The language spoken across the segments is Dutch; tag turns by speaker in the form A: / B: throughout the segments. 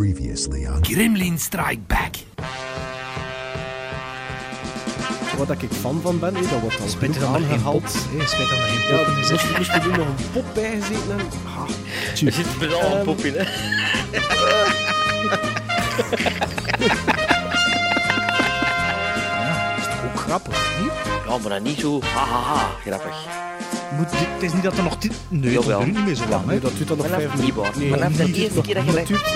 A: Previously on
B: Gremlin Strike Back.
C: Waar dat ik fan van ben, hé, dat wordt al
D: Spijt
C: genoeg
D: dat er geen pop is.
C: aangehaald.
D: hè. Spijt dat er geen
C: Ja,
D: pop
C: er
D: in is.
C: moest,
D: hè.
C: er moest er nog een pop bij gezeten hebben. Ah, tjoe.
E: Er zit best wel een
C: Ehm.
E: pop in, hè?
D: Ja, is toch ook grappig, niet?
E: Ja, maar dan niet zo hahaha grappig.
D: Moet, dit- het is niet dat er nog... ti- Nee, dat
E: Jawel.
D: duurt niet meer zo lang,
C: Nee,
D: hè.
C: dat duurt dan nog
E: Vanaf
C: vijf
E: niet
C: minuten.
E: waar.
C: Nee,
E: Vanaf de
C: niet.
E: eerste keer dat je
C: dat
E: legt.
C: duurt,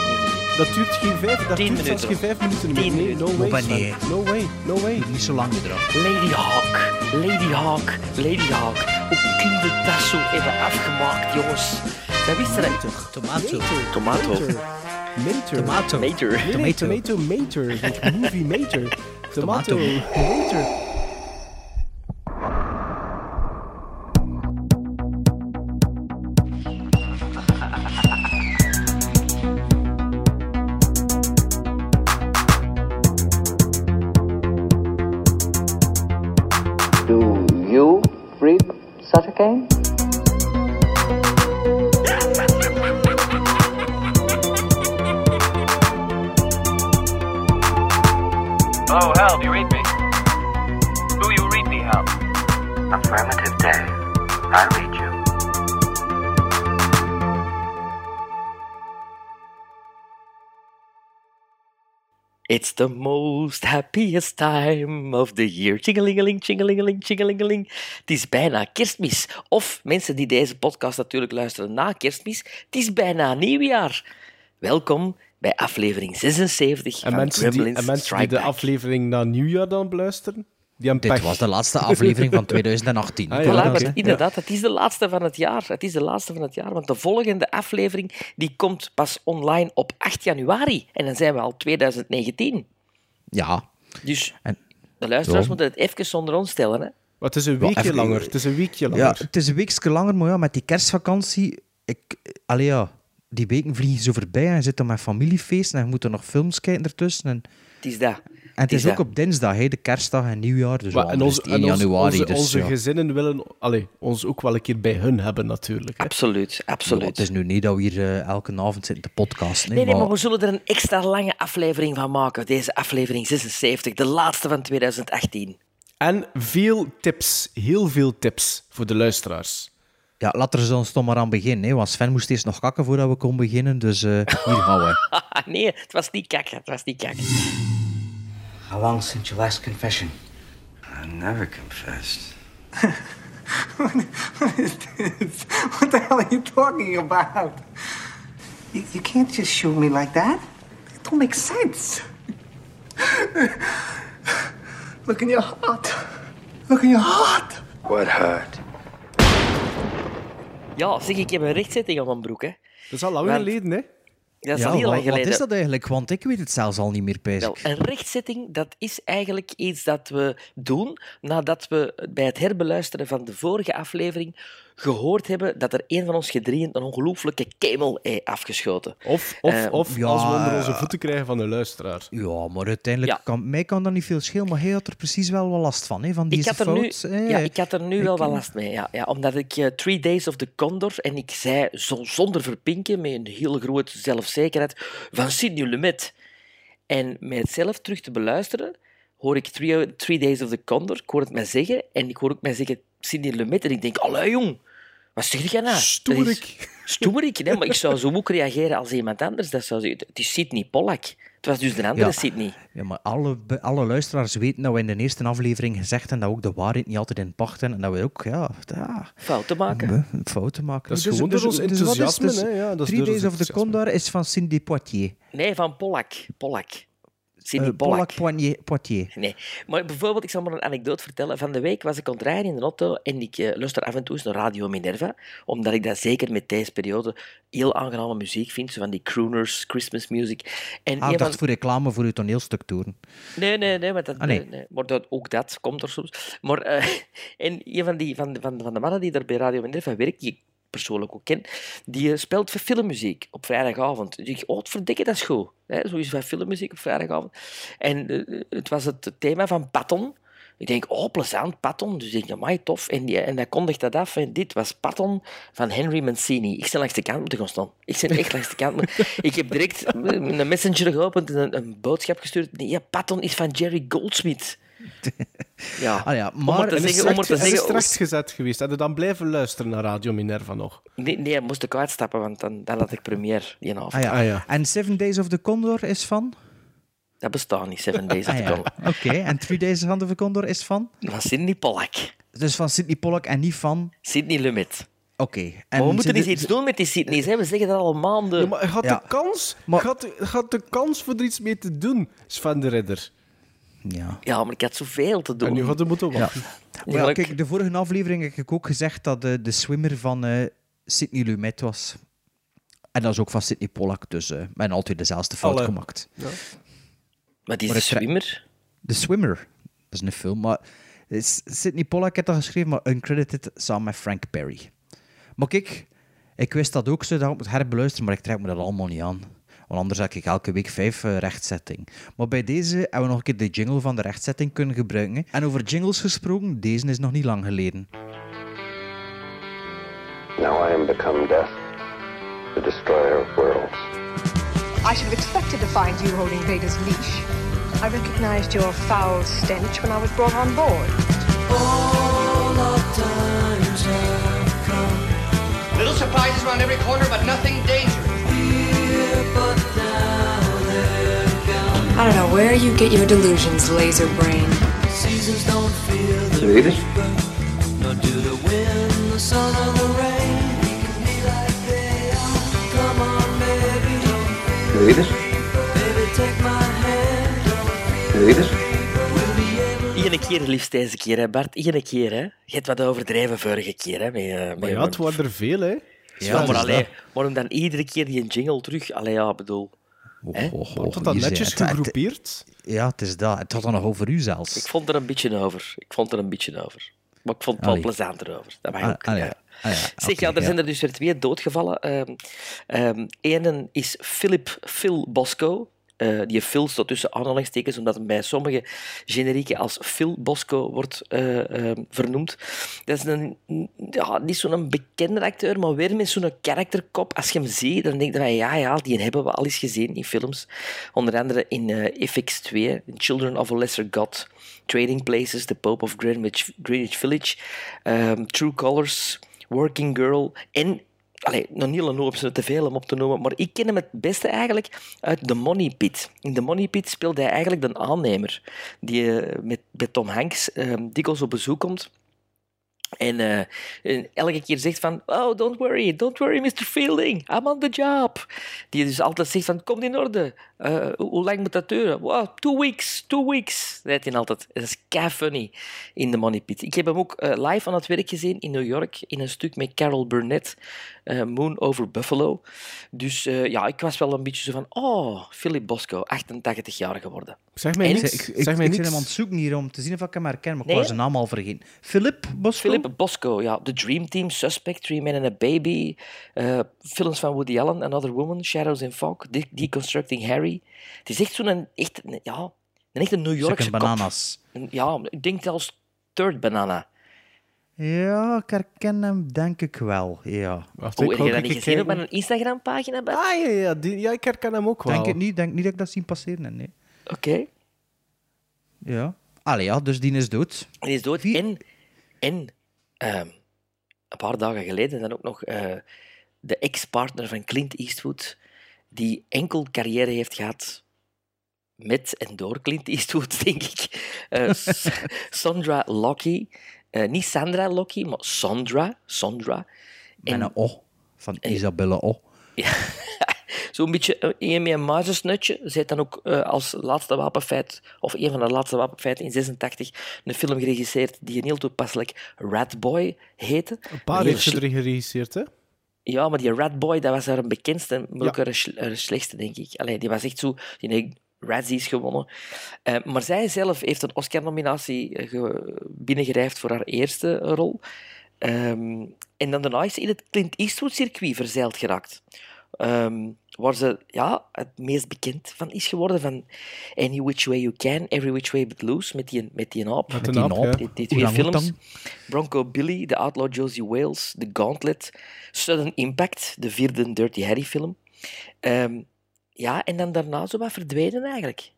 C: dat duurt geen vijf, dat
E: Tien
C: duurt zelfs
E: minuten.
C: geen vijf minuten meer.
E: Tien
C: Nee,
E: minuten.
C: no way,
D: Maar
C: Sven.
D: nee.
C: No way, no way.
D: Duurt Niet zo lang gedrag.
E: Lady Hawk, Lady Hawk, Lady Hawk. Hoe kun je dat zo even afgemaakt, jongens? Dat wist je dat toch?
D: Tomato.
C: Mater.
E: Tomato.
C: Mater. Mater.
E: Ah,
D: Tomato.
E: Later.
C: Nee, nee, tomato mater. Zo'n movie mater. Tomato
D: Tomato.
C: mater.
F: Do you read such a game?
G: Oh, Hal, do you read me? Do you read me, Hal?
H: Affirmative, Dave. I read you.
E: It's the most happiest time of the year. Tjingelingeling, tjingelingeling, tjingelingeling. Het is bijna kerstmis. Of mensen die deze podcast natuurlijk luisteren na kerstmis, het is bijna nieuwjaar. Welkom bij aflevering 76
C: En
E: van
C: mensen, die,
E: Gremlins
C: en mensen die de
E: Strike Back.
C: aflevering na nieuwjaar dan beluisteren, die hebben
D: Dit
C: pech.
D: was de laatste aflevering van 2018.
C: Ah,
E: Voilà,
C: Ja,
E: maar
C: oké.
E: inderdaad, het is de laatste van het jaar. Het is de laatste van het jaar, want de volgende aflevering die komt pas online op 8 januari. En dan zijn we al 2019.
D: Ja.
E: Dus
D: En-
E: de luisteraars
D: Ja.
E: moeten het even zonder ons stellen. Hè?
C: Maar het is een
D: Wel,
C: weekje
D: even-
C: langer. Het is een weekje
D: ja,
C: langer.
D: het is een weekje langer, maar ja, met die kerstvakantie... Ik, allee ja, die weken vliegen zo voorbij en je zit dan met familiefeesten en je moet er nog films kijken ertussen. En,
E: Het is dat.
D: en het is
E: dat.
D: ook op dinsdag, hè, de kerstdag en nieuwjaar. Dus
C: Maar
D: ja,
C: en
D: dan is
C: onze,
D: het 1
C: en onze-
D: januari.
C: onze,
D: dus,
C: onze
D: ja.
C: gezinnen willen allee, ons ook wel een keer bij hun hebben, natuurlijk. hè.
E: Absoluut,
D: Ja,
E: absoluut.
D: het is nu niet dat we hier eh, elke avond zitten te podcasten. hè,
E: Nee, nee,
D: maar-
E: maar we zullen er een extra lange aflevering van maken. Deze aflevering 76, de laatste van 2018.
C: En veel tips, heel veel tips voor de luisteraars.
D: Ja, laten we ons toch maar aan beginnen. Hè, want Sven moest eerst nog kakken voordat we kon beginnen. Dus eh, hier gaan we.
E: Ah, nee, het was niet kak, het was niet kak.
H: How long since your last confession? I never confessed.
I: what the hell are you talking about? You, you can't just shoot me like that. It don't make sense. Look in your heart. Look in your heart.
H: What hurt?
E: Ja, zeg, ik heb een rechtzetting op mijn broek, hè.
C: Dat is al lang
E: Want-
C: geleden, hè?
E: Dat is
D: Ja,
E: al heel
D: wa-
E: lang geleden.
D: Wat is dat eigenlijk? Want ik weet het zelfs al niet meer, pijs
E: Wel, eh,
D: ik.
E: een rechtzetting, dat is eigenlijk iets dat we doen nadat we bij het herbeluisteren van de vorige aflevering gehoord hebben dat er een van ons gedrieën een ongelooflijke kemel heeft afgeschoten.
C: Of, of,
E: Eh,
C: of
D: ja,
C: als we onder onze voeten krijgen van een luisteraar.
D: Ja, maar uiteindelijk,
E: Ja.
D: kan, mij kan dat niet veel schelen, maar hij had er precies wel wat last van, hè, van
E: Ik
D: deze
E: had, er nu,
D: fout. hè.
E: ja, ik had er nu wel
D: Ik-
E: wat last mee, ja, ja, omdat ik eh, Three Days of the Condor en ik zei zo, zonder verpinken, met een heel grote zelfzekerheid, van Sidney Lumet. En met het zelf terug te beluisteren, hoor ik Three, eh, Three Days of the Condor, ik hoor het mij zeggen, en ik hoor ook mij zeggen Sidney Lumet, en ik denk, allee jong, wat zeg jij nou? Dat is-
C: Stoerik.
E: Stoerik, nee, maar ik zou zo ook reageren als iemand anders. Dat zou zeggen, het is Sidney Pollack. Het was dus de andere
D: Ja.
E: Sidney.
D: Ja, maar alle, be- alle luisteraars weten dat we in de eerste aflevering gezegd hebben dat we ook de waarheid niet altijd in pacht hebben. En dat we ook, ja, ja
E: Fouten maken.
D: we- fouten maken.
C: Dat is gewoon door ons
D: wat is het?
C: enthousiasme,
D: Dus
C: hè, ja, dat is
D: Three
C: door ons
D: Days of the
C: enthousiasme.
D: Condor is van Cindy Poitier.
E: Nee, van Pollack. Pollack. Sidney
D: Eh,
E: Pollack.
D: Pollack Poignet- Poitier.
E: Nee, maar bijvoorbeeld, ik zal maar een anekdote vertellen. Van de week was ik aan het rijden in de auto en ik eh, luister af en toe eens naar Radio Minerva, omdat ik dat zeker met deze periode heel aangename muziek vind, zo van die crooners, Christmas music. En
D: Ah,
E: een
D: ik
E: van-
D: dacht voor reclame voor uw toneelstuk toeren.
E: Nee, nee, nee, maar, dat,
D: Ah, nee.
E: nee, nee, maar dat, ook dat komt er soms. Maar, eh, en een van, die, van, de- van, de- van de mannen die daar bij Radio Minerva werkt, die ik persoonlijk ook ken, die eh, speelt voor filmmuziek op vrijdagavond. Dus ik, oh, het verdikken, dat is goed. Hè, zo is van filmmuziek op vrijdagavond. En eh, het was het thema van Patton. Ik denk, oh, plezant, Patton. Dus ik denk, amai, tof. En, die, en hij kondigt dat af. En dit was Patton van Henry Mancini. Ik sta langs de kant moeten gaan staan. Ik sta echt langs de kant. moeten- ik heb direct een messenger geopend en een, een boodschap gestuurd. Nee, ja, Patton is van Jerry Goldsmith. Ja,
D: Ah ja, maar-
E: om maar te
D: en is
E: zeggen... Om maar te
C: Het is
E: zeggen oh,
C: straks gezet geweest. Hadden dan blijven luisteren naar Radio Minerva nog?
E: nee, nee, hij moest ik uitstappen, want dan, dan had ik première die avond.
D: Ah ja.
C: Ah ja.
D: En Seven Days of the Condor is van?
E: Dat bestaat niet, Seven Days of
D: Ah
E: the
D: ja.
E: Condor.
D: Oké, en Three Days of the Condor is van?
E: Van Sidney Pollack.
D: Dus van Sidney Pollack en niet van...
E: Sidney Lumet.
D: Oké.
E: Maar
D: en
E: we moeten
D: zit
E: eens
D: er-
E: iets doen met die Sidney's. Hè? We zeggen dat al maanden.
C: Ja, maar had
D: Ja.
C: de kans,
D: Maar-
C: had, had de kans voor er iets mee te doen, Sven de Ridder.
D: Ja.
E: ik had zoveel te doen.
C: En nu hadden we moeten wachten.
D: Maar ja,
E: Eigenlijk-
D: kijk, de vorige aflevering heb ik ook gezegd dat eh, de swimmer van eh Sidney Lumet was. En dat is ook van Sidney Pollack, dus eh men altijd dezelfde fout
C: Alle.
D: gemaakt.
E: Maar die
D: Maar
E: is
D: ik tra-
E: swimmer.
D: The Swimmer, dat is een film, maar eh, S- Sidney Pollack heeft dat geschreven, maar uncredited samen met Frank Perry. Maar kijk, ik wist dat ook, zodat ik moet herbeluisteren, maar ik trek me dat allemaal niet aan. Want anders heb ik elke week vijf eh, rechtzetting. Maar bij deze hebben we nog een keer de jingle van de rechtzetting kunnen gebruiken. hè. En over jingles gesproken, deze is nog niet lang geleden.
A: Now I am become death, the destroyer of worlds.
B: I should have expected to find you holding Vader's leash. I recognized your foul stench when I was brought on board.
H: Little surprises around every corner, but nothing dangerous.
B: I don't know where you get your delusions, laser brain.
E: Iedere keer, liefst deze keer, hè, Bart. Iedere keer, hè. Je hebt wat overdreven vorige keer, hè. Met, eh, met-
C: Maar ja, het waren er veel,
D: Oh,
C: hè?
E: Ja, maar allee, waarom dan iedere keer die jingle terug? Allee, ja, bedoel...
D: Oh,
E: Hè?
C: Want dat had
D: hier
C: netjes
D: zijn het. Het-
C: gegroepeerd.
D: Ja, het is dat. Het had dan nog over u
E: Ik
D: zelfs.
E: vond er een beetje over. Ik vond er een beetje over. Maar ik vond het wel
D: Allee.
E: plezanter over. Dat mag
D: Ah,
E: ook.
D: ah, ja.
E: ja.
D: Ah, ja.
E: Zeg,
D: Oké,
E: ja, er zijn er dus weer twee doodgevallen. Ehm ehm Eén is Philip Phil Bosco. Eh, die Phil staat tussen aanhalingstekens, omdat hem bij sommige generieken als Phil Bosco wordt eh, ehm, vernoemd. Dat is een, ja, niet zo'n bekende acteur, maar weer met zo'n karakterkop. Als je hem ziet, dan denk je van ja, ja, die hebben we al eens gezien in films. Onder andere in eh, FX2, in Children of a Lesser God, Trading Places, The Pope of Greenwich, Greenwich Village, ehm, True Colors, Working Girl en... Allee, nog niet een hoop, ze te veel om op te noemen, maar ik ken hem het beste eigenlijk uit The Money Pit. In The Money Pit speelde hij eigenlijk de aannemer, die eh, met, met Tom Hanks eh, dikwijls op bezoek komt. En, eh, en elke keer zegt van, oh, don't worry, don't worry, Mr. Fielding, I'm on the job. Die dus altijd zegt van, komt in orde. Eh, hoe, hoe lang moet dat duren? Wow, two weeks, two weeks, zegt hij altijd. Dat is kei funny in de Money Pit. Ik heb hem ook eh, live aan het werk gezien in New York, in een stuk met Carol Burnett, eh, Moon over Buffalo. Dus eh, ja, ik was wel een beetje zo van, oh, Philip Bosco, 88 jaar geworden.
C: Zeg mij
E: En-
C: niks.
D: Ik, ik, ik,
C: zeg mij
D: ik ben
C: niks.
D: hem aan het zoeken hier om te zien of ik hem herken, maar ik
E: Nee,
D: was
E: hè?
D: zijn naam al vergeten. Philip Bosco?
E: Philip Bosco, ja. The Dream Team, Suspect, Three Men and a Baby. eh, films van Woody Allen, Another Woman, Shadows in Fog, De- Deconstructing Harry. Het is echt zo'n... Echt, een- ja, een echte New
D: Suck
E: Yorkse
D: en
E: kop.
D: bananas.
E: Een- Ja, ik denk zelfs Third Banana.
D: Ja, ik herken hem denk ik wel. Ja.
C: Wacht, ik
E: Hoe Oh, heb je
C: wou
E: dat
C: ook
E: niet
C: een
E: gezien op
C: keer-
E: mijn Instagram-pagina? Bart?
C: Ah, ja, ja, die, ja, ik herken hem ook wel.
D: Denk het niet, denk niet dat ik dat zie passeren. hè, Nee.
E: Oké.
D: Ja. Allee, ja, dus die is dood.
E: Die is dood.
D: Wie-
E: En, en ehm, een paar dagen geleden dan ook nog eh, de ex-partner van Clint Eastwood, die enkel carrière heeft gehad met en door Clint Eastwood, denk ik. Eh, S- Sandra Lockie. Eh, niet Sandra Lockie, maar Sandra. Sandra.
D: En
E: En-
D: een O. Van Isabella O.
E: ja. Zo'n beetje eh, een met een muizensnutje. Zij heeft dan ook eh, als laatste wapenfeit, of een van de laatste wapenfeiten in 86, een film geregisseerd die een heel toepasselijk Ratboy heette.
C: Een paar heeft ze erin geregisseerd, hè?
E: Ja, maar die Ratboy, dat was haar bekendste, maar
C: Ja.
E: ook haar, sle- haar slechtste, denk ik. Allee, die was echt zo... Die heeft Razzies gewonnen. Eh, maar zij zelf heeft een Oscar-nominatie eh, ge- binnengerijfd voor haar eerste eh, rol. Ehm, en dan daarna is ze in het Clint Eastwood-circuit verzeild geraakt. ehm, waar ze ja, het meest bekend van is geworden. Van Any Which Way You Can, Every Which Way But Loose, met die, met die aap.
C: Met
D: Met
C: een
D: die naap.
C: aap, ja.
E: Die, die twee
D: Orang-oetan.
E: films. Bronco Billy, The Outlaw Josie Wales, The Gauntlet, Sudden Impact, de vierde Dirty Harry film. Ehm, ja, en dan daarna zo wat verdwenen eigenlijk.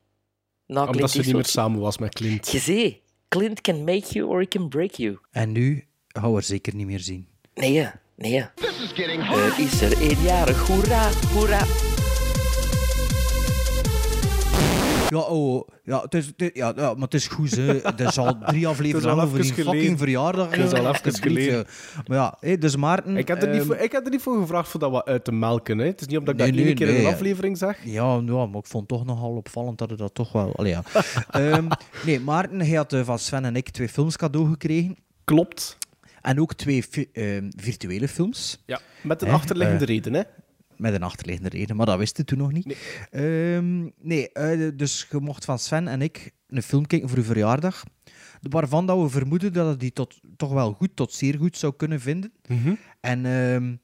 E: Na
C: Omdat
E: Clint
C: ze niet meer
E: Eastwood.
C: samen was met Clint.
E: Je ziet, Clint can make you or he can break you.
D: En nu gaan we haar zeker niet meer zien.
E: Nee, nee. Er is er eenjarig, hoera, hoera.
D: Ja, oh, ja, het is, het is- ja, ja, maar het is goed, hè. Er zal drie
C: Het is al
D: afleveringen over
C: even
D: die
C: geleden.
D: fucking verjaardag.
C: Het is al
D: eh,
C: even
D: alsjeblieft,
C: geleden.
D: ja. Maar ja, hé, dus Maarten...
C: Ik had, er niet
D: ehm,
C: voor, ik had er niet voor gevraagd om dat wat uit te melken. Hè. Het is niet omdat ik
D: Nee,
C: dat één
D: nee,
C: keer in
D: nee,
C: een
D: ja.
C: aflevering zag.
D: Ja, ja, maar ik vond het toch nogal opvallend dat hij dat toch wel... Allee, ja. Ehm, nee, Maarten, hij had eh, van Sven en ik twee films cadeau gekregen.
C: Klopt.
D: En ook twee fi- ehm, virtuele films.
C: Ja. Met een
D: Hè?
C: achterliggende
D: Eh.
C: reden. Hè.
D: Met een achterliggende reden, maar dat wist hij toen nog niet. Nee, nee eh, dus je mocht van Sven en ik een film kijken voor uw verjaardag. Waarvan dat we vermoeden dat hij die tot, toch wel goed, tot zeer goed zou kunnen vinden. En ehm,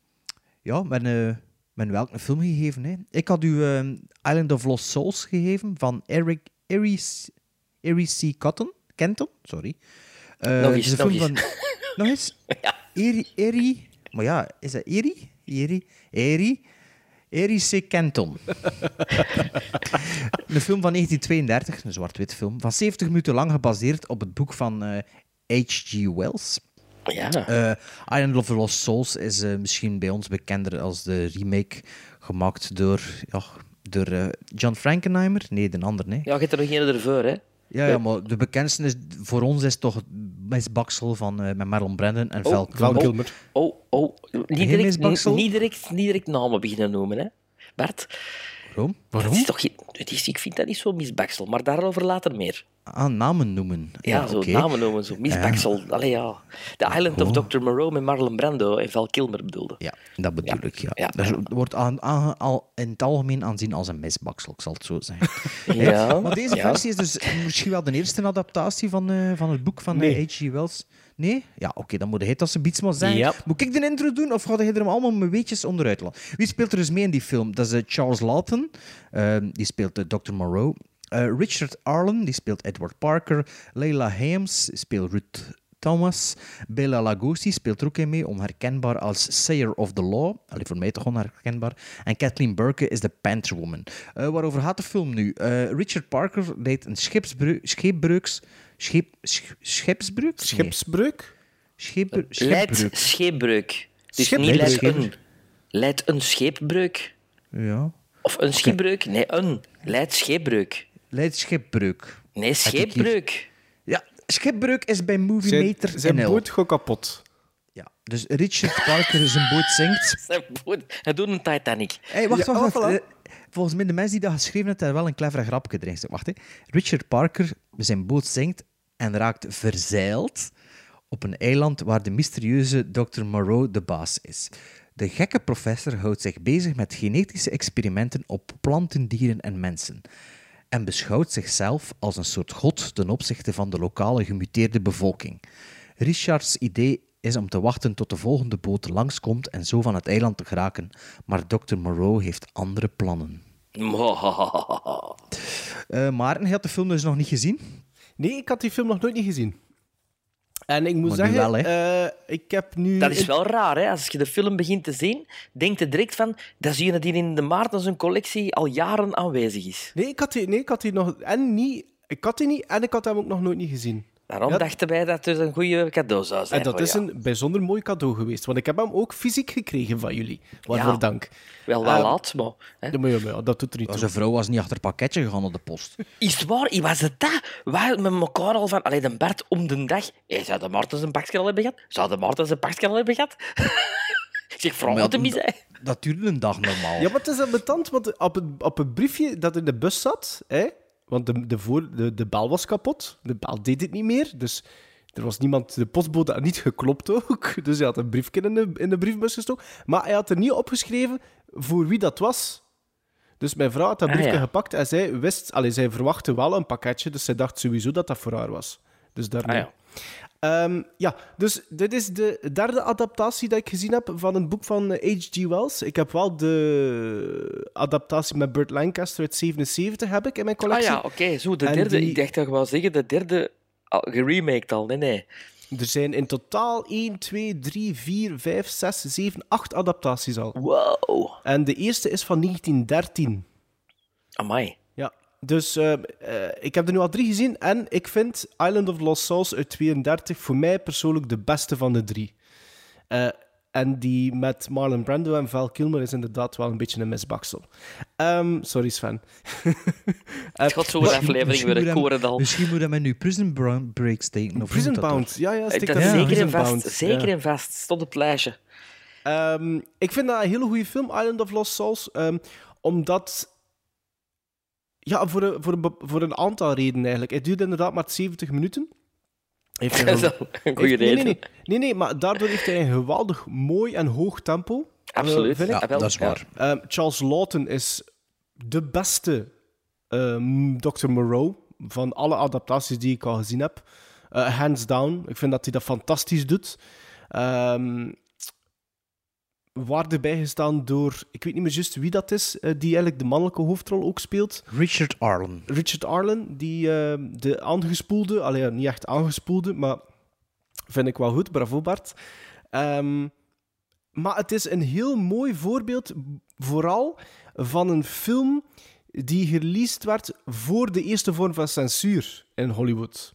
D: ja, men, eh men welk een film gegeven. Hè? Ik had u ehm, Island of Lost Souls gegeven van Eric, Eric, Eric C. Cotton. Kenton, sorry. Eh,
E: Nog
D: het
E: eens,
D: is een
E: nog
D: film Van... nog eens? Eri, Eri... Maar ja, is dat Eri? Eri? Eri? Eri C. Kenton. een film van 1932, een zwart-wit film, van 70 minuten lang gebaseerd op het boek van eh, H.G. Wells.
E: Ja,
D: Eh, Island of the Lost Souls is eh, misschien bij ons bekender als de remake gemaakt door, ja, door eh, John Frankenheimer. Nee, de ander, nee.
E: ja je hebt er nog geen ervoor, hè?
D: Ja, ja, maar de bekendste is, voor ons is toch het misbaksel van, eh, met Marlon Brandon en Val
C: Val
D: Kilmer.
C: Kilmer.
E: Oh, oh. Niet direct,
D: misbaksel?
E: niet, direct, niet direct namen beginnen noemen, hè? Bart,
D: Waarom?
E: Waarom? Is toch, geen- het is, ik vind dat niet zo misbaksel, maar daarover later meer.
D: Ah, namen noemen.
E: Ja, zo
D: oké.
E: namen noemen, zo misbaksel. Allee, ja. The Island
C: oh.
E: of Dr. Moreau met Marlon Brando en Val Kilmer bedoelde.
D: Ja, dat bedoel
E: Ja.
D: ik. Ja.
E: Ja.
D: Dat wordt aan, aan- al in het algemeen aanzien als een misbaksel, ik zal het zo zeggen.
E: Ja,
D: Eh, Maar deze
E: ja.
D: versie is dus misschien wel de eerste adaptatie van, eh, van het boek van eh,
C: Nee.
D: H.G. Wells. Nee? Ja, oké, dan moet hij dat ze iets maar zijn.
E: Ja.
D: Moet ik de intro doen of gaat hij er hem allemaal mijn weetjes onderuit laten? Wie speelt er dus mee in die film? Dat is eh, Charles Lawton, eh, die speelt eh, Dr. Moreau. Eh, Richard Arlen, die speelt Edward Parker. Leila Hames speelt Ruth Thomas. Bela Lugosi speelt er ook in mee, onherkenbaar als Sayer of the Law. Allee, voor mij toch onherkenbaar. En Kathleen Burke is de Panther Woman. Eh, waarover gaat de film nu? Eh, Richard Parker leidt een schipsbreu- scheepbreuks... Scheep, sch- schipsbreuk? Nee.
C: Schipsbreuk.
D: Scheepbre-
E: Leidt
D: schipbreuk.
E: scheepbreuk. Dus niet
C: Schipbreuk.
E: leidt een. Leidt een scheepbreuk.
D: Ja.
E: Of een schipbreuk. Nee, een. Leidt scheepbreuk.
D: Leidt schipbreuk.
E: Nee, scheepbreuk.
D: Ja, schipbreuk is bij Movie
C: Zijn,
D: Meter
C: zijn
D: NL.
C: boot gaat kapot.
D: Ja. Dus Richard Parker zijn boot zinkt.
E: Zijn boot- Hij doet een Titanic.
D: Hey, wacht,
C: Ja,
D: wacht,
C: oh,
D: wacht.
C: voilà.
D: Eh, Volgens mij, de mensen die dat geschreven hebben, hebben wel een clevere grapje erin. gezet. Wacht, hè. Richard Parker, zijn boot zinkt en raakt verzeild op een eiland waar de mysterieuze Dr. Moreau de baas is. De gekke professor houdt zich bezig met genetische experimenten op planten, dieren en mensen. En beschouwt zichzelf als een soort god ten opzichte van de lokale gemuteerde bevolking. Richards idee is om te wachten tot de volgende boot langskomt en zo van het eiland te geraken. Maar Dr. Moreau heeft andere plannen. Eh Maarten, je had de film dus nog niet gezien.
C: Nee, ik had die film nog nooit niet gezien. En ik moet
D: Maar nu
C: zeggen,
D: wel,
C: eh, ik heb nu...
E: Dat is wel raar, hè? Als je de film begint te zien, denk je direct van... Dat is iemand die in de Maarten zijn collectie al jaren aanwezig is.
C: Nee, ik had die, nee, ik had die nog... En niet... Ik had die niet en ik had hem ook nog nooit niet gezien.
E: Daarom
C: Ja.
E: dachten wij dat het een goede cadeau zou zijn
C: En dat
E: voor
C: is
E: jou.
C: een bijzonder mooi cadeau geweest, want ik heb hem ook fysiek gekregen van jullie. Waarvoor
E: Ja.
C: dank.
E: Wel wel
C: Eh,
E: laat, maar... Hè?
C: Ja, maar ja, maar ja, dat doet er niet toe.
D: Zijn vrouw was niet achter het pakketje gegaan op de post.
E: Is het waar? Was het dat? Waar met elkaar al van... Allee, de Bert om de dag... Hey, zou de Maarten zijn pakje al hebben gehad? Zou de Maarten zijn pakje al hebben gehad? zeg, vraag
D: Maar
E: het hem
D: ja,
E: eens, hè.
D: Dat duurde een dag normaal.
C: Ja, maar het is ambetant, want op het, op het briefje dat in de bus zat, hè, want de, de, voor, de, de bel was kapot, de bel deed het niet meer, dus er was niemand, de postbode had niet geklopt ook, dus hij had een briefje in de, in de briefbus gestoken, maar hij had er niet opgeschreven voor wie dat was. Dus mijn vrouw had dat
E: Ah,
C: briefje
E: ja.
C: gepakt en zij wist, allee, zij verwachtte wel een pakketje, dus zij dacht sowieso dat dat voor haar was. Dus daarmee.
E: Ah, ja.
C: Ehm, ja, dus dit is de derde adaptatie dat ik gezien heb van een boek van eh, H.G. Wells. Ik heb wel de adaptatie met Burt Lancaster uit 77 heb ik in mijn
E: Ah
C: collectie.
E: ja, oké, zo, de
C: En
E: derde.
C: die-
E: Ik dacht dat je wou zeggen, de derde al, geremaked al. Nee, nee.
C: Er zijn in totaal 1, 2, 3, 4, 5, 6, 7, 8 adaptaties al.
E: Wow.
C: En de eerste is van 1913.
E: Amai.
C: Ja. Dus eh, eh, ik heb er nu al drie gezien en ik vind Island of Lost Souls uit 32 voor mij persoonlijk de beste van de drie. Eh, en die met Marlon Brando en Val Kilmer is inderdaad wel een beetje een misbaksel. Ehm, sorry Sven.
E: Het gaat zo'n aflevering
D: Misschien
E: weer, ik
D: moet
E: hoor
D: hem-
E: het al.
D: Misschien moet hij met nu Prison Brown Break steken. Of
C: Prison
D: hoe moet dat
C: Bound.
D: doen?
C: Ja, ja,
E: Eh,
C: stik
E: Dat
C: dat in.
E: zeker en
C: Prison
E: vast.
C: Bound.
E: Zeker
C: Ja.
E: en vast. Stond op het lijstje.
C: Ehm, ik vind dat een hele goede film, Island of Lost Souls. ehm, omdat. Ja, voor een, voor, een, be- voor een aantal redenen eigenlijk. Het duurt inderdaad maar 70 minuten. Heeft
E: Dat is
C: een-
E: al een goede
C: heeft- nee,
E: reden.
C: nee, nee, nee, nee, maar daardoor heeft hij een geweldig mooi en hoog tempo. eh,
E: Absoluut.
C: vind ik.
D: Ja,
E: Ah, wel,
D: dat is
E: ja.
D: waar.
C: Ehm, Charles Lawton is de beste ehm, Dr. Moreau van alle adaptaties die ik al gezien heb. Eh, hands down. Ik vind dat hij dat fantastisch doet. Ehm waarde bijgestaan door, ik weet niet meer juist wie dat is, eh, die eigenlijk de mannelijke hoofdrol ook speelt.
D: Richard Arlen.
C: Richard Arlen, die ehm, de aangespoelde, allee, ja, niet echt aangespoelde, maar vind ik wel goed. Bravo, Bart. Ehm, maar het is een heel mooi voorbeeld, vooral van een film die gereleased werd voor de eerste vorm van censuur in Hollywood.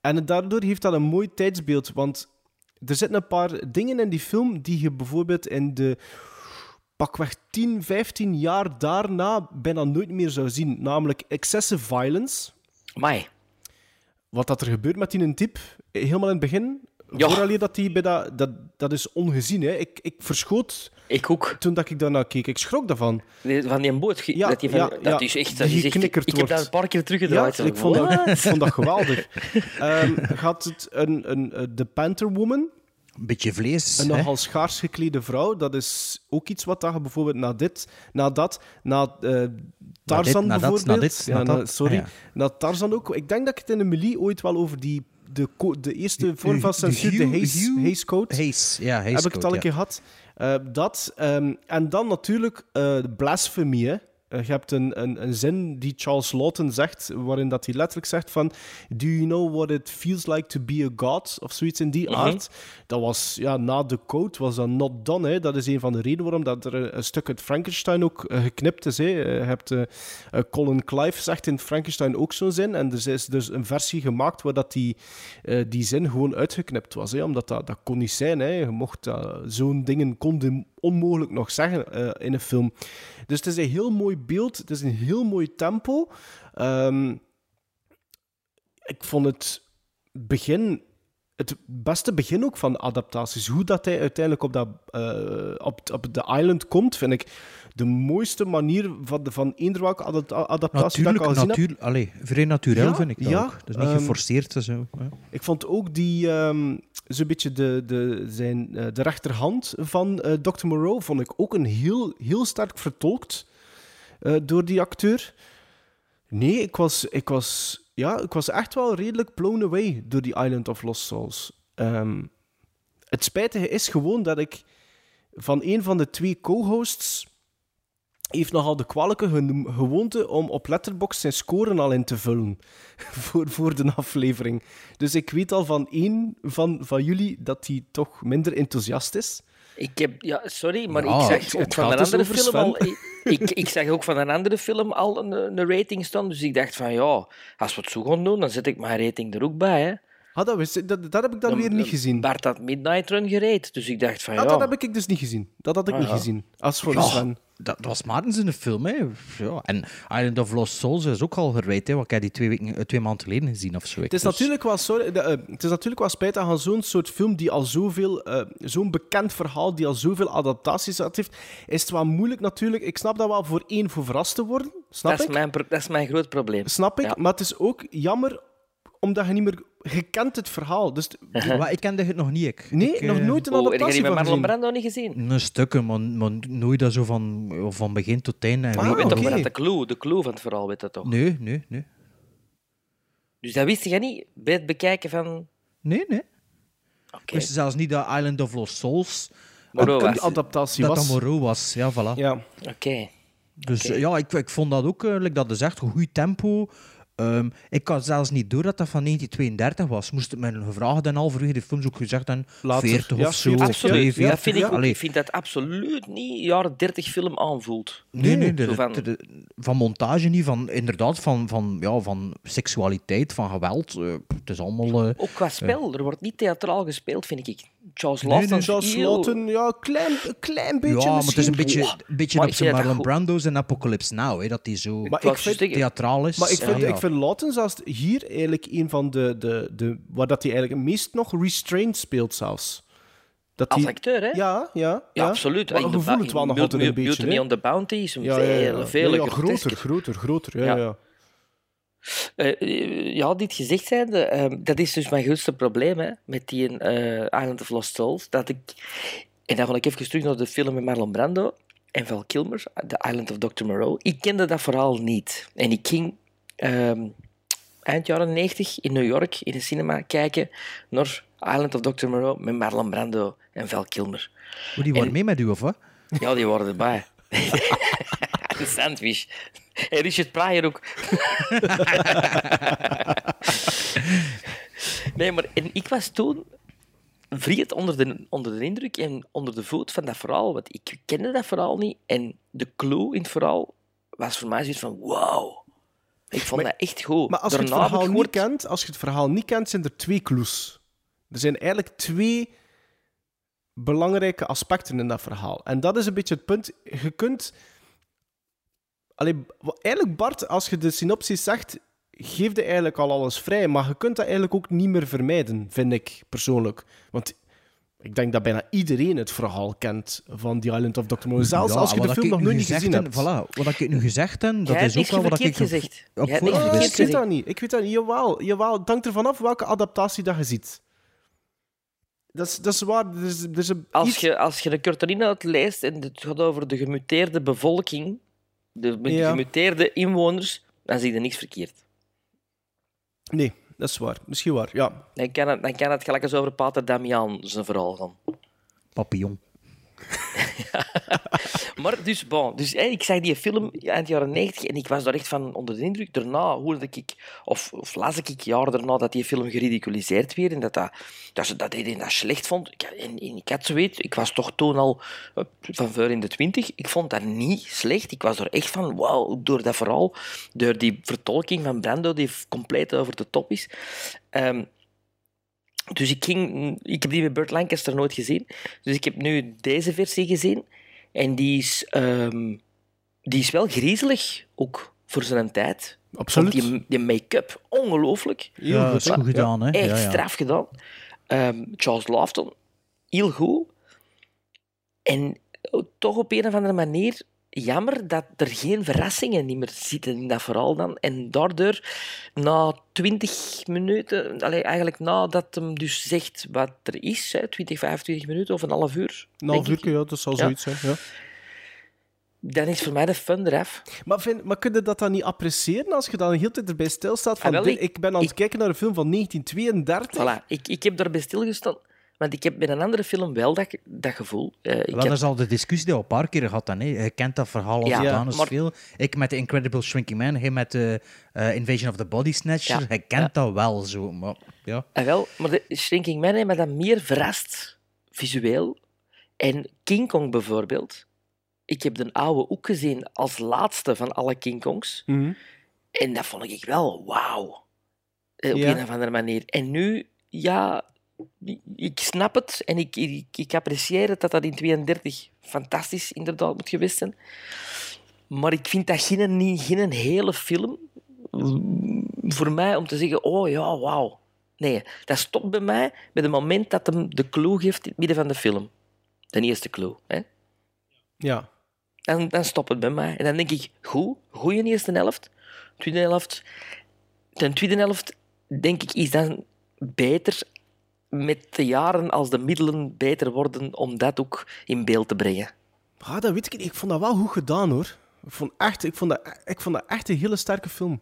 C: En daardoor heeft dat een mooi tijdsbeeld, want er zitten een paar dingen in die film die je bijvoorbeeld in de pakweg 10, 15 jaar daarna bijna nooit meer zou zien. Namelijk excessive violence,
E: Amai.
C: wat dat er gebeurt met die een type, eh, helemaal in het begin,
E: Ja.
C: vooraleer dat die bij dat... Dat, dat is ongezien, hè. Ik, ik verschoot
E: Ik ook.
C: toen dat ik daarnaar keek. Ik schrok daarvan.
E: Die- Van die boot. ge-
C: Ja,
E: dat, die van,
C: ja,
E: dat
C: ja.
E: is echt...
C: Die
E: Dat is echt ik,
C: geknikkerd
E: ik heb
C: wordt.
E: daar een paar keer
C: Ja,
E: teruggedraaid. en
C: ik vond
E: wat?
C: dat, ik vond dat geweldig. Ehm had het een, een, eh, de Panther Woman,
D: Een beetje vlees.
C: een
D: hè?
C: nogal schaars geklede vrouw, dat is ook iets wat dat je bijvoorbeeld na dit, na dat, na eh, Tarzan
D: na dat, na
C: bijvoorbeeld.
D: dit, na
C: Ja,
D: dat.
C: sorry.
D: Ah, ja.
C: Na Tarzan ook. Ik denk dat ik het in de melee ooit wel over die, de, co- de eerste vorm van
D: Eh, de
C: censuur, de,
D: Hugh-
C: Hays-
D: Hugh-
C: Hays Code.
D: Hayes. Ja, Hayes.
C: heb ik het al een keer gehad. Eh, dat. ehm, en dan natuurlijk eh blasfemie. Hè. Eh, je hebt een, een, een zin die Charles Lawton zegt, waarin dat hij letterlijk zegt van Do you know what it feels like to be a god? Of zoiets in die aard. Dat was, ja, na de code was dat not done. Hè. Dat is een van de redenen waarom dat er een, een stuk uit Frankenstein ook eh, geknipt is. Hè. Eh, je hebt eh, eh, Colin Clive zegt in Frankenstein ook zo'n zin. En er is dus een versie gemaakt waar dat die, eh, die zin gewoon uitgeknipt was. Hè? Omdat dat, dat kon niet zijn. Hè? Je mocht dat- zo'n dingen konden onmogelijk nog zeggen eh, in een film. Dus het is een heel mooi beeld. Het is een heel mooi tempo. Ehm, ik vond het begin... Het beste begin ook van de adaptaties. Hoe dat hij uiteindelijk op, dat, eh, op, op de island komt, vind ik de mooiste manier van, de, van eender welke adapta- adaptatie dat ik
D: Natuurlijk,
C: al gezien heb.
D: natuurlijk. Allee, vrij natuurlijk
C: Ja,
D: vind ik dat
C: ja,
D: ook. Dat is niet
C: ehm,
D: geforceerd en zo. hè.
C: Ik vond ook die, ehm, zo'n beetje de, de, zijn, eh, de rechterhand van eh, Dr. Moreau, vond ik ook een heel, heel sterk vertolkt eh, door die acteur. Nee, ik was, ik, was, ja, ik was echt wel redelijk blown away door die Island of Lost Souls. Ehm, het spijtige is gewoon dat ik van een van de twee co-hosts heeft nogal de kwalijke geno- gewoonte om op Letterboxd zijn scoren al in te vullen voor, voor de aflevering. Dus ik weet al van één van, van jullie dat hij toch minder enthousiast is.
E: Ik heb, ja, sorry, maar
D: Ja,
E: ik
D: het
E: zag ook van
C: gaat
E: een
C: dus
E: andere
C: over
E: film
C: Sven.
E: al. Ik, ik zag ook van een andere film al een, een rating staan. Dus ik dacht van ja, als we het zo gaan doen, dan zet ik mijn rating er ook bij. Hè.
C: Ah, dat, wist ik- dat, dat heb ik dan, weer niet gezien.
E: Bart had Midnight Run gereed. Dus ik dacht van eh, ja. Ah,
C: Ah, dat heb ik dus niet gezien. Dat had ik niet gezien. Als voor
D: Ja,
C: Sven.
D: Oh, dat, dat was Martens in de film, hè. Ja. En Island of Lost Souls is ook al gereid, hè. Want ik heb die twee, weken, eh, twee maanden geleden gezien of zo.
C: Het is,
E: Dus-
C: natuurlijk wel, sorry, de, eh, het is natuurlijk wel spijtig aan zo'n soort film die al zoveel, eh, zo'n bekend verhaal, die al zoveel adaptaties uit heeft. Is het wel moeilijk natuurlijk. Ik snap dat wel voor één voor verrast te worden. Snap
E: dat, is
C: ik?
E: mijn, pro- dat is mijn groot probleem.
C: Snap ik,
E: Ja.
C: maar het is ook jammer omdat je niet meer... Je kent het verhaal. Dus t-
D: Eh, Maar ik kende het nog niet, ik.
C: nee,
D: Ik,
C: nog
D: eh,
C: nooit een
E: Oh, heb jij
C: adaptatie
E: die met
C: nou van gezien.
E: Marlon Brando niet gezien?
D: Een stukken, maar, maar nooit dat zo van, van begin tot eind. En
C: Ah,
E: Ik
D: weet
E: weet
C: oké.
E: toch wel dat de clue, de clue van het verhaal, weet dat toch?
D: Nee, nee, nee.
E: Dus dat wist jij niet bij het bekijken van...
D: Nee, nee. Ik
E: Oké.
C: Dus-
D: wist zelfs niet dat Island of Lost Souls
E: Moreau
C: een
E: was.
C: adaptatie
D: dat
C: was.
D: dat Moreau was. Ja, voilà.
C: Ja.
E: Oké.
D: Dus eh, ja, ik, ik vond dat ook, eh, like dat is echt een goed tempo. Ehm, ik had zelfs niet door dat dat van 1932 was. Moest het me gevraagd en half uur de films ook gezegd en
C: Later.
D: 40
C: Ja,
D: of zo. of
C: 40, ja.
E: Absoluut.
D: 42,
E: dat vind ik, ook.
D: allee.
E: ik vind dat absoluut niet jaren 30 film aanvoelt.
D: Nee, nee, de-
E: Zo van-
D: de- de- van montage niet, van inderdaad, van, van, ja, van seksualiteit, van geweld. eh, pff, het is allemaal. eh,
E: Ook qua spel, er wordt niet theatraal gespeeld, vind ik. Charles
D: nee,
E: Lawton is
C: Charles
E: heel-
C: Lawton, ja, een klein, een klein beetje
D: ja, maar het
C: misschien.
D: is een beetje,
E: Wow.
D: een beetje
E: Maar
D: op
E: ik
D: zijn
E: vind dat
D: Marlon
E: goed.
D: Brando's en Apocalypse Now, hè, dat die zo
C: Maar
E: wou
C: ik
E: juist
C: vind-
E: zeggen,
D: theatraal is.
C: Maar ik
D: Ja,
C: vind,
D: ja.
C: ik vind Lawton zelfs hier eigenlijk een van de, de, de... Waar dat hij eigenlijk het meest nog restrained speelt zelfs. Dat
E: Als
C: die-
E: acteur, hè?
C: Ja, ja.
E: Ja, absoluut.
C: Maar
E: In
C: je
E: de-
C: voelt het wel
E: in
C: nog
E: Mut-
C: altijd een
E: Mut-
C: beetje.
E: Mutiny
C: hè.
E: on the Bounty is een
C: Ja, ja, ja.
E: veel, veel
C: Ja, ja,
E: grotesker.
C: groter, groter, groter. Ja, ja.
E: Ja.
C: ja.
E: Eh, eh, ja, dit gezegd zijnde, eh, dat is dus mijn grootste probleem hè, met die eh Island of Lost Souls. Dat ik, en dan ga ik even terug naar de film met Marlon Brando en Val Kilmer, The Island of Dr. Moreau. Ik kende dat verhaal niet. En ik ging ehm, eind jaren 90 in New York in een cinema kijken naar Island of Dr. Moreau met Marlon Brando en Val Kilmer.
D: Hoe die waren mee met u, of wat?
E: Ja, die waren erbij. Een sandwich. En Richard Pryor ook. nee, maar en ik was toen vriend onder de, onder de indruk en onder de voet van dat verhaal. Want ik kende dat verhaal niet. En de clue in het verhaal was voor mij zoiets van: wauw. Ik vond dat echt goed.
C: Maar als je het
E: Daarna heb ik
C: verhaal niet
E: gehoord-
C: kent, als je het verhaal niet kent, zijn er twee clues. Er zijn eigenlijk twee belangrijke aspecten in dat verhaal. En dat is een beetje het punt. Je kunt... Allee, wa- eigenlijk, Bart, als je de synopsis zegt, geef je eigenlijk al alles vrij. Maar je kunt dat eigenlijk ook niet meer vermijden, vind ik persoonlijk. Want ik denk dat bijna iedereen het verhaal kent van The Island of Dr. Moreau. Zelfs
D: Ja,
C: als je
D: wat
C: de
D: ik
C: film nog
D: nu
C: nooit niet
D: gezegd
C: gezien
D: heb,
C: hebt.
D: Voilà, wat ik nu gezegd heb, dat
E: Jij
D: is
E: hebt
D: ook
E: niks
D: wel wat ik
E: verkeerd gezegd.
D: op
E: Jij hebt
D: voorhand
E: niks
C: Ah,
E: verkeerd
D: wist.
C: ik weet dat
E: gezegd.
C: niet. Ik weet dat niet. Jawel, jawel. Het hangt ervan af welke adaptatie dat je ziet. Dat is, dat is waar. Er is, er is een
E: Als
C: iets-
E: je, als je de Cortolina leest en het gaat over de gemuteerde bevolking, de, de
C: Ja.
E: gemuteerde inwoners, dan zie je niks verkeerd.
C: Nee, dat is waar. Misschien waar, ja.
E: Dan kan het, dan kan het gelijk eens over Pater Damian zijn verhaal gaan.
D: Papillon.
E: Maar dus, bon, dus hé, ik zag die film eind jaren 90 en ik was daar echt van onder de indruk. Daarna hoorde ik, of, of las ik jaar daarna, dat die film geridiculiseerd werd en dat, dat, dat ze dat iedereen dat slecht vond. Ik, en, en ik had zoiets, ik was toch toen al eh, van voor in de twintig, ik vond dat niet slecht. Ik was er echt van, wauw, door dat verhaal, door die vertolking van Brando, die f- compleet over de top is. Ehm, dus ik, ging, ik heb die met Burt Lancaster nooit gezien. Dus ik heb nu deze versie gezien. En die is, ehm, die is wel griezelig, ook voor zijn tijd.
C: Absoluut.
E: Want die, die make-up, ongelooflijk.
C: Heel
D: Ja, dat is
C: hè?
D: goed gedaan, hè?
E: Echt
D: Ja, ja.
E: straf gedaan. Ehm, Charles Laughton, heel goed. En eh, toch op een of andere manier jammer dat er geen verrassingen niet meer zitten in dat verhaal dan. En daardoor, na twintig minuten, allee, eigenlijk nadat hem dus zegt wat er is, hè, 20, 25 minuten of een half uur,
C: Een half
E: denk ik,
C: uur, ja, dat zal
E: Ja.
C: zoiets zijn. Ja.
E: dan is voor mij de fun eraf.
C: Maar, vind, maar kun je dat dan niet appreciëren als je dan de hele tijd erbij stilstaat van...
E: Ah, wel,
C: dit-
E: ik-
C: ik ben aan het kijken naar een film van 1932.
E: Voilà, ik, ik heb daarbij stilgestaan. Want ik heb bij een andere film wel dat, ge- dat gevoel. Eh, ik
D: Wel,
E: heb-
D: dat is al de discussie die we een paar keer gehad hebben. hè. Je kent dat verhaal al
E: Ja,
D: gedaan, is
E: maar-
D: veel. Ik met The Incredible Shrinking Man, hij met eh, eh, Invasion of the Body Snatcher.
E: Ja,
D: Je kent dat wel zo, maar ja.
E: Ah, wel, maar de Shrinking Man heeft me dan meer verrast, visueel. En King Kong bijvoorbeeld. Ik heb de oude ook gezien als laatste van alle King Kongs.
C: Mhm.
E: En dat vond ik wel wauw. Eh, Op
C: Ja.
E: een of andere manier. En nu, ja, ik- ik snap het en ik, ik, ik apprecieer het dat dat in 32 fantastisch inderdaad moet geweest zijn. Maar ik vind dat geen, niet- geen hele film mm, voor mij om te zeggen, oh ja, wauw. Nee, dat stopt bij mij bij het moment dat hem de clue geeft in het midden van de film. De eerste clue. Hè?
C: Ja.
E: Dan, dan stopt het bij mij. En dan denk ik, goed, goeie eerste helft. Tweede helft. De tweede helft, denk ik, is dan beter met de jaren als de middelen beter worden om dat ook in beeld te brengen.
C: Ah, dat weet ik niet. Ik vond dat wel goed gedaan, hoor. Ik vond, echt, ik, vond dat, ik vond dat echt een hele sterke film.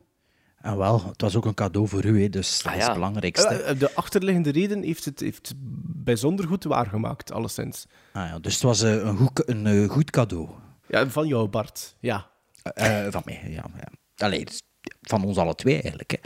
D: En wel, het was ook een cadeau voor u, hè, dus dat
E: Ah,
D: is
E: ja.
D: het belangrijkste.
C: Eh, De achterliggende reden heeft het, heeft het bijzonder goed waargemaakt, alleszins.
D: Ah, ja, dus het was eh, een, goed, ca- een eh, goed cadeau
C: Ja, van jou, Bart. Ja.
D: Eh, eh, van mij. Ja, ja. Allee, dus van ons alle twee eigenlijk. Hè.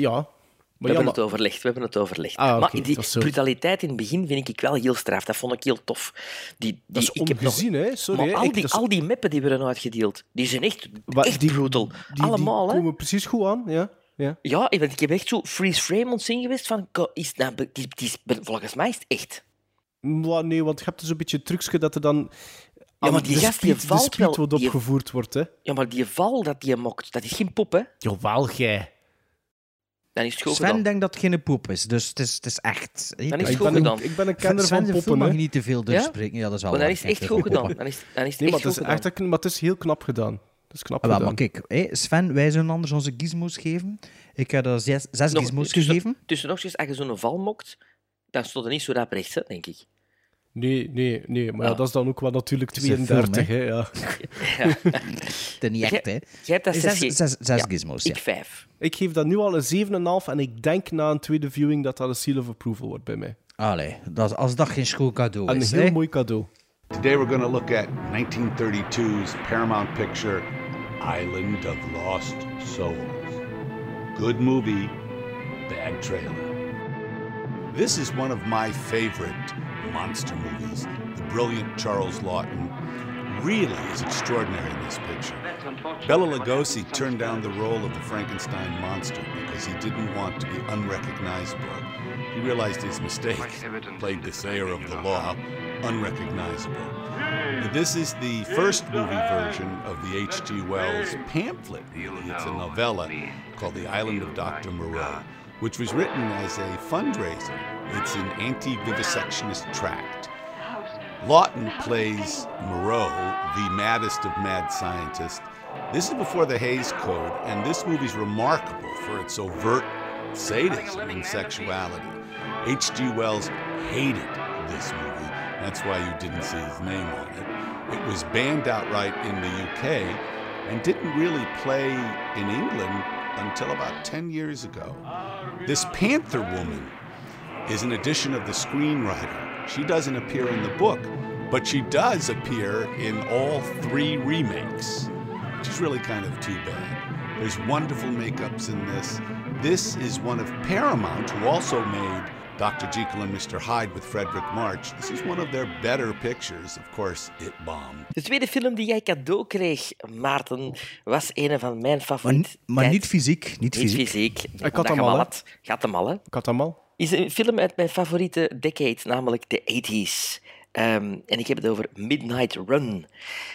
C: Ja.
E: We
C: Maar ja,
E: hebben
C: maar-
E: het overlegd, we hebben het overlegd.
C: Ah, oké,
E: maar die
C: dat is zo.
E: brutaliteit in het begin vind ik wel heel straf. Dat vond ik heel tof. Die, die,
C: Dat is
E: ik heb nog-
C: ongezien, hè? Sorry,
E: maar
C: hè.
E: al,
C: Ik-
E: die,
C: dat is-
E: al die meppen die we eruit uitgedeeld, die zijn echt,
C: Wa-
E: echt
C: die-
E: brutal.
C: die,
E: Allemaal,
C: die
E: hè?
C: komen precies goed aan, ja. ja.
E: Ja, ik, ben- ik heb echt zo freeze frame ontzien geweest van... ko- Is, nou, be- die, die is, be- volgens mij is het echt.
C: Maar nee, want je hebt dus een beetje trucje dat er dan... aan
E: maar die
C: de
E: gast die
C: speed-
E: valt
C: De speed
E: wel,
C: wat
E: die-
C: opgevoerd wordt, hè.
E: Ja, maar die val dat die mokt, dat is geen pop, hè?
C: Jawel, jij.
E: Dan is het goed
D: Sven
E: gedaan.
D: denkt dat het geen poep is, dus het is, het is echt. hè.
E: Dan is het
C: Ik
E: goed
C: ben, een,
E: gedaan.
C: ik ben een
D: Sven
C: kenner van
D: zijn film
C: poppen,
D: mag je
C: hè.
D: niet te veel doorspreken. Ja? dat is wel
E: Maar dan
D: waar,
E: is het echt
D: Sven
E: goed
D: zijn film.
E: gedaan. Dan is, dan is het
C: Nee, maar
E: echt
C: het,
E: goed
C: is
E: gedaan.
C: echt, maar het is heel knap gedaan. Dat is knap
D: Ah, wel,
C: gedaan.
D: maar kijk, hè, Sven, wij zullen anders onze gizmos geven. Ik heb er zes, zes
E: Nog-
D: gizmos
E: tussen-
D: gegeven.
E: Tussen nog eens, als je zo'n val mokt, dan stond er niet zo rap rechts, hè, denk ik.
C: Nee, nee, nee. Maar ja,
E: Ja.
C: dat is dan ook wel natuurlijk
D: is een film,
C: 32, hè. Ja.
D: Het is niet echt, hè.
E: Jij hebt dat
D: Zes,
E: zes
D: zes,
E: ge-
D: zes,
E: Ja,
D: gizmos, ja.
E: Ik vijf.
C: Ik geef dat nu al een 7,5 en ik denk na een tweede viewing dat dat een seal of approval wordt bij mij.
D: Allee, dat, als dat geen schoon cadeau
C: Een
D: is,
C: heel
D: hè.
C: mooi cadeau.
J: Today we're going to look at 1932's Paramount picture Island of Lost Souls. Good movie, bad trailer. This is one of my favorite monster movies. The brilliant Charles Lawton really is extraordinary in this picture. Bela Lugosi turned down the role of the Frankenstein monster because he didn't want to be unrecognizable. He realized his mistake, played the sayer of the law, unrecognizable. This is the first movie version of the H.G. Wells pamphlet, really. It's a novella called The Island of Dr. Moreau, which was written as a fundraiser. It's an anti vivisectionist tract. Lawton plays Moreau, the maddest of mad scientists. This is before the Hayes Code, and this movie's remarkable for its overt sadism and sexuality. H.G. Wells hated this movie. That's why you didn't see his name on it. It was banned outright in the UK and didn't really play in England until about 10 years ago. This Panther Woman is an edition of the screenwriter. She doesn't appear in the book, but she does appear in all three remakes, which is really kind of too bad. There's wonderful makeups in this. This is one of Paramount, who also made Dr. Jekyll and Mr. Hyde with Frederick March. This is one of their better pictures. Of course, it bombed.
E: De tweede film die jij cadeau kreeg, Maarten, was een van mijn
D: Maar,
E: favorieten.
D: ni- maar niet fysiek, niet
E: Niet
D: fysiek.
E: fysiek.
C: had
E: Omdat
C: hem
E: je
C: al, hè.
E: had. Je had hem al, hè.
C: Ik had hem al.
E: Is een film uit mijn favoriete decade, namelijk de 80s. Ehm, en ik heb het over Midnight Run.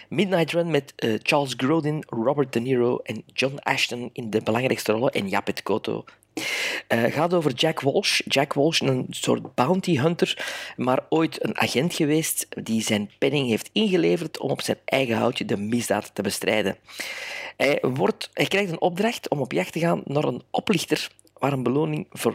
E: Midnight Run met eh, Charles Grodin, Robert De Niro en John Ashton in de belangrijkste rollen en Japet Koto. Eh gaat over Jack Walsh. Jack Walsh, een soort bounty hunter, maar ooit een agent geweest die zijn penning heeft ingeleverd om op zijn eigen houtje de misdaad te bestrijden. Hij, wordt, hij krijgt een opdracht om op jacht te gaan naar een oplichter waar een beloning voor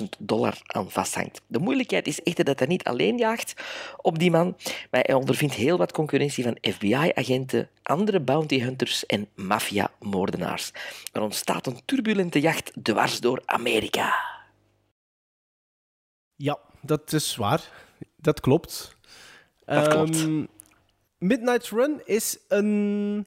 E: 100.000 dollar aan vasthangt. De moeilijkheid is echter dat hij niet alleen jaagt op die man, maar hij ondervindt heel wat concurrentie van FBI-agenten, andere bounty hunters en maffia-moordenaars. Er ontstaat een turbulente jacht dwars door Amerika.
C: Ja, dat is waar. Dat klopt.
E: Dat klopt.
C: Ehm, Midnight Run is een.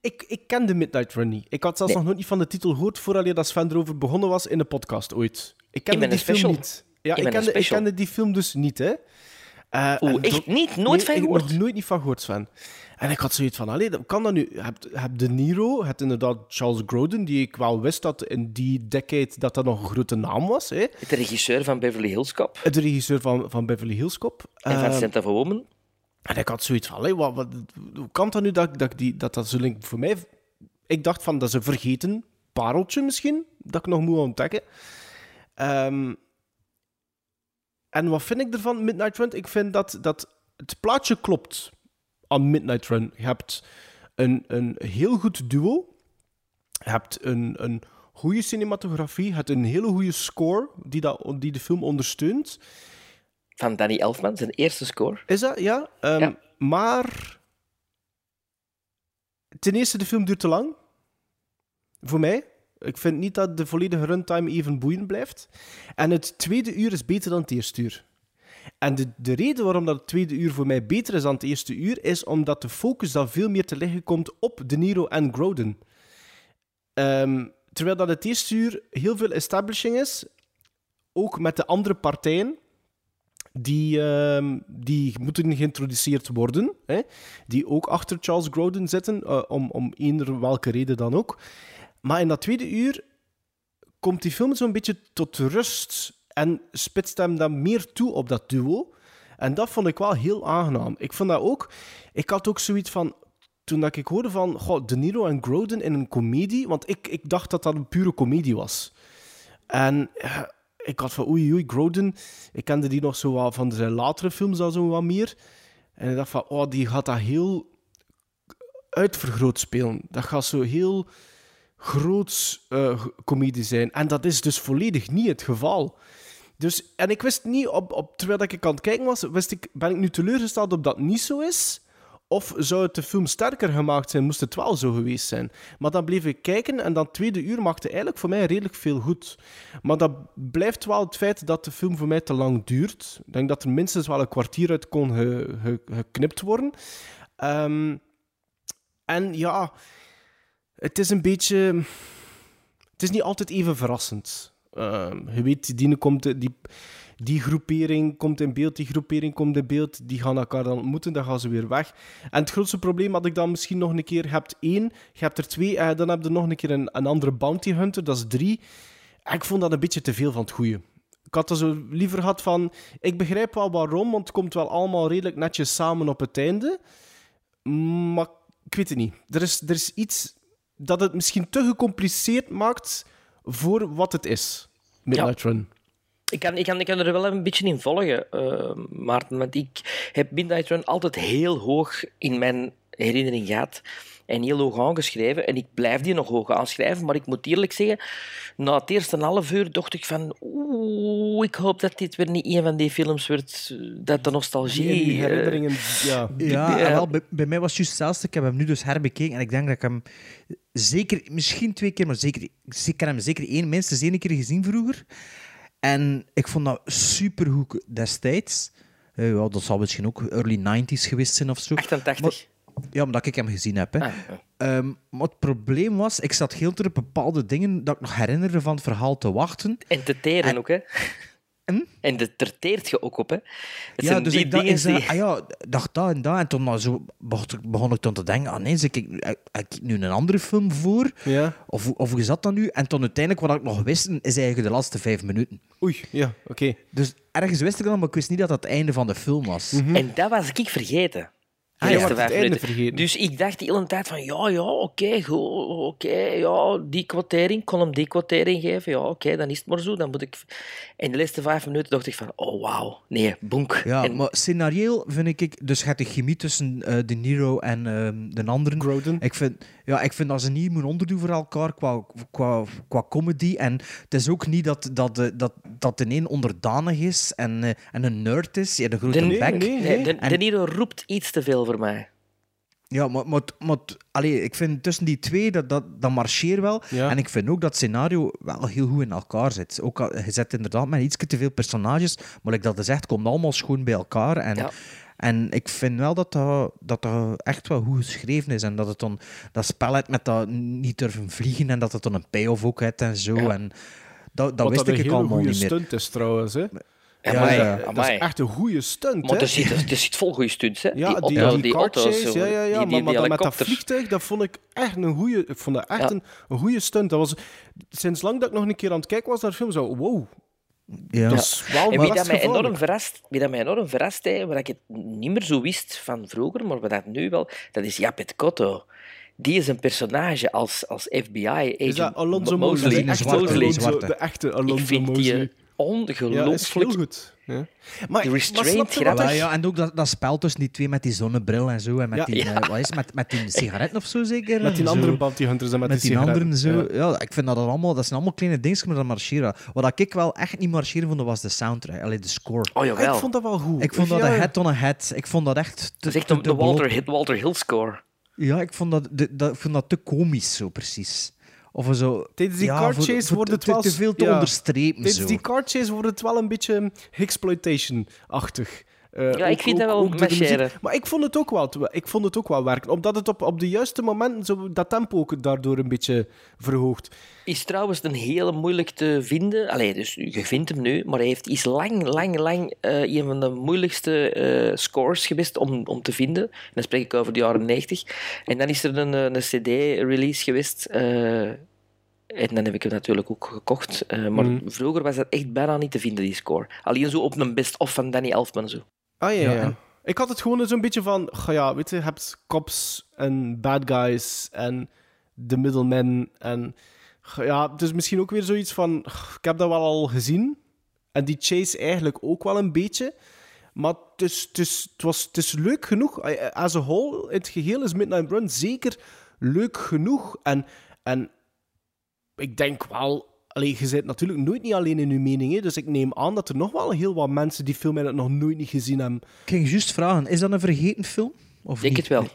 C: Ik, ik ken de Midnight Run niet. Ik had zelfs
E: Nee.
C: nog nooit niet van de titel gehoord vooraleer dat Sven erover begonnen was in de podcast ooit. Ik kende
E: ben
C: die
E: een
C: film
E: special.
C: niet. Ja,
E: Ik
C: ik,
E: ben een
C: kende, ik
E: special.
C: kende die film dus niet, hè? Eh,
E: Oeh,
C: en
E: echt
C: dat-
E: niet? Nooit
C: Nee,
E: van
C: ik heb
E: gehoord?
C: nog nooit niet van gehoord, Sven. En ik had zoiets van, allee, dat- kan dat nu? Je hebt, je hebt De Niro, je hebt inderdaad Charles Grodin, die ik wel wist dat in die decade dat dat nog een grote naam was, hè?
E: De regisseur van Beverly Hills Cop
C: De regisseur van, van Beverly Hills Cop.
E: en van
C: Ehm,
E: Santa of a Woman.
C: en ik had zoiets van, allee, wat, wat, hoe kan dat nu dat dat, ik die, dat dat zo link voor mij... Ik dacht van, dat is een vergeten pareltje misschien, dat ik nog moet ontdekken. Ehm, en wat vind ik ervan, Midnight Run? Ik vind dat, dat het plaatje klopt aan Midnight Run. Je hebt een, een heel goed duo. Je hebt een, een goede cinematografie. Je hebt een hele goede score die, dat, die de film ondersteunt.
E: Van Danny Elfman, zijn eerste score.
C: Is dat, ja? Ehm,
E: Ja.
C: Maar. Ten eerste, de film duurt te lang. Voor mij. Ik vind niet dat de volledige runtime even boeiend blijft. En het tweede uur is beter dan het eerste uur. En de, de reden waarom dat het tweede uur voor mij beter is dan het eerste uur, is omdat de focus dan veel meer te liggen komt op De Niro en Groden. Ehm, terwijl dat het eerste uur heel veel establishing is, ook met de andere partijen, die, ehm, die moeten geïntroduceerd worden, hè, die ook achter Charles Groden zitten, eh, om, om eender welke reden dan ook. Maar in dat tweede uur komt die film zo'n beetje tot rust en spitst hem dan meer toe op dat duo. En dat vond ik wel heel aangenaam. Ik vond dat ook... Ik had ook zoiets van... Toen dat ik hoorde van goh, De Niro en Groden in een komedie... Want ik, ik dacht dat dat een pure komedie was. En eh, ik had van oei, oei, Groden... Ik kende die nog zo wat van zijn latere films al zo wat meer. En ik dacht van, oh, die gaat dat heel uitvergroot spelen. Dat gaat zo heel groots eh, g- comedie zijn. En dat is dus volledig niet het geval. Dus, en ik wist niet, op, op, terwijl dat ik aan het kijken was, wist ik, ben ik nu teleurgesteld op dat het niet zo is? Of zou het de film sterker gemaakt zijn, moest het wel zo geweest zijn? Maar dan bleef ik kijken en dat tweede uur maakte eigenlijk voor mij redelijk veel goed. Maar dat blijft wel het feit dat de film voor mij te lang duurt. Ik denk dat er minstens wel een kwartier uit kon ge- ge- geknipt worden. Ehm, en ja, het is een beetje. Het is niet altijd even verrassend. Ehm, je weet, die, komt, die, die groepering komt in beeld, die groepering komt in beeld, die gaan elkaar dan ontmoeten, dan gaan ze weer weg. En het grootste probleem had ik dan misschien nog een keer: je hebt één, je hebt er twee, en dan heb je nog een keer een, een andere bounty hunter, dat is drie. En ik vond dat een beetje te veel van het goede. Ik had dat zo liever gehad van. Ik begrijp wel waarom, want het komt wel allemaal redelijk netjes samen op het einde. Maar ik weet het niet. Er is, er is iets dat het misschien te gecompliceerd maakt voor wat het is. Midnight Run.
E: Ik kan, ik, kan, ik kan er wel een beetje in volgen, eh, Maarten. Want ik heb Midnight Run altijd heel hoog in mijn herinnering gehad. En heel hoog aangeschreven. En ik blijf die nog hoog aanschrijven. Maar ik moet eerlijk zeggen, na het eerste half uur dacht ik van... Oeh, ik hoop dat dit weer niet een van die films wordt... eh, Dat de nostalgie...
C: Die, die
E: eh,
C: herinneringen. Ja.
D: Ja,
E: Ja.
D: en wel, bij, bij mij was het juist hetzelfde. Ik heb hem nu dus herbekeken en ik denk dat ik hem zeker, misschien twee keer, maar zeker, ik heb hem zeker één, minstens één keer gezien vroeger. En ik vond dat supergoed destijds. Eh, ja, dat zal misschien ook early 90s geweest zijn of zo.
E: 88.
D: Maar- ja, omdat ik hem gezien heb. Hè. Ehm, maar het probleem was, ik zat heel ter bepaalde dingen dat ik nog herinnerde van het verhaal te wachten.
E: En te teren
D: Ah.
E: ook, hè. En dat terteert je ook op, hè. Het
D: Hm? Ja,
E: zijn
D: dus
E: die
D: ik dacht, ik
E: dingen
D: zei,
E: die...
D: ah ja, dacht dat en dat. En toen nou zo begon, ik- begon ik toen te denken, ah nee, zie ik, heb ik nu een andere film voor?
C: Ja.
D: Of, hoe- of hoe zat dat nu? En toen uiteindelijk, wat ik nog wist, is eigenlijk de laatste vijf minuten.
C: Oei, ja, oké.
D: Dus ergens wist ik dat, maar ik wist niet dat dat het einde van de film was.
E: En dat was ik vergeten. De
C: Mhm. Ah, je
E: eerste
C: had
E: vijf
C: het einde
E: minuten.
C: vergeten.
E: Dus ik dacht de hele tijd van, ja, ja, oké, goed, oké, ja, die kwartering, ik kon hem die kwartering geven, ja, oké, dan is het maar zo, dan moet ik... En de laatste vijf minuten dacht ik van, oh, wauw, nee, bonk.
D: Ja,
E: En-
D: maar scenarioel vind ik, ik... Dus je hebt de chemie tussen eh, De Niro en ehm, de anderen.
C: Groden.
D: Ik vind, ja, ik vind dat ze niet moeten onderdoen voor elkaar qua, qua, qua comedy. En het is ook niet dat, dat, eh, dat, dat de een onderdanig is en, eh, en een nerd is. Ja, de grote
E: De- nee,
D: bek.
C: nee.
E: Nee, de,
D: En-
E: de Niro roept iets te veel voor mij.
D: Ja, maar, maar, maar allee, ik vind tussen die twee, dat, dat, dat marcheert wel.
C: Ja.
D: En ik vind ook dat het scenario wel heel goed in elkaar zit. Ook al, je zet inderdaad met iets te veel personages, maar ik dat is echt, komt allemaal schoon bij elkaar. En,
E: Ja.
D: en ik vind wel dat dat, dat dat echt wel goed geschreven is. En dat het dan dat spel heeft met dat niet durven vliegen en dat het dan een payoff ook heeft en zo. En dat, dat
C: Wat
D: wist
C: dat
D: ik
C: een
D: allemaal
C: goede
D: niet meer.
C: stunt is trouwens. Hè.
D: Ja,
E: Amai,
D: ja.
C: Dat is
E: amai.
C: echt een goede stunt.
E: Maar
C: hè.
E: er zit, er, er zit vol goede stunts, hè.
C: Ja, die,
E: auto-
C: die, car
E: auto's,
C: chase,
E: zo,
C: ja, ja, ja.
E: die- die-
C: maar,
E: die
C: maar dat met dat
E: helikopters.
C: vliegtuig, dat vond ik echt een goede. Ik vond dat echt
E: Ja.
C: een, een goede stunt. Dat was sinds lang dat ik nog een keer aan het kijken was naar film. Zo, wow,
D: Ja.
C: dat is wel
E: En wie
C: best
E: dat, mij
C: gevaarlijk.
E: enorm verrast, wie dat mij enorm verrast, hè, waar ik het niet meer zo wist van vroeger, maar wat dat nu wel, dat is Japet Kotto. Die is een personage als, als FBI-agent.
C: Is dat Alonso Mosley?
D: Mosley,
C: De echte
D: zwarte,
C: Alonso-
D: die zwarte.
C: De echte
E: Ik
C: Alonso
E: vind
C: Mosley.
E: die ongelooflijk...
C: Ja, dat is heel goed. Ja. Maar,
E: Die restraint
C: maar snap je
E: grappig.
C: wat
D: Ja,
C: er-
D: ja, en ook dat, dat spel tussen die twee met die zonnebril en zo. En met,
C: Ja.
D: die,
E: Ja.
D: eh, wat is, het, met, met die sigaretten of zo zeker.
C: Met die
D: Zo.
C: andere bounty hunters en met,
D: met die anderen zo.
C: sigaretten.
D: Ja. ik vind dat, dat allemaal, dat zijn allemaal kleine dingetjes, maar dat marcheren. Wat ik wel echt niet marcheren vond, dat was de soundtrack, alleen de score.
E: Oh,
C: Ja.
E: jawel.
C: Ik vond dat wel goed.
D: Ik vond dat
C: Ja,
D: een head on a head. Ik vond dat echt te,
E: Dat is echt
D: te
E: de, de
D: dubbel op.
E: Walter, Walter Hill score.
D: Ja, ik vond dat, de- dat, ik vond dat te komisch zo precies. Of zo...
C: Tijdens die
D: ja,
C: car
D: voor-
C: chase
D: voor
C: wordt
D: te-
C: het wel...
D: Te veel te
C: ja.
D: onderstrepen,
C: Tijdens
D: zo.
C: die car chase wordt het wel een beetje hm, exploitation-achtig. Eh,
E: Ja, ik vind dat wel
C: door de
E: marcheren.
C: muziek. Maar ik vond het ook wel, te- ik vond het ook wel werken. Omdat het op, op de juiste momenten zo, dat tempo ook daardoor een beetje verhoogt.
E: Is trouwens een hele moeilijk te vinden. Allee, dus je vindt hem nu, maar hij heeft, is lang, lang, lang eh, een van de moeilijkste eh, scores geweest om, om te vinden. En dan spreek ik over de jaren 90. En dan is er een, eh, een CD-release geweest. eh, en dan heb ik hem natuurlijk ook gekocht. eh, maar
D: Mm.
E: vroeger was dat echt bijna niet te vinden, die score. Alleen zo op een best-of van Danny Elfman. Zo.
C: Ah ja,
D: Ja,
C: ja.
D: en-
C: Ik had het gewoon zo'n beetje van, ga ja, weet je, je hebt cops en bad guys en de middlemen en ga ja, het is misschien ook weer zoiets van, g- ik heb dat wel al gezien en die chase eigenlijk ook wel een beetje, maar het is, het is, het was, het is leuk genoeg. As a whole, in het geheel is Midnight Run zeker leuk genoeg en, en ik denk wel. Allee, je zit natuurlijk nooit niet alleen in je mening. Hè? Dus ik neem aan dat er nog wel heel wat mensen die film eigenlijk nog nooit niet gezien hebben.
D: Ik ging juist vragen, is dat een vergeten film? Of
E: Ik denk
D: niet?
E: het wel.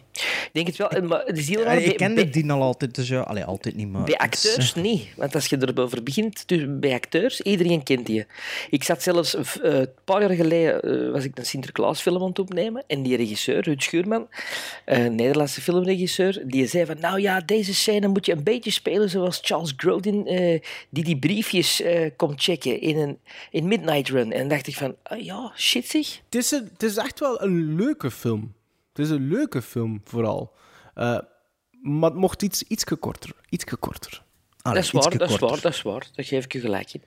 E: Ik denk het wel. en Maar het is heel
D: Ja,
E: raar.
D: ik
E: bij-
D: kende
E: bij-
D: die al altijd, dus ja... Allee, altijd niet, maar...
E: Bij
D: het is, eh,
E: acteurs niet, want als je erover begint, dus bij acteurs, iedereen kent die. Ik zat zelfs, eh, een paar jaar geleden eh, was ik een Sinterklaasfilm aan het opnemen en die regisseur, Ruud Schuurman, een Nederlandse filmregisseur, die zei van, nou ja, deze scène moet je een beetje spelen zoals Charles Grodin, eh, die die briefjes eh, komt checken in, een, in Midnight Run. En dan dacht ik van, ah ja, shit zeg.
C: Het is, een- het is echt wel een leuke film. Het is een leuke film, vooral. Eh, maar het mocht iets, iets korter. Iets korter.
D: eh, allee,
E: dat, is waar,
D: ietske
E: dat is waar,
D: korter.
E: dat is waar, daar geef ik je gelijk in.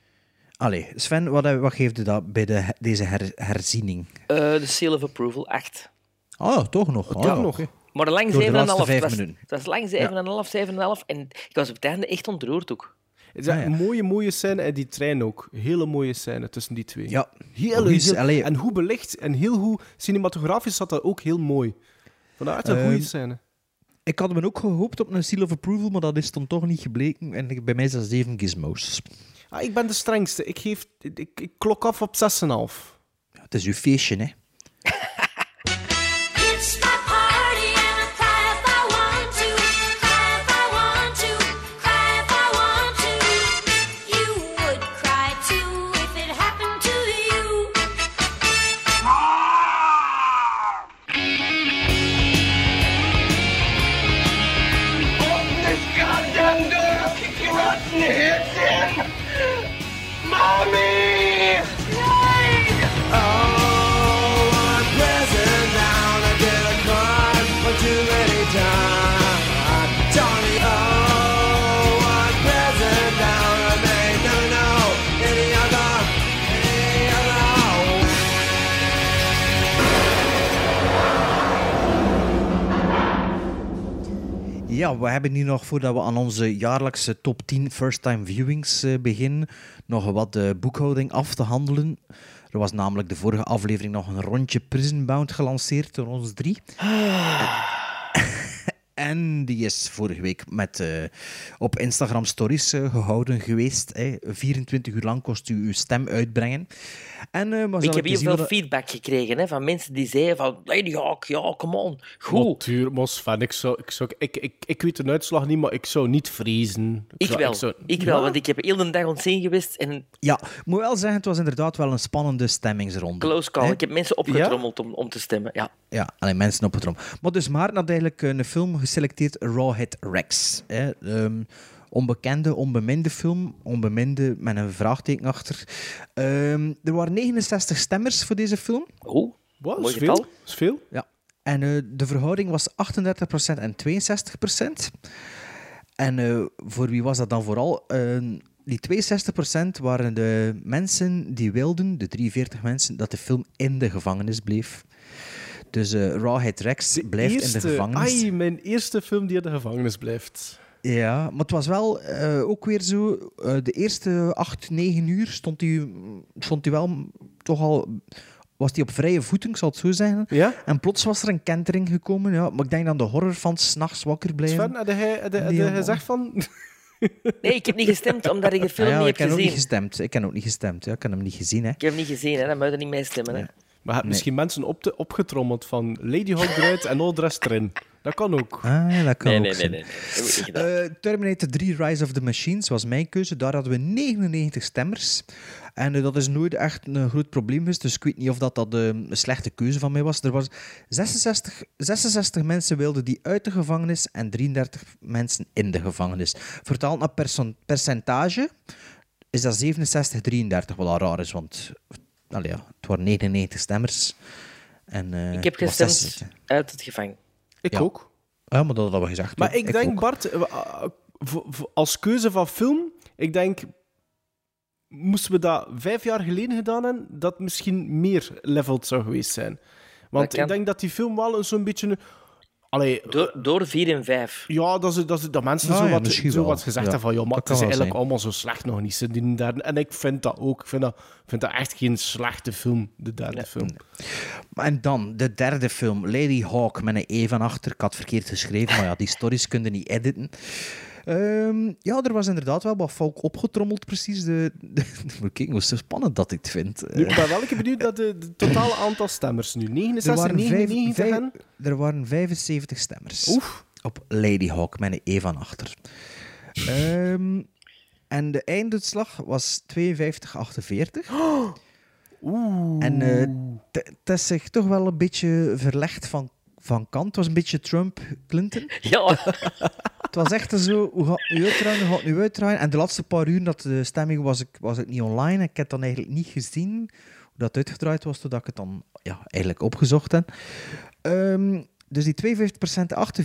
D: Allee, Sven, wat, eh, wat geeft u dat bij de, deze her- herziening?
E: Eh, De Seal of Approval, 8.
D: Oh, toch nog. Oh,
C: Toch
D: ja,
C: nog.
D: oké.
E: Maar lang
D: Door de
E: 7,5.
D: laatste vijf
E: Het was,
D: minuten.
E: het was lang 7,5, 7,5. En ik was op het einde echt ontroerd ook.
C: Het is echt
D: Ah, ja.
C: een mooie, mooie scène. En die trein ook. Hele mooie scène tussen die twee.
D: Ja.
C: Heel,
D: Hoe is-
C: heel-
D: allee-
C: en hoe belicht. En heel hoe cinematografisch zat dat ook heel mooi. Vanuit een goede
D: Ehm,
C: scène.
D: Ik had me ook gehoopt op een seal of approval, maar dat is dan toch niet gebleken. En ik- bij mij is dat zeven gizmos.
C: Ah, ik ben de strengste. Ik, geef, ik, ik klok af op 6,5.
D: Ja, het is uw feestje, hè.
K: It's my party and I cry if I want to, cry if I want to, cry if I want to. You would cry too if it happened to you.
G: Open this goddamn door! I'll kick your rotten heads in! Mommy!
D: Ja, we hebben nu nog, voordat we aan onze jaarlijkse top 10 first-time viewings eh, beginnen, nog wat eh, boekhouding af te handelen. Er was namelijk de vorige aflevering nog een rondje Prison Bound gelanceerd door ons drie.
E: Ah.
D: En die is vorige week met, eh, op Instagram Stories eh, gehouden geweest. Hè. 24 uur lang kost u uw stem uitbrengen. En, eh, maar zal
E: ik heb
D: je
E: heel
D: zien
E: veel
D: wat-
E: feedback gekregen hè, van mensen die zeiden van... Lady Hawk, ja, come on. Goed.
C: Natuurlijk, maar Sven, ik, zou, ik, zou, ik, ik, ik weet de uitslag niet, maar ik zou niet vrezen.
E: Ik
C: zou-
E: wel,
C: zou-
E: ik wel, want ik heb heel de dag ontzien geweest en een
D: Ja, ik moet wel zeggen, het was inderdaad wel een spannende stemmingsronde.
E: close call.
D: Hè?
E: Ik heb mensen opgetrommeld om, om te stemmen. Ja.
D: Ja, alleen mensen op het rom. Maar dus Maarten had eigenlijk een film geselecteerd, Rawhead Rex. Hè. Ehm, onbekende, onbeminde film. Onbeminde met een vraagteken achter. Ehm, er waren 69 stemmers voor deze film.
E: Oh,
C: Wat?
E: mooi
C: is veel?
E: getal.
C: Is veel?
D: Ja. En eh, de verhouding was 38% en 62%. En eh, voor wie was dat dan vooral? Eh, die 62% waren de mensen die wilden, de 43 mensen, dat de film in de gevangenis bleef. Dus eh Rawhead Rex blijft in de gevangenis.
C: Ai, mijn eerste film die in de gevangenis blijft.
D: Ja, maar het was wel eh, ook weer zo. eh, de eerste acht, negen uur stond hij stond hij wel m- toch al. Was hij op vrije voeten, ik zal het zo zeggen.
C: Ja?
D: En plots was er een kentering gekomen. Ja. Maar ik denk dat de horror van 's nachts wakker blijven.
C: Sven, had hij, had hij- had
D: Die
C: hij
D: man.
C: gezegd van...
E: Nee, ik heb niet gestemd omdat ik de film
D: Ah ja,
E: niet
D: ik
E: heb
D: heb ook niet
E: gezien.
D: gestemd. Ik heb ook niet gestemd. Ja. Ik heb hem niet gezien. Hè.
E: Ik heb hem niet gezien, hè, dan moet je er niet mee stemmen. Hè.
C: Maar je hebt misschien mensen op de, opgetrommeld van Lady Hawk eruit en al de rest erin. Dat kan ook.
D: Ah, ja, dat kan
E: Nee,
D: ook
E: nee, nee,
D: zijn.
E: nee, nee. Heb ik gedaan.
D: Eh, Terminator 3 Rise of the Machines was mijn keuze. Daar hadden we 99 stemmers. En eh, dat is nooit echt een groot probleem geweest. Dus ik weet niet of dat, dat eh, een slechte keuze van mij was. Er was 66, 66 mensen wilden die uit de gevangenis en 33 mensen in de gevangenis. Vertaald naar perso- percentage is dat 67-33, wat al raar is. Want allee, ja, het waren 99 stemmers. En, eh,
E: Ik heb
D: het was
E: gestemd
D: 66.
E: uit het gevangen.
C: Ik
D: Ja.
C: ook.
D: Ja, maar dat hadden we gezegd.
C: Maar
D: hoor.
C: ik, denk, Bart, eh, eh, voor- voor- als keuze van film, ik denk, moesten we dat vijf jaar geleden gedaan hebben, dat misschien meer leveled zou geweest zijn. Want
E: Dat kan.
C: ik denk dat die film wel een zo'n beetje... Allee,
E: Door, door vier en vijf.
C: ja, dat, ze, dat, ze, dat mensen
D: Ah,
C: zo,
D: ja,
C: wat,
D: misschien
C: zo
D: wel.
C: wat gezegd
D: Ja,
C: hebben van, ja,
D: dat
C: maar het
D: kan
C: is
D: wel
C: eigenlijk
D: zijn.
C: allemaal zo slecht nog niet, ze die derde. En ik vind dat ook. Ik vind dat, vind dat echt geen slechte film, de derde film.
D: En dan de derde film, Lady Hawk, met een E van achter. Ik had verkeerd geschreven, maar ja, die stories kunnen niet editen. Ehm, ja, er was inderdaad wel wat volk opgetrommeld, precies. De, de, moet kijken hoe spannend dat ik het vind.
C: Nu,
D: Eh,
C: ik ben wel een benieuwd naar de, de totale aantal stemmers nu.
D: er,
C: 69,
D: waren vijf-
C: 99
D: vijf-
C: en...
D: er waren 75 stemmers
C: Oef.
D: op Lady Hawk, met een E van achter. Ehm, en de einduitslag was 52-48.
C: Oeh.
D: En eh, t- het is zich toch wel een beetje verlegd van, van kant. Het was een beetje Trump-Clinton.
E: Ja,
D: Het was echt zo, hoe gaat het nu uitdraaien, hoe gaat het nu uitdraaien? En de laatste paar uur dat de stemming was, ik, was ik niet online. Ik heb dan eigenlijk niet gezien hoe dat uitgedraaid was, totdat ik het dan ja, eigenlijk opgezocht heb. Ehm, dus die 52%,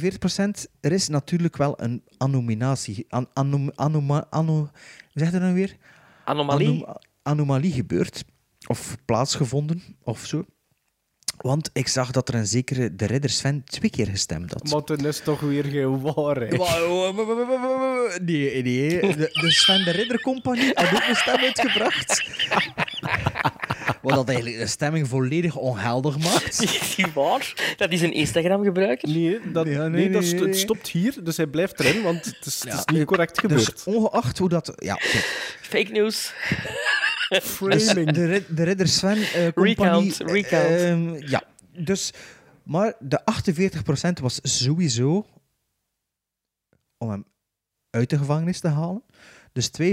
D: 48%, er is natuurlijk wel een anominatie. An, anom, anoma- ano- hoe zeg je dat nou weer?
E: anomalie.
D: Anom- anomalie gebeurd. Of plaatsgevonden, of zo. Want ik zag dat er een zekere De Ridder Sven twee keer gestemd had.
C: Maar toen is toch weer geen waar, hè.
D: Wa- wa- wa- wa- wa- wa- wa- Nee, nee. De, de Sven de Ridder Compagnie had ook een stem uitgebracht. Wat dat eigenlijk de stemming volledig ongeldig maakt.
E: Is die waar? Dat is een Instagram-gebruiker.
C: Nee, dat,
D: Ja, nee, nee,
C: nee, dat
D: nee,
C: st-
D: nee.
C: het stopt hier, dus hij blijft erin, want het is, het is niet correct gebeurd.
D: Dus ongeacht hoe dat... Ja, oké.
E: Fake news.
D: Dus de, rid- de Ridder Sven eh, Compagnie...
E: Recount, recount.
D: ehm, ja, dus... Maar de 48% was sowieso om hem uit de gevangenis te halen. Dus 52%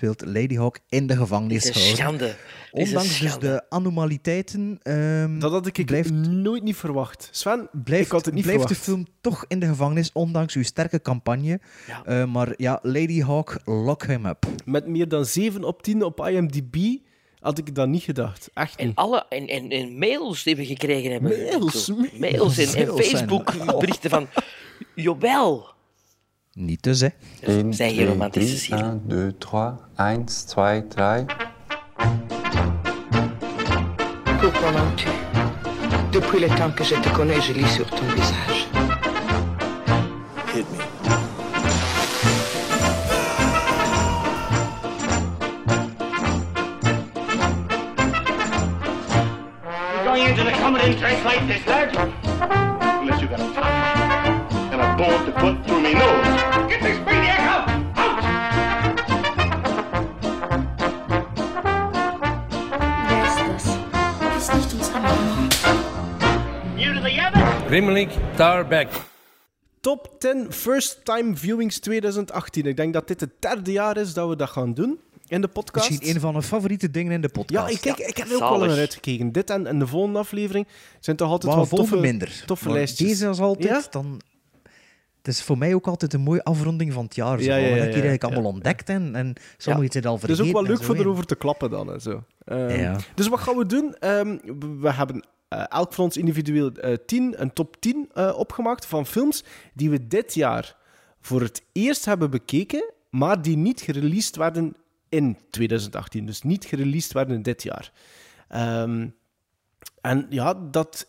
D: wil Lady Hawk in de
E: Dit
D: gevangenis
E: is een
D: houden.
E: schande. Dit is een
D: Ondanks dus
E: schande.
D: de anomaliteiten ehm,
C: dat had ik
D: blijft-
C: nooit niet verwacht. Sven,
D: blijft,
C: ik had het niet
D: blijft de
C: verwacht.
D: film toch in de gevangenis, ondanks uw sterke campagne.
E: Ja.
D: Eh, maar ja, Lady Hawk, lock him up.
C: Met meer dan 7 op 10 op IMDb had ik dat niet gedacht. Echt
E: En,
C: niet.
E: alle, en, en, en mails die we gekregen hebben.
C: Mails,
E: Zo,
C: mails.
E: mails en, en
D: Mails zijn-
E: Facebook-berichten van... Jawel.
D: Niet dus, hè.
E: Zijn hier romantische
C: ah.
E: zielen.
L: 1, 2, 3, 1, 2, 3.
M: Pourquoi mens-tu Depuis le temps que je te connais, je lis sur ton visage.
G: Going into the Cumberland dressed like this, lad? Unless you got a top and a bullet to put through me nose. Get this maniac out! Out!
K: Wer ist das? Du bist nicht unsere Mama.
G: You to the oven!
N: Grimlik Tarbeck.
C: Top 10 first time viewings 2018. Ik denk dat dit het derde jaar is dat we dat gaan doen in de podcast.
D: Misschien een van mijn favoriete dingen in de
C: ja,
D: podcast.
C: ik, kijk, ik heb er ook
E: zalig.
C: wel naar uitgekeken. Dit en, en de volgende aflevering zijn toch altijd
D: Maar
C: wel
D: een volgende
C: toffe,
D: minder.
C: toffe
D: Maar
C: lijstjes.
D: Deze als altijd,
C: Ja?
D: dan... Het is voor mij ook altijd een mooie afronding van het jaar. Zo,
C: Ja,
D: van wat
C: ja, ja,
D: ik hier eigenlijk
C: ja,
D: allemaal ontdekt en, en sommige
C: Ja.
D: iets zijn al
C: Het is
D: vergeten.
C: Dus ook wel
D: en
C: leuk
D: zo,
C: voor
D: hè.
C: erover te klappen dan en zo. Ehm,
D: Ja.
C: Dus wat gaan we doen? Ehm, we- we hebben eh, elk van ons individueel eh, 10, een top 10 eh, opgemaakt van films die we dit jaar voor het eerst hebben bekeken, maar die niet gereleased werden in 2018. Dus niet gereleased werden dit jaar. Ehm, en ja, dat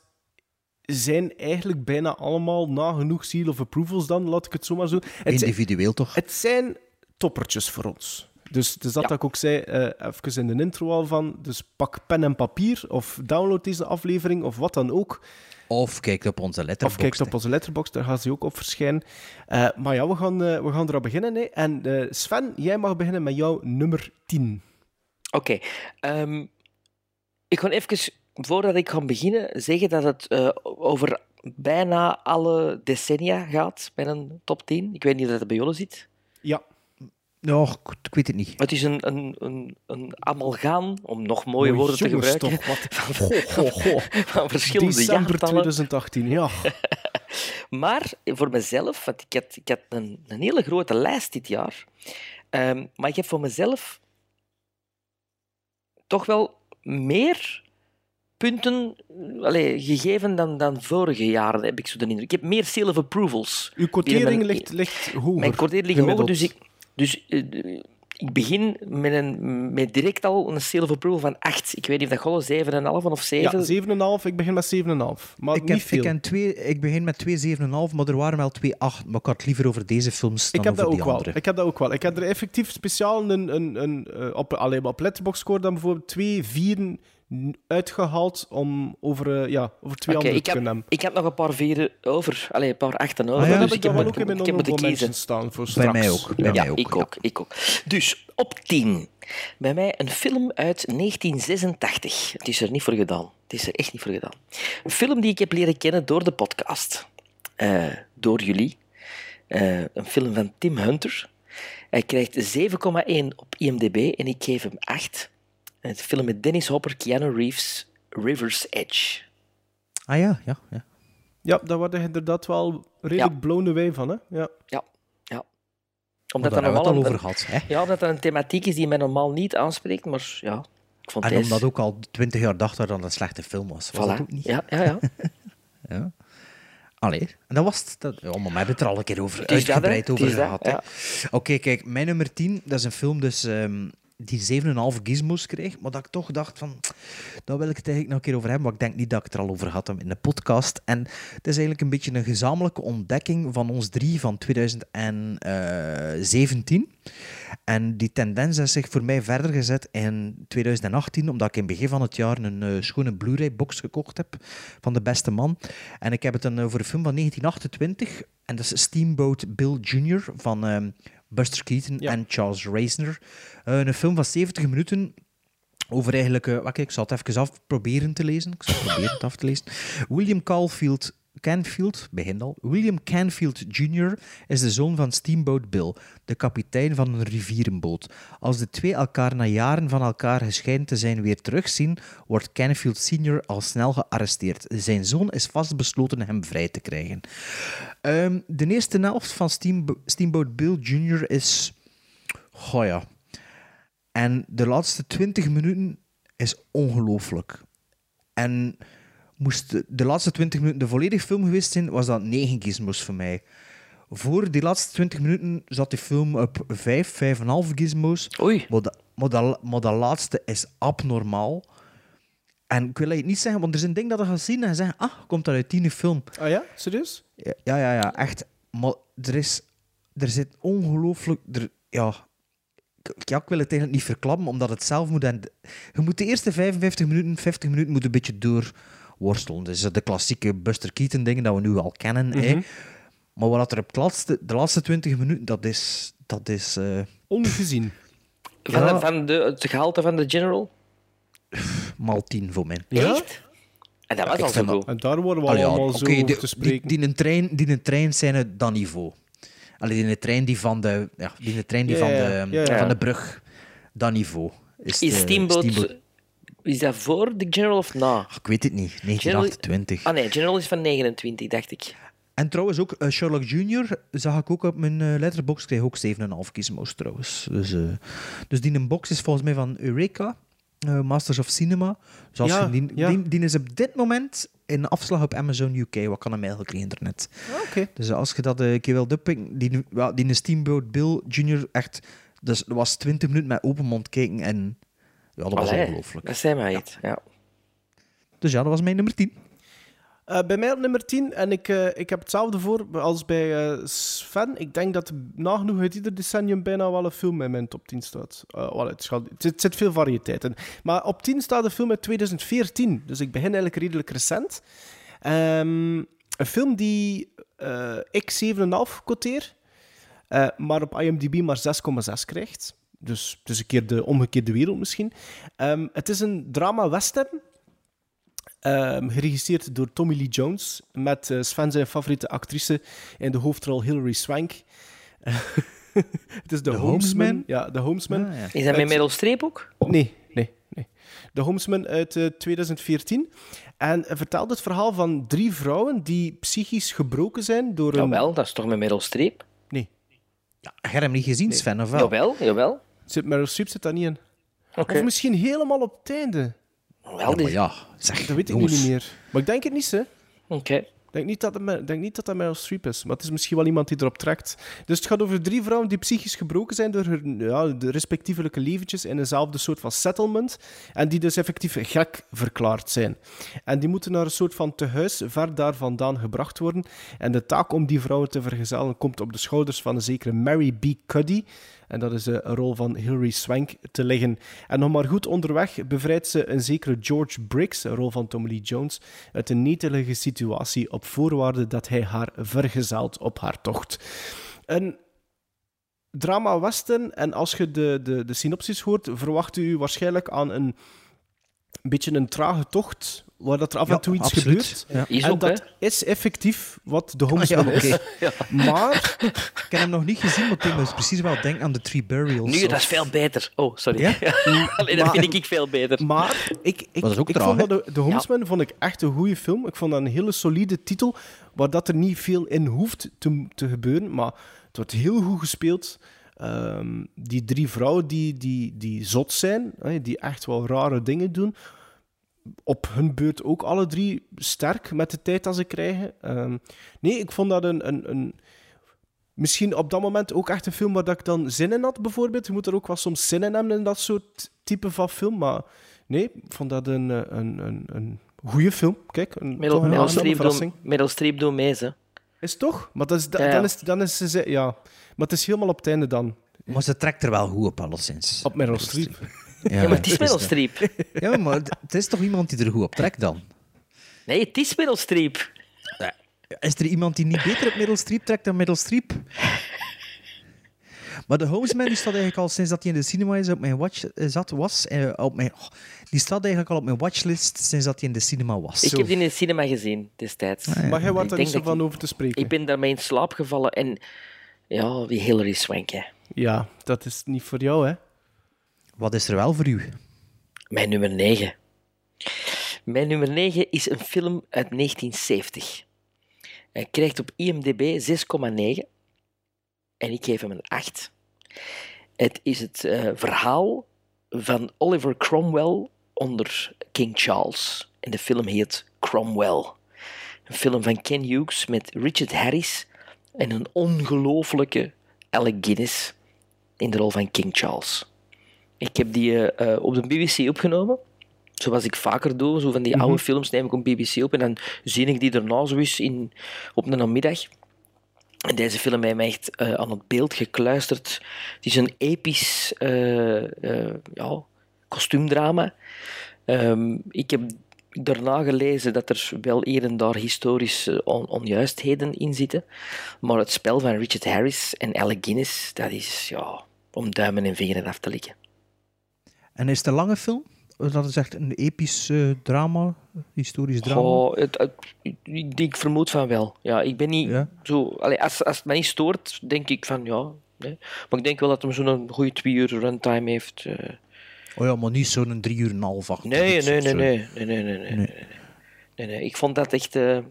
C: zijn eigenlijk bijna allemaal nagenoeg seal of approvals dan, laat ik het zo maar zo. Het zijn-
D: Individueel toch?
C: het zijn toppertjes voor ons. Dus het is dat, dat ik ook zei, eh, even in de intro al van. Dus pak pen en papier of download deze aflevering of wat dan ook.
D: Of kijkt op onze
C: Of
D: letterboxd.
C: kijk op onze letterbox, daar gaan ze ook op verschijnen. Eh, maar ja, we gaan, eh we gaan eraan beginnen. Hè. En eh, Sven, jij mag beginnen met jouw nummer 10.
E: Oké. ehm, ik ga even, voordat ik ga beginnen, zeggen dat het eh, over bijna alle decennia gaat met een top 10. Ik weet niet of dat het bij jullie zit.
C: Ja.
D: Nou, ik- ik weet het niet.
E: Het is een, een, een, een amalgaam, om nog mooie woorden te
C: jongens,
E: gebruiken,
C: Toch, wat. Goh, goh, goh.
E: van verschillende
C: December
E: jaartallen.
C: 2018, ja.
E: Maar voor mezelf, want ik had, ik had een, een hele grote lijst dit jaar. Ehm, maar ik heb voor mezelf toch wel meer punten eh, allee, gegeven dan, dan vorige jaren, heb ik zo de indruk. Ik heb meer seal of approvals.
C: Uw quotering
E: Binnen mijn-
C: ligt, ligt hoger.
E: Mijn quotering ligt hoger,
C: gemiddeld.
E: dus ik, dus, eh, ik begin met, een, met direct al een seal of approval van 8. Ik weet niet of dat gewoon 7,5 of 7.
C: Ja, 7,5. Ik begin met 7,5. Maar
D: ik,
C: niet
D: heb,
C: veel.
D: ik, ken twee, ik begin met 2,7,5, maar er waren wel 2,8. Maar ik had het liever over deze films dan
C: Ik heb,
D: over
C: dat
D: die
C: ook wel.
D: andere.
C: ik heb dat ook wel. Ik heb er effectief speciaal een, een, een, eh, op, alleen maar op Letterboxd score dan bijvoorbeeld twee vieren uitgehaald om over, eh, ja, over twee
E: Oké,
C: andere
E: ik,
C: te kunnen
E: heb,
C: hebben.
E: ik heb nog een paar vieren over. Allee, een paar achten over.
C: Ah ja,
E: dus
C: heb
E: ik
C: ik dan
E: heb,
C: wel
E: moet-
C: ook in mijn
E: ik heb moeten
C: honorable
E: kiezen.
C: mentions staan voor
D: Bij
C: straks.
D: mij ook. Bij
E: Ja,
D: mij ook.
E: ik ook, ik ook. Dus op 10. Bij mij een film uit 1986. Het is er niet voor gedaan. Het is er echt niet voor gedaan. Een film die ik heb leren kennen door de podcast. Eh, door jullie. Eh, een film van Tim Hunter. Hij krijgt 7,1 op IMDb en ik geef hem 8. Het film met Dennis Hopper, Keanu Reeves, River's Edge.
D: Ah ja, ja. ja.
C: Ja, daar word je inderdaad wel redelijk
E: Ja.
C: blown away van. Hè? Ja.
E: Ja, ja.
D: daar hebben we het al over gehad, hè?
E: Ja, omdat dat een thematiek is die mij normaal niet aanspreekt, maar ja, ik vond
D: En
E: deze-
D: omdat ook al 20 jaar dacht dat het een slechte film was. was
E: Voilà.
D: dat ook niet?
E: Ja, ja, ja.
D: ja. Allee, en dat was het. Dat, ja, maar we hebben het er al een keer over
E: Het is dat, hè.
D: uitgebreid
E: Het
D: over
E: is dat,
D: gehad. hè.
E: ja.
D: Oké, kijk, mijn nummer 10, dat is een film dus, ehm, die 7,5 gizmos kreeg, maar dat ik toch dacht van, daar wil ik het eigenlijk nog een keer over hebben, want ik denk niet dat ik het er al over had heb in de podcast. En het is eigenlijk een beetje een gezamenlijke ontdekking van ons drie van eh, 2017. En die tendens is zich voor mij verder gezet in 2018, omdat ik in het begin van het jaar een eh, schone Blu-ray-box gekocht heb van de beste man. En ik heb het dan over een eh, film van 1928, en dat is Steamboat Bill Jr. van ehm, Buster Keaton en Charles Reisner. Eh, een film van 70 minuten over eigenlijk... eh, wacht, ik zal het even af proberen te lezen. Ik zal proberen het af te lezen. William Caulfield... Canfield, begin al. William Canfield Jr. is de zoon van Steamboat Bill, de kapitein van een rivierenboot. Als de twee elkaar na jaren van elkaar gescheiden te zijn weer terugzien, wordt Canfield Sr. al snel gearresteerd. Zijn zoon is vastbesloten hem vrij te krijgen. Ehm, de eerste helft van Steambo- Steamboat Bill Jr. is... Goh ja, en de laatste 20 minuten is ongelooflijk. En moest de, de laatste 20 minuten de volledige film geweest zijn, was dat 9 gizmos voor mij. Voor die laatste 20 minuten zat die film op 5, 5,5 gizmos.
E: Oei.
D: Maar dat, maar, dat, maar dat laatste is abnormaal. En ik wil het niet zeggen, want er zijn dingen dat je gaat zien en je zegt, ah, komt dat uit die film.
C: Ah ja, serieus?
D: Ja, ja, ja, ja, echt. Maar er is... Er zit ongelooflijk... Er, ja... Ik- Ja, ik wil het eigenlijk niet verklappen, omdat het zelf moet... En, je moet de eerste 55 minuten, 50 minuten moet een beetje doorworstelen. Dus de klassieke Buster Keaton dingen dat we nu al kennen. hè.
C: Mhm.
D: Maar wat er op het laatste, de laatste 20 minuten, dat is... Dat is eh,
C: Ongezien.
E: Van,
D: Ja.
E: de- van de, het gehalte van de General.
D: maal 10 voor mij.
E: Echt? En dat was
D: ik
E: al zo
D: vind
E: goed.
C: En daar worden we
D: Allee, ja,
C: allemaal zo
D: oké,
C: over
D: die-
C: te spreken.
D: Die, die, een trein, die een trein zijn het dan niveau. Alleen die een trein die van de, ja, die een trein die
C: Ja,
D: van,
C: ja,
D: de,
C: ja, ja.
D: van de brug, dat niveau. Is,
E: Is
D: de-
E: Steamboat, Is dat voor de General of na?
D: Ik weet het niet,
E: General-
D: 1928.
E: Ah nee, General is van 29, dacht ik.
D: En trouwens ook, eh, Sherlock Jr. zag ik ook op mijn eh, letterbox, kreeg ook 7,5 gizmos trouwens. Dus, eh, dus die een box is volgens mij van Eureka, eh, Masters of Cinema. Dus als
C: Ja,
D: je die,
C: ja.
D: die, die is op dit moment in afslag op Amazon UK, wat kan hem eigenlijk in internet.
C: Ah, Oké.
D: Dus als je dat eh, een keer wil duppen, die, wel, die Steamboat Bill Jr. echt... Dus dat was 20 minuten met open mond kijken en... Ja, dat was
E: Allee,
D: ongelooflijk.
E: Dat zei mij het, ja.
D: Dus ja, dat was mijn nummer 10.
C: Eh, bij mij op nummer 10, en ik, eh, ik heb hetzelfde voor als bij eh, Sven. Ik denk dat nagenoeg uit ieder decennium bijna wel een film in mijn top 10 staat. Eh, wel, het, gaat- het zit- het zit veel variëteit in. Maar op 10 staat een film uit 2014, dus ik begin eigenlijk redelijk recent. Ehm, een film die eh, ik 7,5 quoteer, eh, maar op IMDb maar 6,6 krijgt. Dus het is een keer de omgekeerde wereld misschien. Ehm, het is een drama-western. Ehm, Ehm, geregisseerd door Tommy Lee Jones. Met eh, Sven zijn favoriete actrice in de hoofdrol Hilary Swank. het is de,
E: The
C: Homesman. Ah,
E: Homesman?
C: Ja, de Homesman.
E: Is dat met
C: Het-
E: Meryl Streep ook?
C: Nee, nee, nee. De Homesman uit eh, 2014. En eh, vertelt het verhaal van drie vrouwen die psychisch gebroken zijn door een...
E: Jawel, dat is toch met Meryl Streep?
C: Nee.
E: Ja,
D: heb hem niet gezien, Sven, of wel?
E: Jawel, jawel.
C: Zit Meryl Streep zit daar niet in.
E: Oké.
C: Of misschien helemaal op het einde.
E: Wel, die-
D: ja, zeg,
C: Dat weet ik nu
D: jongens.
C: niet meer. Maar ik denk het niet, hè.
E: Oké.
C: Ik denk niet dat het Mer- denk niet dat dat Meryl Streep is, maar het is misschien wel iemand die erop trekt. Dus het gaat over drie vrouwen die psychisch gebroken zijn door hun ja, de respectievelijke leventjes in eenzelfde soort van settlement. En die dus effectief gek verklaard zijn. En die moeten naar een soort van tehuis ver daar vandaan gebracht worden. En de taak om die vrouwen te vergezellen komt op de schouders van een zekere Mary B. Cuddy. En dat is de rol van Hilary Swank te liggen. En nog maar goed onderweg bevrijdt ze een zekere George Briggs, een rol van Tommy Lee Jones, uit een netelige situatie op voorwaarde dat hij haar vergezelt op haar tocht. Een drama western, en als je de, de, de synopsis hoort, verwacht u waarschijnlijk aan een, een beetje een trage tocht, waar dat er af
D: Ja,
C: en toe iets
D: absoluut. Ja.
C: gebeurt.
D: Is
C: en
D: ook,
C: dat is effectief wat de homeschool
D: Ja,
C: is.
D: oké. Ja.
C: Maar...
D: Ik heb hem nog niet gezien, maar ik moet precies wel denken aan de Three Burials.
E: Nu,
D: of-
E: dat is veel beter. Oh, sorry.
D: Ja?
E: Allee, dat
D: Maar-
E: vind ik veel beter.
C: Maar ik, ik,
D: Maar dat is ook
C: ik
D: traag,
C: vond
D: hè?
C: dat de, de Homesman vond ik echt een goede film. Ik vond dat een hele solide titel, waar dat er niet veel in hoeft te, te gebeuren. Maar het wordt heel goed gespeeld. Ehm, die drie vrouwen die, die, die zot zijn, hè, die echt wel rare dingen doen. Op hun beurt ook alle drie sterk met de tijd dat ze krijgen. Ehm, nee, ik vond dat een, een, een, misschien op dat moment ook echt een film waar dat ik dan zin in had, bijvoorbeeld. Je moet er ook wel soms zin in hebben in dat soort type van film. Maar nee, ik vond dat een, eh, een, een, een goede film. Kijk, een,
E: Meryl,
C: toch een
E: Meryl,
C: aangename
E: Streep
C: verrassing.
E: doet, Meryl Streep doet mee, ze.
C: Is het toch? Maar dat is, da-
E: Ja, ja.
C: dan is, dan is ze, ze- ja. Maar het is helemaal op het einde dan.
D: Maar ze trekt er wel goed op, alleszins.
C: Op Meryl Streep.
E: Ja, maar het is Meryl Streep.
D: Ja, maar d- het is toch iemand die er goed op trekt dan?
E: Nee, het is Meryl Streep.
D: Is er iemand die niet beter op Meryl Streep trekt dan Meryl Streep? Maar de Homesman die staat eigenlijk al sinds dat hij in de cinema is op mijn watch eh, zat, was. eh, op mijn, oh, die staat eigenlijk al op mijn watchlist sinds dat hij in de cinema was.
E: Ik heb die in het cinema gezien destijds.
D: Ah, ja. Maar jij
C: was
E: Ik
C: daar
E: denk
C: niet zo
E: dat
C: van
E: ik-
C: over te spreken.
E: Ik ben daarmee in slaap gevallen en... Ja, wie Hilary Swank, hè.
C: Ja, dat is niet voor jou, hè?
D: Wat is er wel voor u?
E: Mijn nummer 9. Mijn nummer 9 is een film uit 1970. Hij krijgt op IMDb 6,9 en ik geef hem een 8. Het is het eh, verhaal van Oliver Cromwell onder King Charles. En de film heet Cromwell. Een film van Ken Hughes met Richard Harris en een ongelooflijke Alec Guinness in de rol van King Charles. Ik heb die eh, eh, op de BBC opgenomen. Zoals ik vaker doe, zo van die oude films neem ik op BBC op en dan zie ik die daarna zo eens in, op een namiddag. En deze film heeft mij echt eh, aan het beeld gekluisterd. Het is een episch eh, eh, ja, kostuumdrama. Ehm, ik heb daarna gelezen dat er wel hier en daar historische on- onjuistheden in zitten. Maar het spel van Richard Harris en Alec Guinness, dat is ja, om duimen en vingeren af te likken.
D: En is het een lange film? Of Dat is echt een episch eh, drama, historisch drama.
E: Goh, het, het, ik, ik vermoed van wel. Ja, ik ben niet
D: Ja.
E: zo... Allee, als, als het mij niet stoort, denk ik van ja. nee. Maar ik denk wel dat hem zo'n goede twee uur runtime heeft. eh.
D: Oh ja, maar niet zo'n drie uur en een half achter.
E: Nee, nee, nee, nee, nee, nee, nee, nee, nee, nee, nee. Ik vond dat echt, eh, ik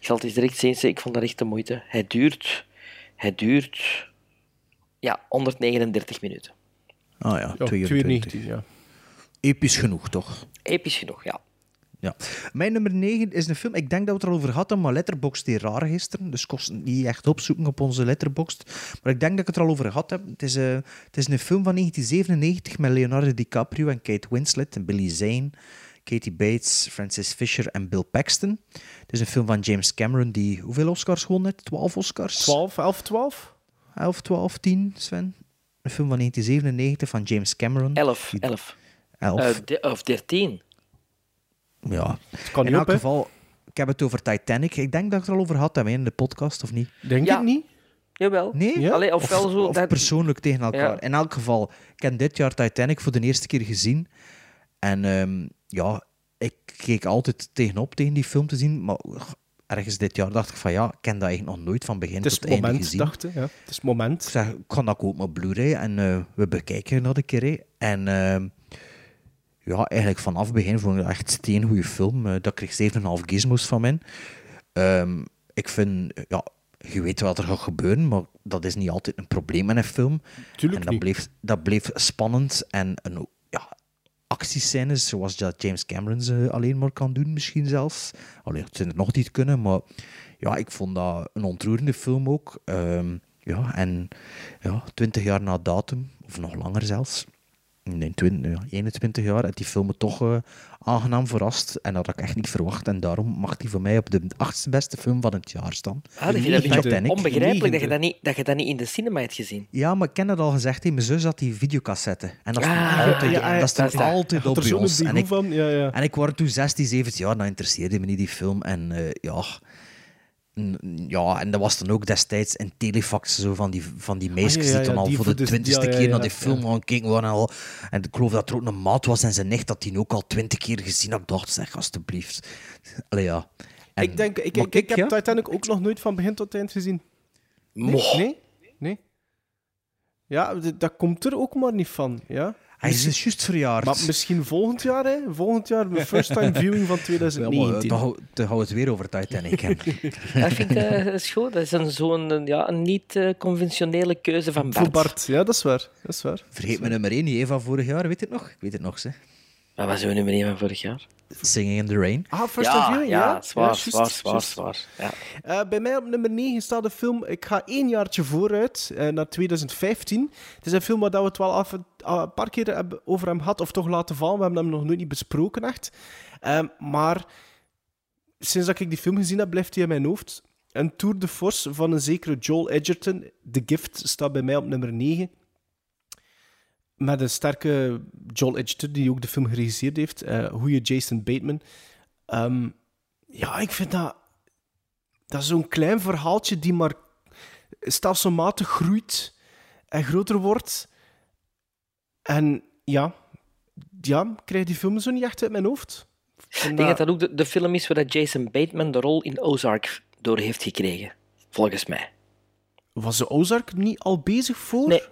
E: zal het eens direct zeggen, ik vond dat echt de moeite. Hij duurt, hij duurt, ja, 139 minuten.
D: Ah ja,
C: Ja,
D: twee uur. en
C: 2,19,
D: twintig.
C: ja.
D: Episch genoeg, toch?
E: Episch genoeg, ja.
D: Ja. Mijn nummer 9 is een film, ik denk dat we het er al over hadden, maar Letterboxd deed raar gisteren. Dus kost het niet echt opzoeken op onze Letterboxd. Maar ik denk dat ik het er al over gehad heb. Het is, eh, het is een film van 1997 met Leonardo DiCaprio en Kate Winslet en Billy Zane, Katie Bates, Francis Fisher en Bill Paxton. Het is een film van James Cameron die hoeveel Oscars gewonnen heeft? 12 Oscars?
C: 12, 11, 12?
D: 11, 12, 10, Sven. Een film van 1997 van James Cameron.
E: 11,
D: Die-
E: 11.
D: Elf.
E: Eh, de- of 13.
D: Ja.
C: kan
D: in
C: niet
D: elk
C: op, hè?
D: geval, ik heb het over Titanic. Ik denk dat ik het er al over had hebben in de podcast, of niet?
C: Denk
E: Ja.
C: ik niet.
E: Jawel.
D: Nee?
E: Allee,
D: of,
E: ofwel zo...
D: of
E: dat-
D: persoonlijk tegen elkaar.
E: Ja.
D: In elk geval, ik heb dit jaar Titanic voor de eerste keer gezien. En ehm, ja, ik keek altijd tegenop tegen die film te zien, maar ergens dit jaar dacht ik van ja, ik ken dat eigenlijk nog nooit van begin
C: Het is
D: tot
C: het
D: einde
C: moment,
D: gezien.
C: dacht ik. Ja. Het is het moment.
D: Ik zeg, ik ga dat kopen op Blu-ray en eh, we bekijken dat een keer. hè. En ehm, ja, eigenlijk vanaf het begin vond ik dat echt een goede film. Eh, daar kreeg ik 7,5 gizmos van in. Ehm, ik vind, ja, je weet wat er gaat gebeuren, maar dat is niet altijd een probleem in een film. en dat bleef, dat bleef spannend en een, ja, actiescènes zoals dat James Cameron ze alleen maar kan doen, misschien zelfs. Alleen dat ze het nog niet kunnen, maar ja, ik vond dat een ontroerende film ook. Ehm, ja, en ja, 20 jaar na datum, of nog langer zelfs, nee, 20, ja, 21 jaar, had die film me toch eh, aangenaam verrast. En dat had ik echt niet verwacht. En daarom mag die voor mij op de achtste beste film van het jaar staan.
E: Ah, dat vind ik dat
D: Titanic.
E: onbegrijpelijk dat je dat, niet, dat je dat niet in de cinema hebt gezien.
D: Ja, maar ik ken dat al gezegd. hè. Mijn zus had die videocassette. En dat stond
E: Ah,
D: altijd,
E: ja, ja,
D: dat stond
E: dat is daar.
D: altijd
E: Had
D: op
E: er
D: bij
E: zo'n
D: ons. En
E: behoefte
D: ik,
C: van, ja, ja.
D: en ik was toen 16, 17 jaar. Dat nou interesseerde me niet, die film. En eh, ja... N- Ja, en dat was dan ook destijds een telefax zo van die, van die meisjes
C: Ah, ja, ja,
D: die dan al
C: die
D: voor
C: voor
D: de
C: de-
D: twintigste
C: ja, ja,
D: keer
C: ja,
D: naar die
C: ja.
D: film gaan kijken waren. En, al. en ik geloof dat er ook een maat was en zijn nicht dat die ook al twintig keer gezien had. Ik dacht, zeg, alstublieft. Allee, ja. En-
C: ik denk, ik,
D: maar
C: ik, ik
D: kijk,
C: heb
D: ja.
C: Titanic ook nog nooit van begin tot eind gezien. Nee?
D: Moch.
C: Nee? nee? Ja, d- dat komt er ook maar niet van. Ja?
D: Hij is dus juist verjaard.
C: Maar misschien volgend jaar, hè? Volgend jaar, mijn first time viewing
D: Ja,
C: van
D: maar,
C: 2019.
D: dan hou- dan gaan we het weer over Titanic hebben.
E: Dat vind ik eh, dat is goed. Dat is een, zo'n een, ja, een niet-conventionele keuze van Bart.
C: Voor Bart, ja, dat is waar. Dat is waar.
D: Vergeet mijn nummer 1 niet, hè, van vorig jaar. Weet het nog? Ik weet het nog, zeg.
E: Wat was uw nummer 1 van vorig jaar?
D: Singing in the Rain.
C: Ah, first
E: ja,
C: time viewing, ja.
E: ja, zwaar,
C: Ja,
E: zwaar,
C: juist,
E: zwaar,
C: juist.
E: zwaar. Ja.
C: Eh, bij mij op nummer 9 staat de film... Ik ga één jaartje vooruit, eh, naar 2015. Het is een film waar dat we het wel af, ah, een paar keer hebben over hem gehad, of toch laten vallen. We hebben hem nog nooit niet besproken, echt. Ehm, maar sinds dat ik die film gezien heb, blijft hij in mijn hoofd. Een tour de force van een zekere Joel Edgerton. The Gift staat bij mij op nummer 9. Met een sterke Joel Edgerton, die ook de film geregisseerd heeft. eh goede Jason Bateman. Ehm, ja, ik vind dat... Dat is zo'n klein verhaaltje die maar stelselmatig groeit en groter wordt. En ja, ja ik krijg die film zo niet echt uit mijn hoofd.
E: Ik denk dat dat ook de, de film is waar dat Jason Bateman de rol in Ozark door heeft gekregen. Volgens mij.
C: Was de Ozark niet al bezig voor?
E: Nee.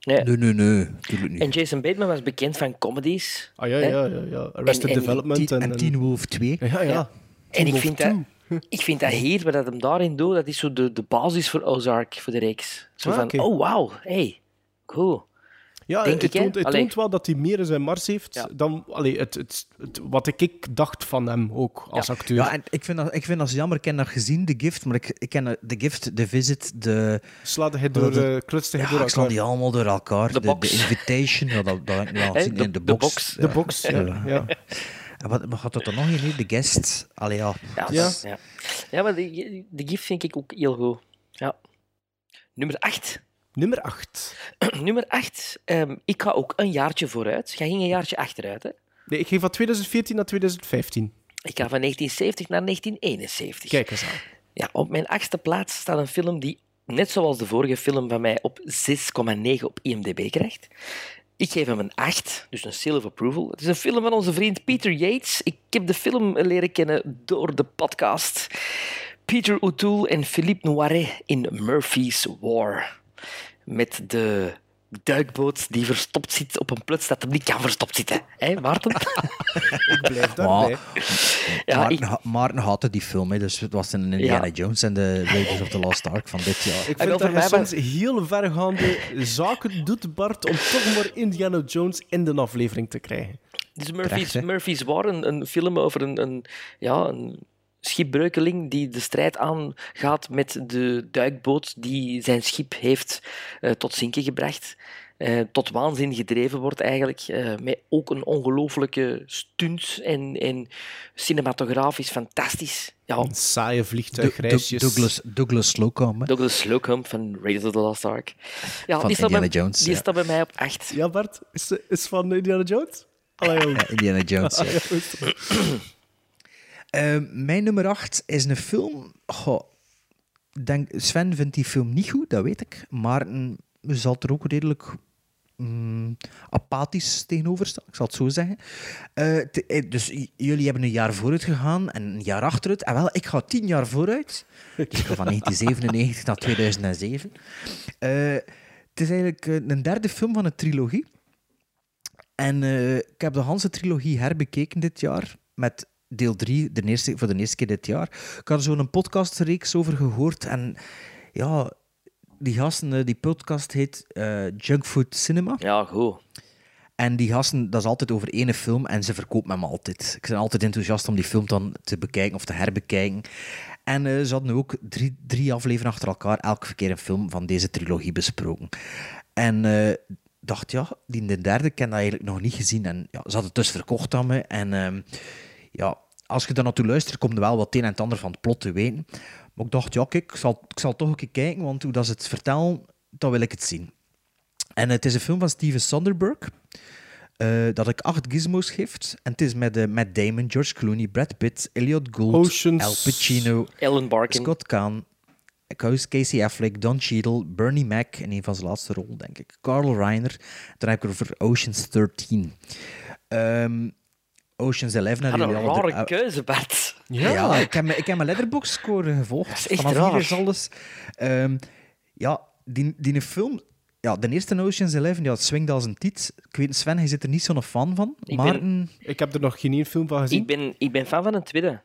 E: Nee.
D: Nee, nee, nee. Tuurlijk niet.
E: En Jason Bateman was bekend van comedies.
C: Ah ja,
E: hè?
C: ja, ja. ja. Arrested
E: En- en-
C: Development en...
D: en Teen Wolf 2.
C: Ja, ja.
E: Ja. En
C: Teen
E: ik
C: Wolf
E: vind,
C: 2.
E: dat, ik vind dat hier, wat dat hem daarin doet, dat is zo de, de basis voor Ozark, voor de reeks. Zo
C: Ah,
E: van,
C: oké.
E: oh wauw, hey, cool.
C: Ja,
E: Denk
C: het,
E: ik, hè?
C: toont, het
E: Allee.
C: toont wel dat hij meer in zijn mars heeft dan allee, het, het, het- wat ik, ik dacht van hem ook als acteur.
D: Ja, en ik vind, dat, ik vind dat jammer. Ik ken dat gezien, The Gift. Maar ik, ik ken dat- The Gift, The Visit, de...
C: Slaat hij door,
D: de
C: eh, klutste hij
D: ja,
C: door
D: ik sla
C: elkaar.
D: die allemaal door elkaar. De,
E: Box.
D: de Invitation, ja, dat, dat heb ik niet laten
E: Hè,
D: zien.
E: de-
D: Nee, de,
E: de
D: box.
E: Box.
C: De box, ja. ja.
D: En wat, maar gaat dat er nog in? hè? The Guest. Allee, ja.
E: Ja,
C: Ja.
E: dat- ja. ja maar de, de gift vind ik ook heel goed. Ja. Nummer 8.
C: Nummer 8.
E: Nummer 8. ik ga ook een jaartje vooruit. Jij ging een jaartje achteruit. Hè?
C: Nee, ik geef van 2014 naar 2015.
E: Ik ga van 1970 naar 1971.
C: Kijk eens aan.
E: Ja, op mijn achtste plaats staat een film die, net zoals de vorige film van mij, op 6,9 op IMDb krijgt. Ik geef hem een 8, dus een seal of approval. Het is een film van onze vriend Peter Yates. Ik heb de film leren kennen door de podcast. Peter O'Toole en Philippe Noiret in Murphy's War. Met de duikboot die verstopt zit op een plaats dat hem niet kan verstopt zitten. Hé, Maarten?
C: Ik blijf daarbij.
D: Maar,
E: Ja,
D: Maarten,
E: ik-
D: ha- Maarten haatte die film, hè, dus het was een Indiana
E: Ja.
D: Jones en de Raiders of the Lost Ark van dit jaar.
C: Ik
E: En
C: vind
E: over
C: dat hij
E: mij was-
C: soms heel vergaande zaken doet, Bart, om toch maar Indiana Jones in de aflevering te krijgen.
E: Het is Murphy's,
D: Terecht, hè?
E: Dus Murphy's War, een, een film over een, een, ja, een schipbreukeling die de strijd aangaat met de duikboot die zijn schip heeft eh, tot zinken gebracht. Eh, tot waanzin gedreven wordt eigenlijk. eh, met ook een ongelooflijke stunt en, en cinematografisch fantastisch. Ja,
C: Een saaie
D: Doug-
C: vliegtuigreisjes.
D: Douglas, Douglas Slocum. hè.
E: Douglas Slocum van Raiders of the Lost Ark. Ja,
D: Van
E: die staat bij-
D: Indiana Jones,
E: Die
D: ja.
E: staat bij mij op 8.
C: Ja, Bart, is, is van Indiana Jones? Allee, jong.
D: Ja, Indiana Jones. ja.
C: Ja, goed.
D: Eh, mijn nummer 8 is een film. Goh, denk, Sven vindt die film niet goed, dat weet ik. Maar mm, zal het er ook redelijk mm, apathisch tegenover staan, ik zal het zo zeggen. Eh, t- eh, dus j- jullie hebben een jaar vooruit gegaan en een jaar achteruit. En wel, ik ga tien jaar vooruit. Dus ik ga van 1997 naar 2007. Eh, het is eigenlijk eh, een derde film van een trilogie. En eh, ik heb de Hanse trilogie herbekeken dit jaar met deel 3 de eerste, voor de eerste keer dit jaar. Ik had er zo'n podcastreeks over gehoord. En ja, die gasten, eh, die podcast heet eh, Junk Food Cinema.
E: Ja, goed.
D: En die gasten, dat is altijd over ene film en ze verkoopt hem altijd. Ik ben altijd enthousiast om die film dan te bekijken of te herbekijken. En eh, ze hadden ook drie, drie afleveringen achter elkaar elke keer een film van deze trilogie besproken. En eh, dacht, ja, die de derde ken dat eigenlijk nog niet gezien. En ja, ze hadden het dus verkocht aan me. En ehm, ja, als je daar naartoe luistert, komt er wel wat het een en het ander van het plot te weten. Maar ik dacht, ja, kijk, ik zal, ik zal toch een keer kijken, want hoe dat ze het vertellen, dan wil ik het zien. En het is een film van Steven Soderbergh. eh, dat ik acht gizmos geef. En het is met eh, Matt Damon, George Clooney, Brad Pitt, Elliot Gould,
C: Oceans.
D: Al Pacino,
E: Ellen Barkin.
D: Scott Kahn, Kous- Casey Affleck, Don Cheadle, Bernie Mac in een van zijn laatste rol, denk ik. Carl Reiner. Dan heb ik het over Oceans 13. Ehm, Oceans 11
E: Had
D: hadden
E: een
D: jullie al
E: rare
D: de-
E: keuze, Bart.
D: ja, ik, heb, mijn- ik heb mijn letterbox score gevolgd.
E: Dat is echt
D: Vanaf
E: raar.
D: hier is alles. Ehm, ja, die, die film. Ja, de eerste Ocean's Eleven, ja, het swingt als een tiet. Ik weet, Sven, hij zit er niet zo'n fan van.
E: Ik ben-
D: maar ik heb er nog geen één film van
E: Ik ben, ik ben fan van een tweede.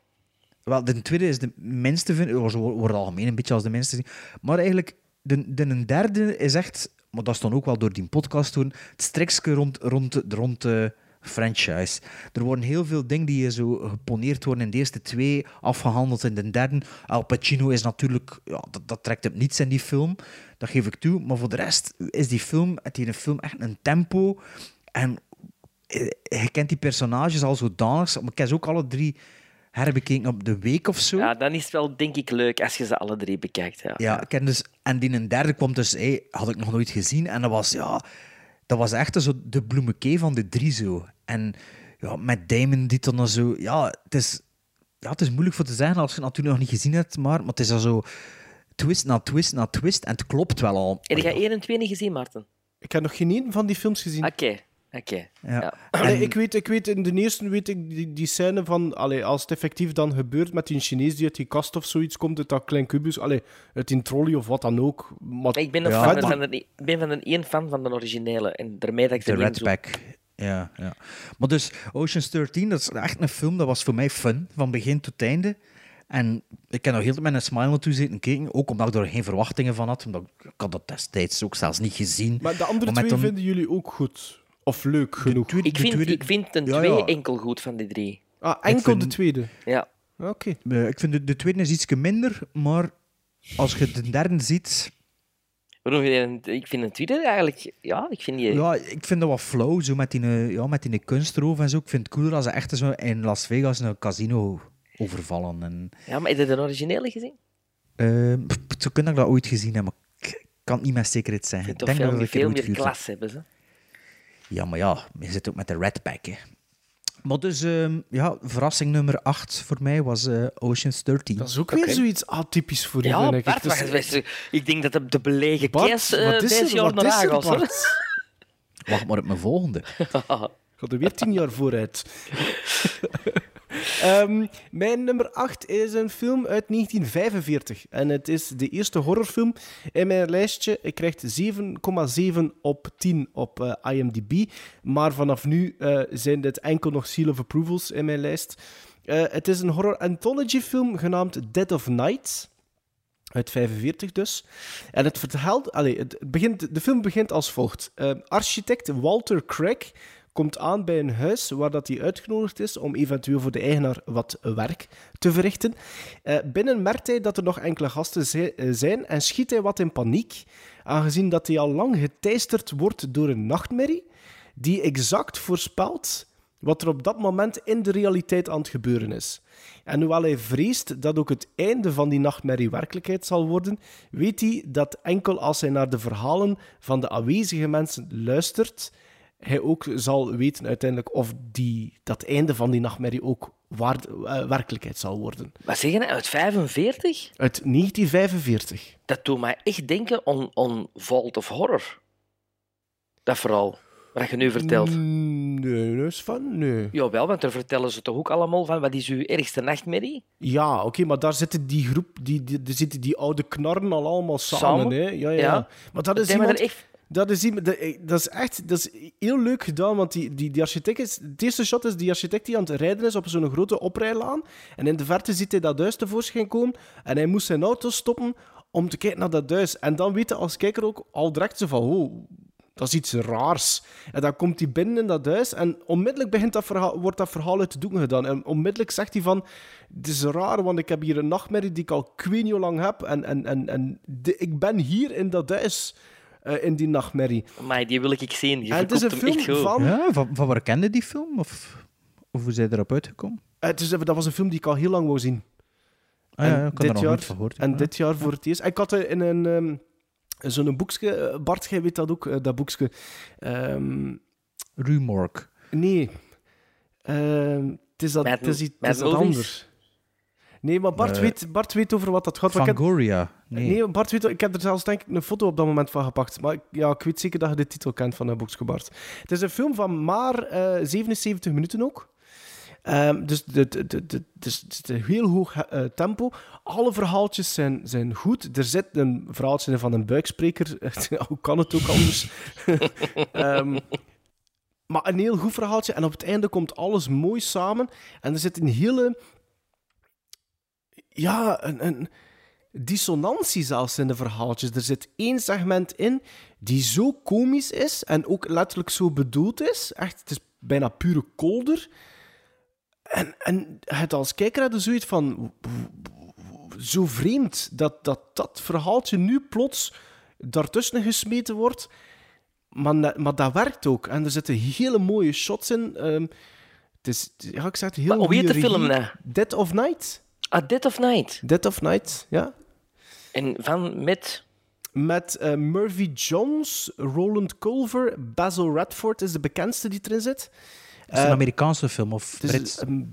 D: Wel, de tweede is de minste, vind, oh, ze wo- worden algemeen een beetje als de minste gezien. Maar eigenlijk, de, de een derde is echt, maar dat is dan ook wel door die podcast doen, het strikske rond, rond, rond de franchise. Er worden heel veel dingen die hier zo geponeerd worden in de eerste twee, afgehandeld in de derde. Al Pacino is natuurlijk, ja, dat, dat trekt hem niets in die film, dat geef ik toe. Maar voor de rest is die film, het hier een film echt een tempo. En eh, je kent die personages al zodanig, maar ik heb ze ook alle drie herbekeken op de week of zo.
E: Ja, dan is het wel, denk ik, leuk als je ze alle drie bekijkt. Ja.
D: Ja, ik ken dus, en die een derde kwam dus, hey, had ik nog nooit gezien. En dat was, ja, dat was echt zo de bloemekee van de drie zo. En ja, met Damon die dan zo, ja, het is, ja, het is moeilijk voor te zeggen als je het natuurlijk nog niet gezien hebt, maar, maar het is al zo twist na twist na twist en het klopt wel al.
E: Heb jij 1 en 2 niet gezien, Maarten?
C: Ik heb nog geen één van die films gezien.
E: Oké, oké.
D: Ja.
C: Allee, ik, weet, ik weet, in de eerste weet ik die, die scène van, allee, als het effectief dan gebeurt met die Chinees die uit die kast of zoiets komt, uit dat klein kubus, allee, uit die trolley of wat dan ook. Maar,
E: Ik ben, een fan van de, ik ben van een één fan van de originele. En daarmee dat ik
D: De
E: er
D: Red
E: niet
D: Pack. Ja, ja. Maar dus Ocean's 13, dat is echt een film dat was voor mij fun, van begin tot einde. En ik heb nog heel de tijd met een smile naartoe zitten kijken, ook omdat ik er geen verwachtingen van had, omdat ik ik had dat destijds ook zelfs niet gezien.
C: maar de andere
D: Maar met
C: twee
D: een-
C: vinden jullie ook goed. Of leuk genoeg.
E: Ik vind, ik vind een
D: Ja,
E: twee
D: ja.
E: enkel goed van die drie.
C: Ah, enkel
D: vind-
C: de tweede. Ah,
E: Ja.
C: Oké.
D: Eh, ik vind de, de tweede is iets minder, maar als je de derde ziet,
E: Waarom vind je een- Ik vind een tweede eigenlijk... Ja, ik vind die...
D: ja, ik vind dat wat flauw, zo met die, eh, ja, met die kunstroof en zo. Ik vind het cooler als ze echt zo in Las Vegas een casino overvallen. En,
E: Ja, maar heb je de originele gezien?
D: Eh, pff, zo kun ik dat ooit gezien hebben, maar ik- ik kan het niet met zekerheid
E: Ik
D: zeggen.
E: vind toch veel,
D: dat ik
E: meer-
D: het
E: veel
D: ooit
E: meer
D: gehuurd
E: klas hebben ze.
D: heb. Ja, maar ja, je zit ook met de Red Pack, hè. Maar dus, ehm, ja, verrassing nummer 8 voor mij was eh, Ocean's 13.
C: Dat is ook weer zoiets atypisch voor
E: Ja,
C: jullie,
E: Bart,
C: denk ik. Dus-
E: wacht, wacht, ik denk dat de, de belege
C: Bart,
E: kerst eh,
C: wat is
E: deze
C: er?
E: jaar
C: Wat
E: naar
C: is
E: Haag
C: er,
E: was, hè?
C: Bart?
D: Wacht maar op mijn volgende.
C: Ik had er weer tien jaar vooruit. Ehm, mijn nummer 8 is een film uit 1945. En het is de eerste horrorfilm in mijn lijstje. Ik krijg 7,7 op 10 op eh, IMDb. Maar vanaf nu eh, zijn dit enkel nog seal of approvals in mijn lijst. Eh, het is een horror anthology film genaamd Dead of Night. Uit 45 dus. En het verhaalt... Allee, het begint, de film begint als volgt. Eh, architect Walter Craig komt aan bij een huis waar dat hij uitgenodigd is om eventueel voor de eigenaar wat werk te verrichten. Eh, binnen merkt hij dat er nog enkele gasten zi- eh, zijn en schiet hij wat in paniek, aangezien dat hij al lang geteisterd wordt door een nachtmerrie die exact voorspelt wat er op dat moment in de realiteit aan het gebeuren is. En hoewel hij vreest dat ook het einde van die nachtmerrie werkelijkheid zal worden, weet hij dat enkel als hij naar de verhalen van de aanwezige mensen luistert, hij ook zal weten uiteindelijk of die, dat einde van die nachtmerrie ook waar, eh, werkelijkheid zal worden.
E: Wat zeg je nou? Uit 45?
C: Uit 1945.
E: Dat doet mij echt denken aan, aan Vault of Horror. Dat verhaal. Wat je nu vertelt.
C: Mm. Nee, dat is van nee.
E: Jawel, want daar vertellen ze toch ook allemaal van wat is uw ergste nachtmerrie?
C: Ja, oké, maar daar zitten die groep, die, die, daar zitten die oude knarren al allemaal samen.
E: Samen?
C: Hè? Ja, ja,
E: Ja.
C: ja. Maar dat is
E: Zijn we
C: iemand...
E: er echt-
C: Dat is, iemand- dat, eh, dat is echt dat is heel leuk gedaan, want die, die, die architect is... Het eerste shot is die architect die aan het rijden is op zo'n grote oprijlaan. En in de verte ziet hij dat huis tevoorschijn komen. En hij moest zijn auto stoppen om te kijken naar dat huis. En dan weet je als kijker ook al direct zo van... Oh, dat is iets raars. En dan komt hij binnen in dat huis en onmiddellijk begint dat verhaal, wordt dat verhaal uit de doeken gedaan. En onmiddellijk zegt hij van, het is raar, want ik heb hier een nachtmerrie die ik al kwinio lang heb. En, en, en, en de- ik ben hier in dat huis, eh, in die nachtmerrie.
E: Maar die wil ik zien. Je
C: En Ah, het is
E: verkoopt
C: een
E: hem echt
C: film
E: goed.
C: van-
D: Ja, van, van waar kende die film? Of, of hoe zij erop uitgekomen?
C: Eh, Het is, dat was een film die ik al heel lang wou zien.
D: Ah, ja,
C: En
D: ik had er nog
C: jaar,
D: nooit van gehoord,
C: En
D: ja.
C: dit jaar voor het eerst. Ik had eh, in een... ehm, Zo'n boekje, eh, Bart, jij weet dat ook, eh, dat boekje. Ehm,
D: Rumork.
C: Nee. Ehm, het is dat,
D: Mad
C: het is,
D: Mo-
C: iets- het is
D: Mad
C: dat
D: Movies?
C: anders. Nee, maar Bart,
D: Eh,
C: weet, Bart weet over wat dat gaat. want ik heb-
D: Fangoria.
C: nee.
D: Nee.
C: Bart weet... Ik heb er zelfs denk ik een foto op dat moment van gepakt. Maar ik- ja, ik weet zeker dat je de titel kent van dat boekje, Bart. Het is een film van maar eh, 77 minuten ook. Ehm, dus de- de- de- de- het is het is een heel hoog eh, tempo. Alle verhaaltjes zijn, zijn goed. Er zit een verhaaltje in van een buikspreker. Hoe kan het ook anders? Ehm, maar een heel goed verhaaltje. En op het einde komt alles mooi samen. En er zit een hele... Ja, een, een dissonantie zelfs in de verhaaltjes. Er zit één segment in die zo komisch is en ook letterlijk zo bedoeld is. Echt, het is bijna pure kolder. En, en het als kijker had je zoiets van... Zo vreemd dat dat, dat verhaaltje nu plots daartussen gesmeten wordt. Maar, ne- maar dat werkt ook. En er zitten hele mooie shots in. Ehm, het is, ja, ik zeg het, heel
E: Maar hoe heet
C: goede
E: de film,
C: regie.
E: nou?
C: Dead of Night.
E: Ah, Dead of Night.
C: Dead of Night, ja.
E: En van met...
C: Met eh, Murphy Johns, Roland Culver, Basil Radford is de bekendste die erin
D: Is
C: zit.
D: het een
C: Eh,
D: Amerikaanse film of
C: het is,
D: Brits?
C: ehm,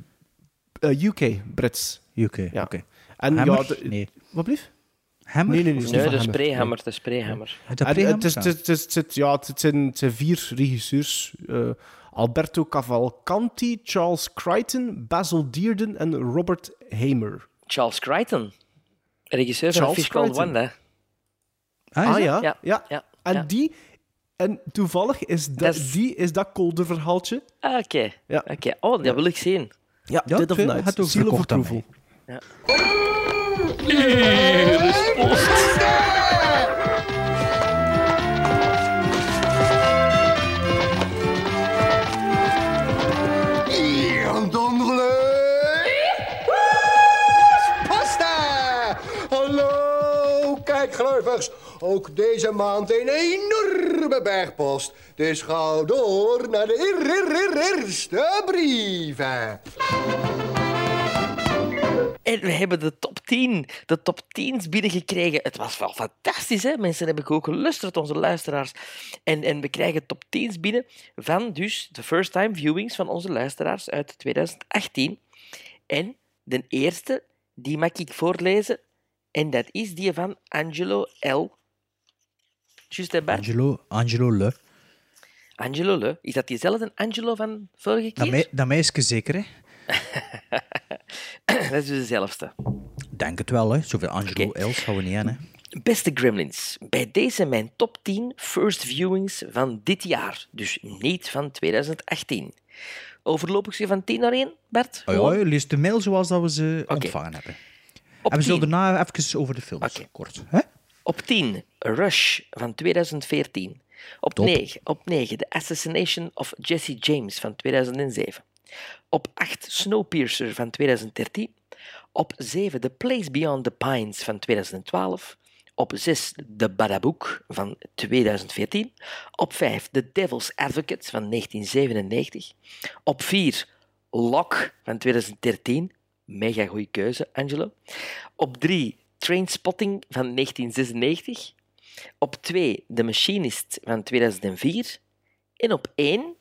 C: eh, UK, Brits.
D: UK,
C: ja.
D: oké.
C: En
D: Hammer?
C: ja, de-
D: nee.
C: Wat blief?
D: Hammer?
C: Nee, nee,
D: Of
C: nee.
D: niet
E: Nee,
D: van
E: de
D: Hammer?
E: sprayhammer.
D: Nee.
E: De sprayhammer.
D: Het
C: En, eh,
D: Abraham
C: het, is, het, is- het, is- het zit- ja, het zijn, het zijn vier regisseurs. eh, Alberto Cavalcanti, Charles Crichton, Basil Dearden en Robert Hamer.
E: Charles Crichton. Regisseur van
C: Charles
E: Fish Called
C: Crichton.
E: Wanda.
C: Ah, ja.
E: Ja,
C: ja.
E: ja,
C: En
E: ja.
C: die... En toevallig is dat,
E: Dat is-
C: die is dat kolde verhaaltje.
E: Ah, Oké.
C: Ja.
E: Oké. Oh, dat wil ik zien.
C: Ja,
D: Ja,
C: Dead of
D: het
C: Night.
D: had ook
C: Seal of
D: verkocht aan
C: Approval.
G: Hier,
N: Pasta! Hallo, kijkgluivers. Ook deze maand een enorme bergpost. Dus ga door naar de eer- eer- eer- eerste brieven.
E: En we hebben de top 10. De top 10's binnengekregen. Het was wel fantastisch, hè? Mensen hebben ook gelusterd, onze luisteraars. En, en we krijgen top 10's binnen van dus de first time viewings van onze luisteraars uit 2018. En de eerste, die mag ik voorlezen. En dat is die van Angelo L. Juist hè, Bart?
D: Angelo, Angelo Le.
E: Angelo Le. Is dat diezelfde Angelo van vorige
D: Dat,
E: keer?
D: mei- dat meisje zeker, hè?
E: dat is dus dezelfde.
D: Denk het wel, hè? Zoveel Angelo Els gaan we niet aan, hè?
E: Beste Gremlins, bij deze mijn top 10 first viewings van dit jaar, dus niet van 2018. Overloop ik ze van 10 naar 1, Bart?
D: Oh, ja,
E: Gewoon?
D: je leest de mail zoals dat we ze ontvangen hebben.
E: Op
D: en we zullen
E: 10.
D: daarna even over de films kort. Hè?
E: Op 10, Rush van 2014. Op 9, op 9, The Assassination of Jesse James van 2007. Op 8, Snowpiercer van 2013. Op 7, The Place Beyond the Pines van 2012. Op 6, The Badabook van 2014. Op 5, The Devil's Advocate van 1997. Op 4, Lock van 2013. Mega goede keuze, Angelo. Op 3, Trainspotting van 1996. Op 2, The Machinist van 2004. En op 1,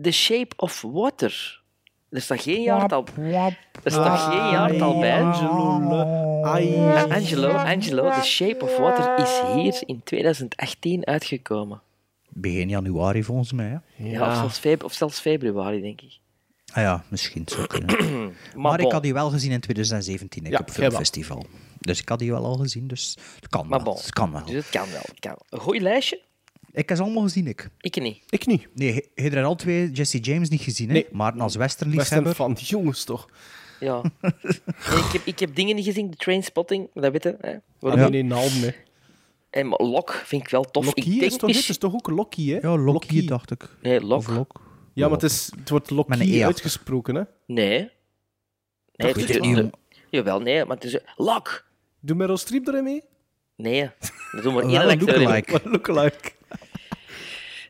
E: The Shape of Water. Er staat geen jaartal, er staat geen jaartal bij.
C: Angelo
E: Ah, Angelo, Angelo, The Shape of Water is hier in 2018 uitgekomen.
D: begin januari volgens mij. Hè?
E: Ja, Of, zelfs feb- of zelfs februari, denk ik.
D: Ah ja, misschien zou kunnen. maar ik
E: bon.
D: had die wel gezien in 2017, ik
E: Ja,
D: op
E: jij wel.
D: filmfestival. Dus ik had die wel al gezien, dus het kan
E: Maar
D: wel.
E: bon.
D: Het kan wel.
E: Dus het kan wel. Het kan wel. Een goed lijstje?
D: Ik heb ze allemaal gezien, ik.
E: Ik niet.
C: Ik niet.
D: Nee, je- je hebt er al twee Jesse James niet gezien, hè?
E: Nee.
D: Maar als
C: Western
D: westernliefhebber...
C: van jongens toch?
E: Ja. Nee, ik, heb, ik heb dingen niet gezien, de Trainspotting, dat weet je. Hè?
C: Ah, nee, nee, Nalm, hè.
E: En maar Lok vind ik wel tof.
C: Lokkie
E: ik
C: is
E: denk
C: toch, het
E: mis-
C: is toch ook Lokkie, hè?
D: Ja, Lokkie, dacht ik.
E: Nee, Lok.
C: Ja, maar het, is, het wordt
D: Met een E
C: Lokkie
D: achter.
C: uitgesproken, hè?
E: Nee. Nee,
C: weet ik niet, jong.
E: Jawel, nee, maar het is... Lok!
C: Doe Meryl Streep erin mee?
E: Nee, dat doen we
C: Wel
E: eerlijk.
C: een lookalike. Wel een lookalike.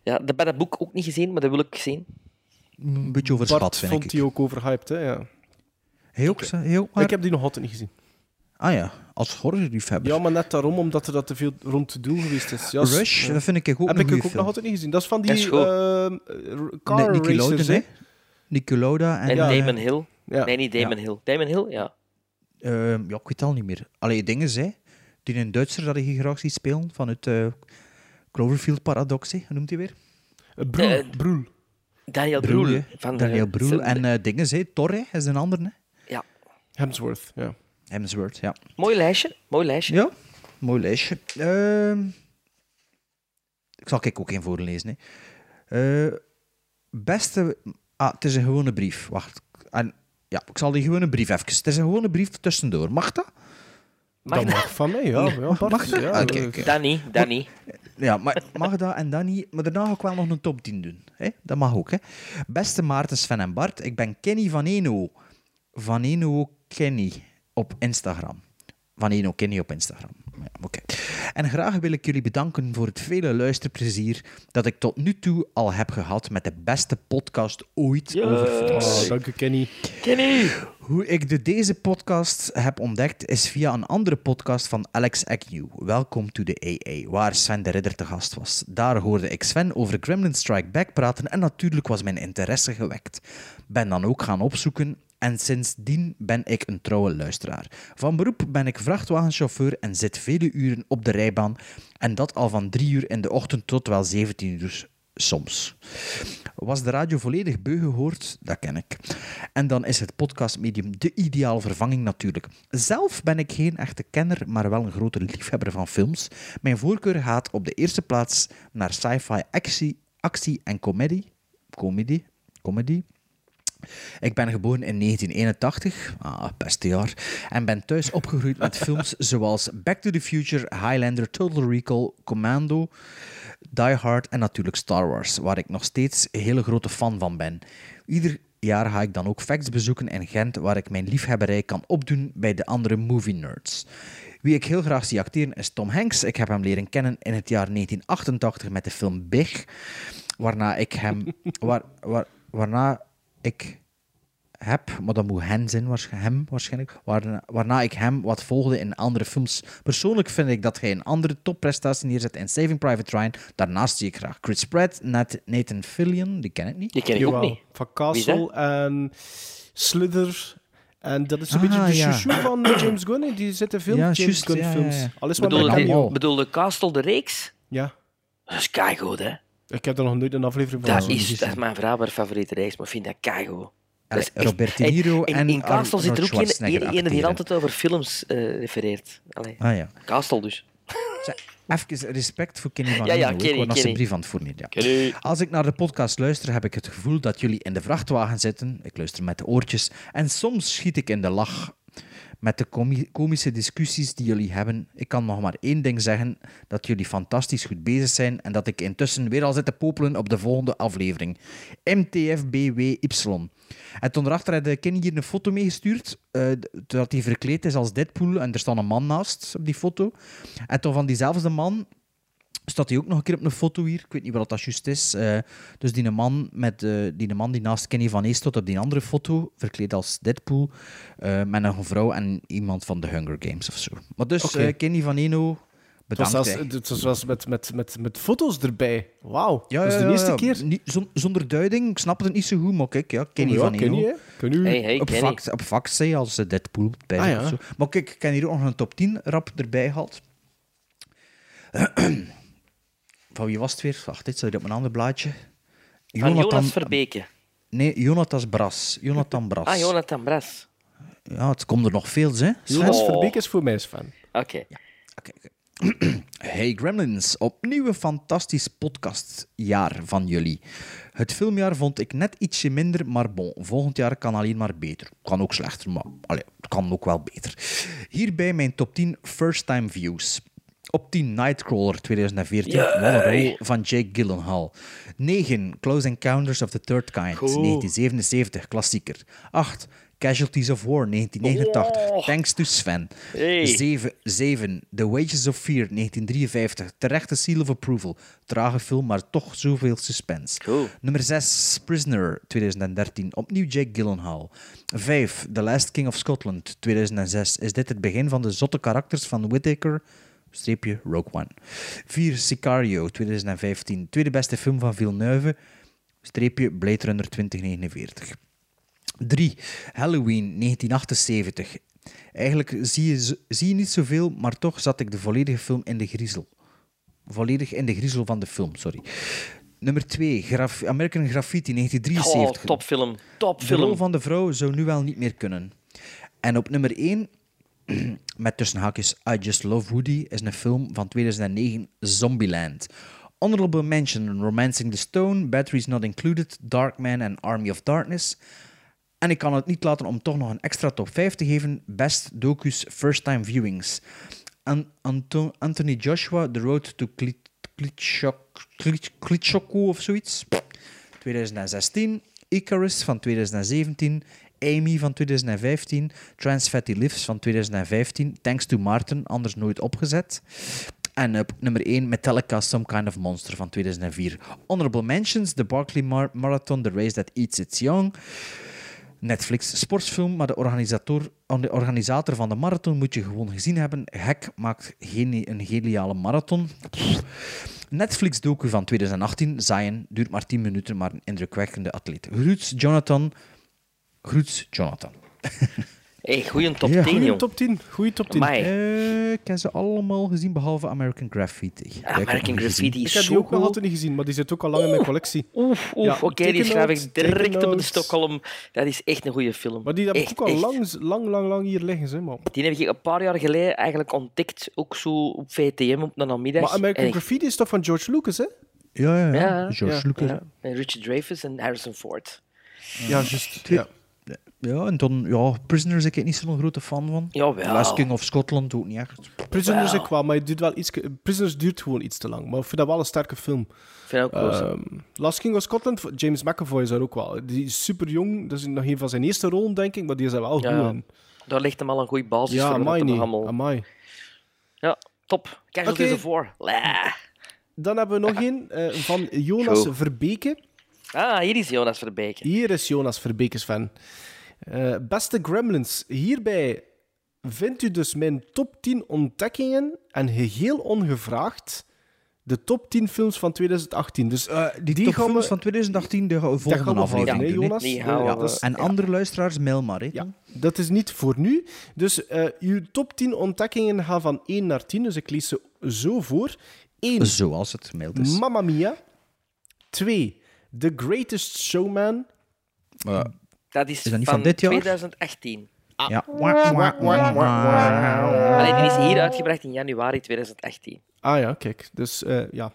E: Ja, dat bij dat boek ook niet gezien, maar dat wil ik zien.
D: Een beetje overschat,
C: Bart
D: vind
C: vond
D: ik.
C: die ook overhyped, hè? Ja.
D: Heel, heel
C: Ik heb die nog altijd niet gezien.
D: Ah ja, als horrorliefhebber.
C: Ja, maar net daarom, omdat er dat te veel rond te doen geweest is. Ja, s-
D: Rush,
C: ja.
D: dat vind ik ook
C: Heb
D: een
C: ik
D: goeie
C: ook
D: film.
C: nog altijd niet gezien. Dat is van die
E: Dat is goed.
C: ehm, r- car
D: Ni- Niki
C: racers,
D: Lauda,
C: hè?
D: hè? Niki Lauda en...
E: En
D: eh,
E: Damon Hill.
C: Ja.
E: Nee, niet Damon Hill. Damon Hill, ja.
D: Ehm, ja, ik weet het al niet meer. Allee, dingen zijn. Die een Duitser dat ik hier graag zie spelen vanuit eh Cloverfield Paradox, hè. hoe noemt hij weer?
C: Broel.
E: Eh,
C: Broel.
E: Daniel
D: Broel,
E: Broel.
D: hè.
E: Van de-
D: Daniel Broel.
E: film-
D: En eh dingen zijn. Torre is een ander, hè?
E: Ja.
C: Hemsworth, ja.
D: Hemsworth, ja.
E: Mooi lijstje, mooi lijstje.
D: Ja, mooi lijstje. Ehm, ik zal kijk ook één voorlezen. Hè. Eh, beste... Ah, het is een gewone brief. Wacht. En, ja, ik zal die gewone brief even... Het is een gewone brief tussendoor. Mag dat?
C: Dat mag van mij, ja. ja Bart,
D: Mag dat?
C: ja,
D: Ah, oké,
C: eh,
D: oké.
E: Danny, Danny.
D: Ja, maar mag dat en dat niet. Maar daarna ga ik wel nog een top 10 doen. Hè? Dat mag ook. Hè? Beste Maarten, Sven en Bart, ik ben Kenny van Eno. Van Eno Kenny op Instagram. Van Eno Kenny op Instagram. Ja, oké. En graag wil ik jullie bedanken voor het vele luisterplezier dat ik tot nu toe al heb gehad met de beste podcast ooit over films.
C: Oh, dank je, Kenny.
E: Kenny!
D: Hoe ik de, deze podcast heb ontdekt is via een andere podcast van Alex Agnew, Welcome to the AA, waar Sven de Ridder te gast was. Daar hoorde ik Sven over Gremlin Strike Back praten en natuurlijk was mijn interesse gewekt. Ben dan ook gaan opzoeken en sindsdien ben ik een trouwe luisteraar. Van beroep ben ik vrachtwagenchauffeur en zit vele uren op de rijbaan en dat al van 3 uur in de ochtend tot wel 17 uur soms. Was de radio volledig beu gehoord? Dat ken ik. En dan is het podcastmedium de ideale vervanging natuurlijk. Zelf ben ik geen echte kenner, maar wel een grote liefhebber van films. Mijn voorkeur gaat op de eerste plaats naar sci-fi, actie, actie en comedy. Comedy? Comedy? Ik ben geboren in 1981, ah, beste jaar, en ben thuis opgegroeid met films zoals Back to the Future, Highlander, Total Recall, Commando, Die Hard en natuurlijk Star Wars, waar ik nog steeds een hele grote fan van ben. Ieder jaar ga ik dan ook facts bezoeken in Gent, waar ik mijn liefhebberij kan opdoen bij de andere movie nerds. Wie ik heel graag zie acteren is Tom Hanks. Ik heb hem leren kennen in het jaar 1988 met de film Big, waarna ik hem... Waar, waar, waarna ik heb, maar dat moet hen zijn, waarsch- hem waarschijnlijk, waarna, waarna ik hem wat volgde in andere films. Persoonlijk vind ik dat hij een andere topprestatie neerzet in Saving Private Ryan. Daarnaast zie ik graag Chris Pratt, Nat- Nathan Fillion, die ken ik niet.
E: Die ken ik ook
C: Jawel.
E: niet.
C: Van
E: Wie is
C: Castle en Slither. En dat is een
D: Ah,
C: beetje de
D: ja.
C: chouchou van eh, James Gunn. hè. Die zitten veel
D: Ja,
C: James
D: juist,
C: Gunn
D: ja,
C: films.
D: ja, ja.
C: Alles wat
E: Bedoel,
C: met
E: de-
C: cameo.
E: bedoel de Castle de Reeks?
C: Ja.
E: Dat is keigoed, hè?
C: Ik heb er nog nooit een aflevering van
E: Dat
C: gezien.
E: is, dat is mijn vrouw haar favoriete reeks, maar ik vind dat keigoed. Dat
D: Allee,
E: is echt-
D: dus Eh, Robert De Niro
E: in,
D: en
E: in Castle zit er ook
D: Arnold
E: een- een
D: Schwarzenegger
E: ene die
D: acteren.
E: altijd over films eh, refereert. Allee.
D: Ah ja.
E: Castle dus.
D: Even respect voor Kenny van
E: Ja, ja,
D: Reno, ik
E: Kenny,
D: word nog zijn
E: Kenny.
D: brief aan het voorlezen, ja. Als ik naar de podcast luister, heb ik het gevoel dat jullie in de vrachtwagen zitten. Ik luister met de oortjes. En soms schiet ik in de lach met de comi- komische discussies die jullie hebben. Ik kan nog maar één ding zeggen: dat jullie fantastisch goed bezig zijn en dat ik intussen weer al zit te popelen op de volgende aflevering. MTFBWY. En toen erachter had eh, Kenny hier een foto meegestuurd, eh, dat hij verkleed is als Deadpool. En er staat een man naast op die foto. En toen van diezelfde man staat hij ook nog een keer op een foto hier. Ik weet niet wat dat juist is. Eh, dus die man, met, eh, die man die naast Kenny van Ees stond op die andere foto, verkleed als Deadpool, eh, met een vrouw en iemand van de Hunger Games of zo. Maar dus
C: Oké.
D: eh, Kenny van Eno,
C: Het was
D: bedankt.
C: zelfs,
D: hè.
C: het was zelfs met, met, met, met foto's erbij. Wauw.
D: Ja,
C: dat
D: ja,
C: is de
D: ja,
C: eerste
D: ja.
C: keer. Oh,
D: Niet- zon- zonder duiding, ik snap het niet zo goed, maar kijk, ja, Kenny
C: Ja,
D: van
C: Kenny,
D: Eno.
C: hè. Kenny.
E: Hey, hey,
D: op,
E: Kenny.
D: vak, op vak zei als eh, Deadpool bij
C: Ah,
D: zich
C: ja.
D: of zo. Maar kijk, ik heb hier ook nog een top 10 rap erbij gehad. Van wie was het weer? Wacht, dit staat hier op mijn ander blaadje.
E: Van Jonas Verbeke.
D: Nee, Jonathan Bras. Jonathan Bras.
E: Ah, Jonathan Bras.
D: Ja, het komt er nog veel, hè?
C: Jonas
D: Sven.
C: Verbeek is voor mij fan.
E: Oké.
D: Hey Gremlins, opnieuw een fantastisch podcastjaar van jullie. Het filmjaar vond ik net ietsje minder, maar bon, volgend jaar kan alleen maar beter. Kan ook slechter, maar allee, het kan ook wel beter. Hierbij mijn top 10 first-time views. Op 10 Nightcrawler 2014,
E: Jee.
D: wat een rol van Jake Gyllenhaal. 9 Close Encounters of the Third Kind,
E: Cool.
D: 1977, klassieker. 8 Casualties of War, 1989, thanks to Sven.
E: Hey.
D: 7, The Wages of Fear, 1953. Terechte seal of approval. Trage film, maar toch zoveel suspense. Nummer 6, Prisoner, 2013. Opnieuw Jake Gyllenhaal. 5, The Last King of Scotland, 2006. Is dit het begin van de zotte karakters van Whittaker? Streepje Rogue One. 4, Sicario, 2015. Tweede beste film van Villeneuve. Streepje Blade Runner 2049. 3. Halloween 1978. Eigenlijk zie je, z- zie je niet zoveel, maar toch zat ik de volledige film in de griezel. Volledig in de griezel van de film, sorry. Nummer 2. Graf American Graffiti
E: Oh,
D: 1973.
E: topfilm.
D: de rol
E: Topfilm.
D: van de vrouw zou nu wel niet meer kunnen. En op nummer 1, met tussen haakjes I Just Love Woody, is een film van 2009, Zombieland. Honorable Mention, Romancing the Stone, Batteries Not Included, Darkman en Army of Darkness. En ik kan het niet laten om toch nog een extra top 5 te geven. Best docus first time viewings. An- Anto- Anthony Joshua, The Road to Kli- Klitschok- Klit- Klitschko of zoiets. 2016. Icarus van 2017. Amy van 2015. Trans Fatty Lives van 2015. Thanks to Martin, anders nooit opgezet. En op nummer 1 Metallica Some Kind of Monster van 2004. Honorable Mentions: The Barclay Mar- Marathon, The Race That Eats Its Young. Netflix sportsfilm, maar de organisator, de organisator van de marathon moet je gewoon gezien hebben. Hek maakt geni- een geniale marathon. Netflix docu van 2018, Zion, duurt maar 10 minuten, maar een indrukwekkende atleet. Groets Jonathan. Groets Jonathan.
E: Hey, goeie top
D: Ja,
E: 10,
D: goeie
E: jong. Ah,
D: top
C: 10. Goeie top
E: 10. Amai.
D: Eh, ik heb ze allemaal gezien, behalve American Graffiti. Ja, ik heb
E: American
D: hem niet
E: Graffiti
D: gezien.
E: is
C: Ik heb die ook nog altijd niet gezien, maar die zit ook al lang in mijn collectie.
E: Oef, Oef, oké, die schrijf ik direct op in Stockholm. Dat is echt een goede film.
C: Maar die heb ik
E: Echt,
C: ook al
E: echt.
C: lang, lang, lang, lang hier liggen, zeg maar.
E: Die heb ik een paar jaar geleden eigenlijk ontdekt, ook zo op VTM op een namiddag.
C: Maar American
E: En-
C: Graffiti is toch van George Lucas, hè?
D: Ja, ja, ja.
E: Ja,
D: George
E: ja,
D: Lucas.
E: ja. En Richard Dreyfuss en Harrison Ford.
C: Ja, juist. Ja.
D: Ja, en dan, ja, Prisoners, ik ben niet zo'n grote fan van.
E: Jawel.
D: Last King of Scotland ook niet echt.
C: Prisoners
E: Wel.
C: ik wel, maar het duurt wel iets... Prisoners duurt gewoon iets te lang, maar ik vind dat wel een sterke film.
E: Vind ik ook wel zo.
C: Ehm, Last King of Scotland, James McAvoy is daar ook wel. Die is super jong, dat is nog een van zijn eerste rollen, denk ik, maar die is daar wel
E: Ja,
C: goed in.
E: Daar ligt hem al een goede basis
C: Ja,
E: voor om dat
C: amai
E: te
C: niet.
E: behandelen.
C: Amai.
E: Ja, top. Kijk, dat
C: Oké.
E: is ervoor. La.
C: Dan hebben we nog een eh, van Jonas
E: Zo.
C: Verbeke.
E: Ah, hier is Jonas Verbeke.
C: Hier is Jonas Verbeekes fan. Eh, beste Gremlins, hierbij vindt u dus mijn top 10 ontdekkingen en geheel ongevraagd de top 10 films van 2018. Dus
D: Eh, die,
C: die gaan
D: topfilms
C: we...
D: van 2018, de
C: Dat
D: volgende
C: gaan we
D: aflevering.
C: volgen, hè,
D: doen, hè.
C: Jonas?
E: Die
C: Ja,
E: houden
C: ja,
E: we.
C: dat is-
D: En andere luisteraars, mail maar. hè.
C: ja, dat is niet voor nu. Dus eh, uw top 10 ontdekkingen gaan van 1 naar 10. Dus ik lees ze zo voor. 1.
D: Zoals het mailt is.
C: Mamma Mia. 2. The Greatest Showman.
E: Dat is,
D: Is dat niet van dit jaar?
E: 2018.
D: ja. Wah, wah, wah, wah.
E: Alleen die is hier uitgebracht in januari 2018.
C: Ah ja, kijk. Dus eh, ja,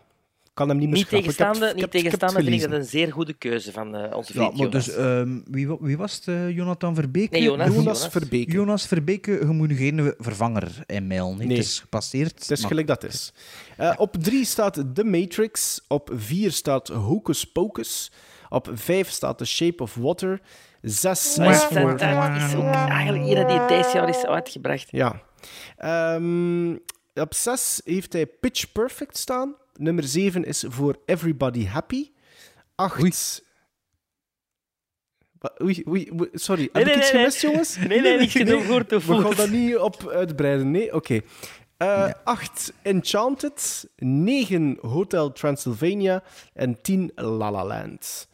C: ik kan hem niet meer
E: Niet
C: schrappen. Ik heb het-
E: tegenstaande,
C: ik
E: niet
C: heb het- ik heb het
E: tegenstaande vind ik dat
C: gelezen.
E: een zeer goede keuze van eh, onze
D: Ja,
E: vriend
D: maar
E: Jonas.
D: dus, ehm, wie, wa- wie was het? eh, Jonathan Verbeke?
E: Nee, Jonas.
C: Jonas
E: dus- Jonas.
C: Verbeke.
D: Jonas Verbeke, je moet nu geen vervanger in mailen. hè.
C: Nee.
D: Het is gepasseerd.
C: Het is
D: maar-
C: gelijk dat het is. Eh, Op 3 staat The Matrix. Op 4 staat Hocus Pocus. Op 5 staat The Shape of Water. 6
E: Maar
C: is
E: is dat,
C: voor...
E: dat is ook eigenlijk hier dat die deze jaar is uitgebracht.
C: Ja. Ehm, op 6 heeft hij Pitch Perfect staan. Nummer 7 is voor Everybody Happy. 8... Oei, oei, oei, sorry. Heb
E: nee,
C: ik iets
E: nee, nee.
C: gemist, jongens?
E: Nee, nee, niks te voor te
C: We gaan
E: voort.
C: daar niet op uitbreiden, nee? Oké. 8 Enchanted, 9 Hotel Transylvania en 10 La La Land.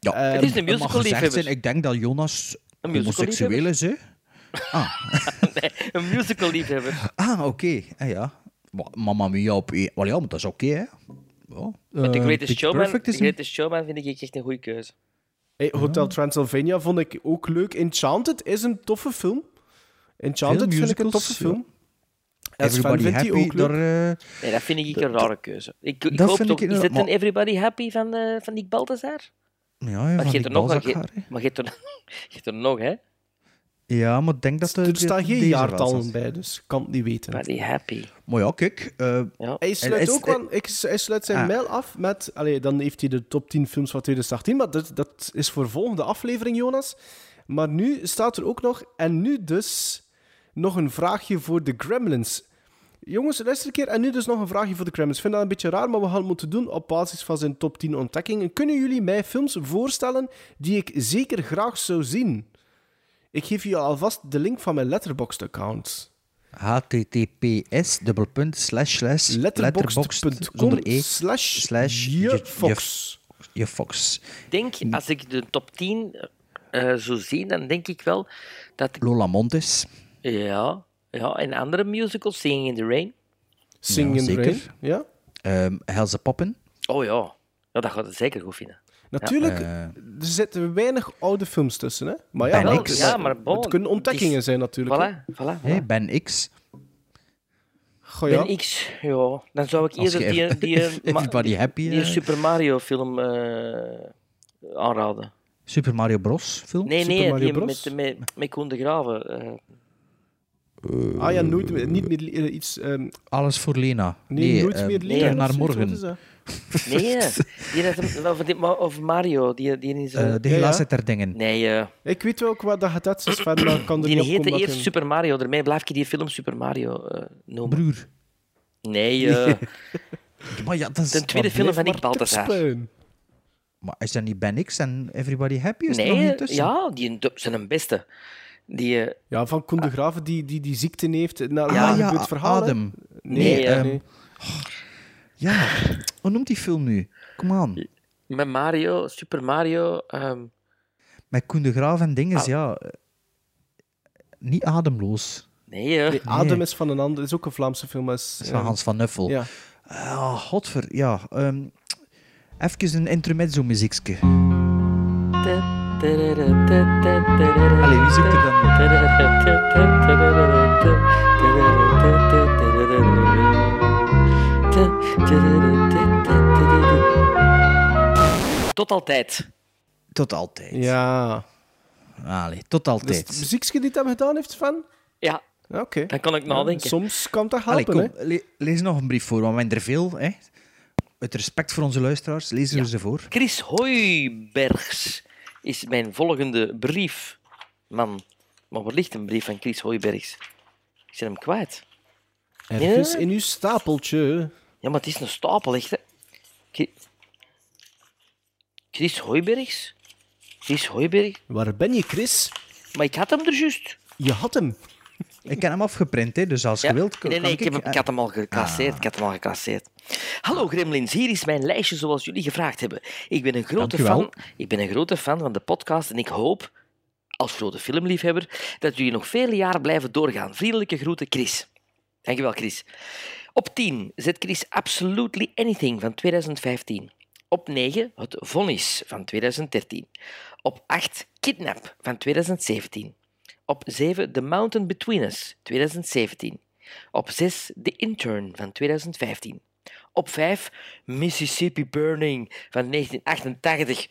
D: Ja.
C: ehm,
E: Het is
D: Er
E: een
D: mag
E: musical
D: gezegd
E: liefhebber.
D: zijn, ik denk dat Jonas
E: Een musical
D: homoseksueel is, hè?
E: Een
C: Eh,
E: musical liefhebber.
D: e- Ah, oké. Ah, ja. Maar Mamma Mia op één. Wel ja, maar dat is oké, hè?
E: Met The
C: Eh,
E: Greatest
C: Pitch
E: Showman,
C: Perfect
E: The
C: is hem.
E: Greatest Showman vind ik echt een goede keuze.
C: Hey, Hotel Transylvania vond ik ook leuk. Enchanted is een toffe film. Enchanted
D: Veel
C: vind ik een
D: musicals,
C: toffe film. En Sven
D: Everybody
C: vindt die
D: Happy,
C: ook leuk.
D: daar, eh,
E: Nee, dat vind ik een
D: dat-
E: rare keuze. Ik, ik
D: dat
E: hoop
D: vind
E: toch,
D: ik
E: is dit
D: inderdaad-
E: een Everybody Happy van, eh van Nick Balthazar?
D: Ja, ja,
E: maar
D: van
E: je hebt
D: die
E: er nog, maar je
D: balzakhaar, hè.
E: maar je hebt er, je hebt er nog, hè?
D: Ja, maar ik denk dat...
C: Er staan geen jaartallen
D: jaartal
C: bij, dus ik kan het niet weten.
E: Everybody Happy.
D: Maar ja, kijk. eh,
C: Hij sluit,
D: is-
C: ook, wel- ik, hij sluit zijn
D: Ah.
C: mail af met... Allee, dan heeft hij de top 10 films van 2018, maar dat, dat is voor volgende aflevering, Jonas. Maar nu staat er ook nog... En nu dus nog een vraagje voor de Gremlins. Jongens, luister een keer. En nu dus nog een vraagje voor de Gremlins. Ik vind dat een beetje raar, maar we gaan het moeten doen op basis van zijn top 10 ontdekkingen. Kunnen jullie mij films voorstellen die ik zeker graag zou zien? Ik geef jullie alvast de link van mijn Letterboxd-account.
D: https dubbel punt slash slash
C: Letterboxd.com
D: zonder e
C: slash
D: je
C: fox.
D: Je fox.
E: denk, als ik de top 10 eh zou zien, dan denk ik wel dat ik...
D: Lola Montes.
E: Ja, ja, en andere musicals, Singing in the Rain.
C: Sing in the
D: zeker.
C: Rain, ja.
D: Ehm Helse Poppen.
E: Oh ja, ja dat gaat het zeker goed vinden.
C: Natuurlijk,
E: Ja.
C: er zitten weinig oude films tussen, hè? Maar ja,
D: Ben
C: dat
D: ik.
C: is-
E: Ja, maar bon,
C: het kunnen ontdekkingen
E: die-
C: zijn natuurlijk. hè.
E: Voilà, voilà.
D: Hé, ben X.
C: Goh, ja.
E: Ben X, ja. Dan zou ik
D: Als
E: eerder
D: je
E: die,
D: ev-
E: die, eh, ma-
D: Everybody
E: die-
D: Happy,
E: die
D: eh.
E: Super Mario film eh, aanraden.
D: Super Mario Bros. film.
E: Nee,
D: Super
E: nee,
D: Mario
E: die
D: Bros.
E: met, met, met Koen de Graven. eh.
C: Ah ja, nooit meer, niet meer eh, iets... ehm,
D: Alles voor Lena.
C: nee, nooit
D: ehm,
C: meer
D: Terug
C: leren.
D: naar
C: of zoiets, wat is
D: morgen.
C: dat?
E: nee, eh, die had hem- wel van die- maar over Mario. Die, die is,
D: Eh, de helaas uit der dingen.
E: Nee, eh,
C: Ik weet wel ook wat dat het is, eh, verder maar ik kan er
E: die
C: niet op
E: heette
C: komen.
E: eerst Super Mario. Daarmee blijf ik die film Super Mario eh, noemen.
D: Broer.
E: Nee, eh,
D: Maar ja, dat is...
E: de tweede
D: maar
E: film
D: blijf
E: van
D: maar-
E: Nick Balthazar.
C: Puin.
D: Maar is dat niet Ben X en Everybody Happy? Is er nog
E: Nee,
D: niet tussen?
E: ja, die zijn een beste. Die, eh,
C: Ja, van Koen de Graven die, die die ziekte heeft. Nou, Na,
D: Ah,
C: na
D: ja,
C: het verhaal. hè?
D: Adem.
C: Nee,
E: Nee,
C: eh,
E: ehm,
C: nee.
D: Ja. Hoe noemt die film nu? Kom aan.
E: met Mario, Super Mario. ehm,
D: Met Koen de Graaf en
E: Ah.
D: dinges, ja. eh, Niet ademloos.
E: nee, eh,
C: Nee, Adem is van een ander. is ook een Vlaamse film. maar Is,
D: Dat is van
C: eh,
D: Hans van Nuffel.
C: ja.
D: Ah, godver, ja. ehm, even een intermezzo-muziekje.
E: Allee,
D: wie zoekt er dan op?
E: Tot altijd.
D: Tot altijd.
C: Ja.
D: Allee, tot
C: Dus
D: altijd.
C: het muziekje die het hem gedaan heeft, van?
E: Ja,
C: Ja, Oké.
E: dan kan ik
C: Ja,
E: nadenken.
C: soms kan dat
D: Allee,
C: helpen,
D: kom,
C: hè.
D: le- lees nog een brief voor, want we hebben er veel. Hè. Uit respect voor onze luisteraars, lezen we ze voor.
E: Chris Hoijbergs is mijn volgende brief. Man, maar waar ligt een brief van Chris Hoijbergs? Ik zit hem kwijt.
C: Ergens in uw stapeltje.
E: Ja, maar het is een stapel, echt. hè. Ki- Chris Hoijbergs? Chris Hoijberg?
C: Waar ben je, Chris?
E: Maar ik had hem er juist.
C: Je had hem.
D: Ik heb hem afgeprint, hè, dus als je
E: Ja,
D: wilt... kan Ah.
E: nee, nee, ik, heb, hem-
D: eh,
E: ik had hem al geclasseerd. Ik had hem al geclasseerd. Hallo
D: Ah.
E: Gremlins, hier is mijn lijstje zoals jullie gevraagd hebben. Ik ben een grote,
D: Dank u wel.
E: fan, ik ben een grote fan van de podcast en ik hoop, als grote filmliefhebber, dat jullie nog vele jaren blijven doorgaan. Vriendelijke groeten, Chris. Dankjewel, Chris. Op 10 zet Chris Absolutely Anything van 2015. Op 9 Het Vonnis van 2013. Op 8 Kidnap van 2017. Op 7 The Mountain Between Us 2017. Op 6 The Intern van 2015. Op 5 Mississippi Burning van 1988.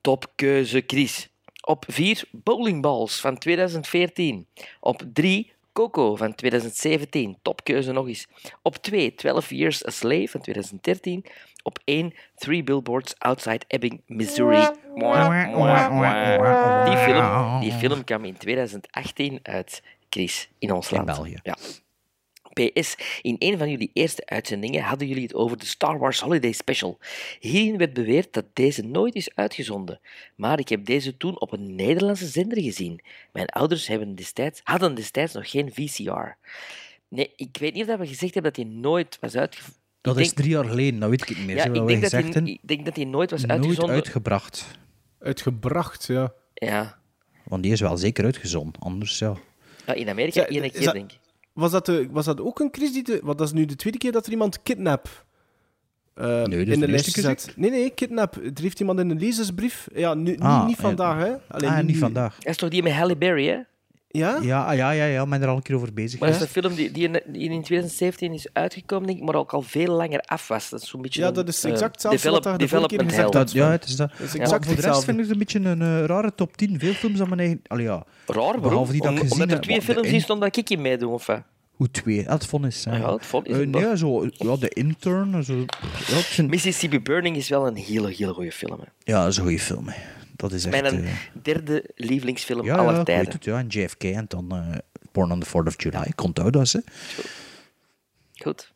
E: Topkeuze Chris. Op 4 Bowling Balls van 2014. Op 3 Coco van 2017. Topkeuze nog eens. Op 2 12 Years a Slave van 2013. Op 1 Three Billboards Outside Ebbing, Missouri. Mwah, mwah, mwah. Die film, die film kwam in 2018 uit, Chris, in ons
D: In
E: land.
D: België.
E: Ja. PS, in een van jullie eerste uitzendingen hadden jullie het over de Star Wars Holiday Special. Hierin werd beweerd dat deze nooit is uitgezonden, maar ik heb deze toen op een Nederlandse zender gezien. Mijn ouders hebben destijds, hadden destijds nog geen VCR. Nee, ik weet niet of dat we gezegd hebben dat hij nooit was uitgezonden.
D: Dat is drie jaar geleden, dat weet ik niet meer.
E: ja,
D: zo, wat
E: ik
D: we
E: denk, dat
D: gezegd
E: hij,
D: hebben.
E: ik denk dat hij nooit was
D: Nooit
E: uitgezonden.
D: uitgebracht.
C: Uitgebracht, ja.
E: ja.
D: Want die is wel zeker uitgezonden, anders ja.
E: Ja, in Amerika
C: Zeg,
E: één
C: is
E: keer,
C: dat-
E: denk ik.
C: Was dat, de, was dat ook een Chris die... De, want dat is nu de tweede keer dat er iemand kidnap... eh, eh,
D: Nee, dit is
C: in
D: de
C: de
D: eerste
C: lijst
D: kritiek.
C: gezet. Nee, nee, kidnap. Er heeft iemand in een lezersbrief. Ja, nu,
D: Ah,
C: niet, niet
D: eh,
C: vandaag, hè? Alleen
D: ah, niet vandaag.
E: Dat is toch die met Halle Berry, hè?
C: Ja?
D: Ja, ah, ja, ja, ja. Ik ben er al een keer over bezig
E: Maar dat is
D: geweest.
E: een film die, die, in, die in 2017 is uitgekomen, denk ik, maar ook al veel langer af was. Dat is zo'n beetje
C: Ja,
E: een,
C: dat is
E: eh,
C: exact hetzelfde wat daar de vorige keer
E: development
C: gezegd
E: hell.
D: Dat, ja, het is dat.
C: Dat is
D: Maar
C: exact
D: voor de rest
C: hetzelfde.
D: vind ik het een beetje een eh, rare top 10. Veel films aan mijn eigen... Allee, ja.
E: Raar, waarom?
D: Behalve die dat ik
E: Om-
D: gezien
E: Omdat er
D: heb,
E: twee
D: want de
E: films
D: in-
E: is, omdat ik je meedoe, of wat?
D: Hoe twee? Dat vond is. hè.
E: Ja, het vond is
D: Eh,
E: het
D: nee,
E: nog.
D: zo, ja, de intern. Zo, ja, het zijn-
E: Mississippi Burning is wel een hele, hele goede film. Hè.
D: ja, dat is een goede film. hè. Dat is echt...
E: Mijn
D: eh,
E: derde lievelingsfilm
D: ja,
E: aller
D: ja, ik weet
E: tijden.
D: het, ja. En JFK en dan eh, Born on the 4th of July. Komt uit, dat is, hè.
E: Goed.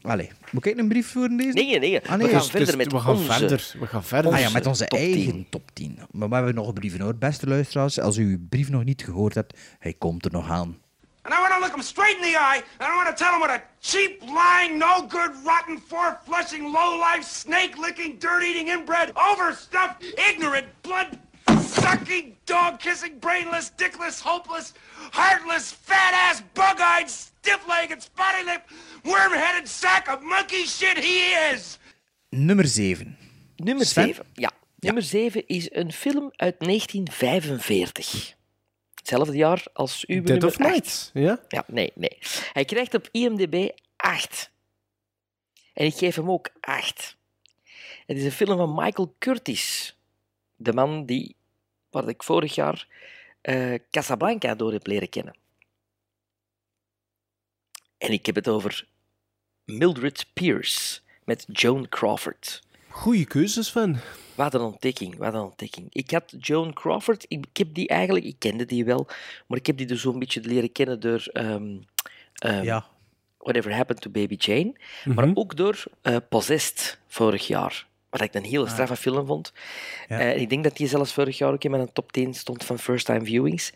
D: Allee, moet ik een brief voor deze?
E: Nee, nee, nee.
D: Ah,
E: We
D: nee,
E: gaan
D: dus-
E: verder
D: dus
E: met
D: we
C: gaan
E: onze-
C: verder. We gaan verder.
D: Ah ja, met onze
E: top
D: eigen
E: 10.
D: top 10. Maar we hebben nog brieven hoor. Beste luisteraars, als u uw brief nog niet gehoord hebt, hij komt er nog aan.
O: And I want to look him straight in the eye, and I want to tell him what a cheap, lying, no good, rotten, four flushing, low life, snake licking, dirt eating, inbred, overstuffed, ignorant, blood sucking, dog kissing, brainless, dickless, hopeless, heartless, fat ass, bug eyed, stiff legged, spotty lip, worm headed sack of monkey shit he is!
D: Nummer 7.
E: Nummer
D: Sven?
E: 7. Ja. Nummer 7 is een film uit 1945. Hetzelfde jaar als uw
C: Dead
E: nummer
C: of Night. Ja?
E: Ja, nee, nee. Hij krijgt op IMDb 8. En ik geef hem ook 8. Het is een film van Michael Curtis. De man die, wat ik vorig jaar, eh, Casablanca door heb leren kennen. En ik heb het over Mildred Pierce met Joan Crawford.
C: Goeie keuzes, van.
E: Wat een ontdekking, wat een ontdekking. Ik had Joan Crawford, ik, ik heb die eigenlijk, ik kende die wel, maar ik heb die dus zo'n beetje leren kennen door ehm, ehm,
D: Ja.
E: Whatever Happened to Baby Jane, maar
C: Mhm.
E: ook door eh, Possessed vorig jaar, wat ik een
C: Ah.
E: hele straffe film vond.
D: Ja.
E: Eh, ik denk dat die zelfs vorig jaar ook in mijn top 10 stond van first time viewings.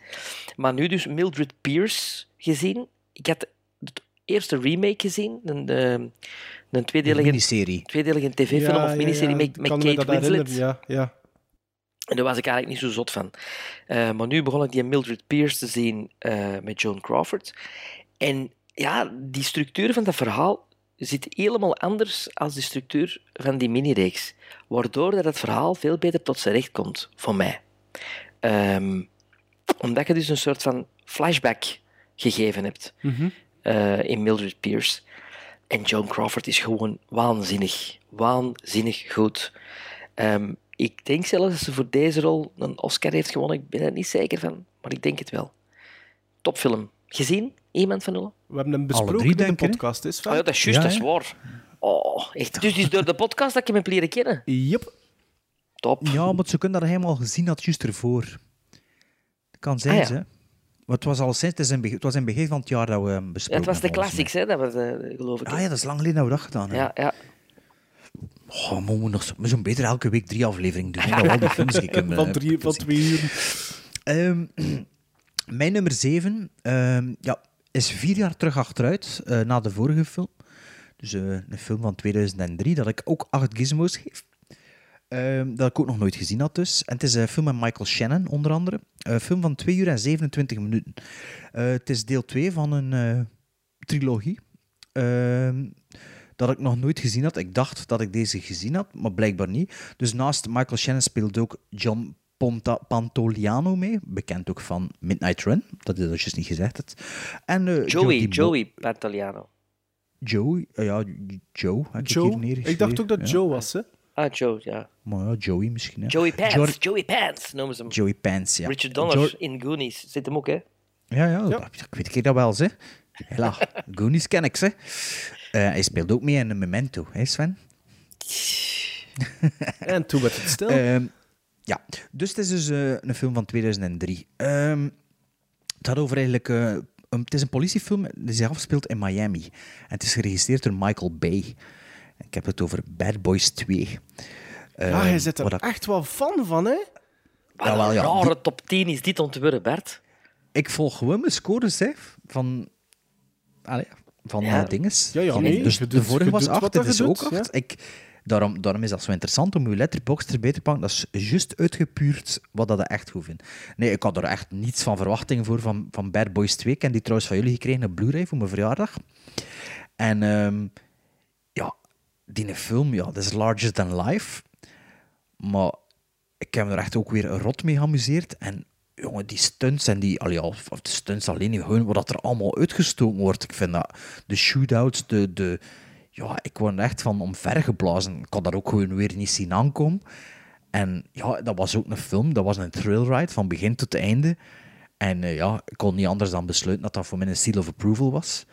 E: Maar nu dus Mildred Pierce gezien. Ik had het eerste remake gezien, een, eh, een tweedelige...
D: miniserie.
E: Tweedelige tv-film
C: Ja,
E: of
C: ja,
E: miniserie
C: ja,
E: met,
C: ik
E: met
C: kan me
E: Kate
C: dat
E: Winslet.
C: herinneren, Ja, ja.
E: En daar was ik eigenlijk niet zo zot van. Eh, maar nu begon ik die Mildred Pierce te zien eh, met Joan Crawford. En ja, die structuur van dat verhaal zit helemaal anders als de structuur van die mini-reeks. Waardoor dat het verhaal veel beter tot zijn recht komt, voor mij. Ehm, omdat je dus een soort van flashback gegeven hebt eh, in Mildred Pierce. En Joan Crawford is gewoon waanzinnig. Waanzinnig goed. Ehm, ik denk zelfs dat ze voor deze rol een Oscar heeft gewonnen. Ik ben er niet zeker van, maar ik denk het wel. Topfilm. Gezien? Iemand van nul?
C: We hebben hem besproken
D: drie
C: in de
D: denken, hè?
C: podcast, is
E: Oh ja,
C: van.
E: dat is juist,
D: Ja,
E: dat is
D: hè?
E: waar. Oh, echt. Dus het is door de podcast dat ik hem heb leren kennen.
C: Yep.
E: Top.
D: Ja, maar ze kunnen dat helemaal gezien had, juist ervoor. Dat kan zijn,
E: Ah, ja.
D: ze. Maar het was al sinds, het, is in, beg- het was in het begin van het jaar dat we hem
E: Ja,
D: besproken
E: het was de
D: hebben, volgens mij.
E: classics, hè, dat was, eh, geloof ik. hè.
D: Ah ja, dat is lang geleden dat we dat gedaan hebben.
E: ja, ja.
D: Oh, maar we moeten nog zo- we zo'n beter elke week drie afleveringen doen. hè, Dat we al die films die ik heb, eh,
C: Van drie, van twee uur.
D: Ehm, mijn nummer 7 ja, is vier jaar terug achteruit eh, na de vorige film. Dus eh, een film van 2003 dat ik ook acht gizmos geef. Ehm, dat ik ook nog nooit gezien had dus. En het is een film met Michael Shannon onder andere. Een film van 2 uur en 27 minuten. Eh, het is deel 2 van een eh, trilogie. Ehm, dat ik nog nooit gezien had. Ik dacht dat ik deze gezien had, maar blijkbaar niet. Dus naast Michael Shannon speelt ook John Ponta Pantoliano mee. Bekend ook van Midnight Run. Dat is dat juist niet gezegd. Het. En, eh,
E: Joey,
D: Jordi Bo-
E: Joey Pantoliano.
D: Joey, eh, ja, Joe. Heb Ik, hier
C: Joe.
D: neergeschreven.
C: Ik dacht ook dat
D: Ja.
C: Joe was, hè?
E: Ah, Joe, ja.
D: Maar ja, Joey misschien. hè.
E: Joey Pants,
D: Jordi-
E: Joey Pants noemen ze hem.
D: Joey Pants, ja.
E: Richard Donner
D: Jor-
E: in Goonies zit hem ook, hè?
D: Ja, ja, Dat, dat weet ik dat wel, zeg. Hela, Goonies ken ik, zeg. Eh, hij speelt ook mee in een Memento, hè Sven?
C: En toen werd het stil.
D: Ehm, ja, dus het is dus eh, een film van 2003. Ehm, het gaat over eigenlijk... eh, een- het is een politiefilm die zich afspeelt in Miami. En het is geregisseerd door Michael Bay. Ik heb het over Bad Boys 2.
C: ah, hij zit er
D: wat ik-
C: echt wel fan van, hè?
E: Wat
D: Ja, wel,
E: een
D: ja.
E: rare top 10 is dit ontwerp, Bert.
D: Ik volg gewoon mijn scores hè, van, allee, van
E: Ja.
D: eh, dinges.
C: Ja, ja,
D: Van-
C: nee,
D: dus
C: je
D: de
C: doet-
D: vorige
C: je
D: was
C: doet wat
D: 8,
C: dat
D: dit
C: je
D: is
C: doet,
D: ook 8.
C: ja.
D: Ik, daarom, daarom is dat zo interessant om je letterbox erbij te pakken. Dat is juist uitgepuurd wat dat ik echt goed vindt. Nee, ik had er echt niets van verwachting voor van, van Bad Boys 2. Ik heb die trouwens van jullie gekregen op Blu-ray voor mijn verjaardag. En ehm, ja, die film, ja, dat is larger than life. Maar ik heb me er echt ook weer rot mee geamuseerd. En jongen, die stunts en die, allee, ja, of de stunts alleen niet, gewoon wat er allemaal uitgestoken wordt. Ik vind dat de shootouts, de, de ja, ik word er echt van omvergeblazen. Ik kon dat ook gewoon weer niet zien aankomen. En ja, dat was ook een film, dat was een trailride van begin tot einde. En eh, ja, ik kon niet anders dan besluiten dat dat voor mij een seal of approval was.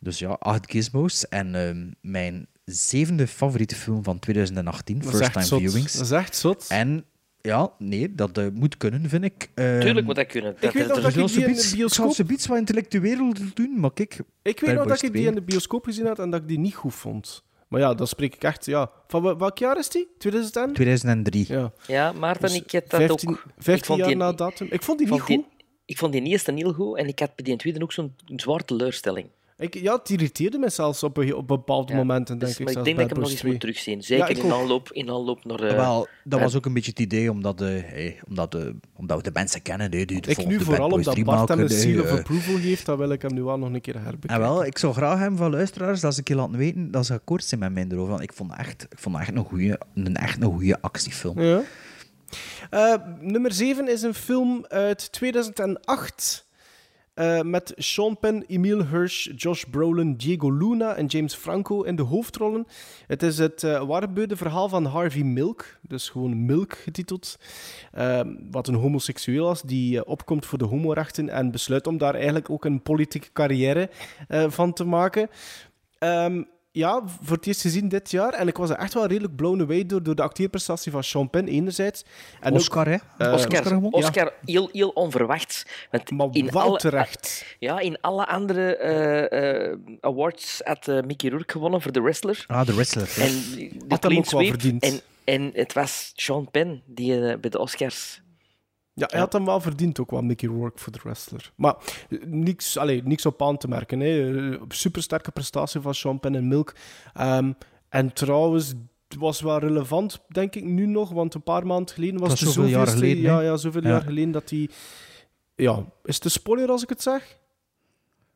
D: Dus ja, acht gizmos. En ehm, mijn zevende favoriete film van 2018,
C: Dat is
D: First
C: echt
D: Time
C: zot.
D: Viewings.
C: Dat is echt zot.
D: En ja, nee, dat eh, moet kunnen, vind ik. Eh,
E: Tuurlijk moet dat kunnen.
C: Ik weet nog dat ik die in de bioscoop...
D: zoiets wat intellectueel doen, maar kijk...
C: Ik weet nog dat ik die in de bioscoop gezien had en dat ik die niet goed vond. Maar ja, dan spreek ik echt... Ja. Van wa- welk jaar is die? 2010?
D: 2003.
C: Ja.
E: Ja, Maarten,
C: Dus
E: ik heb dat
C: 15
E: ook... ik
C: 15
E: vond
C: jaar
E: die-
C: na datum. Ik vond die niet
E: die-
C: goed.
E: ik vond die eerste heel goed en ik had bij die tweede ook zo'n zwaar teleurstelling.
C: Ik, ja, het irriteerde me zelfs op, een- op bepaalde
E: Ja,
C: momenten,
E: dus-
C: denk ik.
E: maar ik
C: zelfs
E: denk
C: bij
E: dat ik hem nog eens
C: Boys
E: moet
C: 2.
E: terugzien.
C: Ja,
E: Zeker
C: ik
E: in,
C: ook.
E: aanloop, in aanloop naar... eh,
D: Wel, dat
E: naar-
D: was ook een beetje het idee, omdat, eh, hey, omdat, eh, omdat we de mensen kennen, hey, die de
C: Ik nu
D: volgende
C: vooral
D: Bad Boys
C: omdat
D: 3
C: Bart hem
D: maken, Ah,
C: een
D: hey,
C: seal of
D: eh.
C: approval geeft, dat wil ik hem nu wel nog een keer herbekijken.
D: En wel, ik zou graag hebben van luisteraars dat ze een keer laten weten dat ze akkoord zijn met mijn erover. Want ik vond dat echt, ik vond dat echt een goede een, echt een goeie actiefilm.
C: Ja. Eh, nummer 7 is een film uit 2008 eh, met Sean Penn, Emile Hirsch, Josh Brolin, Diego Luna en James Franco in de hoofdrollen. Het is het eh waargebeurde verhaal van Harvey Milk, dus gewoon Milk getiteld, eh, wat een homoseksueel was die eh, opkomt voor de homorechten en besluit om daar eigenlijk ook een politieke carrière eh, van te maken. Ehm, ja, voor het eerst gezien dit jaar. En ik was er echt wel redelijk blown away door, door de acteerprestatie van Sean Penn, enerzijds. En
D: Oscar, hè?
C: eh,
E: Oscar,
C: Oscar gewonnen?
E: Oscar heel, heel onverwacht. Want in
C: wel
E: alle,
C: terecht.
E: Ja, in alle andere eh, eh, awards had eh, Mickey Rourke gewonnen voor The Wrestler.
D: Ah, The Wrestler, ja.
E: En de
C: hem
E: clean
C: ook wel
E: sweep.
C: verdiend.
E: En, en het was Sean Penn die eh, bij de Oscars...
C: Ja, hij had hem wel verdiend ook wel, Mickey Rourke, voor de wrestler. Maar eh, niks, allee, niks op aan te merken. Hè. Eh, Supersterke prestatie van Sean Penn en Milk. Ehm, en trouwens, het was wel relevant, denk ik, nu nog. Want een paar maanden geleden was
D: Het
C: het
D: was zoveel jaar
C: zoveelste-
D: geleden,
C: Ja,
D: hè?
C: ja, zoveel
D: Ja.
C: jaar geleden dat hij... Ja, is het een spoiler als ik het zeg?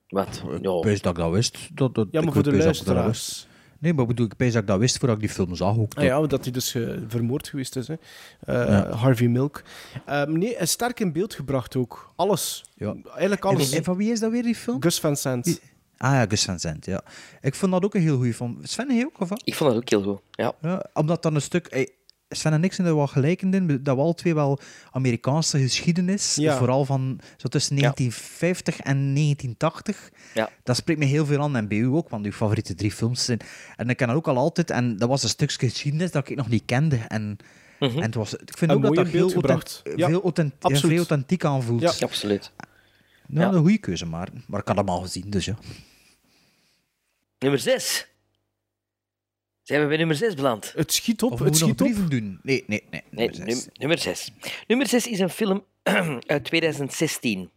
E: Wat?
D: Ik
E: Ja.
D: pees dat ik dat wist. Dat, dat,
C: Ja,
D: ik
C: maar voor de
D: pees dat ik dat
C: luisteraars.
D: wist. Nee, maar ik bedoel, ik pees dat ik dat wist voordat ik die film zag. Ook,
C: Ah ja, dat hij dus eh, vermoord geweest is. Hè. Eh,
D: Ja.
C: Harvey Milk. Ehm, nee, eh, sterk in beeld gebracht ook. Alles.
D: Ja.
C: Eigenlijk alles.
D: En, en van wie is dat weer, die film?
C: Gus Van Sant.
D: Ah ja, Gus Van Sant, ja. Ik vond dat ook een heel goede film. Sven, heb je ook of wat?
E: Ik vond dat ook heel goed. Ja.
D: Ja, omdat dan een stuk... ey, Sven en ik zijn er wel gelijkend in, dat we al twee wel Amerikaanse geschiedenis, dus
C: Ja.
D: vooral van zo tussen 1950 en 1980,
E: Ja.
D: dat spreekt me heel veel aan. En bij u ook, want uw favoriete drie films zijn... En ik ken dat ook al altijd, en dat was een stukje geschiedenis dat ik nog niet kende. En, en het was, ik vind
C: En
D: ook dat
C: mooi
D: dat
C: in Mhm. beeld
D: heel,
C: gebracht.
D: authent-
C: Ja,
D: veel, authent- ja,
C: absoluut.
D: veel authentiek aanvoelt.
C: Ja.
E: Absoluut.
D: Nou, een goede keuze, maar, maar ik had hem al gezien, dus ja.
E: Nummer 6. Zijn we bij nummer 6 beland?
C: Het schiet op,
D: Of
C: het
D: moeten we nog
C: schiet op.
D: brieven doen? Nee, nee, nee.
E: Nee,
D: nummer zes.
E: num- nummer 6. Nummer 6 is een film uit 2016.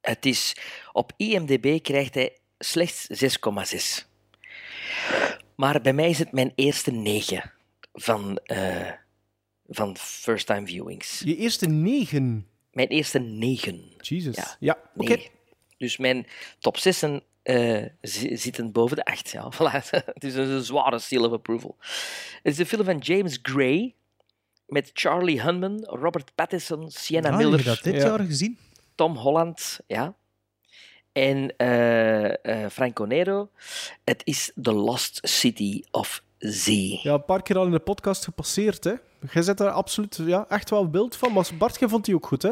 E: Het is, op IMDb krijgt hij slechts 6,6. Maar bij mij is het mijn eerste 9 van, eh, van first time viewings.
C: Je eerste negen.
E: Mijn eerste 9.
C: Jesus. Ja, oké.
E: Nee. Dus mijn top 6 zitten boven de 8. Ja. Voilà. Het is dus een zware seal of approval. Het is een film van James Gray met Charlie Hunman, Robert Pattinson, Sienna
D: Ah,
E: Miller,
D: heb je dat dit jaar gezien?
E: Tom Holland ja. en eh eh Franco Nero. Het is The Lost City of Z.
C: Ja, een paar keer al in de podcast gepasseerd, hè. Jij zet daar absoluut ja, echt wel beeld van. Maar Bart, jij vond die ook goed, hè?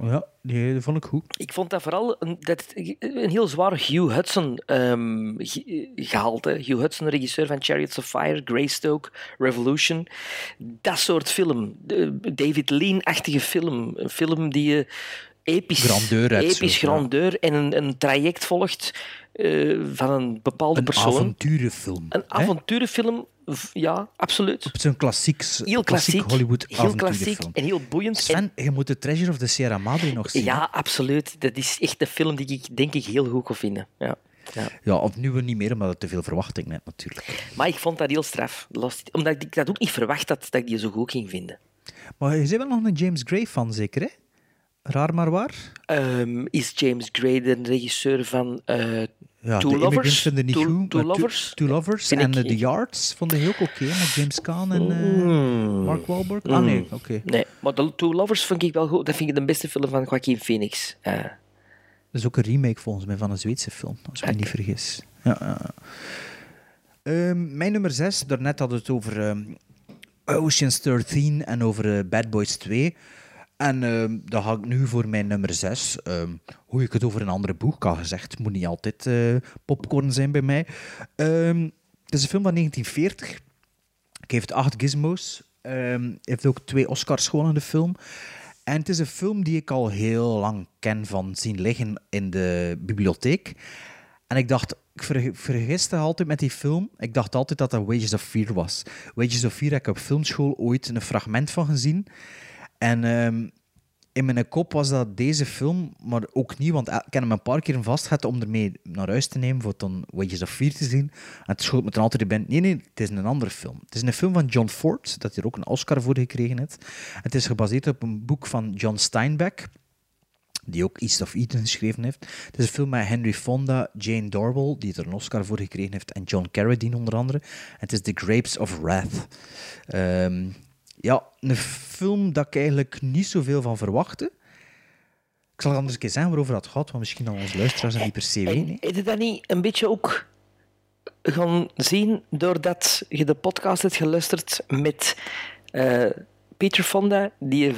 D: Oh Ja, die die vond ik goed.
E: Ik vond dat vooral een, dat, een heel zwaar Hugh Hudson ehm, ge- gehalte. Hugh Hudson, regisseur van Chariots of Fire, Greystoke, Revolution. Dat soort film. De- David Lean-achtige film. Een film die je episch,
D: Grandeur hebt,
E: episch
D: zo, ja.
E: grandeur en een, een traject volgt eh, van een bepaalde
D: Een
E: persoon.
D: avonturenfilm.
E: een
D: hè?
E: avonturenfilm, v- ja, absoluut.
D: Op zo'n klassiek, klassiek
E: Heel klassiek,
D: Hollywood
E: heel klassiek
D: avonturenfilm.
E: en heel boeiend. en-
D: Sven, je moet de Treasure of the Sierra Madre nog zien.
E: ja, absoluut. Dat is echt een film die ik denk ik heel goed kon vinden. Ja. Ja.
D: Ja, of nu we niet meer, omdat er te veel verwachting net natuurlijk.
E: Maar ik vond dat heel straf. Lost- Omdat ik dat ook niet verwacht had dat ik die zo goed ging vinden.
D: Maar je bent wel nog een James Gray fan, zeker, hè? raar maar waar.
E: Ehm, is James Gray de regisseur van eh
D: Ja,
E: Two
D: de Immigrants
E: Lovers?
D: vinden niet
E: Two,
D: goed, maar
E: Two
D: Two-
E: Lovers?
D: Two Lovers
E: Vind
D: en
E: ik-
D: eh, The Yards vonden ik ook oké, met James Caan en eh,
E: Hmm.
D: Mark Wahlberg. Ah nee, oké.
E: Nee, maar de Two Lovers vond ik wel goed. Dat vind ik de beste film van Joaquin Phoenix. Eh,
D: Dat is ook een remake volgens mij van een Zweedse film, als ik me niet vergis. Ja, ja, ja. Ehm, mijn nummer 6, daarnet hadden we het over ehm, Oceans 13 en over eh, Bad Boys 2. En ehm dan ga ik nu voor mijn nummer 6. hoe ik het over een andere boek had gezegd, het moet niet altijd eh, popcorn zijn bij mij. Ehm, het is een film van 1940. Ik heeft acht gizmos. Ehm heeft ook twee Oscars gewonnen, de film. En het is een film die ik al heel lang ken van zien liggen in de bibliotheek. En ik dacht, ik ver- vergiste altijd met die film. Ik dacht altijd dat dat Wages of Fear was. Wages of Fear heb ik op filmschool ooit een fragment van gezien. En ehm, in mijn kop was dat deze film, maar ook niet, want eh, ik heb hem een paar keer vastgehad om ermee naar huis te nemen voor dan Wages of Fear te zien. En het schoot me dan altijd in de band, nee, nee, het is een andere film. Het is een film van John Ford, dat hij er ook een Oscar voor gekregen heeft. Het is gebaseerd op een boek van John Steinbeck, die ook East of Eden geschreven heeft. Het is een film met Henry Fonda, Jane Dorwell, die er een Oscar voor gekregen heeft, en John Carradine onder andere. Het is The Grapes of Wrath. Ehm, ja, een film dat ik eigenlijk niet zoveel van verwachtte. Ik zal het anders een keer zeggen waarover dat gaat, want misschien al onze luisteraars dat niet per se weten. hè.
E: en, heb je dat niet een beetje ook gaan zien doordat je de podcast hebt geluisterd met eh, Peter Fonda, die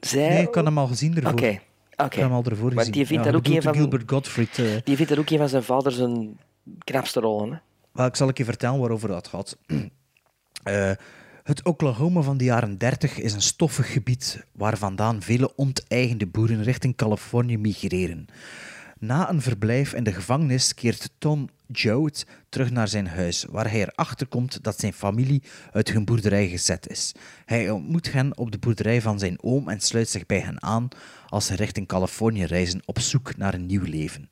E: zei...
D: Nee, ik had hem al gezien ervoor.
E: Oké,
D: Ik
E: oké.
D: had hem al ervoor
E: Maar
D: gezien.
E: die vindt
D: Ja,
E: dat ook een
D: bedoelt
E: van...
D: de Gilbert Gottfried... eh,
E: Die vindt dat ook een van zijn vader zijn knapste rollen. Hè?
D: Wel, ik zal ik je vertellen waarover dat gaat. Eh, het Oklahoma van de jaren 30 is een stoffig gebied waar vandaan vele onteigende boeren richting Californië migreren. Na een verblijf in de gevangenis keert Tom Joad terug naar zijn huis, waar hij erachter komt dat zijn familie uit hun boerderij gezet is. Hij ontmoet hen op de boerderij van zijn oom en sluit zich bij hen aan als ze richting Californië reizen op zoek naar een nieuw leven.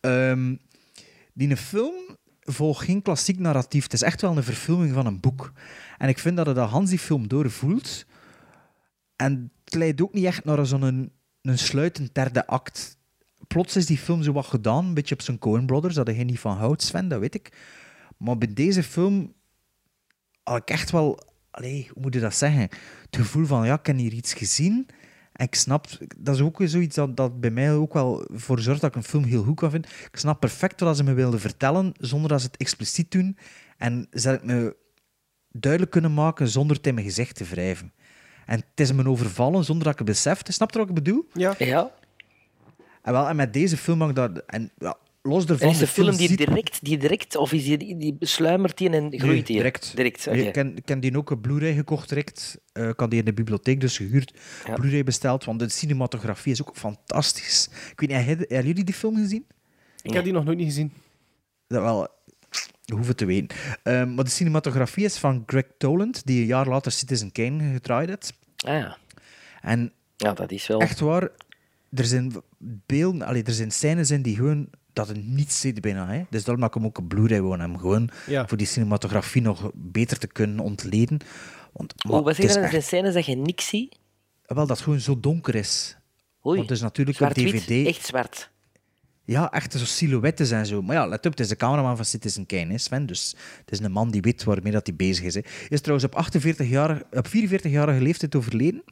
D: Ehm, die film volgt geen klassiek narratief. Het is echt wel een verfilming van een boek. En ik vind dat het dat Hans die film doorvoelt. En het leidt ook niet echt naar zo'n een, sluitend derde act. Plots is die film zo wat gedaan, een beetje op zijn Coen Brothers, dat hij niet van houdt, Sven, dat weet ik. Maar bij deze film had ik echt wel, allee, hoe moet je dat zeggen? Het gevoel van, ja, ik heb hier iets gezien. En ik snap, dat is ook weer zoiets dat, dat bij mij ook wel voor zorgt dat ik een film heel goed kan vinden. Ik snap perfect wat ze me wilden vertellen, zonder dat ze het expliciet doen. En ze het me duidelijk kunnen maken zonder het in mijn gezicht te wrijven. En het is me overvallen zonder dat ik het besefte. Snap je wat ik bedoel?
C: Ja.
E: ja.
D: En, wel, en met deze film mag ik dat... En, ja, los
E: En
D: daarvan...
E: is de film die
D: ziet-
E: direct, die direct of is die, die sluimert die en groeit die?
D: direct.
E: Direct, oké.
D: Nee, Ik ken, ik ken die ook een Blu-ray gekocht direct. Eh, ik had die in de bibliotheek dus gehuurd.
E: Ja.
D: Blu-ray besteld, want de cinematografie is ook fantastisch. Ik weet niet, hebben hebben jullie die film gezien?
C: Ik heb die nog nooit niet gezien.
D: Dat wel, we hoeven te weten. Ehm, maar de cinematografie is van Greg Toland, die een jaar later Citizen Kane gedraaid heeft.
E: Ah ja.
D: En
E: Ja, dat is wel...
D: echt waar, er zijn beelden, allee, er zijn scènes in die gewoon dat er niets zit bijna. Hè? Dus daarom maak ik hem ook een Blu-ray gewoon hem gewoon
E: Ja.
D: voor die cinematografie nog beter te kunnen ontleden. Want, maar
E: Hoe was
D: het is
E: dat? Er
D: echt-
E: zijn scènes dat je niks ziet.
D: Wel, dat het gewoon zo donker is.
E: Oei.
D: Want het is natuurlijk een
E: Zwart-wit,
D: DVD.
E: Echt zwart.
D: Ja, echt zo silhouetten en zo. Maar ja, let op, het is de cameraman van Citizen Kane, hè, Sven. Dus het is een man die weet waarmee dat hij bezig is. Hè. Hij is trouwens op, 48 jaar, op 44-jarige leeftijd overleden.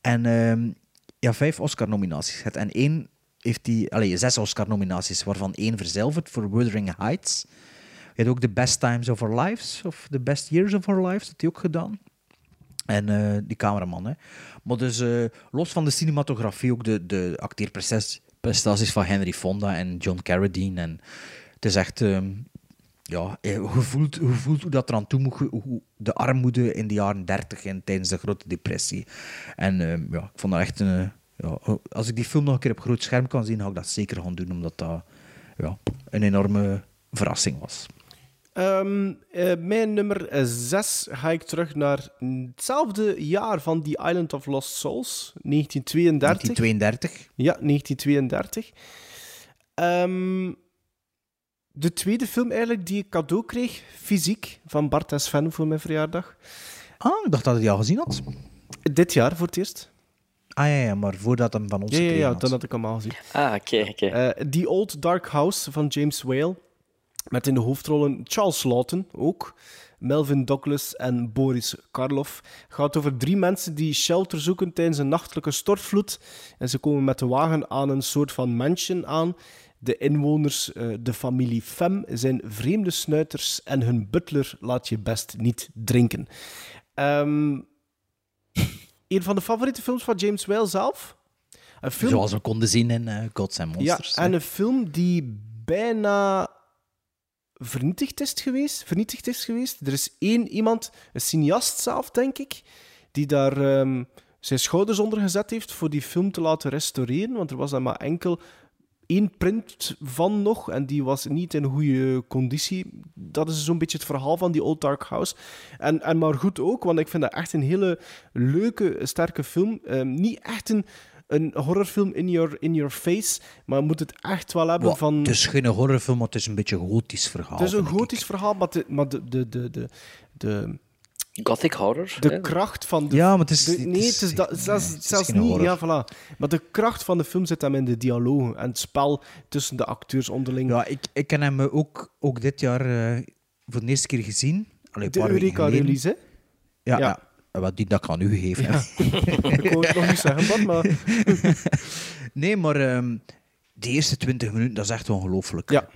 D: En ehm, ja, vijf Oscar-nominaties gehad. En één heeft hij... Allee, zes Oscar-nominaties, waarvan één verzilverd voor Wuthering Heights. Hij had ook The Best Times of Our Lives, of The Best Years of Our Lives, dat hij ook gedaan. En eh, die cameraman, hè. Maar dus, eh, los van de cinematografie, ook de, de acteerprestaties van Henry Fonda en John Carradine. En het is echt... ehm, ja, eh, je voelt, je voelt hoe dat eraan toe moet, hoe- hoe de armoede in de jaren 30 en tijdens de grote depressie. En ehm, ja, ik vond dat echt een... eh, Ja, als ik die film nog een keer op groot scherm kan zien, ga ik dat zeker gaan doen, omdat dat ja, een enorme verrassing was.
C: Ehm, eh, mijn nummer 6 ga ik terug naar hetzelfde jaar van The Island of Lost Souls, 1932.
D: 1932.
C: Ja, 1932. Ehm, de tweede film eigenlijk die ik cadeau kreeg, fysiek, van Bart en Sven voor mijn verjaardag.
D: Ah, ik dacht dat je die al gezien had.
C: Dit jaar voor het eerst.
D: Ah ja, ja, maar voordat hem van ons
C: Ja, ja,
D: gekregen
C: ja,
D: had.
C: dan had ik hem al gezien.
E: Ah, oké, oké.
C: Eh, The Old Dark House van James Whale. Met in de hoofdrollen Charles Lawton ook. Melvin Douglas en Boris Karloff. Het gaat over drie mensen die shelter zoeken tijdens een nachtelijke stortvloed. En ze komen met de wagen aan een soort van mansion aan. De inwoners, eh, de familie Fem, zijn vreemde snuiters. En hun butler laat je best niet drinken. Ehm, een van de favoriete films van James Whale zelf. Een film
D: Zoals we konden zien in eh, Gods and Monsters.
C: ja, en een film die bijna vernietigd is geweest. Vernietigd is geweest. Er is één iemand, een cineast zelf, denk ik, die daar ehm, zijn schouders onder gezet heeft voor die film te laten restaureren. Want er was daar maar enkel één print van nog en die was niet in goede conditie. Dat is zo'n beetje het verhaal van die Old Dark House. En, en maar goed ook, want ik vind dat echt een hele leuke, sterke film. Ehm, niet echt een, een horrorfilm in your, in your face, maar moet het echt wel hebben
D: Wa-
C: van...
D: Het is geen horrorfilm, maar het is een beetje een gotisch verhaal.
C: Het is een gotisch verhaal, maar de, maar de, de, de, de, de,
E: Gothic horror.
C: de kracht van de...
D: Ja, maar het is-
C: de-
D: het
C: nee,
D: is-
C: het is dat- zelfs, zelfs
D: geen
C: niet...
D: horror.
C: Ja, voilà. Maar de kracht van de film zit hem in de dialogen en het spel tussen de acteurs onderling.
D: Ja, ik, ik ken hem eh, ook, ook dit jaar eh, voor de eerste keer gezien. Allee, een
C: de
D: paar weken geleden.
C: Eureka-release, hè?
D: Ja, ja. Eh, Wat die dat ik aan u gegeven
C: Ja. ik wou het nog niet zeggen, wat, maar...
D: nee, maar ehm, de eerste 20 minuten, dat is echt ongelooflijk.
C: Ja.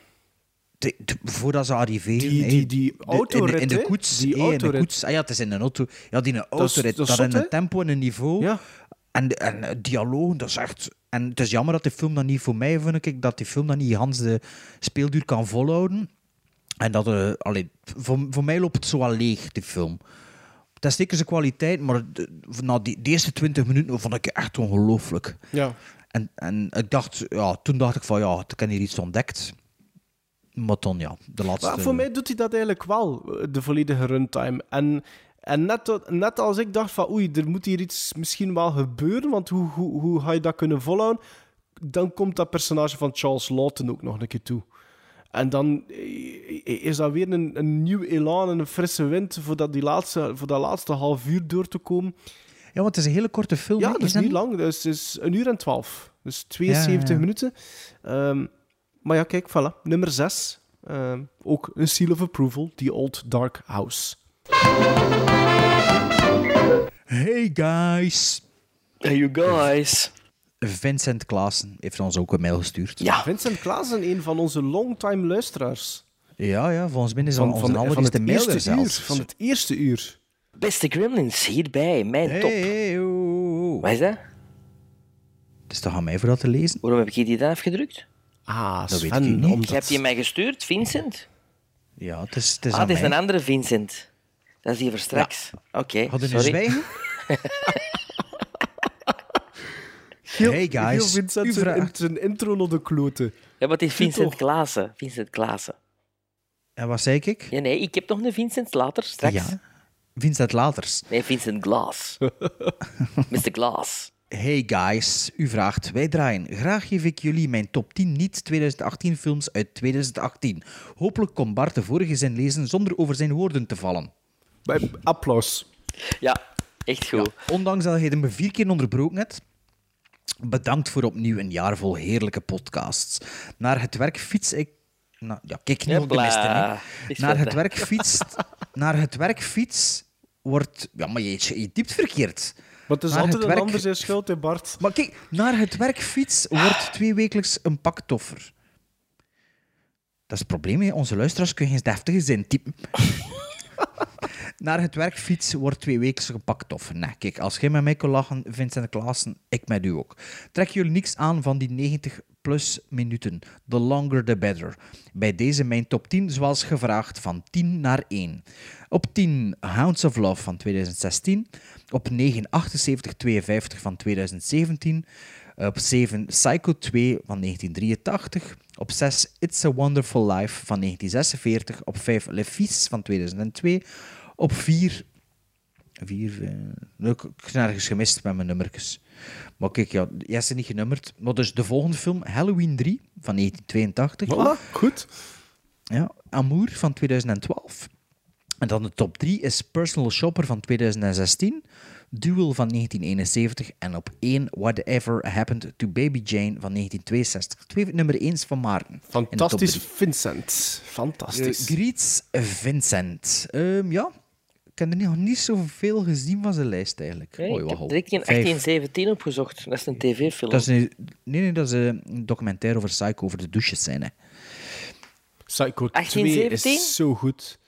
D: De- de- voordat ze arriveren...
C: Die-
D: hè,
C: die- die
D: de-
C: autorit,
D: In, de- in
C: hè?
D: de koets.
C: Die
D: hè, in de
C: autorit.
D: koets. Ah ja, het is in een auto. Ja, die een
C: is-
D: autorit.
C: dat
D: Dat,
C: is
D: in
C: zot,
D: een
C: hè?
D: tempo en een niveau.
C: Ja.
D: En, de- en het dialoog, dat is echt... En het is jammer dat die film dat niet... Voor mij vind ik dat die film dat niet Hans de speelduur kan volhouden. En dat... eh allee, voor, voor mij loopt het zo al leeg, die film. Dat is zeker zijn kwaliteit, maar de, na die, de eerste 20 minuten vond ik het echt ongelooflijk.
C: Ja.
D: En, en ik dacht, ja, toen dacht ik van ja, ik heb hier iets ontdekt. Maar dan ja, de laatste.
C: Maar voor mij doet hij dat eigenlijk wel, eh, de volledige runtime. En, en net, tot- net als ik dacht van oei, er moet hier iets misschien wel gebeuren, want hoe, hoe, hoe ga je dat kunnen volhouden? Dan komt dat personage van Charles Lawton ook nog een keer toe. En dan eh, is dat weer een, een nieuw elan en een frisse wind voor dat, die laatste, voor dat laatste half uur door te komen.
D: Ja, want het is een hele korte film.
C: Ja,
D: hè,
C: dat is
D: dat
C: niet lang. Dus het is een uur en twaalf. Dus 72
D: Ja, ja.
C: minuten. Ehm, maar ja, kijk, voilà. Nummer zes. Ehm, ook een seal of approval. The Old Dark House.
D: Hey guys!
E: Hey you guys!
D: Vincent Klaassen heeft ons ook een mail gestuurd.
E: Ja.
C: Vincent Klaassen, een van onze longtime luisteraars.
D: Ja, ja, volgens mij is dat onze
C: het
D: allereerste mailer
C: eerste uur.
D: zelfs.
C: Van het eerste uur.
E: Beste Gremlins, hierbij, mijn
D: Hey,
E: top.
D: hey, oh, oh.
E: Wat is dat?
D: Het is toch aan mij voor dat te lezen?
E: Waarom heb ik hier die dan afgedrukt?
C: Ah,
D: Dat weet
C: Sven,
D: ik niet.
C: omdat-
E: Je hebt die mij gestuurd, Vincent?
D: Ja, het is, het is
E: ah,
D: aan
E: dat is
D: mij.
E: een andere Vincent. Dat is die voor straks. Oké,
D: Hadden we
E: sorry.
D: zwijgen? hey
C: Heel
D: guys, u
C: Vincent zijn, in-
D: vraagt...
C: zijn intro naar de kloten.
E: Ja, maar het is
C: Doe
E: Vincent
C: toch.
E: Klaassen. Vincent Klaassen.
D: En wat zei ik?
E: Ja, nee, ik heb nog een Vincent later, straks.
D: Ja. Vincent Laters.
E: Nee, Vincent Glaas. Mr. Glaas.
D: Hey guys, u vraagt, wij draaien. Graag geef ik jullie mijn top 10 niet-2018 films uit 2018. Hopelijk kon Bart de vorige zin lezen zonder over zijn woorden te vallen.
C: Bij- Applaus.
E: Ja, echt goed.
D: Ondanks dat je hem vier keer onderbroken hebt, bedankt voor opnieuw een jaar vol heerlijke podcasts. Naar het werk fiets ik... Nou, ja, kijk, niet op de
E: Hopla.
D: mist, hè.
E: Is
D: Naar
E: dat-
D: het werk fietst... Naar het werk fiets wordt... Ja, maar je, je typt verkeerd.
C: Maar het is
D: Naar
C: altijd
D: het
C: een
D: werk-
C: ander zijn schuld, hè, Bart.
D: Maar kijk, naar het werk fiets wordt twee wekelijks een pak toffer. Dat is het probleem, hè. onze luisteraars kunnen geen deftige zin typen. naar het werk fiets wordt twee wekelijks een pak toffer. Nee, kijk, als jij met mij kon lachen, Vincent Klaassen, ik met u ook. Trek jullie niks aan van die 90 plus minuten. The longer the better. Bij deze mijn top 10 zoals gevraagd van 10 naar 1. Op 10 Hounds of Love van 2016. Op 9 7852 van 2017. Op 7 Psycho 2 van 1983. Op 6 It's a Wonderful Life van 1946. Op 5 Le Fils van 2002. Op 4 Vier, eh, leuk, ik ben ergens gemist met mijn nummertjes. Maar kijk, ja, jij is niet genummerd. Maar dus de volgende film, Halloween 3 van 1982.
C: Voilà, goed.
D: Ja, Amour van 2012. En dan de top 3 is Personal Shopper van 2016. Duel van 1971 en op 1 Whatever Happened to Baby Jane van 1962. Twee nummer 1 van Maarten. in de top
C: Fantastisch,
D: drie.
C: Vincent.
D: Eh,
C: Fantastisch.
D: Griets Vincent. Ehm, ja, ik heb er nog niet zoveel gezien van zijn lijst eigenlijk.
E: Nee,
D: Oh,
E: ik
D: jawel.
E: heb direct in
D: Vijf.
E: 1817 opgezocht. Dat is een tv-film.
D: Dat is een, nee, nee, dat is eh, een documentaire over Psycho, over de douchescène.
C: Psycho
E: 1817? 2 is
C: zo goed.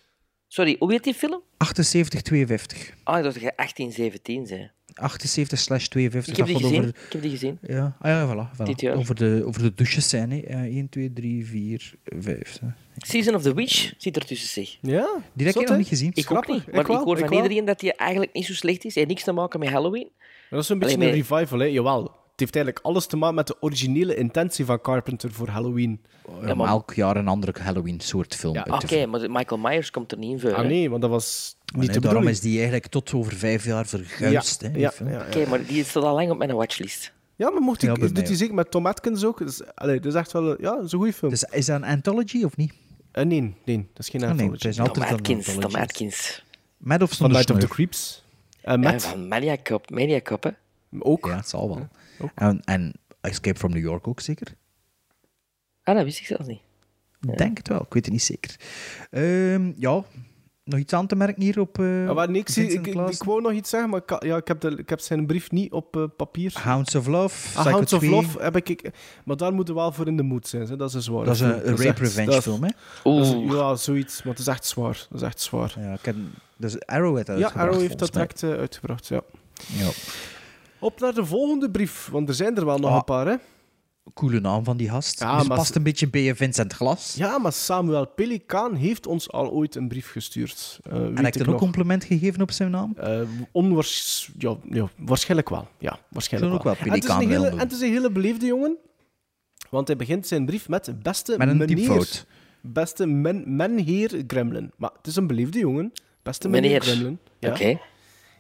E: Sorry, hoe heet die film?
D: 78-52.
E: Ah, dat je 1817 zei.
D: 78 slash 52.
E: Ik heb die
D: dat gaat
E: gezien.
D: over-
E: Ik heb die gezien.
D: Ja, ah, ja voilà. voilà.
E: Dit jaar.
D: Over, de, over de douches zijn. Hè. Eh, 1, 2, 3, 4, 5. Hè.
E: Season of the Witch zit er tussen zich.
C: Ja,
D: Die heb ik nog niet gezien.
E: Ik ook niet, maar ik, hoor van iedereen dat die eigenlijk niet zo slecht is. En niks te maken met Halloween.
C: Dat is een
E: Allee,
C: beetje een revival, hè? Jawel. Het heeft eigenlijk alles te maken met de originele intentie van Carpenter voor Halloween.
D: Ja, maar elk jaar een andere Halloween-soort film. uit
E: Oké,
D: te vinden.
E: maar de- Michael Myers komt er niet in voor.
C: Ah
E: hè.
C: nee, want dat was
D: Maar
C: niet
D: nee,
C: de
D: daarom
C: bedoeling.
D: is die eigenlijk tot over vijf jaar verguisd.
C: Ja,
D: hè, die
C: ja,
D: film.
C: ja, ja.
E: Oké, maar die staat al lang op mijn watchlist.
C: Ja, maar mocht ik,
D: Ja, bij
C: doet
D: mij
C: hij
D: ook.
C: zeker met Tom Atkins ook. Dus, allee, dat is echt wel ja, dat is een goede film.
D: Dus is dat een anthology of niet?
C: Eh, nee, nee, dat is geen
D: Ah, nee,
C: anthology.
D: het is
E: Tom
D: altijd een
E: Atkins, Tom
D: anthology.
E: Atkins.
D: Met of
C: Van
D: zonder
C: Night of the
D: snor?
C: Creeps. Eh
E: Ja,
C: met
E: van Maniac Cop, Maniac Cop, hè.
C: ook.
D: Ja, het zal wel. En, en Escape from New York ook zeker?
E: Ah, dat wist ik zelfs niet.
D: Ik Denk het wel, ik weet het niet zeker. Ehm, ja, nog iets aan te merken hier op. eh,
C: Ja, maar nee, ik, zie-
D: Vincent
C: Ah, ik, ik,
D: Klaassen?
C: ik wou nog iets zeggen, maar ik, kan- ja, ik, heb, de, ik heb zijn brief niet op eh, papier.
D: Hounds of Love.
C: Ah,
D: Psycho
C: Hounds of
D: 2.
C: Love heb ik, ik... Maar daar moeten we wel voor in de moed zijn, hè. dat is een zware
D: Dat is
C: film.
D: een, een
C: is
D: rape
C: echt- dat
D: revenge
C: is-
D: film, hè?
C: dat is-
E: Oeh.
C: Ja, zoiets, maar het is echt zwaar. Dat is echt zwaar.
D: Ja, ik heb, dus Arrow heeft dat
C: Ja,
D: uitgebracht,
C: Arrow heeft
D: volgens
C: dat direct eh, uitgebracht, ja.
D: mij. Ja.
C: Op naar de volgende brief, want er zijn er wel nog
D: Ah.
C: een paar, hè.
D: Coole naam van die gast.
C: Ja,
D: dus
C: maar-
D: past een beetje bij Vincent Glas.
C: Ja, maar Samuel Pelikaan heeft ons al ooit een brief gestuurd. eh, weet
D: en heb ik
C: ik
D: dan ook
C: nog.
D: compliment gegeven op zijn naam?
C: Eh, onwaars... ja, ja, waarschijnlijk wel. Ja, waarschijnlijk
D: Zullen we ook wel
C: En het, is een
D: Pelikaan
C: hele,
D: willen
C: en
D: doen?
C: het is een hele beleefde jongen, want hij begint zijn brief met beste
D: Met een
C: meneer,
D: typfout.
C: Beste men, menheer Gremlin. Maar het is een beleefde jongen. Beste meneer,
E: Meneer.
C: Gremlin. Ja.
E: Oké.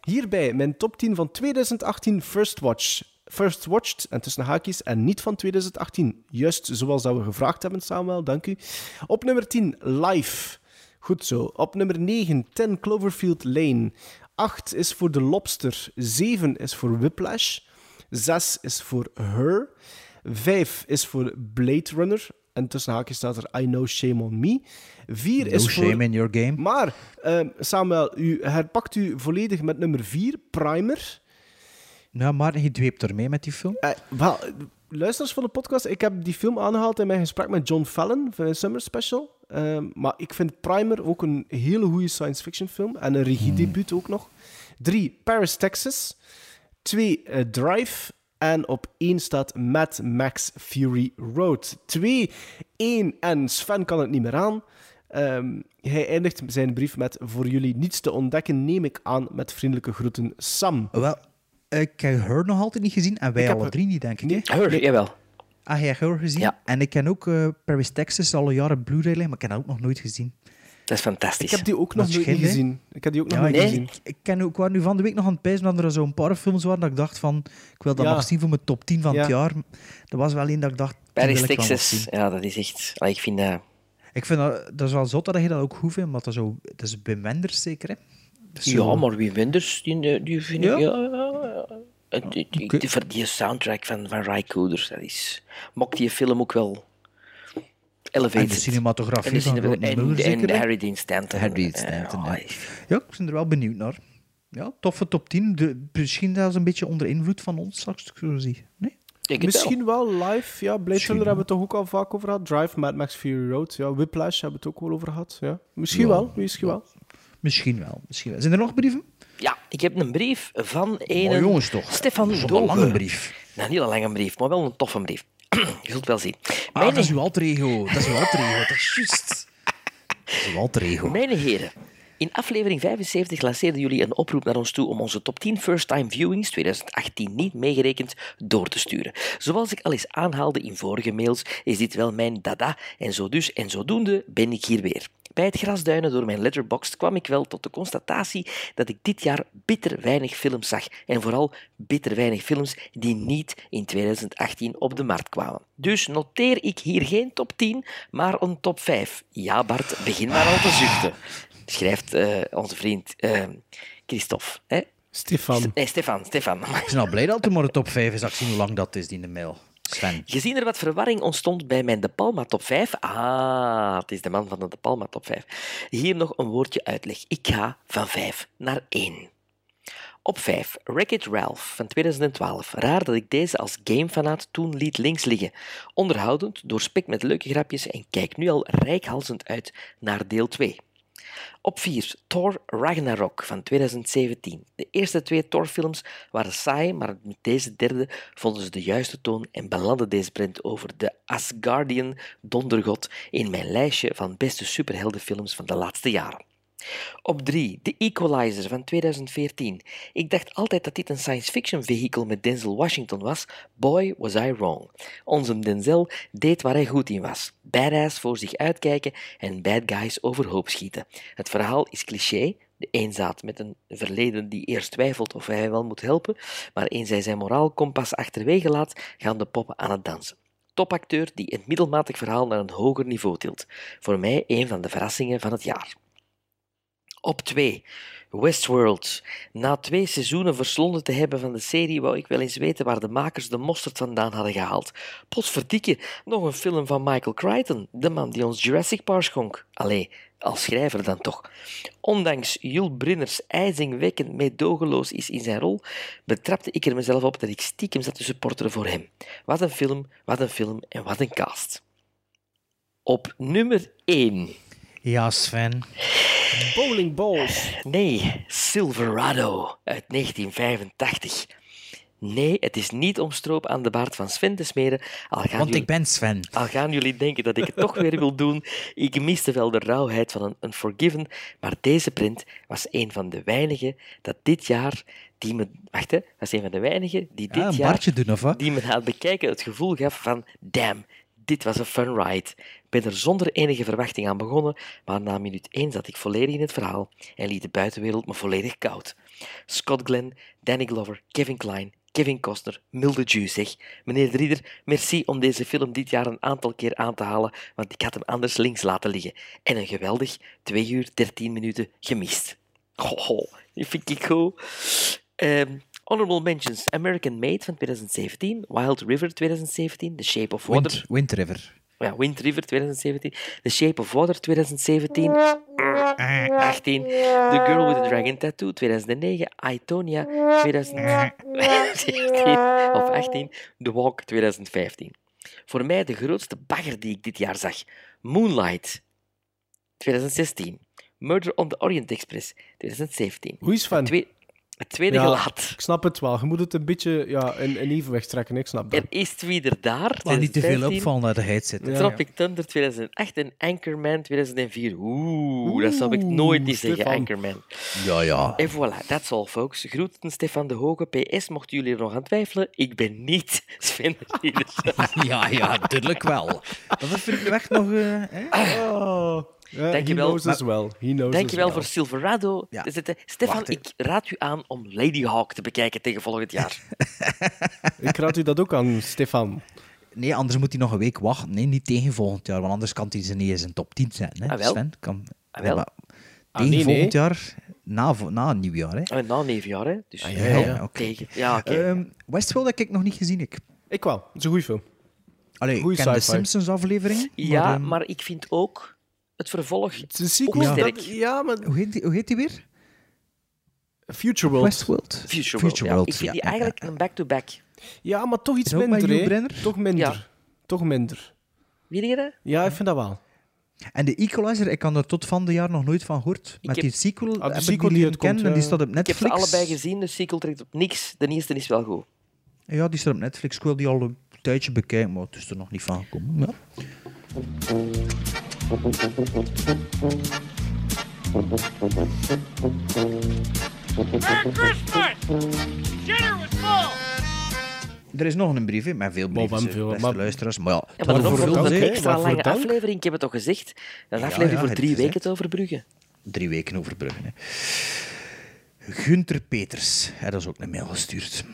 C: Hierbij mijn top 10 van 2018 First Watch. First Watched, en tussen haakjes, en niet van 2018. Juist zoals dat we gevraagd hebben, Samuel, dank u. Op nummer 10, Live. Goed zo. Op nummer 9, 10 Cloverfield Lane. 8 is voor The Lobster. 7 is voor Whiplash. 6 is voor Her. 5 is voor Blade Runner. En tussen haakjes staat er I Know Shame On Me. 4
D: No
C: is voor...
D: shame in your game.
C: Maar, ehm, Samuel, u herpakt u volledig met nummer 4, Primer.
D: Nou, Maarten, je dweept er mee met die film.
C: Eh, wel, luisteraars van de podcast, ik heb die film aangehaald in mijn gesprek met John Fallon van de Summer Special. Ehm, maar ik vind Primer ook een hele goede science fiction film. En een regiedebuut
D: Hmm.
C: ook nog. 3, Paris, Texas. 2, Drive. En op 1 staat Mad Max Fury Road. 2, 1 en Sven kan het niet meer aan. Ehm, hij eindigt zijn brief met: Voor jullie niets te ontdekken, neem ik aan met vriendelijke groeten, Sam.
D: Wel, ik heb haar nog altijd niet gezien en wij
C: Ik heb
D: alle
C: haar-
D: drie niet, denk ik. hè?
E: Her, jawel.
D: Ah, jij hebt haar gezien?
E: Ja.
D: En ik ken ook eh, Paris, Texas al een jaar op Blu-ray, liggen, maar ik heb dat ook nog nooit gezien.
E: Dat is fantastisch.
C: Ik heb die ook nog
D: Dat
C: nooit
D: scheelt,
C: niet
D: hè?
C: gezien. Ik heb die ook nog
D: Ja,
C: nooit
E: nee.
C: gezien.
D: Ik, ik ken ook, waar nu van de week nog aan het pijzen dat er zo'n paar films waren dat ik dacht van, ik wil dat
C: Ja.
D: nog zien voor mijn top 10 van het
C: Ja.
D: jaar. Er was wel één dat ik dacht, die
E: Paris,
D: wil ik wel nog zien.
E: Texas. Ja, dat is echt... Ah, ik vind dat...
D: Ik vind dat, dat is wel zot dat je dat ook goed vindt, maar dat is, zo, dat is bij Wenders zeker, hè? Dat is zo-
E: Ja, maar wie Wenders, die, eh, die vind ik...
D: Ja?
E: Ja, ja, ja. En Die, die, die- voor die soundtrack van, van Ry Cooders, dat is... Mocht die film ook wel... Elevated.
D: En de cinematografie
E: En de
D: van
E: cinema-
D: Rodney
E: en-
D: Miller
E: en
D: zeker, hè?
E: Harry Dean Stanton.
D: Harry Dean
E: Eh,
D: Stanton,
E: ah,
D: ja. Ja, ik ben er wel benieuwd naar. Ja, toffe top 10. De, misschien zelfs een beetje onder invloed van ons, straks ik zo zie. Nee?
E: ik Misschien...
C: Misschien wel live. Ja, Blade Runner hebben we het toch ook al vaak over gehad. Drive, Mad Max Fury Road. Ja, Whiplash hebben we het ook wel over gehad. Ja. Misschien
D: Ja.
C: wel, misschien wel.
D: Misschien wel, misschien wel. Zijn er nog brieven?
E: Ja, ik heb een brief van een...
D: Oh, jongens toch.
E: Stefan
D: Zo'n
E: Doge.
D: lange brief.
E: Nou, niet een lange brief, maar wel een toffe brief. Je zult wel zien.
D: Ah, dat is uw alter ego. Dat is uw alter ego, dat is juist. Dat is uw alter ego.
E: Mijn heren, in aflevering 75 lanceerden jullie een oproep naar ons toe om onze top 10 first-time viewings 2018 niet meegerekend door te sturen. Zoals ik al eens aanhaalde in vorige mails, is dit wel mijn dada en zo dus en zodoende ben ik hier weer. Bij het grasduinen door mijn letterbox kwam ik wel tot de constatatie dat ik dit jaar bitter weinig films zag. En vooral bitter weinig films die niet in 2018 op de markt kwamen. Dus noteer ik hier geen top 10, maar een top 5. Ja, Bart, begin maar al te zuchten. Schrijft eh, onze vriend eh, Christophe. Hè?
C: Stefan.
E: Nee, Stefan, Stefan.
D: Ik ben al nou blij dat het maar de top 5 is. dat Ik zie hoe lang dat is, die in de mail. Sven.
E: Gezien er wat verwarring ontstond bij mijn De Palma top 5. Ah, het is de man van de De Palma top 5. Hier nog een woordje uitleg. Ik ga van 5 naar 1. Op 5, Wreck-It Ralph van 2012. Raar dat ik deze als gamefanaat toen liet links liggen. Onderhoudend, doorspekt met leuke grapjes en kijk nu al rijkhalsend uit naar deel 2. Op 4, Thor Ragnarok van 2017. De eerste twee Thor-films waren saai, maar met deze derde vonden ze de juiste toon en belandde deze print over de Asgardian dondergod in mijn lijstje van beste superheldenfilms van de laatste jaren. Op 3, The Equalizer van 2014. Ik dacht altijd dat dit een science fiction vehikel met Denzel Washington was. Boy, was I wrong. Onze Denzel deed waar hij goed in was. Badass voor zich uitkijken en bad guys overhoop schieten. Het verhaal is cliché. De een zaad met een verleden die eerst twijfelt of hij wel moet helpen, maar eens hij zijn moraal kompas achterwege laat, gaan de poppen aan het dansen topacteur die het middelmatig verhaal naar een hoger niveau tilt. Voor mij een van de verrassingen van het jaar. Op 2. Westworld. Na twee seizoenen verslonden te hebben van de serie, wou ik wel eens weten waar de makers de mosterd vandaan hadden gehaald. Potverdikke, nog een film van Michael Crichton, de man die ons Jurassic Park schonk. Allee, als schrijver dan toch. Ondanks Jules Brinners ijzingwekkend meedogenloos is in zijn rol, betrapte ik er mezelf op dat ik stiekem zat te supporteren voor hem. Wat een film, wat een film en wat een cast. Op nummer 1.
D: Ja, Sven.
C: Bowling balls.
E: Nee, Silverado uit 1985. Nee, het is niet om stroop aan de baard van Sven te smeren. Al gaan
D: Want
E: jullie-
D: ik ben Sven.
E: al gaan jullie denken dat ik het toch weer wil doen, ik miste wel de rauwheid van een Unforgiven, maar deze print was een van de weinige dat dit jaar die me... Wacht, hè. Was een van de weinige die dit
D: Ja, een
E: jaar...
D: bartje doen, of wat?
E: Die me na het bekijken het gevoel gaf van... Damn, dit was een fun ride. Ik ben er zonder enige verwachting aan begonnen, maar na minuut 1 zat ik volledig in het verhaal en liet de buitenwereld me volledig koud. Scott Glenn, Danny Glover, Kevin Klein, Kevin Costner, milde Jew zeg. Meneer de Rieder, merci om deze film dit jaar een aantal keer aan te halen, want ik had hem anders links laten liggen. En een geweldig 2 uur 13 minuten gemist. Ho, ho, die vind ik goed. Ehm, honorable mentions: American Made van 2017, Wild River 2017, The Shape of Water.
D: Wind, Wind River.
E: Ja, Wind River 2017, The Shape of Water 2017, 18, The Girl with the Dragon Tattoo 2009, Itonia 2017 of 18, The Walk 2015. Voor mij de grootste bagger die ik dit jaar zag. Moonlight 2016, Murder on the Orient Express 2017.
C: Hoe is van?
E: Het tweede
C: Ja,
E: gelaat.
C: Ik snap het wel. Je moet het een beetje ja, in, in evenwicht trekken. Ik snap dat.
E: Er is Twitter daar.
D: Laat niet te veel
E: 2015.
D: opvallen uit de heid zitten.
C: Ja.
E: Tropic Thunder 2008 en Anchorman 2004. Oeh, dat zou ik nooit niet zeggen,
D: Stefan.
E: Anchorman.
D: Ja, ja.
E: En voilà, that's all, folks. Groeten Stefan de Hoge. PS, mochten jullie er nog aan twijfelen, ik ben niet Sven de Rieder.
D: Ja, ja, duidelijk wel. Dat vind ik echt nog... eh, hè?
C: Oh. Ja,
E: Dankjewel.
C: He knows us well. He knows us
E: Dankjewel
C: well.
E: voor Silverado.
D: Ja.
E: Er zitten- Stefan,
D: Wacht, hè.
E: ik raad u aan om Lady Hawk te bekijken tegen volgend jaar.
C: Ik raad u dat ook aan, Stefan.
D: Nee, anders moet hij nog een week wachten. Nee, niet tegen volgend jaar, want anders kan hij ze niet eens in top 10 zetten. Hè?
E: Ah, wel.
D: Sven, kan...
E: Ah, wel.
D: maar
C: Ah,
D: tegen
C: nee, nee.
D: volgend jaar, na, vo- na een nieuwjaar. Hè?
E: En Ah, na nevenjaar, hè? Dus
D: Ah, ja, ja, oké.
E: tegen. Ja, oké.
D: Ehm, Westworld heb ik nog niet gezien. Ik.
C: Ik wel. Het is een goede film.
D: Allee, ik
C: Goeie
D: ken de
C: sci-fi.
D: Simpsons aflevering.
E: ja,
D: ehm,
E: maar ik vind ook het vervolg
C: Het is een sequel.
E: Ook
C: dat-
E: sterk.
C: ja, maar
D: hoe, heet die, hoe heet die weer?
C: Future World.
D: Westworld.
E: Future World. ja.
D: World,
E: Ik vind
D: ja,
E: die
D: ja, ja,
E: eigenlijk een back-to-back.
C: Ja, maar toch iets
D: Is ook
C: minder.
D: met Hugh
C: hè.
D: Brenner?
C: Toch minder.
E: Ja.
C: Toch minder.
E: Weet je dat?
C: Ja, ik vind dat wel.
D: En de Equalizer, ik kan er tot van de jaar nog nooit van gehoord. Met
E: heb-
D: die sequel, heb ik
C: sequel Ah, die
D: die leren
C: uitkomt, eh,
D: kennen en die
C: ja.
D: staat op
E: Ik heb
D: Netflix.
E: ze allebei gezien, de sequel trekt op niks. De eerste is wel goed.
D: Ja, die staat op Netflix. Ik wil die al een tijdje bekijken, maar het is er nog niet van gekomen. Ja.
K: Merry Christmas! Dinner was full!
D: Er is nog een brief hè, met veel
C: we hebben
D: brieven, eh,
C: veel,
D: beste
C: maar-
D: luisteraars. Maar ja,
E: Ja, maar dan
C: Waarvoor
E: voor
C: dank,
E: een
C: hè?
E: extra
C: Waarvoor
E: lange
C: dank?
E: aflevering, ik heb het toch gezegd. Een
D: Ja,
E: aflevering
D: ja,
E: voor
D: het
E: drie
D: is, hè.
E: weken te overbruggen.
D: drie weken overbruggen. Hè. Gunther Peters, hij dat is ook een mail gestuurd.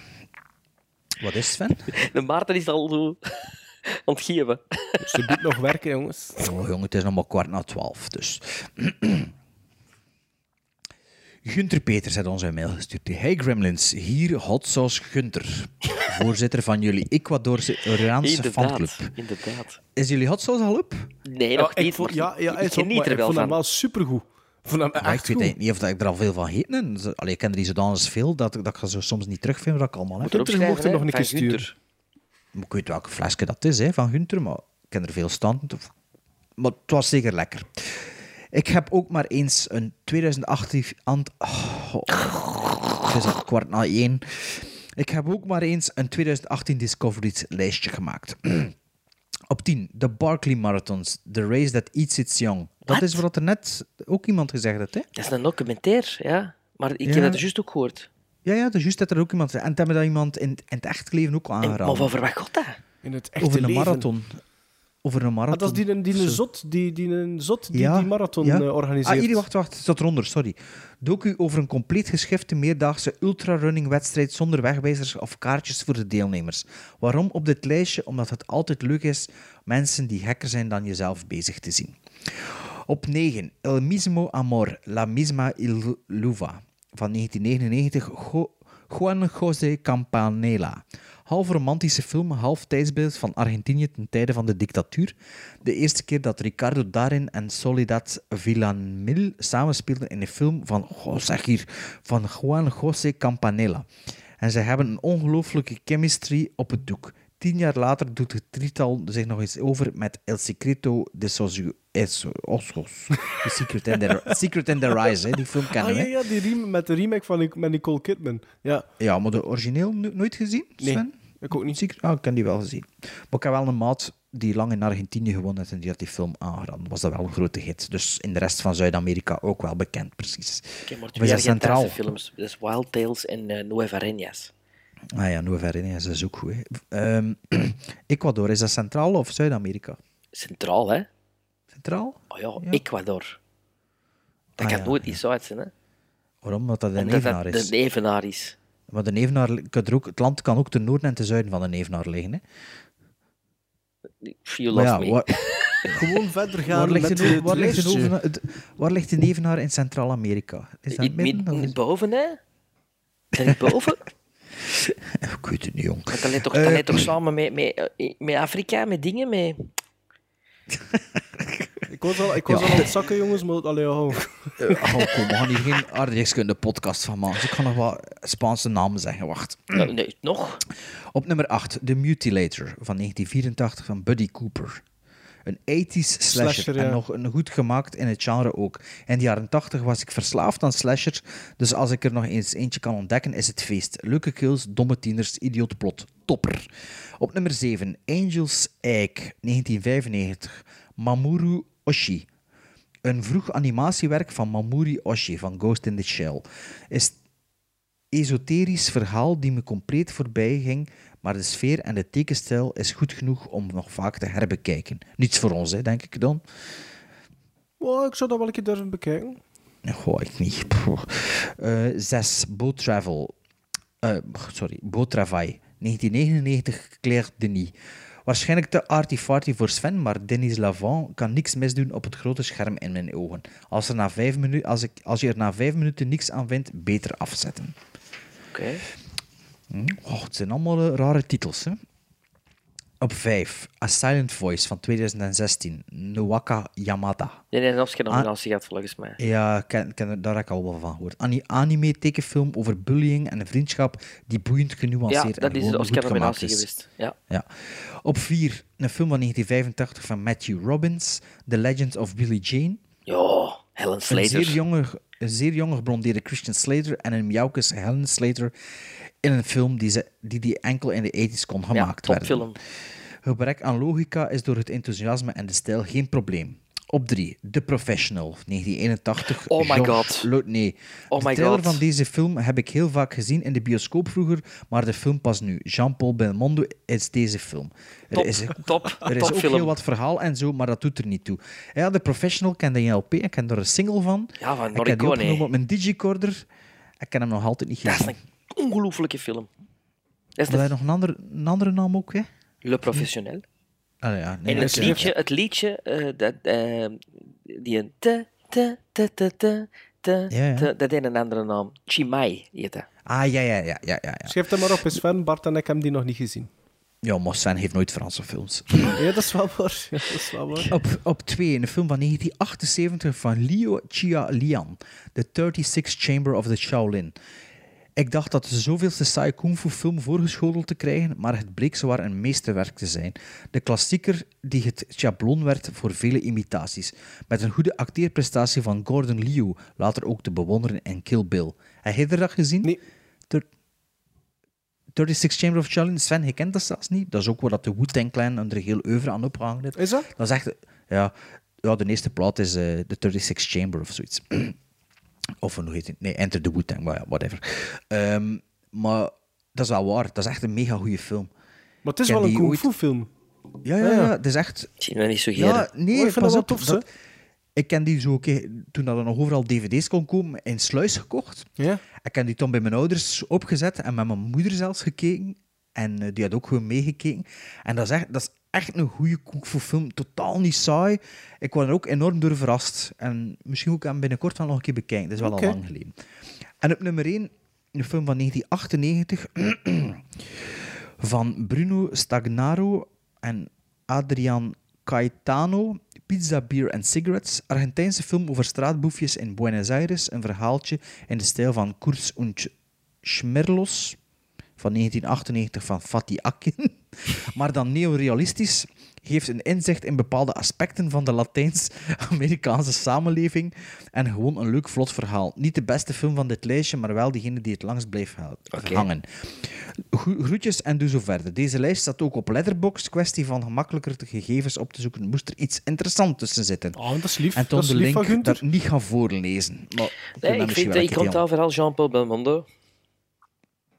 D: Wat is Sven?
E: De Maarten is al zo ontgeven.
C: Ze doet nog werken, jongens.
D: Oh, jongen, het is nog maar kwart na twaalf, dus... Gunter Peters heeft ons een mail gestuurd. Hey Gremlins, hier Hot Sauce Gunter, voorzitter van jullie Ecuadorse fanclub.
E: Inderdaad, inderdaad.
D: Is jullie Hot Sauce al op?
E: Nee, nog
C: ik
E: niet.
C: vond-
E: maar
C: ja, ja,
E: ik
C: is ook,
E: geniet
C: maar
E: er
C: ik
E: wel
C: vond hem
E: van.
C: wel supergoed. Ik vond hem
D: Maar Ah, ik
C: echt
D: weet
C: goed.
D: eigenlijk niet of dat ik er al veel van gegeten heb. Allee, ik ken er die zodanig veel dat, ik- dat ik zo soms niet terugvind wat ik allemaal heb.
E: Moet erop
C: Gunter, je mocht hem nog een
E: schrijven,
C: keer
E: hè, van
C: sturen.
E: Gunter.
D: Maar Ik weet welke flesje dat is hè, van Gunther, maar ik ken er veel stand. Maar het was zeker lekker. Ik heb ook maar eens een 2018... ant- Oh, het is al kwart na één. Ik heb ook maar eens een 2018 Discoveries lijstje gemaakt. Op 10, de Barclay Marathons, The Race That Eats Its Young. Dat is wat er net ook iemand gezegd heeft, hè?
E: Dat is een documentaire, ja. Maar ik
D: Ja.
E: heb dat juist ook gehoord.
D: Ja, ja, dus juist dat er ook iemand... En dat hebben dat iemand in, in het echt leven ook
E: En,
D: aangeraden.
E: maar van waar gaat dat?
C: In het echte
D: Over een
C: leven.
D: marathon. Over een
C: Ah,
D: marathon.
C: dat is die, die,
D: Zo.
C: die zot die, die, een zot die, die marathon
D: ja.
C: eh, organiseert.
D: Ah, hier, wacht, wacht. Het Staat eronder, sorry. Docu over een compleet geschifte meerdaagse ultrarunning wedstrijd zonder wegwijzers of kaartjes voor de deelnemers. Waarom op dit lijstje? Omdat het altijd leuk is mensen die gekker zijn dan jezelf bezig te zien. Op 9. El mismo amor, la misma iluva. Van 1999, Jo- Juan José Campanella. Half romantische film, half tijdsbeeld van Argentinië ten tijde van de dictatuur. De eerste keer dat Ricardo Darin en Soledad Villamil samenspeelden in een film van, goh, zeg hier, van Juan José Campanella. En ze hebben een ongelooflijke chemistry op het doek. Tien jaar later doet het drietal zich nog eens over met El Secreto de Sosu... Es- Osos. The Secret and the, Secret and the Rise, hè. die film kennen
C: Ah, ja,
D: we.
C: ja, die rem- met de remake van Nic- met Nicole Kidman. Ja.
D: Ja, maar de origineel no- nooit gezien,
C: Nee,
D: Sven?
C: ik ook niet.
D: Secret- Ah, ik heb die wel gezien. Maar ik heb wel een maat die lang in Argentinië gewoond heeft en die had die film aangeraden. Was dat wel een grote hit. Dus in de rest van Zuid-Amerika ook wel bekend, precies.
E: Ik heb maar
D: We
E: twee
D: zijn
E: Argentijnse
D: centraal.
E: films. Dat is Wild Tales en eh, Nueva Reñas.
D: Ah ja, Nueva Vereniging is ook goed. hè. Ehm, Ecuador, is dat Centraal of Zuid-Amerika?
E: Centraal, hè?
D: Centraal?
E: Oh ja, Ecuador. Dat
D: Ah,
E: kan
D: ja,
E: nooit iets uit zijn, hè?
D: Waarom? Omdat dat een
E: Omdat dat
D: evenaar is.
E: De evenaar is.
D: Maar de evenaar kan er ook, het land kan ook ten noorden en ten zuiden van de evenaar liggen. Hè?
E: You
D: Maar
E: lost
D: ja,
E: me.
D: waar,
C: Gewoon verder gaan
D: waar, ligt
C: met
D: de,
C: het
D: waar, ligt de
C: lijstje.
D: overna- het- waar ligt de evenaar in Centraal-Amerika? Is dat
E: Niet
D: midden?
E: midden,
D: of
E: niet
D: is-
E: boven, hè? Ben ik boven?
D: Oh, Ik weet het niet, jong.
E: Want dat lijkt toch, dat lijkt toch samen met, met, eh, met Afrika, met dingen, met...
C: Ik was al, ik was
D: Ja.
C: al aan het zakken, jongens, maar... Allee, oh.
D: Oh, kom, we gaan hier geen aardrijkskunde-podcast van maken. Dus ik ga nog wat Spaanse namen zeggen, wacht.
E: Nou, nee, nog?
D: Op nummer 8, The Mutilator van 1984 van Buddy Cooper. Een 80s slasher,
C: Slasher, ja.
D: en nog een goed gemaakt in het genre ook. In de jaren 80 was ik verslaafd aan slashers, dus als ik er nog eens eentje kan ontdekken, is het feest. Leuke kills, domme tieners, idioot plot, topper. Op nummer 7, Angels Egg, 1995, Mamoru Oshii. Een vroeg animatiewerk van Mamuri Oshii van Ghost in the Shell. Is esoterisch verhaal die me compleet voorbij ging, maar de sfeer en de tekenstijl is goed genoeg om nog vaak te herbekijken. Niets voor ons, hè, denk ik dan.
C: Oh, ik zou dat wel een keer durven bekijken.
D: Goh, ik niet. Pff. Eh, zes, Boat Travel. Eh, sorry, Boat Travail. 1999, Claire Denis. Waarschijnlijk te arty-farty voor Sven, maar Denis Lavant kan niks misdoen op het grote scherm in mijn ogen. Als, er na vijf minu- als, ik, als je er na vijf minuten niks aan vindt, beter afzetten.
E: Oké.
D: Hm? Och, het zijn allemaal eh, rare titels. Hè? Op 5, A Silent Voice van 2016, Noaka Yamada.
E: Nee, nee, dat is geen
D: Ah.
E: nominatie gehad, volgens mij.
D: Ja, ik ken, ken, er- daar heb ik al wel van gehoord. Ani- Anime-tekenfilm over bullying en vriendschap die boeiend
E: Ja,
D: genuanceerd en
E: dat is
D: gewoon
E: de
D: goed
E: Oscar-nominatie
D: gemaakt dus- is.
E: geweest. Ja.
D: Ja. Op 4, een film van 1985 van Matthew Robbins, The Legend of Billy Jane.
E: Ja, Helen
D: Een zeer
E: Slater.
D: jonge, een zeer jonge geblondeerde Christian Slater en een miauwkes Helen Slater in een film die, ze, die, die enkel in de 80s kon gemaakt
E: ja,
D: worden.
E: topfilm.
D: Gebrek aan logica is door het enthousiasme en de stijl geen probleem. Op 3, The Professional, 1981.
E: Oh my
D: George
E: God.
D: Lautner.
E: Oh
D: de
E: my
D: trailer
E: God.
D: van deze film heb ik heel vaak gezien in de bioscoop vroeger, maar de film pas nu. Jean-Paul Belmondo is deze film. Er
E: Top,
D: is
E: top,
D: er is ook
E: topfilm.
D: heel wat verhaal en zo, maar dat doet er niet toe. Ja, The Professional kende je LP, ik ken er een single van.
E: Ja, van
D: Ik heb die
E: Morricone,
D: opgenomen
E: hè.
D: op mijn digicorder. Ik ken hem nog altijd niet
E: Dat is
D: gezien.
E: een ongelooflijke film. Dat is
D: Maar
E: de
D: hij heeft nog een andere, een andere naam ook, hè?
E: Le Professionnel.
D: Ah, ja, nee,
E: En
D: dat
E: het
D: is-
E: ehm, liedje, het liedje eh, dat, eh, die een te, te, te, te, te, te,
D: Ja, ja.
E: te- dat heeft een andere naam. Chimay heet dat.
D: Ah, ja, ja, ja, ja, ja. ja.
C: Schrijf dat maar op, is Sven, Bart en ik hebben die nog niet gezien.
D: Ja, maar Sven heeft nooit Franse films.
C: Ja, dat is wel waar. Ja, dat is wel waar.
D: Op, op twee, in een film van 1978 van Liu Chia Lian, The 36 Chamber of the Shaolin. Ik dacht dat de zoveelste saaie kung fu film voorgeschoteld te krijgen, maar het bleek zwaar een meesterwerk te zijn. De klassieker die het schabloon werd voor vele imitaties. Met een goede acteerprestatie van Gordon Liu, later ook te bewonderen in Kill Bill. Heb je dat gezien?
C: Nee.
D: 36 Chamber of Shaolin, Sven, je kent dat zelfs niet. Dat is ook waar dat de Wu-Tang Clan onder heel oeuvre aan opgehangen heeft.
C: Is dat?
D: Dat is echt... Ja, ja de eerste plaat is eh, de 36 Chamber of zoiets. of een, hoe heet het? Nee, Enter the Wu-Tang, maar ja, whatever. Ehm, maar dat is wel waar. Dat is echt een mega goede film.
C: Maar het is
D: Ken
C: wel een
D: die
C: kung
D: ooit-
C: fu film.
D: Ja, ja,
C: Ja, ja.
D: ja. Het is echt...
E: Ik zie dat niet zo
D: Ja,
E: geren.
D: nee,
C: Maar ik vind
D: pas
C: dat wel
D: op,
C: tof,
D: dat- Ik ken die zo, oké, toen dat er nog overal dvd's kon komen, in Sluis gekocht.
C: Ja.
D: Ik heb die toen bij mijn ouders opgezet en met mijn moeder zelfs gekeken. En eh, die had ook gewoon meegekeken. En dat is echt, dat is echt een goede koek voor film. Totaal niet saai. Ik word er ook enorm door verrast. En misschien ook hem binnenkort wel nog een keer bekijken. Dat is wel
C: Oké.
D: al lang geleden. En op nummer 1, een film van 1998 van Bruno Stagnaro en Adrian Caetano. Pizza, Beer and Cigarettes. Argentijnse film over straatboefjes in Buenos Aires. Een verhaaltje in de stijl van Kurz und Schmerlos van 1998 van Fatih Akin. Maar dan neorealistisch geeft een inzicht in bepaalde aspecten van de Latijns-Amerikaanse samenleving. En gewoon een leuk, vlot verhaal. Niet de beste film van dit lijstje, maar wel degene die het langst blijft ha-
E: Oké.
D: hangen. Gro- Groetjes en doe zo verder. Deze lijst staat ook op Letterboxd. Kwestie van gemakkelijker de gegevens op te zoeken. Moest er iets interessants tussen zitten.
C: Oh, dat is lief.
D: En Tom
C: dat is
D: de
C: lief van
D: Link
C: Gunther.
D: dat niet gaan voorlezen. Maar
E: Nee, ik, vind, ik onthoud vooral Jean-Paul Belmondo.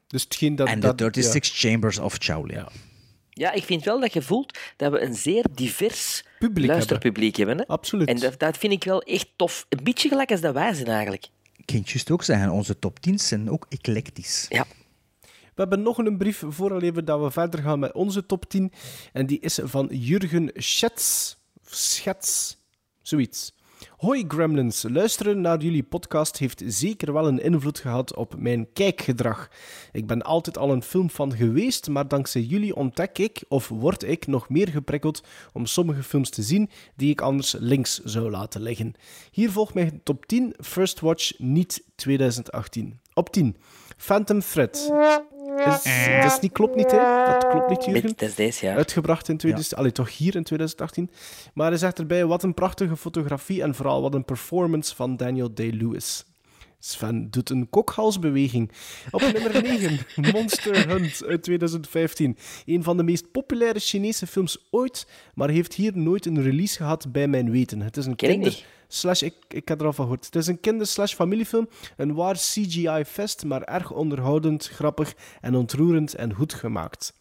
C: Dus hetgeen dat...
D: En de
C: dat-
D: 36 Chambers of Shaolin.
E: Ja, ik vind wel dat je voelt dat we een zeer divers
C: Publiek
E: luisterpubliek hebben. hè.
C: Absoluut.
E: En dat, dat vind ik wel echt tof. Een beetje gelijk als dat wij zijn eigenlijk.
D: Kindjes ook zeggen, onze top 10 zijn ook eclectisch.
E: Ja.
C: We hebben nog een brief vooraleer we- dat we verder gaan met onze top 10. En die is van Jurgen Schets. Schets. Zoiets. Hoi Gremlins, luisteren naar jullie podcast heeft zeker wel een invloed gehad op mijn kijkgedrag. Ik ben altijd al een filmfan geweest, maar dankzij jullie ontdek ik of word ik nog meer geprikkeld om sommige films te zien die ik anders links zou laten liggen. Hier volgt mijn top 10 First Watch niet 2018. Op 10. Phantom Thread. Is, dat is niet, klopt niet, hè? Dat klopt niet, Jurgen.
E: Met- Dat is deze, ja.
C: Uitgebracht in 2018, allee, toch hier in 2018. Maar hij zegt erbij, wat een prachtige fotografie en vooral wat een performance van Daniel Day-Lewis. Sven doet een kokhalsbeweging. Op nummer 9, Monster Hunt uit 2015. Een van de meest populaire Chinese films ooit, maar heeft hier nooit een release gehad bij mijn weten. Het is een
E: Ken ik
C: kinder...
E: niet.
C: Slash, ik, ik heb er al van gehoord. Het is een kinder-slash-familiefilm. Een waar CGI-fest, maar erg onderhoudend, grappig en ontroerend en goed gemaakt.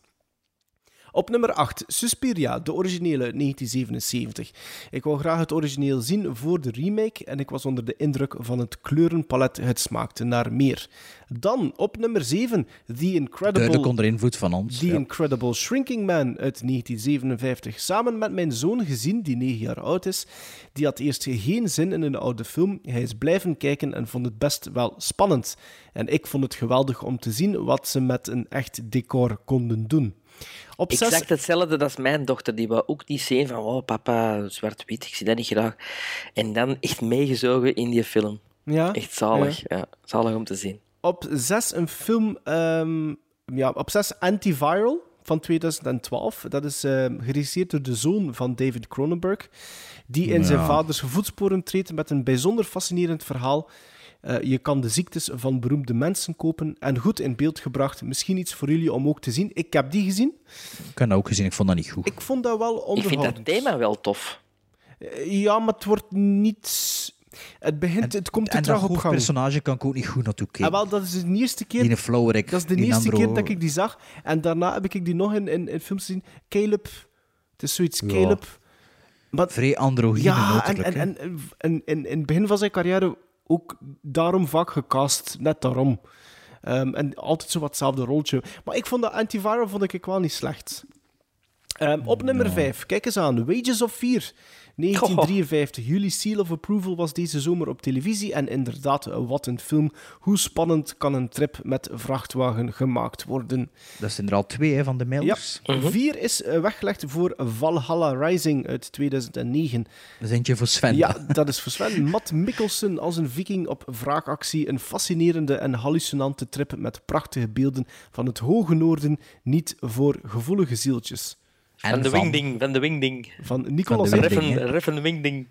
C: Op nummer 8, Suspiria, de originele uit 1977. Ik wou graag het origineel zien voor de remake en ik was onder de indruk van het kleurenpalet. Het smaakte naar meer. Dan op nummer 7, The
D: Duidelijk
C: Incredible
D: onder invloed van ons.
C: The
D: ja.
C: Incredible Shrinking Man uit 1957. Samen met mijn zoon gezien, die 9 jaar oud is. Die had eerst geen zin in een oude film. Hij is blijven kijken en vond het best wel spannend. En ik vond het geweldig om te zien wat ze met een echt decor konden doen. Op zes-
E: Exact hetzelfde als mijn dochter. Die wou ook niet zien van, oh papa, zwart-wit, ik zie dat niet graag. En dan echt meegezogen in die film.
C: Ja?
E: Echt zalig. Ja. Zalig om te zien.
C: Op 6 een film, ehm, ja, op 6 Antiviral van 2012. Dat is ehm geregisseerd door de zoon van David Cronenberg, die in zijn
D: Ja.
C: vaders voetsporen treedt met een bijzonder fascinerend verhaal. Eh, je kan de ziektes van beroemde mensen kopen en goed in beeld gebracht. Misschien iets voor jullie om ook te zien. Ik heb die gezien.
D: Ik heb dat ook gezien, ik vond dat niet goed.
C: Ik vond dat wel
E: Ik vind
C: onderhoudend.
E: dat thema wel tof.
C: Eh, Ja, maar het wordt niet... Het, begint, het komt te
D: en dat
C: traag op gang.
D: hoofdpersonage kan ik ook niet goed naartoe
C: En
D: kijken.
C: Ah, wel, dat is de eerste keer...
D: die Flowerick,
C: Dat is de eerste keer dat ik die zag. En daarna heb ik die nog in, in, in films gezien. Caleb. Het is zoiets,
D: Ja.
C: Caleb.
D: Vrij androgyne
C: Ja, en,
D: uiterlijk,
C: en,
D: hè.
C: en, en, en- in- in het begin van zijn carrière ook daarom vaak gecast. Net daarom. Ehm, en altijd zo wat hetzelfde rolletje. Maar ik vond dat Antiviral vond ik wel niet slecht. Ehm, op nummer 5, kijk eens aan, Wages of Fear. 1953, jullie Seal of Approval was deze zomer op televisie. En inderdaad, eh, wat een film. Hoe spannend kan een trip met vrachtwagen gemaakt worden?
D: Dat zijn er al twee hè, van de mailers.
C: Ja. Vier is eh, weggelegd voor Valhalla Rising uit 2009.
D: Dat is eentje voor Sven.
C: Ja, dat is voor Sven. Matt Mikkelsen als een viking op wraakactie. Een fascinerende en hallucinante trip met prachtige beelden van het hoge noorden. Niet voor gevoelige zieltjes.
E: Van de Wingding, van de Wingding.
C: Van Nicolas
E: van de
C: Winding,
E: Reffen,
C: hè?
E: Reffen Wingding.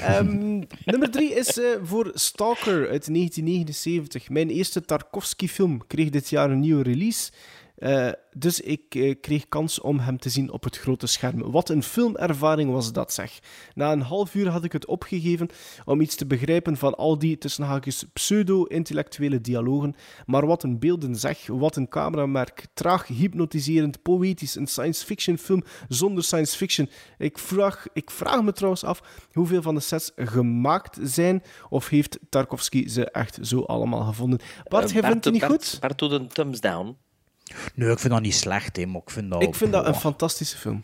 C: Ehm, nummer drie is eh, voor Stalker uit 1979. Mijn eerste Tarkovsky-film kreeg dit jaar een nieuwe release. Eh, dus ik eh, kreeg kans om hem te zien op het grote scherm. Wat een filmervaring was dat, zeg. Na een half uur had ik het opgegeven om iets te begrijpen van al die tussen haakjes pseudo-intellectuele dialogen. Maar wat een beelden, zeg. Wat een cameramerk. Traag, hypnotiserend, poëtisch. Een science fiction film zonder science fiction. Ik vraag, ik vraag me trouwens af hoeveel van de sets gemaakt zijn. Of heeft Tarkovsky ze echt zo allemaal gevonden? Bart,
E: Eh,
C: jij vindt het niet
E: Bart-
C: goed?
E: Bart doet een thumbs down.
D: Nee, ik vind dat niet slecht, hè, maar ik vind dat... Oh,
C: Ik vind dat een fantastische film.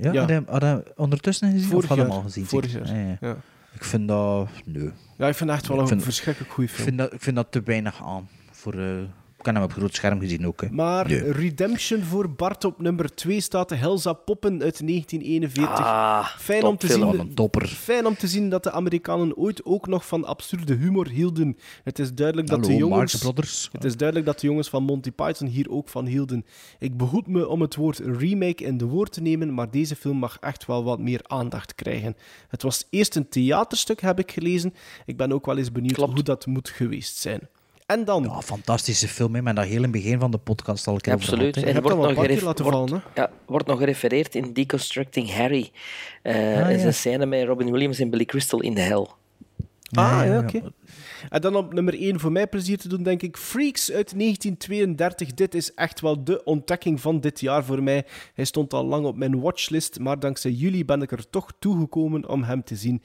D: Ja,
C: ja.
D: Had, je, had je ondertussen gezien
C: Vorig
D: of had je hem
C: jaar.
D: al gezien?
C: Vorig
D: zeker?
C: jaar,
D: Ja, ja.
C: ja.
D: Ik vind dat... Nee.
C: Ja, ik vind het echt wel
D: Ik
C: een
D: vind-
C: verschrikkelijk goede
D: Ik
C: film.
D: vind dat, ik vind dat te weinig aan. Voor, eh, ik kan hem op groot scherm gezien ook. Hè.
C: Maar
D: Nee.
C: Redemption voor Bart op nummer 2 staat de Helza Poppen uit 1941.
D: Ah,
C: Fijn om, te
D: topfilm.
C: zien,
D: Wat een dopper.
C: fijn om te zien dat de Amerikanen ooit ook nog van absurde humor hielden. Het is duidelijk dat de
D: Hallo,
C: jongens...
D: Marx Brothers.
C: Het is duidelijk dat de jongens van Monty Python hier ook van hielden. Ik behoed me om het woord remake in de woord te nemen, maar deze film mag echt wel wat meer aandacht krijgen. Het was eerst een theaterstuk, heb ik gelezen. Ik ben ook wel eens benieuwd hoe dat moet geweest zijn. En dan...
D: Ja, fantastistische film, hè. Maar dat heel in het begin van de podcast al een keer over gehad,
E: Absoluut.
D: hè.
E: En wordt nog, geref- wordt-
C: vallen,
E: ja, wordt nog gerefereerd in Deconstructing Harry. Eh
C: Ah,
E: is
C: ja.
E: een scène met Robin Williams en Billy Crystal in de hel.
C: Ah, ja, oké. En dan op nummer 1 voor mij plezier te doen, denk ik. Freaks uit 1932. Dit is echt wel de ontdekking van dit jaar voor mij. Hij stond al lang op mijn watchlist, maar dankzij jullie ben ik er toch toegekomen om hem te zien.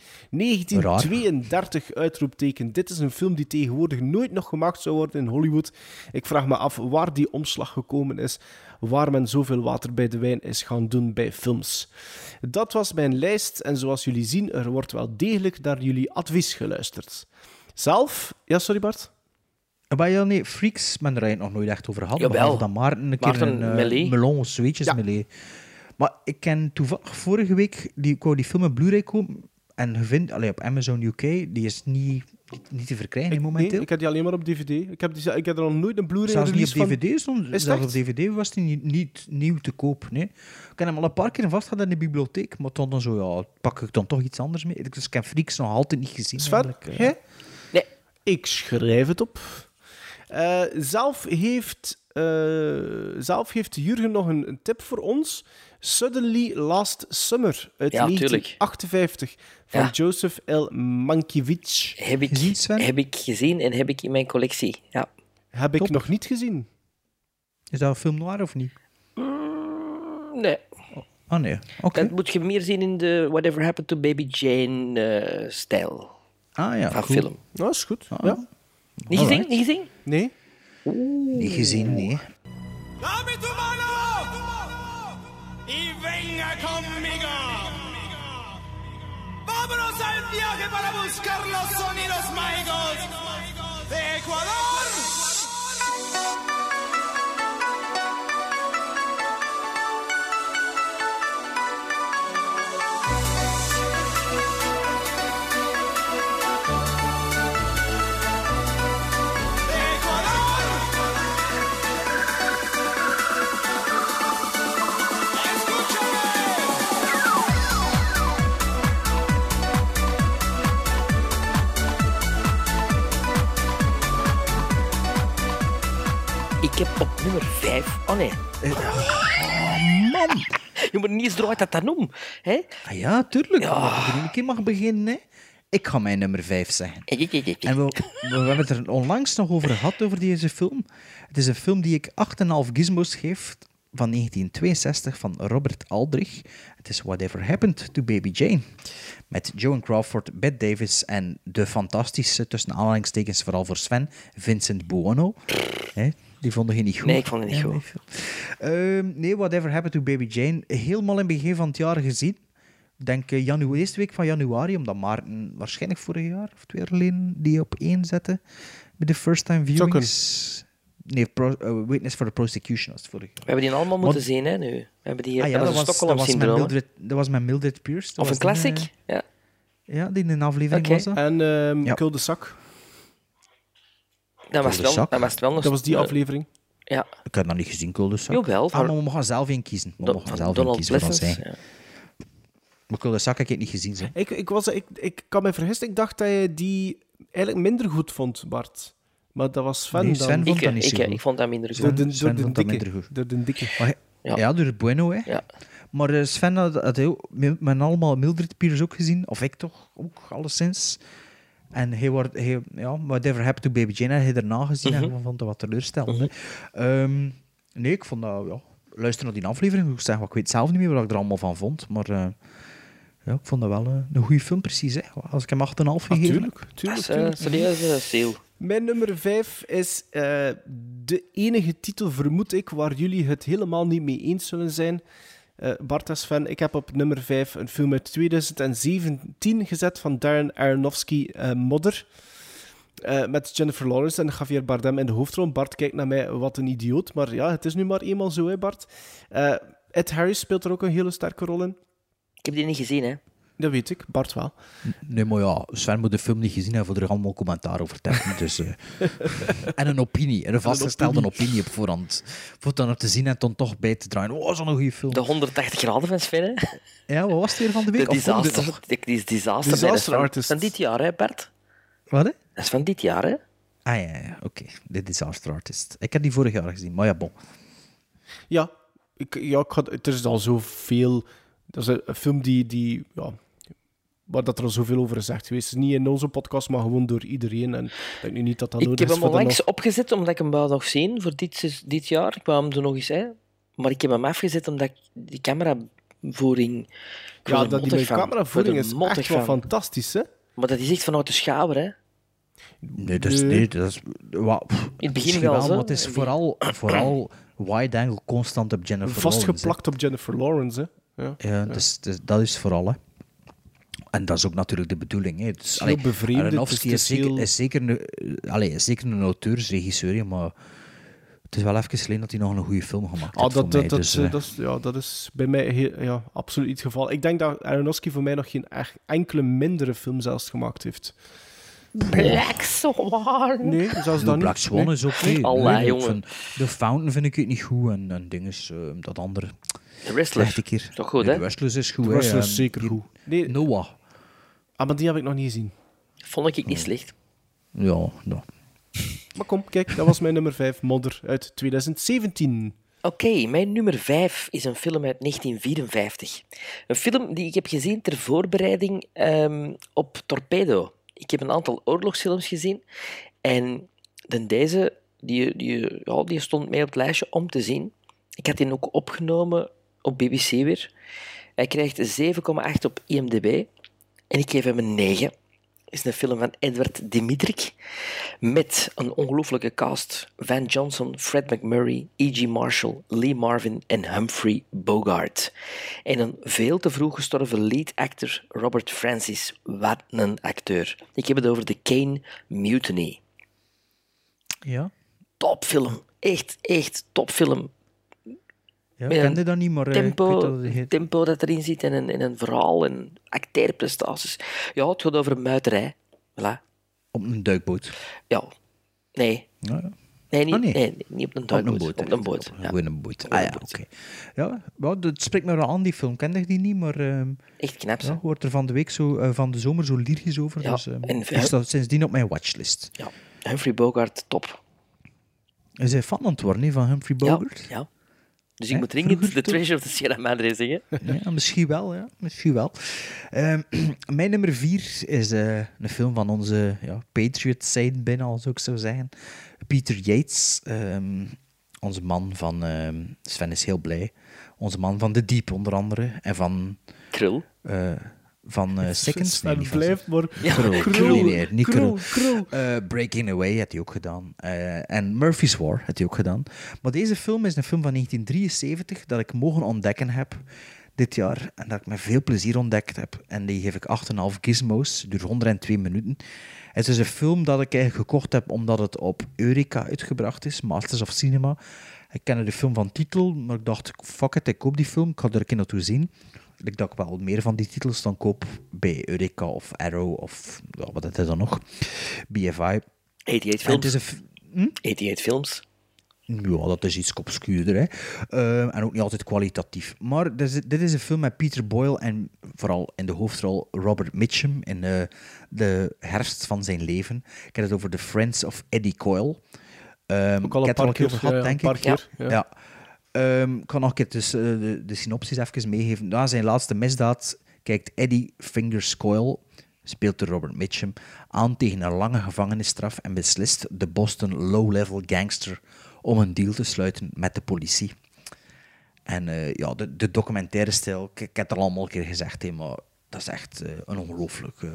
C: 1932 uitroepteken. Dit is een film die tegenwoordig nooit nog gemaakt zou worden in Hollywood. Ik vraag me af waar die omslag gekomen is. Waar men zoveel water bij de wijn is gaan doen bij films. Dat was mijn lijst en zoals jullie zien, er wordt wel degelijk naar jullie advies geluisterd. Zelf? Ja, sorry Bart.
D: Maar ja, Ah, nee, Freaks, men daar eigenlijk nog nooit echt over gehad.
E: Jawel.
D: behalve dat Maarten een keer
E: Maarten
D: een eh,
E: Melee.
D: melon of zoiets melee. Maar ik ken toevallig vorige week, die, ik wou die film in Blu-ray kopen en gevind, allee, op Amazon UK, die is niet, niet te verkrijgen hè, momenteel.
C: Nee, ik heb die alleen maar op DVD. Ik heb, die, ik heb er nog nooit een Blu-ray
D: Zelfs niet
C: release
D: op
C: van-
D: DVD, soms,
C: Is
D: zelfs
C: het
D: op
C: echt?
D: DVD was die niet, niet nieuw te koop. Nee. Ik heb hem al een paar keer vastgehad in de bibliotheek, maar toen dan zo, ja, pak ik dan toch iets anders mee. Dus ik heb Freaks nog altijd niet gezien.
C: Sven,
D: eigenlijk, eh.
C: jij? Ik schrijf het op. Eh, zelf, heeft, eh, zelf heeft Jurgen nog een, een tip voor ons. Suddenly Last Summer uit
E: Ja, tuurlijk.
C: 1958 van
E: Ja.
C: Joseph L. Mankiewicz.
E: Heb ik, heb ik gezien en heb ik in mijn collectie. Ja.
C: Heb ik nog niet gezien.
D: Is dat een film noir of niet?
E: Nee.
D: Ah nee, oké.
E: Dat moet je meer zien in de Whatever Happened to Baby Jane-stijl
D: Ah ja,
E: van
D: cool.
E: film.
C: Dat Nou, is goed.
D: Ah.
C: Ja.
E: Niet gezien? Niet gezien?
C: Nee.
D: Niet gezien, nee.
O: y venga conmigo. Vámonos al viaje para buscar los sonidos mágicos de Ecuador.
E: Ik heb op nummer 5. Oh nee.
D: Eh, Oh, man.
E: Je moet niet eens eruit dat dat noem. Hè?
D: Ah ja, tuurlijk. Als ik er een keer mag beginnen, hè. Ik ga mijn nummer 5 zeggen. En we, we hebben het er onlangs nog over gehad, over deze film. Het is een film die ik 8,5 gizmos geef, van 1962, van Robert Aldrich. Het is Whatever Happened to Baby Jane. Met Joan Crawford, Bette Davis en de fantastische, tussen aanhalingstekens vooral voor Sven, Vincent Buono. Hè, die vonden je niet goed.
E: Nee, ik vond het niet
D: Ja,
E: goed.
D: Ehm, nee, Whatever Happened to Baby Jane. Helemaal in het begin van het jaar gezien. denk eh, janu eerste week van januari, omdat Maarten waarschijnlijk vorig jaar of twee jaar geleden die op één zette met de first time viewings. Nee, pro- eh, Witness for the Prosecution was het vorig
E: We hebben die allemaal moeten zien, hè, nu. We hebben die
D: Ah ja,
E: dat
D: dat
E: was een
D: was, dat, was met
E: Stockholm-syndroom. hè.
D: Mildred, dat was met Mildred Pierce. Dat
E: Of een
D: was die,
E: classic.
D: eh,
E: Ja.
D: ja, die in een aflevering
E: Oké.
D: was dat.
C: En ehm
D: Ja.
C: Cul de Sac.
E: Dat was,
D: de
E: wel,
D: zak.
E: dat was wel nog...
C: Dat was die
E: eh,
C: aflevering.
E: Ja.
D: Ik heb dat niet gezien, Cul de Sac.
E: Jawel,
D: Ah,
E: van-
D: maar we mogen zelf in kiezen. We
E: Do-
D: mogen
E: van
D: zelf in
E: Donald
D: kiezen voor ons
E: Pleasence,
D: eigen. Maar Cul de Sac heb ik niet gezien. Zo.
C: Ik, ik, was, ik, ik kan me vergissen, ik dacht dat je die eigenlijk minder goed vond, Bart. Maar dat was Sven
D: Nee,
C: dan.
D: Sven vond
E: Ik, eh,
D: dat niet
E: ik,
D: zo
E: ik,
D: goed.
E: vond dat minder
C: Door
E: goed.
C: de,
D: Sven
C: door de
D: vond dat minder
C: dikke.
D: goed.
C: Door de dikke.
D: Maar,
E: Ja.
D: ja. door Bueno, hè.
E: Ja.
D: Maar eh, Sven had, had heel, men allemaal Mildred Pierce ook gezien, of ik toch, ook alleszins. En hij wordt, hij, ja, Whatever Happened to Baby Jane, had hij daarna gezien en hij vond dat wat teleurstellend. hè. Ehm, nee, ik vond dat, ja, luister naar die aflevering, ik, zeg, maar ik weet zelf niet meer wat ik er allemaal van vond, maar eh, ja, ik vond dat wel eh, een goede film, precies. Hè. Als ik hem 8,5 gegeven
C: Tuurlijk,
D: heb.
E: Dat
C: tuurlijk,
E: is eh,
C: tuurlijk.
E: serieus eh, ziel.
C: Mijn nummer 5 is eh, de enige titel, vermoed ik, waar jullie het helemaal niet mee eens zullen zijn. Eh Bart en Sven, ik heb op nummer 5 een film uit 2017 gezet van Darren Aronofsky, eh Modder. Eh, met Jennifer Lawrence en Javier Bardem in de hoofdrol. Bart kijkt naar mij, wat een idioot. Maar ja, het is nu maar eenmaal zo, hè, Bart. Eh, Ed Harris speelt er ook een hele sterke rol in.
E: Ik heb die niet gezien, hè.
C: Dat weet ik, Bart wel.
D: Nee, maar ja, Sven moet de film niet gezien hebben voor er allemaal commentaar over te hebben. Dus, eh, en een opinie, en een vastgestelde opinie. op voorhand. Voor dan op te zien en dan toch bij te draaien. Oh, zo'n goede film.
E: De 180 graden van Sven, hè.
D: Ja, wat was het weer van de
E: De
D: week? Of volgende
E: disaster,
D: dag?
E: de, die disaster,
D: Disaster
E: nee, dat is van-
D: artist.
E: Van dit jaar, hè, Bert?
D: Wat, hè?
E: Dat is van dit jaar, hè?
D: Ah ja, ja oké. De Disaster Artist. Ik heb die vorig jaar gezien, maar ja, bon.
C: Ja, ik, ja ik had, er is al zoveel. Dat is een, een film die. die ja, waar dat er al zoveel over is gezegd geweest. is. Niet in onze podcast, maar gewoon door iedereen. En ik denk nu niet dat dat
E: Ik
C: nodig
E: heb
C: is.
E: hem
C: dus voor de
E: onlangs
C: nog-
E: opgezet omdat ik hem wou nog zien voor dit, se- dit jaar. Ik wou hem er nog eens hè. Maar ik heb hem afgezet omdat ik die cameravoering. Ik
C: Ja,
E: word
C: dat
E: er
C: die
E: mottig
C: met
E: van.
C: cameravoering
E: Ik word
C: is
E: er
C: echt
E: mottig
C: wel
E: van.
C: fantastisch, hè?
E: Maar dat is echt vanuit de schouder, hè?
D: Nee, dat is... Nee, dat is wa- pff,
E: het begin
D: misschien
E: wel, zo.
D: maar het is vooral, vooral wide-angle constant op Jennifer Lawrence, hè.
C: Vastgeplakt op Jennifer Lawrence, hè? Ja.
D: Ja, dus, dus dat is vooral. Hè. En dat is ook natuurlijk de bedoeling. Hè. Dus,
C: heel bevreemdend,
D: Aronofsky
C: het
D: is,
C: is- het is
D: zeker,
C: heel-
D: is, zeker een, eh, allee, is zeker een auteursregisseur, hè, maar het is wel even geleden dat hij nog een goede film gemaakt
C: Ah,
D: heeft.
C: dat,
D: voor
C: dat,
D: mij,
C: dat,
D: dus,
C: eh,
D: eh,
C: dat is, ja, dat is bij mij heel- ja, absoluut niet het geval. Ik denk dat Aronofsky voor mij nog geen echt enkele mindere film zelfs gemaakt heeft.
E: Black Swan.
C: Nee, zelfs
D: Blue
C: dan
D: Black
C: niet.
D: Swan
C: Nee.
D: is oké. Nee,
E: Allee,
D: ik
E: jongen.
D: vind- The Fountain vind ik het niet goed en, en ding is eh, dat andere.
E: De Wrestler.
D: Dacht ik hier.
E: Toch goed,
D: Nee,
E: hè?
D: The Wrestlers is goed.
C: The
D: hè,
C: Wrestler is
D: en
C: zeker
D: die-
C: goed. Nee,
D: Noah.
C: ah, maar die heb ik nog niet gezien.
E: Vond ik niet slecht.
D: Ja, nou. ja.
C: Maar kom, kijk, dat was mijn nummer 5, Modder, uit 2017.
E: Oké, mijn nummer 5 is een film uit 1954. Een film die ik heb gezien ter voorbereiding ehm, op Torpedo. Ik heb een aantal oorlogsfilms gezien. En dan deze, die, die, ja, die stond mee op het lijstje om te zien. Ik had die ook opgenomen op BBC weer. Hij krijgt 7,8 op IMDb. En ik geef hem een 9. Is een film van Edward Dimitrik. Met een ongelooflijke cast. Van Johnson, Fred McMurray, E.G. Marshall, Lee Marvin en Humphrey Bogart. En een veel te vroeg gestorven lead actor, Robert Francis. Wat een acteur. Ik heb het over de Kane Mutiny.
D: Ja,
E: Topfilm. Echt, echt topfilm.
D: ja
E: Met
D: ik
E: een
D: kende dat niet, maar eh, ik
E: tempo,
D: weet dat het
E: een
D: heet.
E: tempo dat erin zit en een, en een verhaal en acteerprestaties. Ja, het gaat over een muiterij. Voilà.
D: Op een duikboot.
E: Ja. Nee.
D: Ja, ja.
E: Nee, niet,
D: Ah,
E: nee.
D: nee.
E: niet op een
D: Op een
E: duikboot.
D: boot.
E: Op een boot.
D: Op
E: ja.
D: Gewoon een boot. Ah ja, oké. Ja, wel, dat spreekt me wel aan, die film. Kende ik die niet, maar ehm
E: Echt knap,
D: ja,
E: hè?
D: hoort er van de, week zo, eh, van de zomer zo lyrisch over.
E: Ja,
D: dus, ehm,
E: en-
D: die staat sindsdien op mijn watchlist.
E: Ja. Humphrey Bogart, top.
D: Is hij fan aan het worden hè, van Humphrey Bogart?
E: Ja. Dus ik
D: Hè,
E: moet dringend
D: vroeger
E: de
D: toch?
E: Treasure of the Sierra Madre zeggen.
D: Ja, misschien wel. Ja, misschien wel. Ehm, mijn nummer vier is eh, een film van onze ja, Patriots zijn binnen, als ik zou zeggen. Peter Yates, ehm, onze man van... ehm, Sven is heel blij. Onze man van The Deep, onder andere. En van...
E: Krul.
D: eh, van eh Seconds. Nee,
C: En
D: niet van
C: blijft maar...
D: Krul,
C: Krul,
D: Nee, nee, niet
C: krul,
D: Krul. Eh, Breaking Away had hij ook gedaan. Eh, en Murphy's War had hij ook gedaan. Maar deze film is een film van 1973 dat ik mogen ontdekken heb. dit jaar en dat ik met veel plezier ontdekt heb. En die geef ik 8,5 gizmos, duurt 102 minuten. Het is een film dat ik eigenlijk gekocht heb omdat het op Eureka uitgebracht is, Masters of Cinema. Ik kende de film van titel, maar ik dacht, fuck it, ik koop die film, ik ga er een keer naartoe zien. Ik dacht wel meer van die titels dan koop bij Eureka of Arrow of ja, wat het is dan nog, BFI.
E: 88
D: En het
E: films.
D: is een f- hm?
E: 88 films.
D: Ja, dat is iets obscuurder. Hè. Eh, en ook niet altijd kwalitatief. Maar dit is, dit is een film met Peter Boyle en vooral in de hoofdrol Robert Mitchum in eh, de herfst van zijn leven. Ik heb het over The Friends of Eddie Coyle. Ehm,
C: Ook al een
D: ik heb het
C: paar
D: een keer
C: keer,
D: over gehad,
C: eh,
D: denk
C: een
D: ik.
C: paar keer,
D: Ja.
C: ja.
D: Ja. Ehm, ik kan nog een keer dus, eh, de, de synopsis even meegeven. Na zijn laatste misdaad kijkt Eddie Fingers Coyle, speelt door Robert Mitchum, aan tegen een lange gevangenisstraf en beslist de Boston low-level gangster om een deal te sluiten met de politie. En eh, ja, de, de documentaire stijl, ik, ik heb het al allemaal een keer gezegd, hè, maar dat is echt eh, een ongelooflijke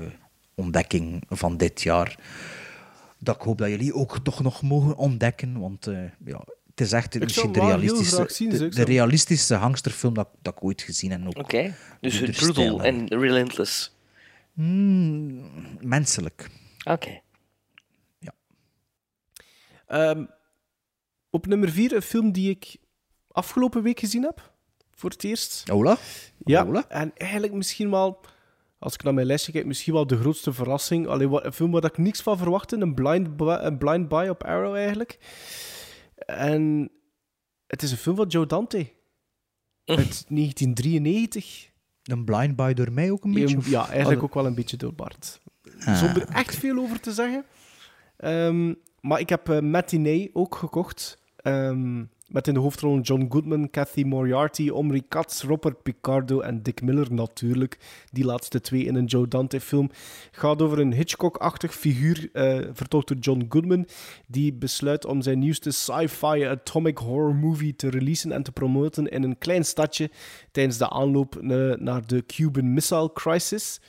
D: ontdekking van dit jaar. Dat ik hoop dat jullie ook toch nog mogen ontdekken, want eh, ja, het is echt
C: Ik zou
D: misschien
C: hem
D: de
C: wel heel
D: realistische,
C: graag zien,
D: de,
C: zeg, ik
D: de
C: zou-
D: realistische hangsterfilm dat, dat ik ooit gezien heb. Oké,
E: Oké, dus brutal en relentless.
D: Hmm, menselijk.
E: Oké.
C: Ehm, op nummer 4 een film die ik afgelopen week gezien heb. Voor het eerst.
D: Ola?
C: Ja, en eigenlijk misschien wel, als ik naar mijn lijstje kijk, misschien wel de grootste verrassing. Alleen een film waar ik niks van verwachtte. Een blind, bu- een blind buy op Arrow eigenlijk. En het is een film van Joe Dante. Uit 1993.
D: Een blind buy door mij ook een beetje? of-
C: Ja, eigenlijk
D: Oh,
C: ook wel een beetje door Bart.
D: Ah,
C: Zonder echt veel over te zeggen. Ehm, maar ik heb eh Matinee ook gekocht. Ehm, met in de hoofdrollen John Goodman, Kathy Moriarty, Omri Katz, Robert Picardo en Dick Miller natuurlijk. Die laatste twee in een Joe Dante-film. Gaat over een Hitchcock-achtig figuur, eh vertolkt door John Goodman, die besluit om zijn nieuwste sci-fi atomic horror movie te releasen en te promoten in een klein stadje tijdens de aanloop eh, naar de Cuban Missile Crisis.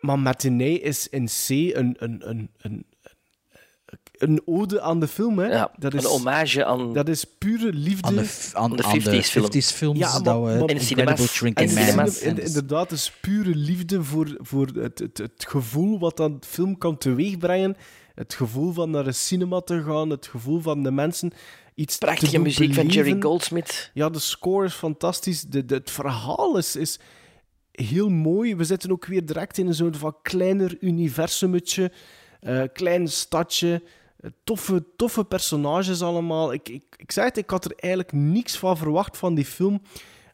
C: Maar Matinee is in C een, een, een, een, een ode aan de film. Hè?
E: Ja,
C: dat
E: een
C: is,
E: hommage aan...
C: dat is pure liefde.
D: Aan de, f- aan,
E: Aan de
D: aan de
E: 50s
D: 50s,
E: film.
D: films,
C: Ja, maar-
D: dat we
C: maar-
E: En de
D: Incredible
E: cinema's.
D: Shrinking
E: En de
D: Man.
E: cinema's.
C: Inde- inde- Inderdaad, is pure liefde voor, voor het, het, het gevoel wat dat film kan teweegbrengen. Het gevoel van naar een cinema te gaan, het gevoel van de mensen iets te
E: Prachtige
C: doen
E: muziek van
C: beleven.
E: Jerry Goldsmith.
C: Ja, de score is fantastisch. De, de- het verhaal is, is heel mooi. We zitten ook weer direct in een soort van kleiner universumetje. eh, klein stadje. eh, Toffe, toffe personages allemaal. Ik, ik, ik zei het, ik had er eigenlijk niks van verwacht van die film.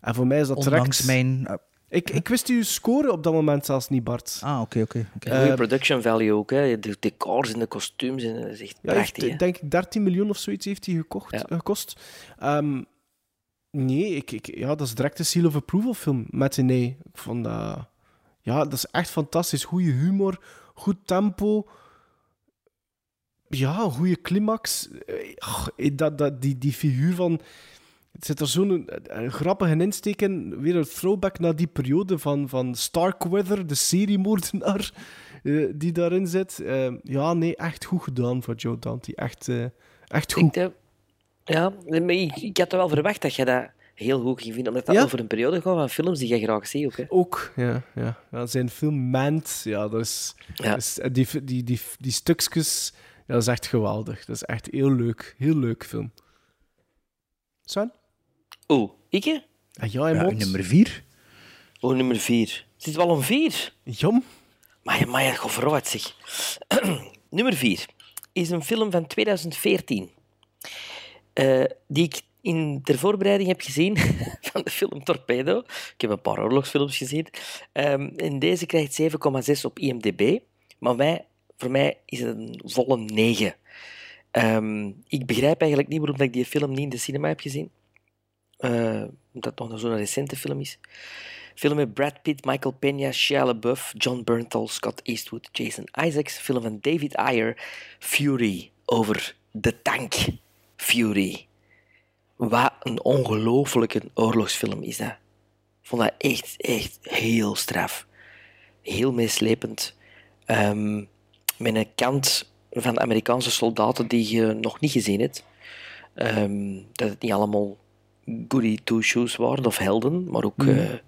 C: En voor mij is dat
D: Ondanks
C: direct...
D: mijn... eh,
C: Ik, ik wist uw score op dat moment zelfs niet, Bart.
D: ah, oké, oké. oké.
E: Goede production value ook, hè. De decors en de kostuums, en dat is echt
C: Ja, hij heeft,
E: prachtig. hè.
C: denk ik 13 miljoen of zoiets heeft hij gekocht, eh, gekost. Ehm, nee, ik, ik, ja, dat is direct een seal of approval film met een nee. Ik vond dat... Ja, dat is echt fantastisch. Goede humor, goed tempo. Ja, goede climax. Eh, ach, dat, dat, die, die figuur van... Het zit er zo'n een- een grappige insteek in. Weer een throwback naar die periode van, van Starkweather, de seriemoordenaar eh, die daarin zit. Eh, ja, nee, echt goed gedaan voor Joe Dante. Echt, eh, echt goed.
E: Ik, denk- ja, nee, maar ik, ik had wel verwacht dat je dat heel goed ging vinden, omdat dat
C: Ja.
E: over een periode gaat van films die je graag ziet ook. Hè.
C: Ook, ja, ja. ja zijn film Mant, ja, dat is, dat is- eh, die, die, die, die stukjes, ja, dat is echt geweldig. Dat is echt heel leuk. Heel leuk film. Sven?
E: Oeh, ik hè?
C: Ah, ja, en
E: Eh,
D: Ja,
C: mond.
D: nummer vier.
E: Oh, nummer vier. Is dit wel een vier?
C: Jam.
E: Maar maar ja, vooruit zeg. nummer vier is een film van 2014. eh, die ik in ter voorbereiding heb gezien van de film Torpedo. Ik heb een paar oorlogsfilms gezien. Ehm, en deze krijgt 7,6 op IMDb. Maar wij, voor mij is het een volle 9. Ehm, ik begrijp eigenlijk niet waarom ik die film niet in de cinema heb gezien. Eh, omdat het nog zo'n recente film is. Film met Brad Pitt, Michael Peña, Shia LaBeouf, John Bernthal, Scott Eastwood, Jason Isaacs. Film van David Ayer, Fury, over de tank. Fury. Wat een ongelofelijke oorlogsfilm is dat. Ik vond dat echt, echt heel straf. Heel meeslepend. Ehm, met een kant van Amerikaanse soldaten die je nog niet gezien hebt. Ehm, dat het niet allemaal goody two-shoes waren, of helden, maar ook
C: Mhm.
E: eh, een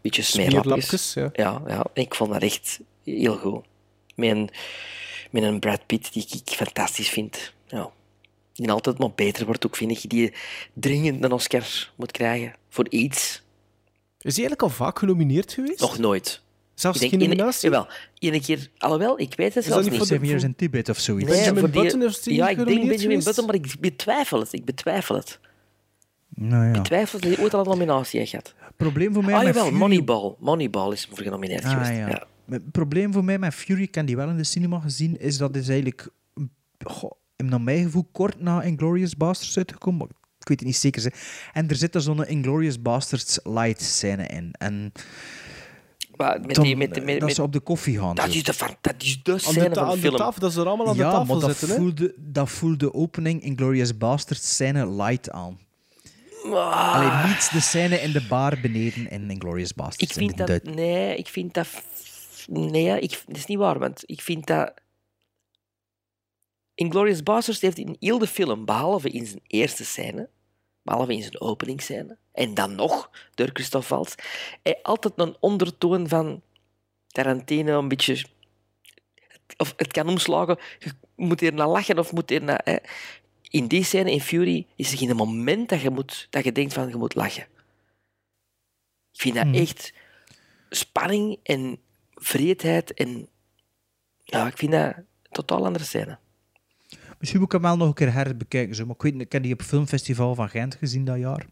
E: beetje smeerlapjes.
C: Smeerlapjes, ja.
E: Ja, ja. ik vond dat echt heel goed. Met een, met een Brad Pitt die ik fantastisch vind. Ja. Die altijd maar beter wordt ook, vind ik. Die dringend een Oscar moet krijgen voor iets.
C: Is hij eigenlijk al vaak genomineerd geweest?
E: Nog nooit.
C: Zelfs
E: Ik
C: geen
E: ene-
C: nominatie?
E: Jawel. Ene keer, alhoewel, ik weet het
C: dat
E: zelfs
C: niet
E: niet.
C: voor de-
D: Seven Years in Tibet of zoiets.
E: Nee,
C: Benjamin
E: voor die-
C: Button heeft die
E: Ja, ik denk
C: genomineerd
E: Benjamin
C: geweest?
E: Button, maar ik betwijfel het. Ik betwijfel het.
D: Nou ja.
E: Ik twijfel dat hij ooit al een nominatie heeft gehad.
D: Probleem voor mij
E: ah,
D: met
E: jawel,
D: Fury-
E: Moneyball. Moneyball is voor genomineerd
D: Ah,
E: geweest.
D: ja.
E: Ja.
D: Het probleem voor mij met Fury, ik heb die wel in de cinema gezien, is dat is eigenlijk, mm, goh, naar mijn gevoel, kort na Inglorious Bastards uitgekomen. Maar ik weet het niet zeker. Zeg. En er zit er zo'n Inglorious Bastards light scène in. En
E: Maar met
D: dan,
E: die, met,
D: eh,
E: met, met,
D: dat ze op de koffie gaan.
E: dat
D: zo.
E: is de, fan- dat is de
C: Aan
E: scène
C: de, ta-
E: van de
C: aan de
E: film.
C: tafel, dat ze er allemaal aan de
D: ja,
C: tafel
D: maar dat
C: zitten. hè?
D: voelde, dat voelde opening Inglorious Bastards scène light aan.
E: Ah,
D: Alleen niet de scène in de bar beneden in Inglorious Bastards.
E: ik vind
D: in de
E: dat...
D: Duits-
E: Nee, ik vind dat... Nee, ik, dat is niet waar, want ik vind dat... Inglourious Basterds heeft in heel de film, behalve in zijn eerste scène, behalve in zijn openingsscène, en dan nog door Christophe Waltz, eh, altijd een ondertoon van Tarantino, een beetje... Of het kan omslagen, je moet hier naar lachen of moet hier naar... eh. In die scène, in Fury, is er geen moment dat je, moet, dat je denkt van, je moet lachen. Ik vind dat echt spanning en vreedheid en... Ja, ik vind dat een totaal andere scène.
D: Misschien moet ik hem wel nog een keer herbekijken. Zo. Maar ik weet niet, ik heb die op Filmfestival van Gent gezien dat jaar.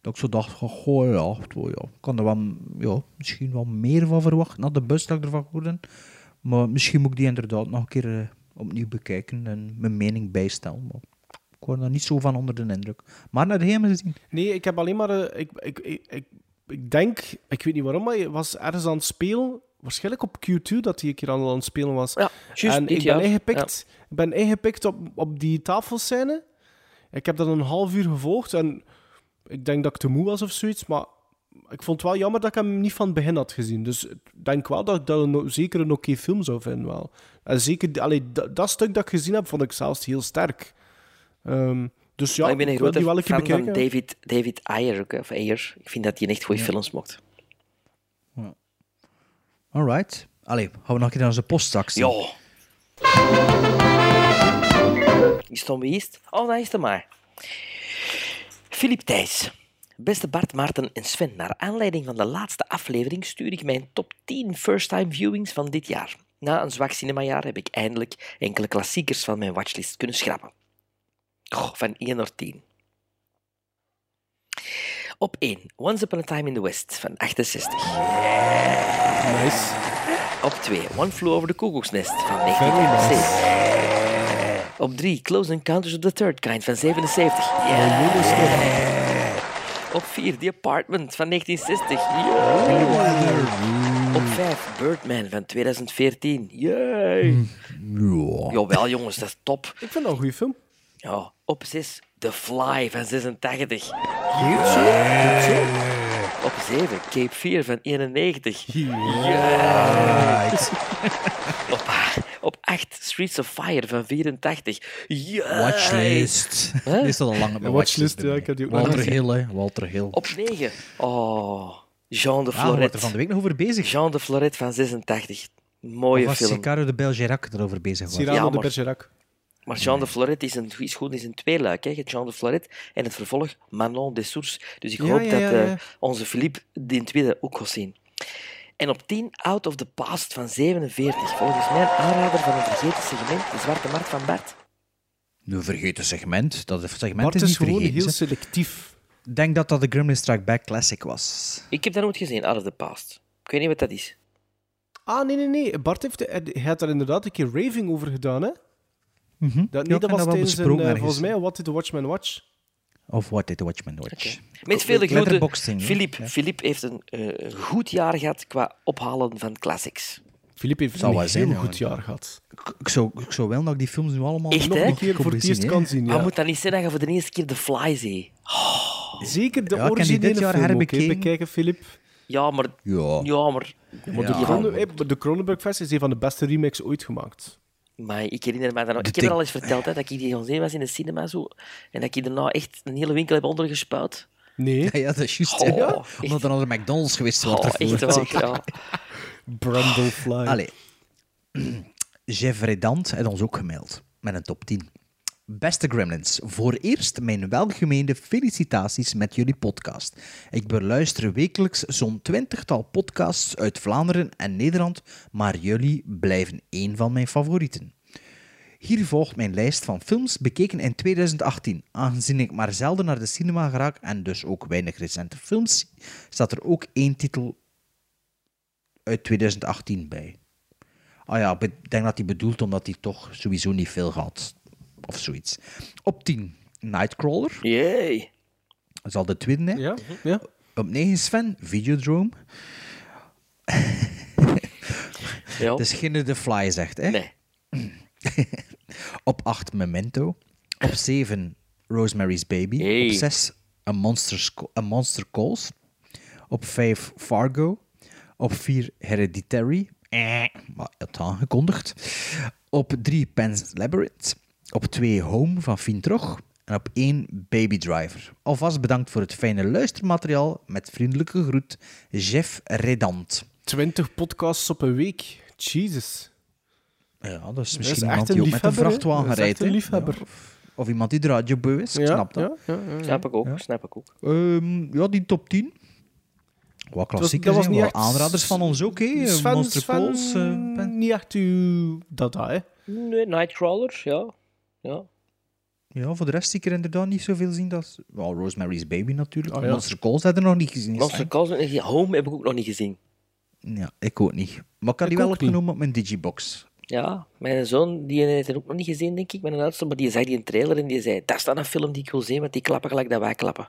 D: Dat ik zo dacht, van, goh ja, het wel, ja, ik kan er wel, ja, misschien wel meer van verwachten. Na de bus dat ik ervan hoorde. Maar misschien moet ik die inderdaad nog een keer eh, opnieuw bekijken en mijn mening bijstellen. Maar ik word daar niet zo van onder de indruk. Maar naar de hemel gezien.
C: Nee, ik heb alleen maar... eh, ik, ik, ik, ik, ik denk... Ik weet niet waarom, maar je was ergens aan het spelen. Waarschijnlijk op Q2 dat hij een keer aan aan het spelen was.
E: Ja, juist
C: en
E: dit
C: ik
E: jaar,
C: ben ingepikt, ik ben ingepikt op, op die tafelscène. Ik heb dat een half uur gevolgd en ik denk dat ik te moe was of zoiets, maar ik vond het wel jammer dat ik hem niet van het begin had gezien. Dus ik denk wel dat ik dat een, o- zeker een oké film zou vinden. Wel. En zeker die- allee, da- dat stuk dat ik gezien heb, vond ik zelfs heel sterk. Ehm, dus ja,
E: maar ik ben een
C: wil
E: grote
C: die wel een keer
E: fan van
C: bekijken.
E: David, David Ayer. ook, hè, Of Ayer. Ik vind dat hij echt goede films mocht.
D: Alright. Allee, gaan we nog een keer naar onze postzak zien.
E: Ja. Is het om wie is het? Oh, dat is het maar. Filip Thijs. Beste Bart, Maarten en Sven, naar aanleiding van de laatste aflevering stuur ik mijn top 10 first-time viewings van dit jaar. Na een zwak cinemajaar heb ik eindelijk enkele klassiekers van mijn watchlist kunnen schrappen. Goh, van 1 naar 10. Op 1, Once Upon a Time in the West van 68.
C: Nice.
E: Op 2, One Flew Over the Cuckoo's Nest van 1976. Op 3, Close Encounters of the Third Kind van 77. Op 4, The Apartment van 1960. Op 5, Birdman van 2014. Yay! Jawel jongens, dat is top.
C: Ik vind dat een goede film.
E: Ja, op 6, The Fly van 86. Op 7, Cape 4 van 91. Op, Ah, op 8, Streets of Fire van 84. Yes.
D: Watchlist.
E: Hè?
D: Dit is al lang op
C: De
D: mijn
C: watchlist,
D: watchlist.
C: ja, ik heb die ook nog
D: Walter
C: gezien.
D: Hill, hè. Walter Hill.
E: Op 9, oh, Jean de
D: Ah, we waren
E: Floret.
D: er van de week nog over bezig.
E: Jean de Floret van 86. Mooie
D: was
E: film.
D: Sicario de Belgerac erover bezig was.
C: Cyrano
E: Ja,
C: de
E: maar-
C: Bergerac.
E: Maar Jean de Floret is, een, is goed is een tweeluik. Hè. Je hebt Jean de Floret en het vervolg Manon des Sources. Dus ik
C: Ja,
E: hoop
C: ja,
E: dat
C: ja,
E: eh,
C: ja.
E: onze Philippe die tweede ook gaat zien. En op 10, Out of the Past van 47. Volgens mij een aanrader van een vergeten segment, de Zwarte Markt van Bart.
D: Nu vergeet het segment. Dat segment
C: Maar het
D: is
C: is
D: niet
C: gewoon
D: vergeten.
C: heel
D: hè.
C: selectief.
D: Ik denk dat dat de Gremlin Strike Back Classic was.
E: Ik heb dat nooit gezien, Out of the Past. Ik weet niet wat dat is.
C: Ah, nee, nee, nee. Bart heeft, hij had daar inderdaad een keer raving over gedaan, hè? Dat,
D: Ja,
C: nee,
D: ik
C: Mhm. dat
D: heb
C: was
D: dat wel
C: tijdens een,
D: besproken
C: eh,
D: ergens.
C: volgens mij, What Did the Watchman Watch?
D: Of What Did the Watchman Watch?
E: Met vele groeten,
D: Letterboxing, hè?
E: Philippe,
D: Ja.
E: Philippe heeft een eh, goed jaar gehad qua ophalen van classics.
C: Filip heeft
D: Zou
C: een
D: wel
C: heel
D: zijn, ja.
C: goed jaar gehad.
D: Ik- Ik zou, ik zou wel nog die films nu allemaal
E: Echt,
D: nog
E: hè?
D: een
C: Een keer voor het eerst kan zien,
E: Maar
D: Ah,
C: ja.
E: moet dat niet zijn dat je voor de eerste keer de Fly ziet?
C: Zeker de
D: Ja, ik heb die
C: originele
D: dit jaar
C: film ook, hè,
D: herbekeken.
C: bekijken, Filip.
E: Ja, maar...
D: Ja.
E: Ja, maar...
C: Maar de
E: Ja.
C: Cronen- eh, de Cronenberg-versie is een van de beste remakes ooit gemaakt.
E: Maar ik herinner me dat nog. Ik heb
D: ding-
E: er al eens verteld hè, dat ik die gaan zien was in de cinema zo. En dat ik daarna echt een hele winkel heb ondergespuit.
C: Nee.
D: Ja, dat is juist.
C: Oh,
D: ja.
C: echt.
D: Omdat er naar McDonald's geweest wordt.
C: Oh, echt
D: ervoor.
C: waar, ja. Brundlefly.
D: Allee. Jeff Redant heeft ons ook gemaild met een top 10. Beste Gremlins, voor eerst mijn welgemeende felicitaties met jullie podcast. Ik beluister wekelijks zo'n twintigtal podcasts uit Vlaanderen en Nederland, maar jullie blijven één van mijn favorieten. Hier volgt mijn lijst van films bekeken in 2018. Aangezien ik maar zelden naar de cinema geraak en dus ook weinig recente films zie, staat er ook één titel uit 2018 bij. Ah ja, ik denk dat hij bedoelt omdat hij toch sowieso niet veel gaat. Of zoiets. Op 10, Nightcrawler.
E: Jee.
D: Dat is al de tweede, hè? Ja.
C: ja.
D: Op 9, Sven, Videodrome. Het is geen The Fly, zegt, hè? Nee. Op 8, Memento. Op 7, Rosemary's Baby. Op 6, A Monster, A Monster Calls. Op 5, Fargo. Op 4, Hereditary. Eh, maar het aangekondigd. Op 3, Pan's Labyrinth. Op 2, Home van Fintroch. En op 1, Baby Driver. Alvast bedankt voor het fijne luistermateriaal. Met vriendelijke groet, Jeff Redant.
C: 20 podcasts op een week. Jesus.
D: Ja, dat is
C: is
D: misschien iemand
C: echt een
D: die ook met een
C: liefhebber, hè?
D: vrachtwagen
C: Dat is echt
D: rijdt.
C: een
D: hè?
C: liefhebber.
D: Ja, of, of iemand die de radiobeu is. Ik snap dat.
C: Ja, ja, ja, ja.
E: Snap ik ook, snap ik ook.
D: Ehm, ja, die top 10. Wat klassiekers
C: dat was
D: zijn,
C: niet
D: wel
C: echt
D: aanraders van ons ook. hè?
C: Sven-
D: Monster
C: Sven-
D: Calls. eh,
C: Niet echt uw... Dat, dat, hè.
E: Nee, Nightcrawler, ja. ja.
D: ja, voor de rest zie ik er inderdaad niet zoveel zien. Dat is, wel, Rosemary's Baby natuurlijk.
E: Ah, ja.
D: Monster Calls hadden we nog niet gezien.
E: Monster
D: Stijn.
E: Calls en Home heb ik ook nog niet gezien.
D: Ja, ik ook niet. Maar ik had die
E: Ik
D: wel
E: ook niet.
D: opgenomen op mijn digibox.
E: Ja, mijn zoon die heeft het ook nog niet gezien, denk ik, mijn oudste. Maar die zag die een trailer en die zei, dat is dan een film die ik wil zien, want die klappen gelijk dat wij klappen.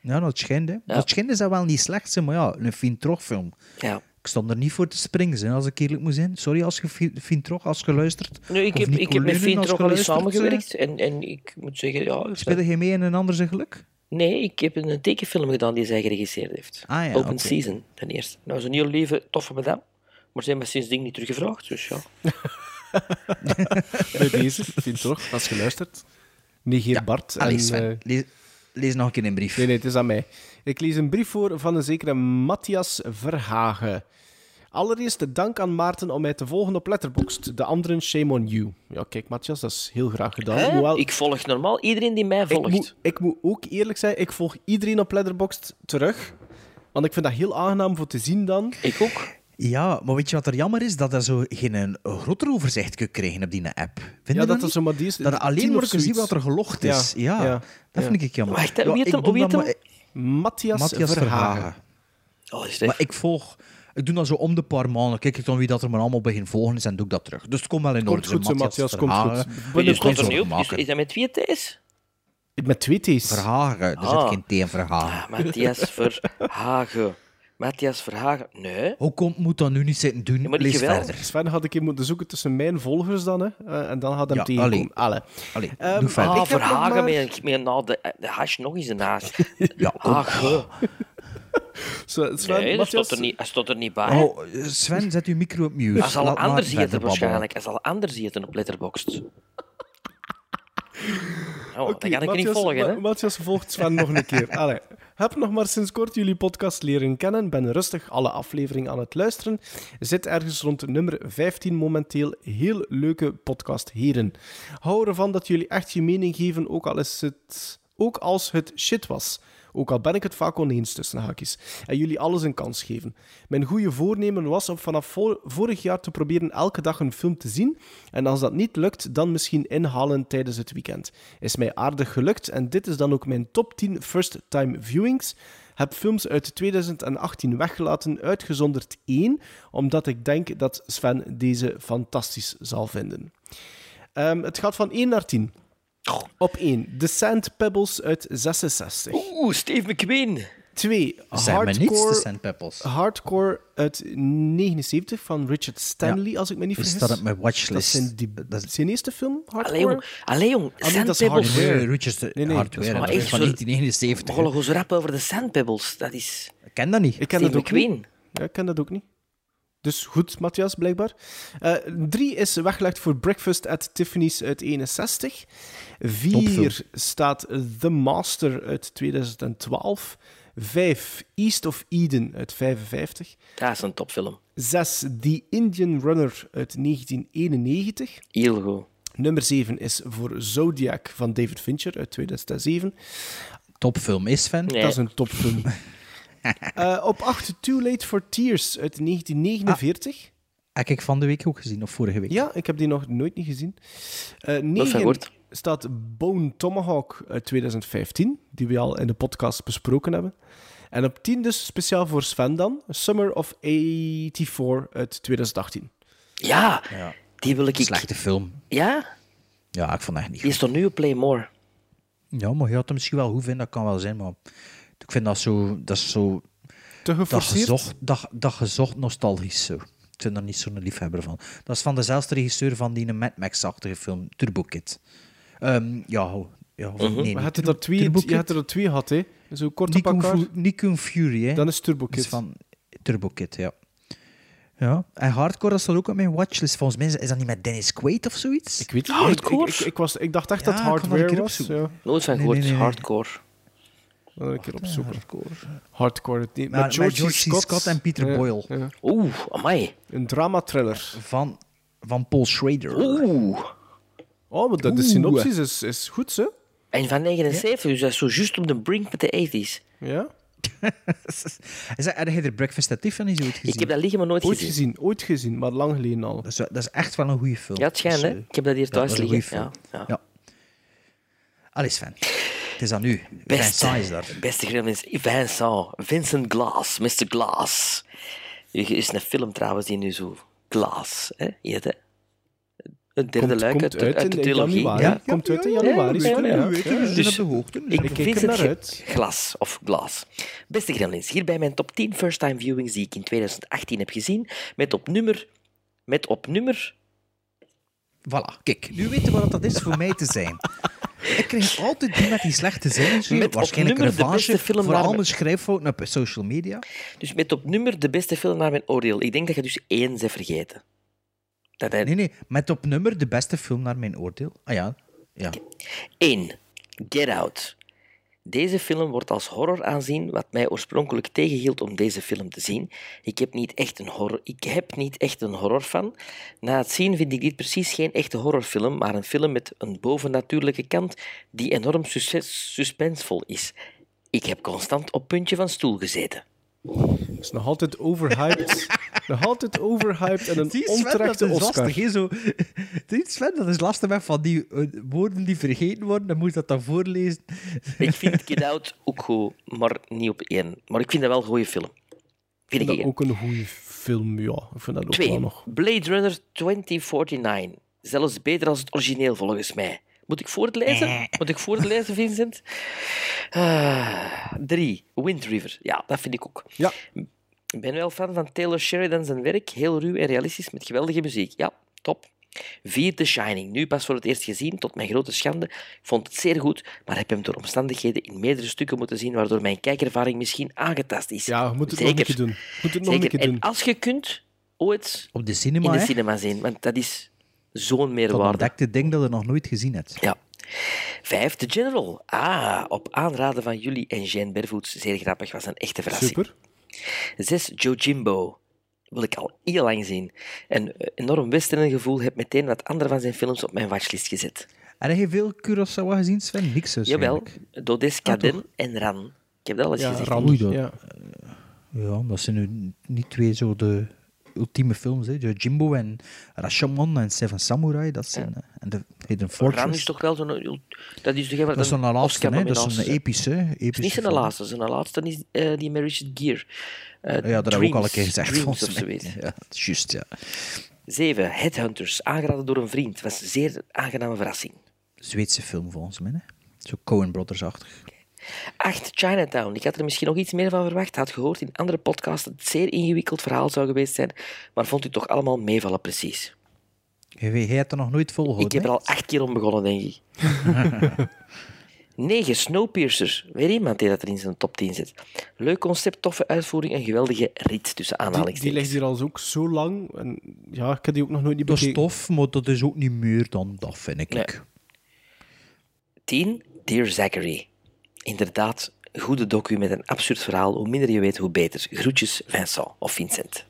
D: Ja, dat schijnt. hè. Dat schijnt is dat wel niet slecht, hè, maar ja, een Fintrog film.
E: Ja.
D: Ik stond er niet voor te springen, hè, als ik eerlijk moet zijn. Sorry als je Fin- Fintrog als geluisterd.
E: Nu, ik, heb, ik heb met Fintroch al eens samengewerkt en,
D: eh?
E: en ik moet zeggen, ja... ik-
D: Speelde eh, je mee in een ander zijn geluk?
E: Nee, ik heb een tekenfilm gedaan die zij geregisseerd heeft.
D: Ah ja,
E: Open
D: oké.
E: Season, ten eerste. Nou, zo'n heel lieve, toffe madame. Maar ze hebben me sindsdien niet teruggevraagd, dus
D: Eh?
E: ja.
C: Bij deze, vind toch, als geluisterd. Negeer Bart.
D: allee, Sven, lees, nog een keer een brief.
C: eh, Nee, nee, het is aan mij. Ik lees een brief voor van een zekere Matthias Verhagen. Allereerst de dank aan Maarten om mij te volgen op Letterboxd. De anderen, shame on you. Ja, kijk, Matthias, dat is heel graag gedaan.
E: Hè?
C: Hoewel-
E: Ik volg normaal iedereen die mij volgt.
C: Ik moet, ik moet ook eerlijk zijn, ik volg iedereen op Letterboxd terug. Want ik vind dat heel aangenaam voor te zien dan.
E: Ik ook.
D: Ja, maar weet je wat er jammer is? Dat er zo geen een groter overzicht kunt krijgen op die app. Vind je
C: ja, dat,
D: dat
C: is
D: niet?
C: zo maar die is.
D: Dat je alleen maar kunt zien wat er gelogd is. Ja, dat vind ik jammer.
C: Wacht,
D: Ja,
C: wie heet
D: ik
C: hem?
D: doe
C: Wie heet
D: dat
C: hem?
D: maar-
C: Matthias,
D: Matthias
C: Verhagen.
D: Verhagen.
E: Oh, is
D: Maar ik volg... Ik doe dat zo om de paar maanden. Kijk ik dan wie dat er maar allemaal begint volgen is en doe ik dat terug. Dus het komt wel in orde.
C: Komt goed, zo, Matthias, komt
D: Verhagen.
C: goed.
D: Daar
E: Maar
D: kun je
E: dus komt er
D: zorgen
E: niet op. Is,
D: maken.
E: is dat met wie het is?
C: Met twee T's.
D: Verhagen. Er
E: Ah.
D: zit geen T in Verhagen.
E: Matthias Verhagen. Matthias Verhagen. Nee.
D: Hoe komt, moet dat nu niet zitten doen?
E: maar die
D: Lees
E: geweld-
D: verder.
C: Sven had ik hier moeten zoeken tussen mijn volgers dan, hè. Eh, en dan had hem
D: Ja,
C: tegenkomen. Allee.
D: Allee,
C: Ehm,
D: doe verder.
C: ik
E: Ah,
C: heb nog
E: Verhagen
C: maar-
E: met, een- met een nou, de, de hash nog eens ernaast.
D: Ja, kom.
E: Hagen.
C: Sven,
E: Nee, dat
C: Matthias-
E: stond er niet, dat stond er niet bij.
D: Oh, Sven, zet uw micro op mute.
E: Hij zal
D: Laat maar
E: anders
D: verder
E: eten
D: babbelen.
E: waarschijnlijk. Hij zal anders eten op Letterboxd. Oh, dat kan ik niet
C: Matthias-
E: volgen, hè?
C: Ma- Matthias volgt Sven nog een keer. Allee. Heb nog maar sinds kort jullie podcast leren kennen. Ben rustig alle afleveringen aan het luisteren. Zit ergens rond nummer 15 momenteel. Heel leuke podcast, heren. Hou ervan dat jullie echt je mening geven, ook al is het... Ook als het shit was. Ook al ben ik het vaak oneens tussen haakjes. En jullie alles een kans geven. Mijn goede voornemen was om vanaf vo- vorig jaar te proberen elke dag een film te zien. En als dat niet lukt, dan misschien inhalen tijdens het weekend. Is mij aardig gelukt en dit is dan ook mijn top 10 first-time viewings. Heb films uit 2018 weggelaten, uitgezonderd één, omdat ik denk dat Sven deze fantastisch zal vinden. Ehm, het gaat van 1 naar 10. Op 1, The Sand Pebbles uit 66.
E: Oeh, Steve McQueen.
C: 2,
D: Zeg maar niets,
C: Hardcore,
D: de Sand Pebbles.
C: Hardcore uit 79 van Richard Stanley,
D: Ja.
C: als ik me niet
D: Is
C: vergis.
D: dat op mijn watchlist?
C: Dat zijn, die, zijn eerste film, Hardcore?
E: Allee, jong. Allee, jong.
C: Ah, nee,
E: Sand
C: dat is
E: Pebbles.
C: Hardware.
D: Nee, Richard nee,
C: nee, dat is
D: Hardware.
E: Maar
D: Dat is
E: echt
D: van
E: zo-
D: 1979.
E: Begonnen we zo rap over de Sand Pebbles. Dat is
D: Ik ken dat niet.
C: Ik ken
E: Steve
C: dat ook
E: McQueen.
C: niet. Ja, ik ken dat ook niet. Dus goed, Matthias, blijkbaar. Eh, drie is weggelegd voor Breakfast at Tiffany's uit 61.
D: Topfilm.
C: Vier staat The Master uit 2012. Vijf, East of Eden uit 55.
E: Dat is een topfilm.
C: Zes, The Indian Runner uit 1991.
E: Heel goed.
C: Nummer 7 is voor Zodiac van David Fincher uit 2007.
D: Topfilm is, Sven?
C: Dat is een topfilm. Eh, op 8 Too Late for Tears uit 1949.
D: Heb ik van de week ook gezien, of vorige week?
C: Ja, ik heb die nog nooit niet gezien. Eh 9
D: verwoord.
C: staat Bone Tomahawk uit 2015, die we al in de podcast besproken hebben. En op 10 dus speciaal voor Sven dan, Summer of 84 uit 2018.
E: Ja, die wil ik...
D: Slechte film.
E: Ja,
D: Ja, ik vond dat echt niet
E: die is toch nu op Play More?
D: goed. Ja, maar je had hem misschien wel goed vinden, dat kan wel zijn, maar ik vind dat zo... Dat is zo...
C: Te
D: Dat
C: geforceerd?
D: gezocht, dat, dat gezocht nostalgisch zo. Ik ben daar niet zo'n liefhebber van. Dat is van dezelfde regisseur van die Mad Max-achtige film, Turbo Kid. Ehm, ja, ho- ja of- nee,
C: Uh-huh. maar
D: niet
C: had je
D: Tur-
C: er twee,
D: Turbo
C: je had
D: Kid.
C: er twee gehad, hè? Zo kort op
D: Nikon,
C: elkaar.
D: Fu- Nikon Fury, hè?
C: Dan is Turbo
D: Dat is
C: Kid.
D: van Turbo Kid, ja. Ja, en Hardcore, dat staat ook op mijn watchlist. Volgens mij is- is dat niet met Dennis Quaid of zoiets?
C: Ik weet het niet.
E: Hardcore?
C: Ik, ik, ik was, ik dacht echt
D: Ja,
C: dat
D: ik kon dat een
C: hardware
D: keer
C: was.
D: opzoeken.
C: Ja.
E: Nooit van
D: Nee,
E: gehoord,
D: nee, nee, nee.
E: hardcore.
C: Dat ik keer opzoeken.
D: Hardcore.
C: Hardcore. het niet.
D: Maar-
C: met George,
D: met George C. Scott en Peter Boyle.
E: Oeh, amai.
C: Een dramatriller.
D: Van, van Paul Schrader.
E: Oeh.
C: Oh, maar de, de
D: Oeh.
C: synopsis is, is goed, hè?
E: En van 79, dus dat is zo juist op de brink met de 80s.
C: Ja.
D: Is dat, heb je er Breakfast at Tiffany's ooit gezien?
E: Ik heb dat liggen maar nooit
C: Ooit
E: gezien.
C: gezien, ooit gezien, maar lang geleden al.
D: Dat is, dat is echt wel een goede film.
E: Ja, het schijnt,
D: Dus,
E: hè?
D: eh,
E: Ik heb dat hier thuis
D: was een
E: liggen.
D: goeie film.
E: Ja, ja.
D: Ja. Alles fan. Het is aan u. Vincent is
E: Beste,
D: daar.
E: beste gremlins, Vincent, Vincent Glass, Mr. Glass. Er is een film trouwens die nu zo Glass, hè? Heet, hè? Het derde
C: Komt-
E: luik
C: komt
E: uit, de-
C: uit
E: uit de
C: in
E: trilogie.
C: januari.
E: Ja?
C: Komt uit in
E: Ja,
C: januari,
E: ja,
C: sorry,
E: ja,
C: ja.
E: ja.
C: We weten, we zijn
E: Dus
C: op de hoogte, dus
E: Ik
C: we kijken
E: Vincent
C: naar
E: Ge-
C: uit.
E: Glas of Glas. Beste gremlins, hierbij mijn top 10 first time viewings die ik in 2018 heb gezien. Met op nummer. Met op nummer.
D: Voilà, kijk. Nu weten we wat dat is voor mij te zijn. Ik krijg altijd die met die slechte zinnen.
E: Met op
D: Waarschijnlijk
E: nummer de
D: revanche
E: beste film
D: voor
E: waar
D: al
E: we-
D: mijn schrijffouten op social media.
E: Dus met op nummer de beste film naar mijn oordeel. Ik denk dat je dus één bent vergeten. Dat hij...
D: Nee, nee. Met op nummer de beste film naar mijn oordeel. Ah ja. Ja.
E: 1. Get Out. Deze film wordt als horror aanzien, wat mij oorspronkelijk tegenhield om deze film te zien. Ik heb niet echt een horror, ik heb niet echt een horror van. Na het zien vind ik dit precies geen echte horrorfilm, maar een film met een bovennatuurlijke kant die enorm succes, suspensevol is. Ik heb constant op puntje van stoel gezeten.
C: Het is nog altijd overhyped. nog altijd overhyped en
D: Zie
C: een
D: je, Sven, dat
C: onterechte
D: is lastig.
C: Oscar.
D: hè, Zo, Zie je, Sven, dat is lastig hè, van die eh, woorden die vergeten worden. Dan moet je dat dan voorlezen.
E: Ik vind Get Out ook goed, maar niet op één. Maar ik vind dat wel een goede film. Vind
C: Ik
E: ik
C: vind dat
E: één.
C: ook een goede film, ja. Ik vind dat ook wel
E: Twee,
C: nog.
E: Blade Runner 2049. Zelfs beter als het origineel, volgens mij. Moet ik voortlezen? Moet ik voortlezen, Vincent? Ah, drie, Wind River. Ja, dat vind ik ook.
C: Ja.
E: Ik ben wel fan van Taylor Sheridan zijn werk. Heel ruw en realistisch, met geweldige muziek. Ja, top. Vier, The Shining. Nu pas voor het eerst gezien, tot mijn grote schande. Ik vond het zeer goed, maar heb hem door omstandigheden in meerdere stukken moeten zien, waardoor mijn kijkervaring misschien aangetast is.
C: Ja, je moet het nog
E: Zeker.
C: een keer doen. Je moet het nog
E: Zeker.
C: een keer doen.
E: En als je kunt, ooit
D: Op de cinema,
E: in
D: hè.
E: de cinema zien. Want dat is zo'n
D: Dat
E: meerwaarde.
D: ontdekte ding dat je nog nooit gezien hebt.
E: Ja. Vijf, The General. Ah, op aanraden van jullie en Jane Bervoets. Zeer grappig, was een echte verrassing.
C: Super.
E: Zes, Jojimbo. Wil ik al heel lang zien. Een eh, enorm western gevoel heb meteen wat andere van zijn films op mijn watchlist gezet.
D: En heb je veel Kurosawa gezien, Sven? Niks
E: Jawel,
D: waarschijnlijk.
E: Dodes,
D: Ah, toch?
E: Kaden en Ran. Ik heb dat al eens
C: Ja,
E: gezegd.
C: Ran.
D: Oei, dat-
C: Ja.
D: Ja, dat zijn nu niet twee zo de ultieme films. Hè. Jimbo en Rashomon en Seven Samurai, dat zijn... eh, En de Hidden
E: Ran is
D: Fortress.
E: toch wel zo'n... Dat is toch even
D: Dat is
E: een
D: zo'n laatste, hè. Dat is
E: Oscar-nominatie.
D: een epische, hè,
E: Het is
D: epische
E: niet zijn
D: film.
E: laatste. Zijn laatste is eh, die met Richard Gere. Eh,
D: Ja, dat heb ik ook al een keer
E: Dreams-
D: gezegd,
E: Dreams of
D: volgens mij.
E: zoiets.
D: Ja, dat is juist, ja.
E: Zeven, Headhunters, aangeraden door een vriend. was een zeer aangename verrassing.
D: Zweedse film, volgens mij, hè. Zo Coen Brothers-achtig.
E: Acht, Chinatown. Ik had er misschien nog iets meer van verwacht. Had gehoord in andere podcasts dat het zeer ingewikkeld verhaal zou geweest zijn. Maar vond u toch allemaal meevallen precies?
D: Jij weet- jij hebt er nog nooit volgehouden,
E: Ik heb
D: hè?
E: er al acht keer om begonnen, denk ik. 9. Snowpiercer. Weer iemand die dat er in zijn top 10 zit. Leuk concept, toffe uitvoering en geweldige rit tussen
C: Die, die
E: aanhalingstekens.
C: ligt hier al ook zo lang. En ja, ik heb die ook nog nooit niet
D: Dat is
C: bekeken.
D: tof, maar dat is ook niet meer dan dat, vind ik.
E: 10. Dear Zachary. Inderdaad, goede docu met een absurd verhaal. Hoe minder je weet, hoe beter. Groetjes, Vincent of Vincent.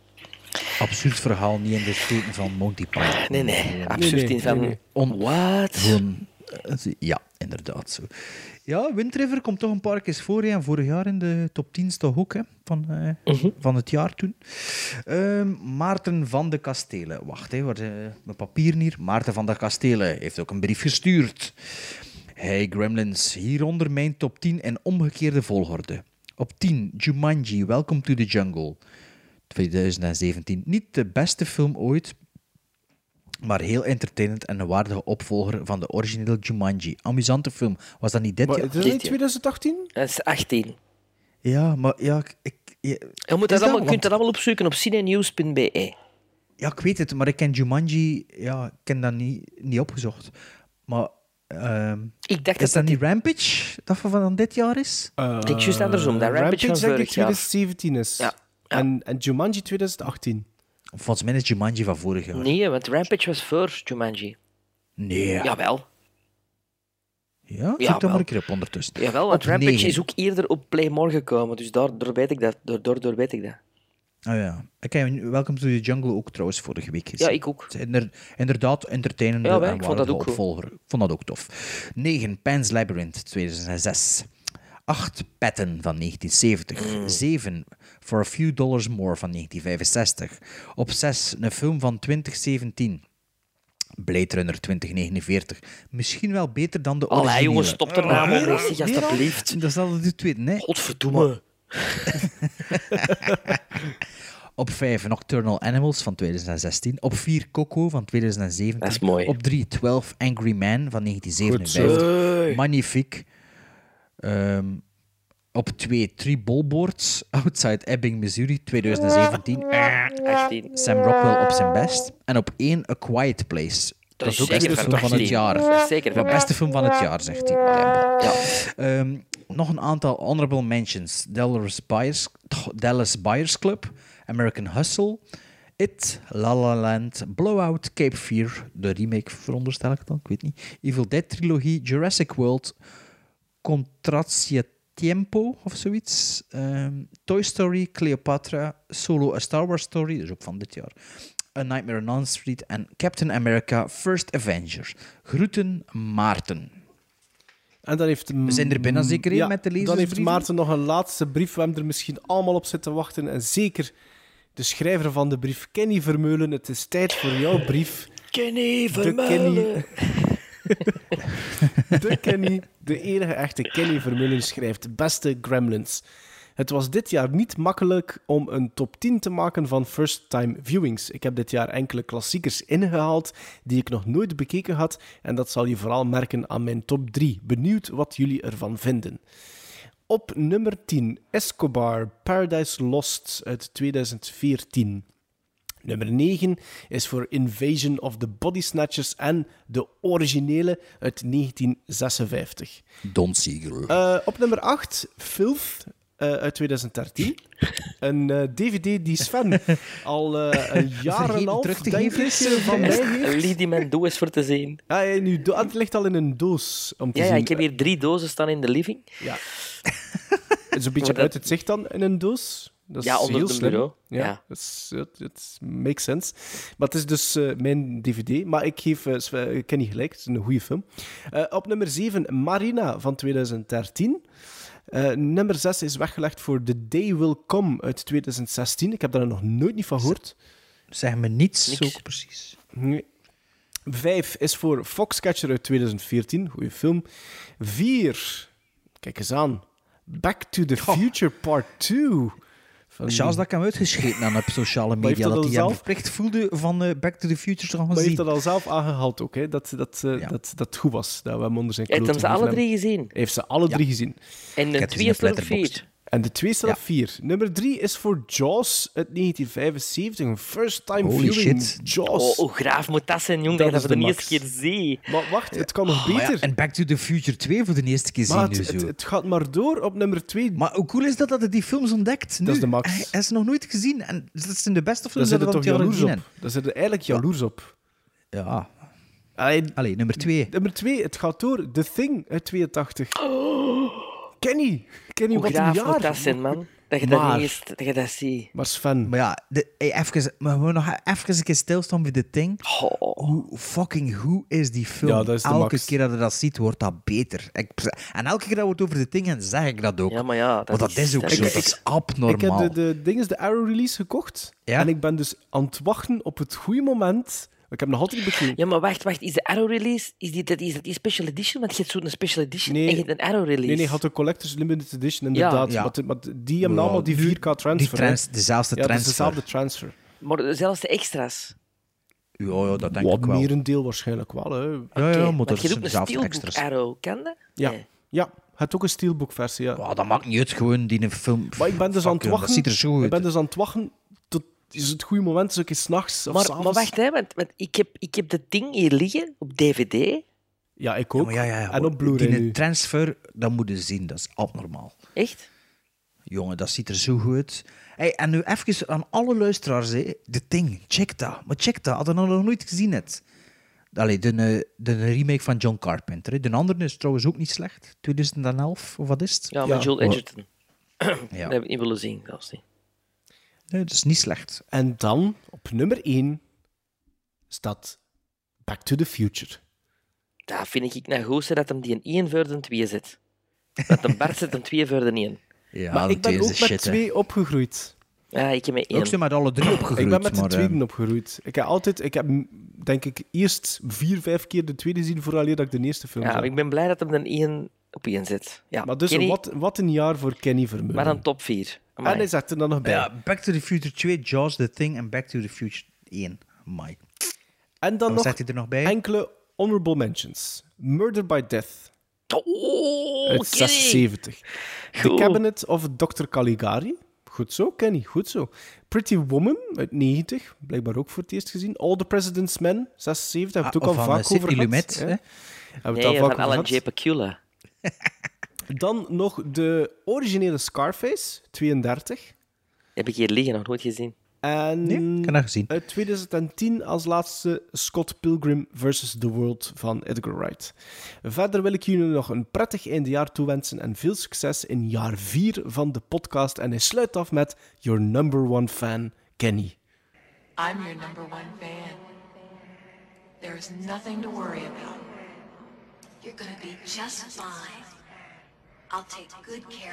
D: Absurd verhaal, niet in de steken van Monty Python.
E: Ah,
D: Eh,
E: Nee, nee. Absurd in van...
D: On-
E: What?
D: gewoon- eh, Ja, inderdaad. Zo. Ja, Wind River komt toch een paar keer voor. hè. En vorig jaar in de top 10 is toch ook hè, van, eh,
E: Mhm.
D: van het jaar toen. Ehm, Maarten van de Kastelen. Wacht, hè, waar, zijn mijn papieren hier. Maarten van de Kastelen heeft ook een brief gestuurd. Hey Gremlins, hieronder mijn top 10 in omgekeerde volgorde. Op 10, Jumanji, Welcome to the Jungle. 2017. Niet de beste film ooit, maar heel entertainend en een waardige opvolger van de originele Jumanji. Amusante film. Was dat niet dit
C: Maar
D: jaar?
C: is dat niet 2018?
E: Dat is 18.
D: Ja, maar ja, ik... ik
E: Je moet dat allemaal, kunt dat allemaal opzoeken op cinenews.be.
D: Ja, ik weet het, maar ik ken Jumanji... Ja, ik ken dat niet, niet opgezocht. Maar... ehm,
E: dacht
D: is dat, niet Rampage, dat van van dit jaar is?
C: Eh.
E: Ik denk juist andersom, dat Rampage
C: Rampage
E: van
C: denk ik
E: vorig jaar.
C: 2017 is. En, en Jumanji 2018.
D: Volgens mij is Jumanji van vorig jaar.
E: Nee, want Rampage was voor Jumanji.
D: Nee.
E: Jawel.
D: Ja, zoek dat
E: Jawel.
D: maar een keer op ondertussen.
E: Jawel, want
D: Op
E: Rampage
D: negen.
E: is ook eerder op Playmore gekomen, dus daardoor weet ik dat. Daardoor, door weet ik dat.
D: Ah ja. Ik heb Welcome to the Jungle ook trouwens vorige week gezien.
E: Ja, ik ook.
D: Het is inder- inderdaad, entertainende
E: Ja,
D: en
E: wij, ik vond dat
D: waardige
E: ook cool.
D: opvolger. Ik vond dat ook tof. 9. Pan's Labyrinth, 2006. 8. Patten van 1970.
E: Hmm.
D: 7. For a Few Dollars More van 1965. Op 6. Een film van 2017. Blade Runner 2049. Misschien wel beter dan de originele.
E: Allee, jongens, stop er nou mee,
D: Ja,
E: zeg,
D: ja,
E: alstublieft.
D: Dat is dat de tweede, hè?
E: Godverdomme.
D: Op 5 Nocturnal Animals van 2016. Op 4 Coco van 2017.
E: Dat is mooi.
D: Op 3 12 Angry Man van
E: Goed zo.
D: 1957. Magnifiek. Ehm, op 2 Three Ballboards Outside Ebbing, Missouri 2017.
E: 18.
D: Sam Rockwell op zijn best. En op 1 A Quiet Place. Dat,
E: is
D: is ook de
E: zeker
D: beste
E: van
D: film van het
E: 18.
D: jaar.
E: Dat is zeker
D: de
E: van
D: beste
E: 18.
D: film van het jaar, zegt hij.
E: Ja.
D: Ehm, nog een aantal honorable mentions. Dallas Buyers, Dallas Buyers Club, American Hustle, It, La La Land, Blowout, Cape Fear, de remake veronderstel ik dan, ik weet niet. Evil Dead trilogie, Jurassic World, Contratia Tiempo of zoiets. Ehm, Toy Story, Cleopatra, Solo, A Star Wars Story, dat is ook van dit jaar. A Nightmare on Elm Street en Captain America, First Avenger. Groeten, Maarten.
C: En dan heeft... mm,
D: We zijn er bijna zeker in
C: Ja,
D: met de
C: Dan heeft
D: lezersbrieven.
C: Maarten nog een laatste brief. We hebben er misschien allemaal op zitten wachten. En zeker de schrijver van de brief, Kenny Vermeulen. Het is tijd voor jouw brief.
E: Kenny
C: De Kenny. de Kenny, de enige echte Kenny Vermeulen schrijft: Beste Gremlins. Het was dit jaar niet makkelijk om een top 10 te maken van first-time viewings. Ik heb dit jaar enkele klassiekers ingehaald die ik nog nooit bekeken had. En dat zal je vooral merken aan mijn top 3. Benieuwd wat jullie ervan vinden. Op nummer 10, Escobar, Paradise Lost uit 2014. Nummer 9 is voor Invasion of the Body Snatchers en de originele uit 1956.
D: Don Siegel.
C: Eh, op nummer 8, Filth eh, uit 2013. Een eh, DVD die Sven al eh, een jaar en
E: Vergeten
C: een half
E: terug te
C: denk
E: geven.
C: ik, van mij heeft.
E: Een lied die mijn doos is voor te zien.
C: Ja, ja, nu, do- het ligt al in een doos om te
E: Ja, ja,
C: zien. eh,
E: ik heb hier drie dozen staan in de living.
C: Ja. Het is een beetje
E: Maar dat-
C: uit het zicht dan in een doos. Dat is
E: Ja, onder
C: heel
E: het
C: slim.
E: bureau.
C: Ja,
E: Ja.
C: Dat, is, dat, dat makes sense. Maar het is dus eh, mijn DVD. Maar ik geef eh, Sven- ik ken niet gelijk, het is een goede film. Eh, op nummer 7, Marina van 2013. Eh, nummer 6 is weggelegd voor The Day Will Come uit 2016. Ik heb daar nog nooit niet van gehoord.
D: Zeg me niets, ook precies.
C: Nee. Vijf is voor Foxcatcher uit 2014. Goeie film. Vier, kijk eens aan. Back to the Future Part 2. Van-
D: Charles, dat kan uitgeschreven aan op sociale
C: Maar heeft
D: media.
C: dat
D: Dat
C: al
D: hij hem
C: zelf?
D: verplicht voelde van eh, Back to the Future te gaan
C: Maar hij heeft
D: zien.
C: dat al zelf aangehaald ook, hè? Dat, dat, eh, dat, dat het goed was. Dat we hem onder zijn
E: Hij heeft
C: kloten
E: hem ze alle
C: gegeven
E: drie gezien.
C: hebben. Hij heeft ze alle drie gezien.
E: En
C: heb
E: een
C: het
E: twee
C: gezien
E: of
C: op
E: een vier.
C: En de twee staat op vier. Nummer drie is voor Jaws uit 1975. Een first time
E: Holy
C: viewing
E: shit.
C: Jaws.
E: Oh, hoe graaf moet dat zijn,
C: Dat
E: jong, dat je dat
C: is
E: voor de,
C: de
E: eerste
C: max.
E: keer ziet.
C: Maar wacht, het kan nog beter.
D: Ah Oh, En Back to the Future 2 voor de eerste keer
C: Maar
D: zien nu
C: het, het,
D: zo.
C: het gaat maar door op nummer 2.
D: Maar hoe cool is dat dat hij die films ontdekt? Nu?
C: is de max.
D: Hij, hij is nog nooit gezien. En dat zijn de beste
C: Daar
D: films
C: zit
D: die
C: er
D: we
C: toch
D: dit jaar
C: jaloers
D: gezien
C: op.
D: hebben.
C: Daar zit er eigenlijk jaloers op.
D: Ja.
C: Allee,
D: Allee, nummer 2.
C: nummer 2, het gaat door. The Thing uit 82. Kenny! Kenny,
E: Hoe
C: wat een
E: graaf moet
C: jaar!
E: dat zijn, man. Dat je
C: Maar-
E: dat niet eens dat je dat ziet.
C: Maar Sven,
D: Maar ja, de, hey, even, maar we nog even een keer stilstaan bij dit ding.
E: Oh.
D: Hoe fucking hoe is die film?
C: Ja, dat is de
D: elke
C: max.
D: keer dat je dat ziet, wordt dat beter. Ik, en elke keer dat we het over dit ding hebben, zeg ik dat ook.
E: Ja, maar ja, dat
D: Want dat
E: is-
D: is ook
E: dat
D: zo.
E: is-
D: Dat is
C: ik heb
D: abnormaal.
C: de, de, dinges, de Arrow release gekocht.
D: Ja?
C: En ik ben dus aan het wachten op het goede moment. Ik heb nog altijd niet bekeken.
E: Ja, maar wacht, wacht. Is de Arrow release, is, die, dat, is dat die special edition? Want je hebt zo'n special edition
C: Nee.
E: en je hebt een Arrow release.
C: Nee, nee, had de Collectors Limited Edition, inderdaad.
D: Ja.
C: Maar, de- maar die hebben
D: Ja,
C: allemaal die
D: nu-
C: 4K transfer.
D: die trans-
C: hè.
D: dezelfde
C: ja, dat is
D: transfer.
C: dezelfde transfer.
E: Maar zelfs de extra's.
D: Ja, ja, dat denk
C: Wat
D: ik wel.
C: meer een deel waarschijnlijk wel. Hè.
D: Ja, ja,
E: Oké,
D: maar dat
E: je hebt
D: zijn
E: ook een
D: dezelfde
E: steelbook
D: extras.
E: Arrow, kan dat?
C: Ja.
E: Nee.
C: ja, het ook een steelbook-versie. Ja.
D: Ja, dat maakt niet uit, gewoon die film.
C: Maar ik ben dus
D: Fuck,
C: aan het
D: joh,
C: wachten.
D: Dat ziet er zo
C: Ik
D: uit.
C: ben dus aan het wachten tot is het goede moment, zo'n keer s'nachts of
E: Maar, maar
C: s'avonds.
E: wacht, hè, want, want ik, heb, ik heb dat ding hier liggen op DVD.
C: Ja, ik
D: Ja,
C: ook.
D: maar ja, ja, ja,
C: en op Blu-ray
D: Die
C: nu.
D: transfer, dat moet je zien, dat is abnormaal.
E: Echt?
D: Jongen, dat ziet er zo goed uit. Hey, en nu even aan alle luisteraars, hè. de ding, check dat. Maar check dat, had je dat nog nooit gezien net. Allee, de, eh, de remake van John Carpenter. hè. De andere is trouwens ook niet slecht. 2011, of wat is het?
E: Ja, met Joel
D: Maar-
E: Edgerton.
D: Ja.
E: Dat heb ik niet willen zien, zelfs niet.
D: Nee, dat is niet slecht.
C: En dan, op nummer 1, staat Back to the Future.
E: Dat vind ik nou goed, zeg, dat hem die een 1 voor de 2 zet. Dat de Bart zet een 2 voor de 1.
D: Ja,
C: maar
D: dat
C: ik ben
D: is
C: ook
D: de
C: met
D: shit, hè.
C: twee opgegroeid.
E: Ja, ik heb met
D: Ook
E: 1.
D: zijn met alle drie opgegroeid.
C: ik ben met de
D: maar, eh,
C: tweede opgegroeid. Ik heb altijd, ik heb denk ik eerst vier, vijf keer de tweede zien vooraleer dat ik de eerste film
E: Ja,
C: zag.
E: maar ik ben blij dat hem een 1 op 1 zet. Ja,
C: Maar dus,
E: Kenny,
C: wat, wat een jaar voor Kenny Vermeulen.
E: Maar dan top 4.
C: en hij zegt er dan nog bij.
D: Ja, Back to the Future 2, Jaws, The Thing en Back to the Future 1. Mike.
C: en dan
D: Wat
C: nog
D: zet Oh, hij er nog bij?
C: enkele honorable mentions. Murder by Death
E: Oh,
C: uit
E: Kenny.
C: 76. The
E: Goed.
C: Cabinet of Dr. Caligari. Goed zo, Kenny, goed zo. Pretty Woman uit 90, blijkbaar ook voor het eerst gezien. All the President's Men, 76, hebben we het ook
D: Ah,
C: al
D: van,
C: vaak
D: eh, Sidney
C: over gehad.
D: Lumet,
C: hè.
D: hè?
C: Hebben we het al
E: Nee,
C: vaak
E: van
C: over
E: Alan
C: gehad.
E: J. Pacula.
C: Dan nog de originele Scarface, 32.
E: Heb ik hier liggen, nog nooit gezien.
C: En
D: Nee, ik heb dat gezien.
C: uit 2010 Eh, als laatste Scott Pilgrim vs. The World van Edgar Wright. Verder wil ik jullie nog een prettig eindejaar toewensen en veel succes in jaar 4 van de podcast. En hij sluit af met Your Number One Fan, Kenny.
P: I'm your number one fan. There is nothing to worry about.
K: You're gonna be just fine. I'll take good care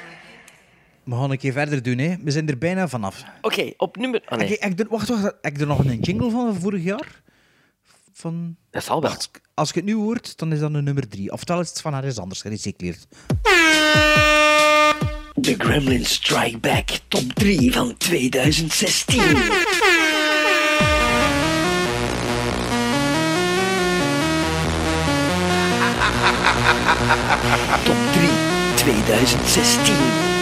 K: of you.
D: We gaan een keer verder doen, hè. We zijn er bijna vanaf.
E: Oké, op nummer... Oh, nee.
D: Ik, ik, doe- wacht, wacht. Heb ik er nog een jingle van van vorig jaar? Van...
E: Dat zal wel.
D: Wacht, als je het nu hoort, dan is dat een nummer drie. Oftewel is het van haar is anders gerecycleerd.
Q: The Gremlin Strike Back Top 3 van 2016. Top 3 2016.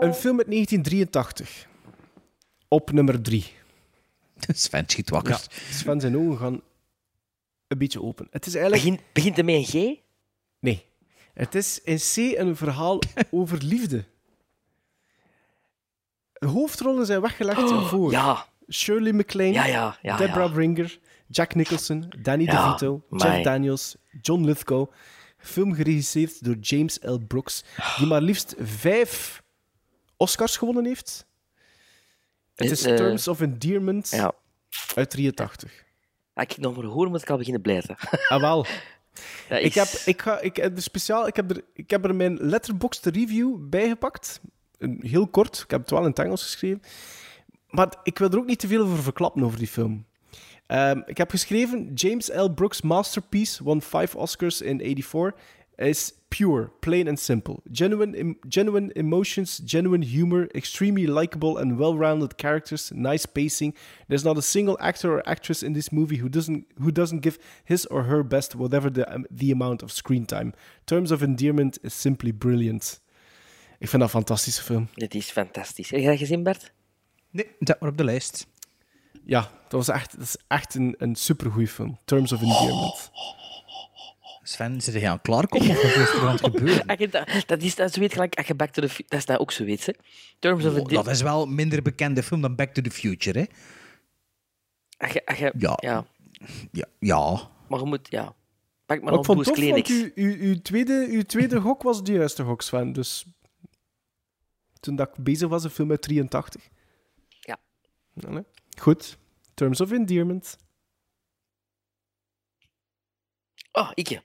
C: Een film uit 1983. Op nummer 3.
D: Sven schiet wakker.
C: Ja, Sven zijn ogen gaan een beetje open. Het is eigenlijk...
E: Begin, begint het met een G?
C: Nee. Het is in C een verhaal over liefde. De hoofdrollen zijn weggelegd voor
E: Ja.
C: Shirley MacLaine,
E: Ja, ja, ja,
C: Deborah
E: ja.
C: Bringer, Jack Nicholson, Danny
E: Ja,
C: DeVito,
E: mij.
C: Jeff Daniels, John Lithgow. Film geregisseerd door James L. Brooks, die maar liefst vijf Oscars gewonnen heeft. Het
E: Eh,
C: is
E: eh,
C: Terms of Endearment
E: Ja.
C: uit 83.
E: Als ik het nog maar hoor, moet ik al beginnen blijven.
C: Ah, wel.
E: Dat
C: Ik
E: is-
C: heb, ik, ga, ik, heb er speciaal, ik, heb er, ik heb er mijn letterboxd review bij gepakt. Een- Heel kort, ik heb het wel in het Engels geschreven. Maar ik wil er ook niet te veel over verklappen over die film. Ehm, ik heb geschreven: James L. Brooks' masterpiece won 5 Oscars in 84. is pure, plain and simple. Genuine, em- genuine emotions, genuine humor, extremely likable and well-rounded characters, nice pacing. There's not a single actor or actress in this movie who doesn't who doesn't give his or her best, whatever the um, the amount of screen time. Terms of endearment is simply brilliant. Ik vind dat een fantastische film.
E: Dit is fantastisch. Heb je dat gezien, Bert?
D: Nee, dat maar op de lijst.
C: Ja, dat was echt, dat is echt een, een supergoeie film. Terms of endearment.
D: Sven, zit hij aan klaarkomen of wat is er aan het gebeuren?
E: Ah, je- dat- Dat is dat weet gelijk als je Back to the Fu- Dat is nou ook zoiets, hè? Terms of
D: Oh,
E: Endearment.
D: dat is wel een minder bekende film dan Back to the Future, hè?
E: Als je- als je-
D: Ja.
E: ja.
D: Ja. ja.
E: Maar je moet... Ja. Pak
C: Maar
E: maar
C: ik
E: nog
C: vond
E: Doe's
C: het tof, want
E: Kleenex.
C: u, u, uw, tweede, uw tweede gok was de juiste gok, Sven. Dus toen dat ik bezig was, een film uit 83.
E: Ja.
C: Allee. Goed. Terms of Endearment.
E: Oh, ikje.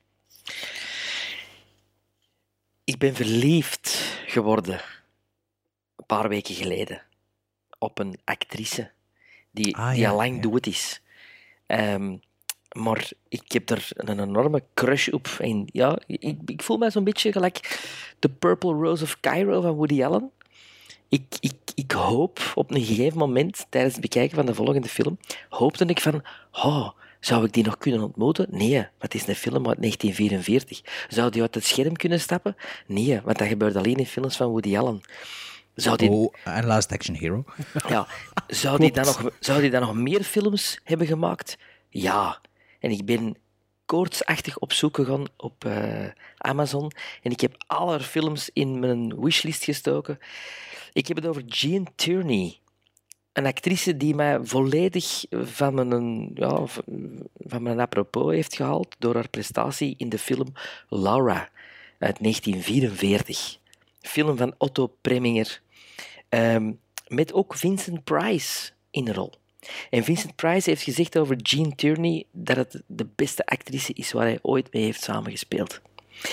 E: Ik ben verliefd geworden een paar weken geleden op een actrice die,
Q: Ah,
E: die
Q: ja,
E: al lang
Q: ja.
E: dood is. Ehm, maar ik heb er een enorme crush op. En ja, ik, ik voel mij zo'n beetje gelijk de Purple Rose of Cairo van Woody Allen. Ik, ik, ik hoop op een gegeven moment, tijdens het bekijken van de volgende film, hoopte ik van, oh, zou ik die nog kunnen ontmoeten? Nee, want het is een film uit 1944. Zou die uit het scherm kunnen stappen? Nee, want dat gebeurt alleen in films van Woody Allen. Zou die,
D: Oh, en Last Action Hero.
E: ja, zou, die dan
D: Klopt.
E: nog, zou die dan nog meer films hebben gemaakt? Ja. En ik ben koortsachtig op zoek gegaan op eh, Amazon. En ik heb alle haar films in mijn wishlist gestoken. Ik heb het over Jean Tierney. Een actrice die mij volledig van mijn, ja, v- van mijn apropos heeft gehaald door haar prestatie in de film Laura uit 1944. Film van Otto Preminger. Ehm, met ook Vincent Price in de rol. En Vincent Price heeft gezegd over Jean Tierney dat het de beste actrice is waar hij ooit mee heeft samengespeeld. De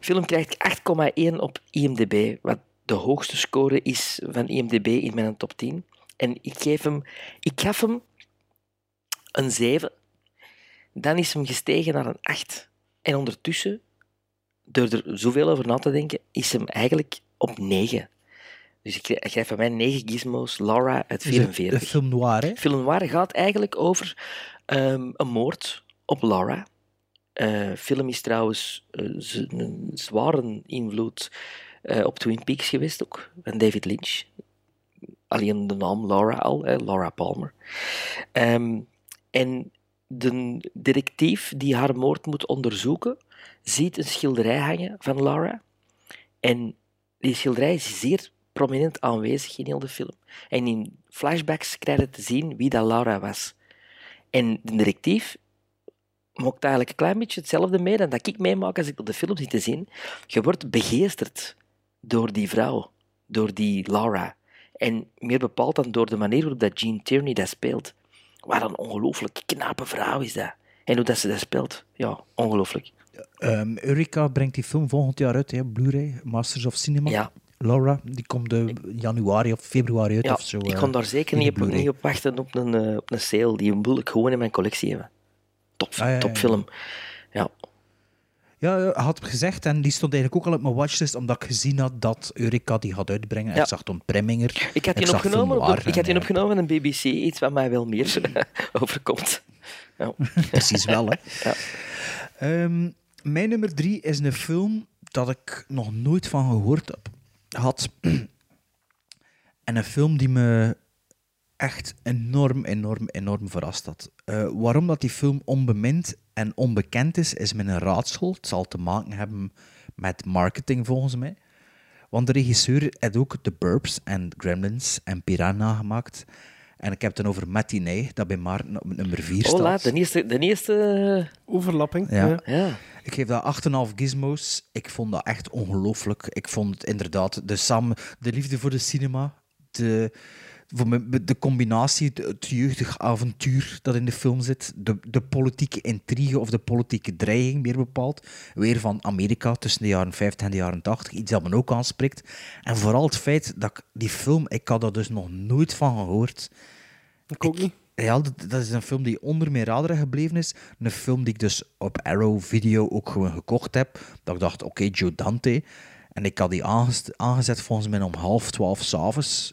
E: film krijgt 8,1 op IMDb, wat de hoogste score is van IMDb in mijn top 10. En ik, geef hem, ik gaf hem een 7. Dan is hem gestegen naar een 8. En ondertussen, door er zoveel over na te denken, is hem eigenlijk op 9. Dus ik krijg- ik krijg van mij 9 gizmos Laura uit
D: Is het
E: 44.
D: Een film noir, hè?
E: Film Noir gaat eigenlijk over ehm, een moord op Laura. Eh film is trouwens eh, z- een zware invloed eh, op Twin Peaks geweest ook, van David Lynch. Alleen de naam Laura al, hè, Laura Palmer. Ehm, en de detectief die haar moord moet onderzoeken, ziet een schilderij hangen van Laura. En die schilderij is zeer prominent aanwezig in heel de film. En in flashbacks krijg je te zien wie dat Laura was. En de directief maakt eigenlijk een klein beetje hetzelfde mee dan dat ik meemaak als ik op de film zit te zien. Je wordt begeesterd door die vrouw, door die Laura. En meer bepaald dan door de manier waarop dat Gene Tierney dat speelt. Wat een ongelooflijk knappe vrouw is dat. En hoe dat ze dat speelt. Ja, ongelooflijk.
D: Ehm Eureka brengt die film volgend jaar uit, hè? Blu-ray, Masters of Cinema.
E: Ja.
D: Laura, die komt eh, januari of februari uit
E: Ja,
D: of zo.
E: ik
D: eh,
E: kon daar zeker
D: in de
E: niet op,
D: Blu-ray.
E: niet op wachten op een, eh, op een sale. Die wil ik gewoon in mijn collectie hebben. Top,
D: Ah, ja, ja.
E: topfilm. Ja.
D: Ja, ja, had gezegd en die stond eigenlijk ook al op mijn watchlist, omdat ik gezien had dat Eureka die gaat uitbrengen.
E: Ja.
D: Ik zag Tom Preminger.
E: Ik had die
D: zag
E: opgenomen,
D: film
E: op de-
D: noir
E: ik
D: en,
E: had die
D: eh,
E: opgenomen in een BBC, iets wat mij wel meer overkomt. Ja.
D: Precies wel, hè. Ehm, mijn nummer drie is een film dat ik nog nooit van gehoord heb, had. en een film die me echt enorm, enorm, enorm verrast had. Eh, waarom dat die film onbemind en onbekend is, is met een raadsel. Het zal te maken hebben met marketing, volgens mij. Want de regisseur heeft ook The Burbs en Gremlins en Piranha gemaakt. En ik heb het dan over Matinee, dat bij Maarten op nummer 4 staat.
E: Oh, laat, de eerste... De eerste
C: Overlapping.
D: Ja.
E: ja.
D: Ik geef dat 8,5 gizmos. Ik vond dat echt ongelooflijk. Ik vond het inderdaad de, samen, de liefde voor de cinema, de, voor me, de combinatie, de- het jeugdig avontuur dat in de film zit, de, de politieke intrigue of de politieke dreiging, meer bepaald, weer van Amerika tussen de jaren 50 en de jaren 80, iets dat me ook aanspreekt. En vooral het feit dat ik die film, ik had daar dus nog nooit van gehoord.
C: Ik ook niet.
D: Ja, dat, dat is een film die onder mijn radar gebleven is. Een film die ik dus op Arrow Video ook gewoon gekocht heb. Dat ik dacht, oké, Joe Dante. En ik had die aangest- aangezet volgens mij om half twaalf s'avonds.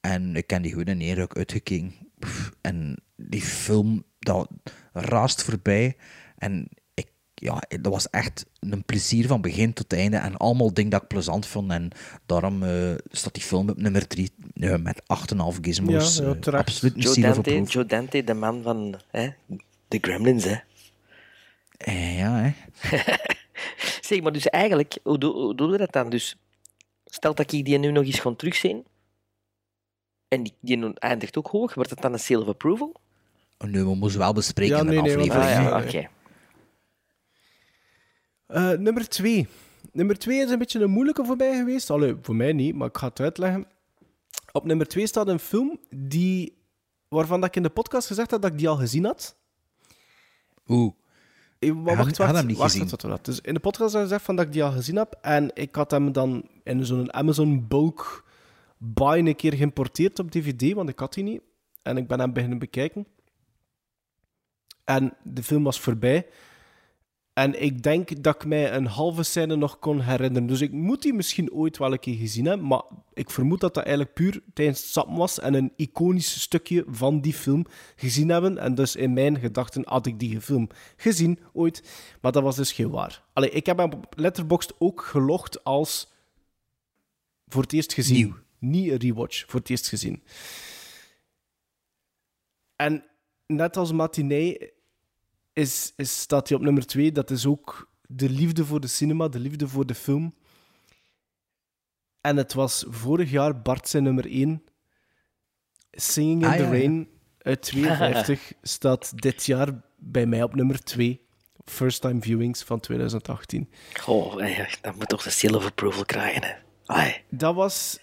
D: En ik ken die gewoon in één ruk uitgekeken. Pff, En die film, dat raast voorbij. En ik, ja, dat was echt een plezier van begin tot einde. En allemaal dingen dat ik plezant vond. En daarom eh, staat die film op nummer 3 met 8,5 gizmos.
C: Ja, ja,
D: Eh,
C: terecht.
D: absoluut een
E: Joe
D: seal of
E: Dante,
D: approval.
E: Joe Dante, de man van hè, de Gremlins, hè.
D: Eh, ja, hè.
E: Zeg maar, dus eigenlijk, hoe, doe- hoe doen we dat dan? Dus, stel dat ik die nu nog eens gewoon terugzien, en die, die nu eindigt ook hoog, wordt het dan een seal of approval?
D: Nu, Oh, we moesten wel bespreken
E: Ja,
D: in de
E: nee, nee, want-
D: aflevering.
E: Ah, ja, Nee, nee. oké.
C: Eh, nummer 2. Nummer 2 is een beetje een moeilijke voor mij geweest. Allee, voor mij niet, maar ik ga het uitleggen. Op nummer 2 staat een film die, waarvan dat ik in de podcast gezegd had dat ik die al gezien had.
E: Ah,
D: Oeh.
C: Eh, Ik, maar
D: Had-
C: wacht,
D: had
C: wacht,
D: hem niet
C: wacht,
D: gezien.
C: wacht, wacht, wacht. Dus in de podcast had ik gezegd van dat ik die al gezien heb. En ik had hem dan in zo'n Amazon bulk buy een keer geïmporteerd op DVD, want ik had die niet. En ik ben hem beginnen bekijken. En de film was voorbij. En ik denk dat ik mij een halve scène nog kon herinneren. Dus ik moet die misschien ooit wel een keer gezien hebben. Maar ik vermoed dat dat eigenlijk puur tijdens het sappen was. En een iconisch stukje van die film gezien hebben. En dus in mijn gedachten had ik die film gezien ooit. Maar dat was dus geen waar. Allee, ik heb hem op Letterboxd ook gelogd als voor het eerst gezien. Niet een rewatch, voor het eerst gezien. En net als Matinee is, is, staat hij op nummer twee. Dat is ook de liefde voor de cinema, de liefde voor de film. En het was vorig jaar Bart zijn nummer één. Singing in
D: Ah,
C: the
D: ja, ja.
C: Rain uit 52 staat dit jaar bij mij op nummer 2. First time viewings van 2018.
E: Goh, eh, dan moet toch de seal of approval krijgen, hè. Ai.
C: Dat was.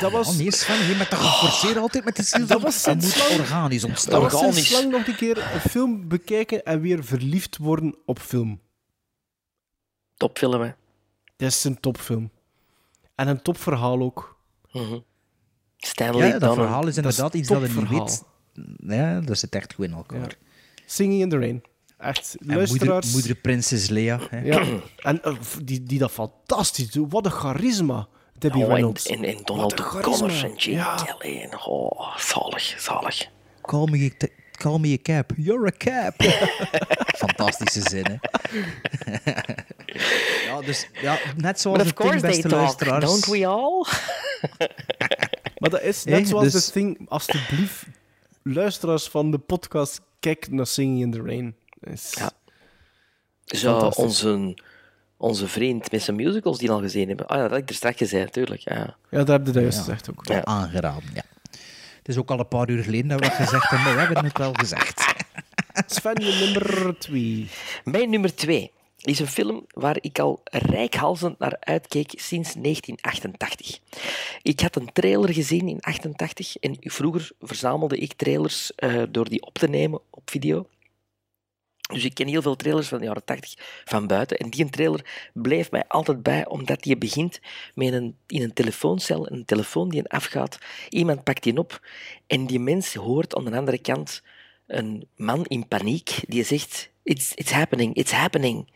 C: Dat was.
D: Oh nee, Sven, je met dat
E: Oh,
D: forceren altijd met de ziel.
C: Dat was
D: dat
C: sinds
D: moet
C: lang-
D: organisch
C: Dat
D: ontstaan.
C: was sinds lang nog een keer een film bekijken en weer verliefd worden op film.
E: Topfilm, hè.
C: Dat is een topfilm. En een topverhaal ook.
E: Stanley
D: Ja, dat
E: Donen.
D: verhaal is inderdaad iets dat je niet
C: topverhaal.
D: weet. Ja, dat zit echt goed in elkaar.
C: Singing in the Rain. Echt,
D: En moeder,
C: luisteraars.
D: moeder prinses Lea. Hè.
C: Ja. En eh, die, die dat fantastisch doet. Wat een charisma. Debbie
E: Oh, en,
C: Reynolds.
E: en, en
C: Wat
E: Donald
C: een
E: de
C: charisma.
E: Connors en Jane
C: Ja.
E: Kelly. En, oh, zalig, zalig.
D: Call me, a- call me a cap. You're a cap. Fantastische zin, hè. ja, dus ja, net zoals
E: But
D: de
E: of
D: tien
E: course they
D: beste
E: talk,
D: luisteraars.
E: don't we all?
C: Maar dat is net
D: Eh,
C: zoals
D: dus-
C: de thing. Alsjeblieft, luisteraars van de podcast, kijk naar Singing in the Rain. ja.
E: Zo, onze, onze vriend met zijn musicals die al gezien hebben. Ah ja, dat had ik er straks gezegd, tuurlijk. Ja.
C: Ja, daar heb je dat juist
D: Ja.
C: gezegd ook.
D: Toch aangeraden, ja. Het is ook al een paar uur geleden dat we dat gezegd hebben, maar we hebben het wel gezegd.
C: Sven, je nummer twee.
E: Mijn nummer twee is een film waar ik al reikhalzend naar uitkeek sinds 1988. Ik had een trailer gezien in 88 en vroeger verzamelde ik trailers eh, door die op te nemen op video. Dus ik ken heel veel trailers van de jaren 80 van buiten. En die trailer blijft mij altijd bij, omdat die begint met een, in een telefooncel, een telefoon die een afgaat. Iemand pakt die op en die mens hoort aan de andere kant een man in paniek die zegt: It's, it's happening, it's happening.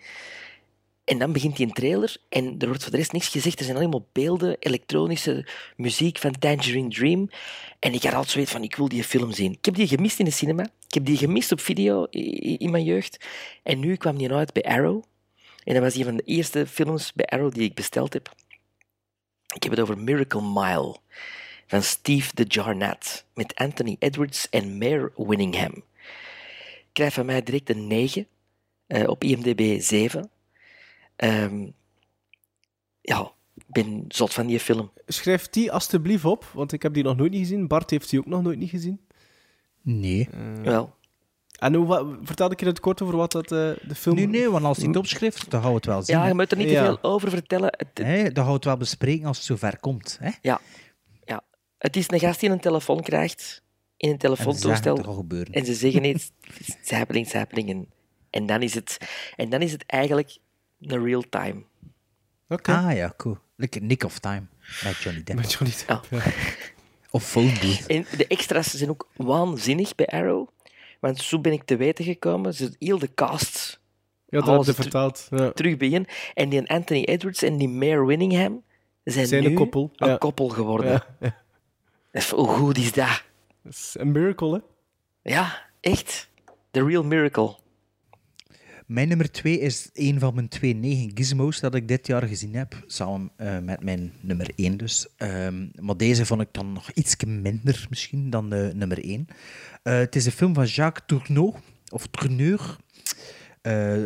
E: En dan begint die een trailer en er wordt voor de rest niks gezegd. Er zijn alleen maar beelden, elektronische muziek van Tangerine Dream. En ik had altijd zoiets van, ik wil die film zien. Ik heb die gemist in de cinema. Ik heb die gemist op video i- i- in mijn jeugd. En nu kwam die uit bij Arrow. En dat was een van de eerste films bij Arrow die ik besteld heb. Ik heb het over Miracle Mile van Steve de Jarnat met Anthony Edwards en Mayor Winningham. Ik krijg van mij direct een 9 eh, op IMDb 7. Ehm, ja, ik ben zot van die film.
C: Schrijf die alstublieft op, want ik heb die nog nooit niet gezien. Bart heeft die ook nog nooit niet gezien.
D: Nee.
E: Wel.
C: En hoe, wa- vertel ik je het kort over wat dat, eh, de film...
D: Nu nee, want als die het opschrift, dan gaan we het wel zien.
E: Ja,
D: hè.
E: je moet er niet
D: Ja.
E: te veel over vertellen. Het,
D: Hè, dan gaan we het wel bespreken als het zover komt. Hè?
E: ja, ja. het is een gast die een telefoon krijgt in een
D: zagen
E: telefoontoestel.
D: het er al gebeuren.
E: en ze zeggen iets, it's happening, it's happening. En, en, dan is het, en dan is het eigenlijk een real time.
D: Ah ja, cool. Like Nick of Time met Johnny Depp.
C: Met Johnny Depp, ja.
D: Of phone booth.
E: En de extra's zijn ook waanzinnig bij Arrow. Want zo ben ik te weten gekomen. Ze heel de cast.
C: Ja, dat
E: halen
C: heb je
E: ze
C: vertaald. Ja.
E: terug begin. En die Anthony Edwards en die Mayor Winningham zijn,
C: Zijn
E: nu
C: een koppel,
E: een
C: ja.
E: koppel geworden.
C: Ja,
E: Dat is- Hoe goed is dat?
C: Dat is een miracle, hè?
E: Ja, echt. The real miracle.
D: Mijn nummer 2 is een van mijn twee negen gizmos dat ik dit jaar gezien heb. Samen eh, met mijn nummer 1 dus. Ehm, maar deze vond ik dan nog iets minder misschien dan eh, nummer 1. het is een film van Jacques Tourneau, of Tourneur, eh,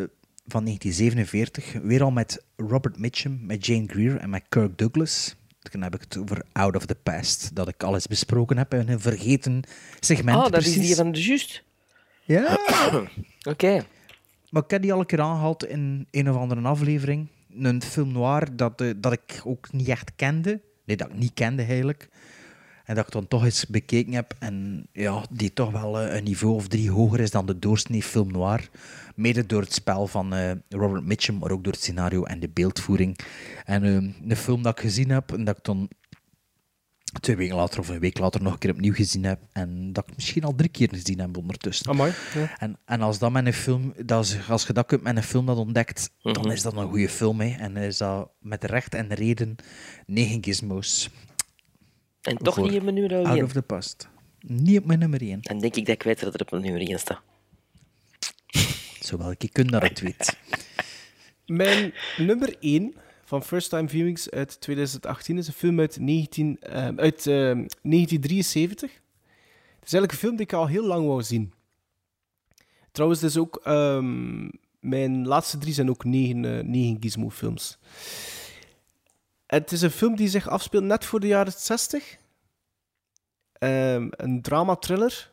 D: van 1947. Weer al met Robert Mitchum, met Jane Greer en met Kirk Douglas. Dan heb ik het over Out of the Past, dat ik alles besproken heb in een vergeten segment.
E: Ah, dat
D: precies.
E: is die van de juist.
D: Ja.
E: Oké.
D: Maar ik heb die al een keer aangehaald in een of andere aflevering. Een film noir dat, eh, dat ik ook niet echt kende. Nee, dat ik niet kende eigenlijk. En dat ik dan toch eens bekeken heb. En ja, die toch wel eh, een niveau of drie hoger is dan de doorsnee film noir. Mede door het spel van eh, Robert Mitchum, maar ook door het scenario en de beeldvoering. En eh, een film dat ik gezien heb en dat ik dan twee weken later of een week later nog een keer opnieuw gezien heb. En dat ik misschien al drie keer gezien heb ondertussen.
C: Amai,
D: en, en als dat met een film, dat is, als je dat kunt met een film dat ontdekt,
E: Mhm.
D: dan is dat een goede film. Hè. En is dat met recht en reden negen gizmos.
E: En toch
D: Voor
E: niet in mijn nummer
D: Out
E: 1.
D: of the past. Niet op mijn nummer 1.
E: Dan denk ik dat ik weet dat er op mijn nummer 1 staat.
D: Zowel ik kun naar het weet.
C: Mijn nummer 1 van First Time Viewings uit 2018 is een film uit, 19, ehm, uit ehm, 1973. Het is eigenlijk een film die ik al heel lang wou zien. Trouwens, dit is ook, ehm, mijn laatste drie zijn ook negen, eh, negen Gizmo-films. Het is een film die zich afspeelt net voor de jaren 60. Ehm, een drama-thriller.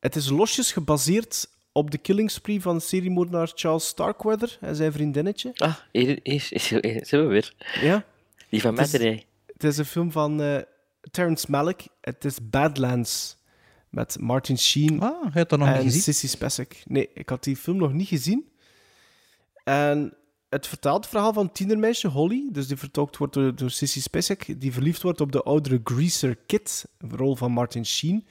C: Het is losjes gebaseerd op de killing spree van seriemoordenaar Charles Starkweather en zijn vriendinnetje.
E: Ah, hier, hier, hier, hier zijn we weer.
C: Ja.
E: Die van
C: Het is-
E: Metterij.
C: Het is een film van eh, Terrence Malick. Het is Badlands met Martin Sheen
D: Ah, je hebt dat nog
C: en
D: niet gezien?
C: Sissy Spacek. Nee, ik had die film nog niet gezien. En het vertelt het verhaal van tienermeisje Holly, dus die vertolkt wordt door, door Sissy Spacek, die verliefd wordt op de oudere greaser Kit, een rol van Martin Sheen.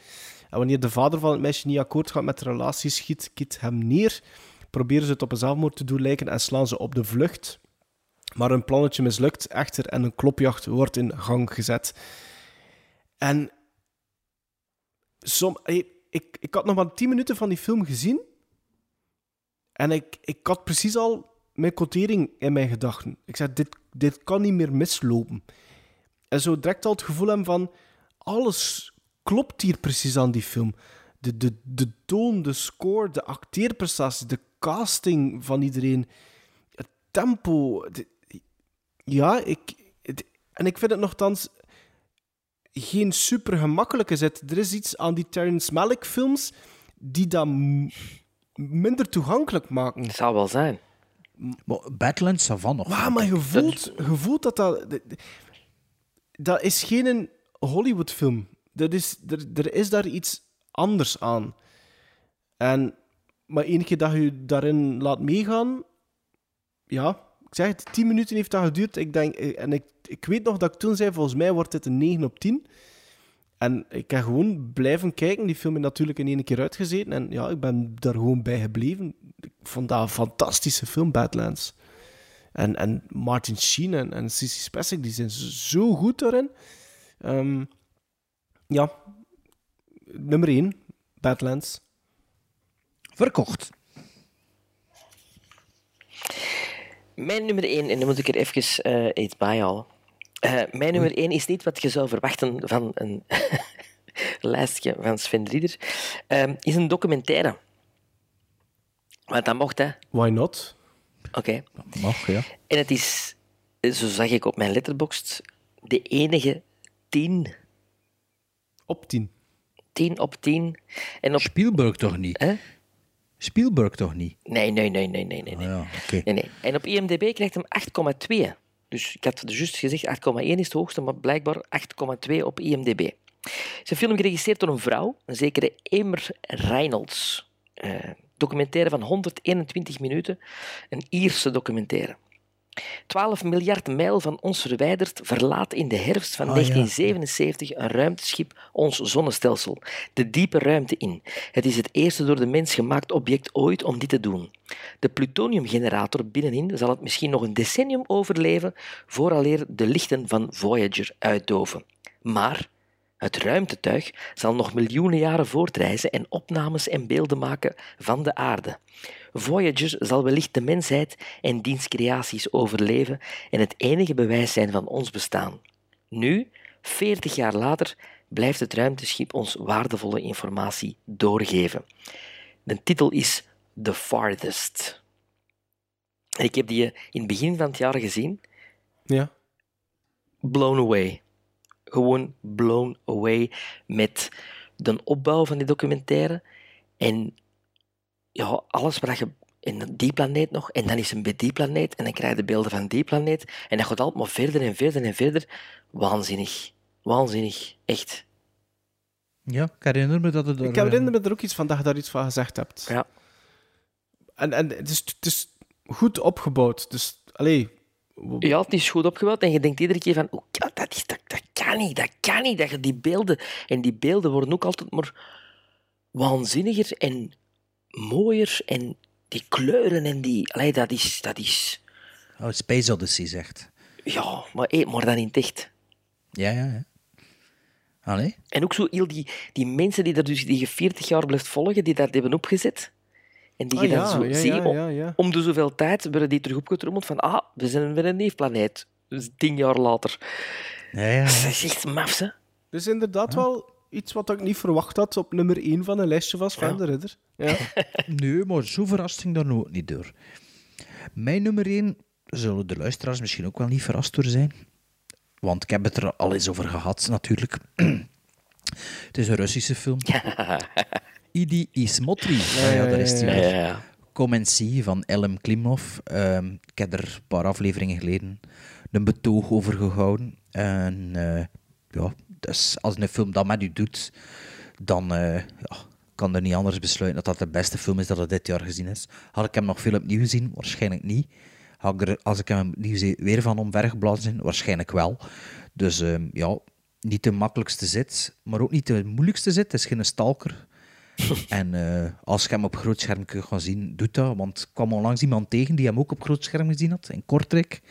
C: En wanneer de vader van het meisje niet akkoord gaat met de relatie, schiet Kit hem neer. Proberen ze het op een zelfmoord te doen lijken en slaan ze op de vlucht. Maar hun plannetje mislukt echter en een klopjacht wordt in gang gezet. En som, ik, ik, ik had nog maar 10 minuten van die film gezien. En ik, ik had precies al mijn quotering in mijn gedachten. Ik zei, dit, dit kan niet meer mislopen. En zo direct al het gevoel hebben van... Alles klopt hier precies aan die film. De, de, de toon, de score, de acteerprestatie, de casting van iedereen. Het tempo. de- ja, ik... het- en ik vind het nogthans geen super gemakkelijke zet. Er is iets aan die Terrence Malick films die dat m- minder toegankelijk maken.
E: Dat zou wel zijn.
D: Maar Badlands Savannah nog.
C: Ah, Maar, maar je voelt, je voelt dat dat... dat- Dat is geen een Hollywood-film. Er is, er, er is daar iets anders aan. En, maar één keer dat je daarin laat meegaan... Ja, ik zeg het, tien minuten heeft dat geduurd. Ik denk, en ik, ik weet nog dat ik toen zei, volgens mij wordt dit een 9 op 10. En ik kan gewoon blijven kijken. Die film is natuurlijk in één keer uitgezeten. En ja, ik ben daar gewoon bij gebleven. Ik vond dat een fantastische film, Badlands. En, en Martin Sheen en, en Sissy Spacek, die zijn zo goed daarin. Ehm, ja, nummer 1, Badlands.
D: Verkocht.
E: Mijn nummer 1, en dan moet ik er even eh iets bij halen. Eh, mijn nummer 1 is niet wat je zou verwachten van een lijstje van Sven Rieder. Ehm, is een documentaire. Want dat mocht, hè? Oké.
C: Why not?
D: Mag, ja.
E: En het is, zo zag ik op mijn letterboxd, de enige 10.
C: Op 10.
E: 10 op 10. En op...
D: Spielberg toch niet?
E: Hè?
D: Spielberg toch niet?
E: Nee, nee, nee, nee, nee, nee. nee.
D: Ah, Ja, oké.
E: Nee, nee. En op IMDb krijgt hem 8,2. Dus ik had dus juist gezegd 8,1 is het hoogste, maar blijkbaar 8,2 op IMDb. Zijn film geregisseerd door een vrouw, een zekere Emer Reynolds. Eh, documentaire van 121 minuten, een Ierse documentaire. 12 miljard mijl van ons verwijderd verlaat in de herfst van
R: Ah, ja.
E: 1977 een ruimteschip ons zonnestelsel, de diepe ruimte in. Het is het eerste door de mens gemaakt object ooit om dit te doen. De plutoniumgenerator binnenin zal het misschien nog een decennium overleven vooraleer de lichten van Voyager uitdoven. Maar het ruimtetuig zal nog miljoenen jaren voortreizen en opnames en beelden maken van de aarde. Voyager zal wellicht de mensheid en diens creaties overleven en het enige bewijs zijn van ons bestaan. Nu, 40 jaar later, blijft het ruimteschip ons waardevolle informatie doorgeven. De titel is The Farthest. En Ik heb die eh, in het begin van het jaar gezien.
C: Ja.
E: Blown away. Gewoon blown away met de opbouw van die documentaire en ja, alles wat je in die planeet nog, en dan is een bij die planeet, en dan krijg je de beelden van die planeet, en dat gaat altijd maar verder en verder en verder. Waanzinnig. Waanzinnig. Echt.
D: Ja, ik herinner me dat het...
C: Ik herinner me er ook iets van dat je daar iets van gezegd hebt.
E: Ja.
C: En, en het, is, het is goed opgebouwd. Dus, allee,
E: Ja, het is goed opgebouwd en je denkt iedere keer van, "Hoe kan- dat, is, dat, dat kan niet, dat kan niet, dat je die beelden... En die beelden worden ook altijd maar waanzinniger en mooier en die kleuren en die... Allee, dat is... Dat is
D: Oh, Space Odyssey zegt.
E: ja, maar, eh, maar dan in het echt.
D: Ja, ja, ja. Allee.
E: En ook zo heel die, die mensen die, daar dus, die je 40 jaar blijft volgen, die daar hebben opgezet. En die
C: Ah,
E: je dan
C: ja,
E: zo
C: ja,
E: ziet,
C: ja,
E: om,
C: ja, ja.
E: om de zoveel tijd worden die terug opgetrommeld van ah, we zijn weer een neefplaneet. Dus tien jaar later.
D: Ja, ja.
E: Dat is echt maf, hè?
C: Dus inderdaad wel iets wat ik niet verwacht had op nummer 1 van een lijstje van Sven de Ridder. Ja.
D: Nee, maar zo'n verrassing daar nu ook niet door. Mijn nummer 1 zullen de luisteraars misschien ook wel niet verrast door zijn. Want ik heb het er al eens over gehad, natuurlijk. het is een Russische film. Idi Ismotri. Ah Ja, ja, daar is hij
E: ja,
D: weer.
E: ja, ja.
D: Comency van Elm Klimov. Ehm, ik heb er een paar afleveringen geleden een betoog over gehouden. En eh, ja, dus als een film dat met u doet, dan eh, ja, kan er niet anders besluiten dat dat de beste film is dat er dit jaar gezien is. Had ik hem nog veel opnieuw gezien? Waarschijnlijk niet. Had ik er, als ik hem opnieuw zie, weer van omvergeblazen zijn? Waarschijnlijk wel. Dus ehm, ja, niet de makkelijkste zit, maar ook niet de moeilijkste zit. Het is geen stalker. en eh, als je hem op groot scherm kunt gaan zien, doet dat. Want ik kwam onlangs iemand tegen die hem ook op groot scherm gezien had, in Kortrijk.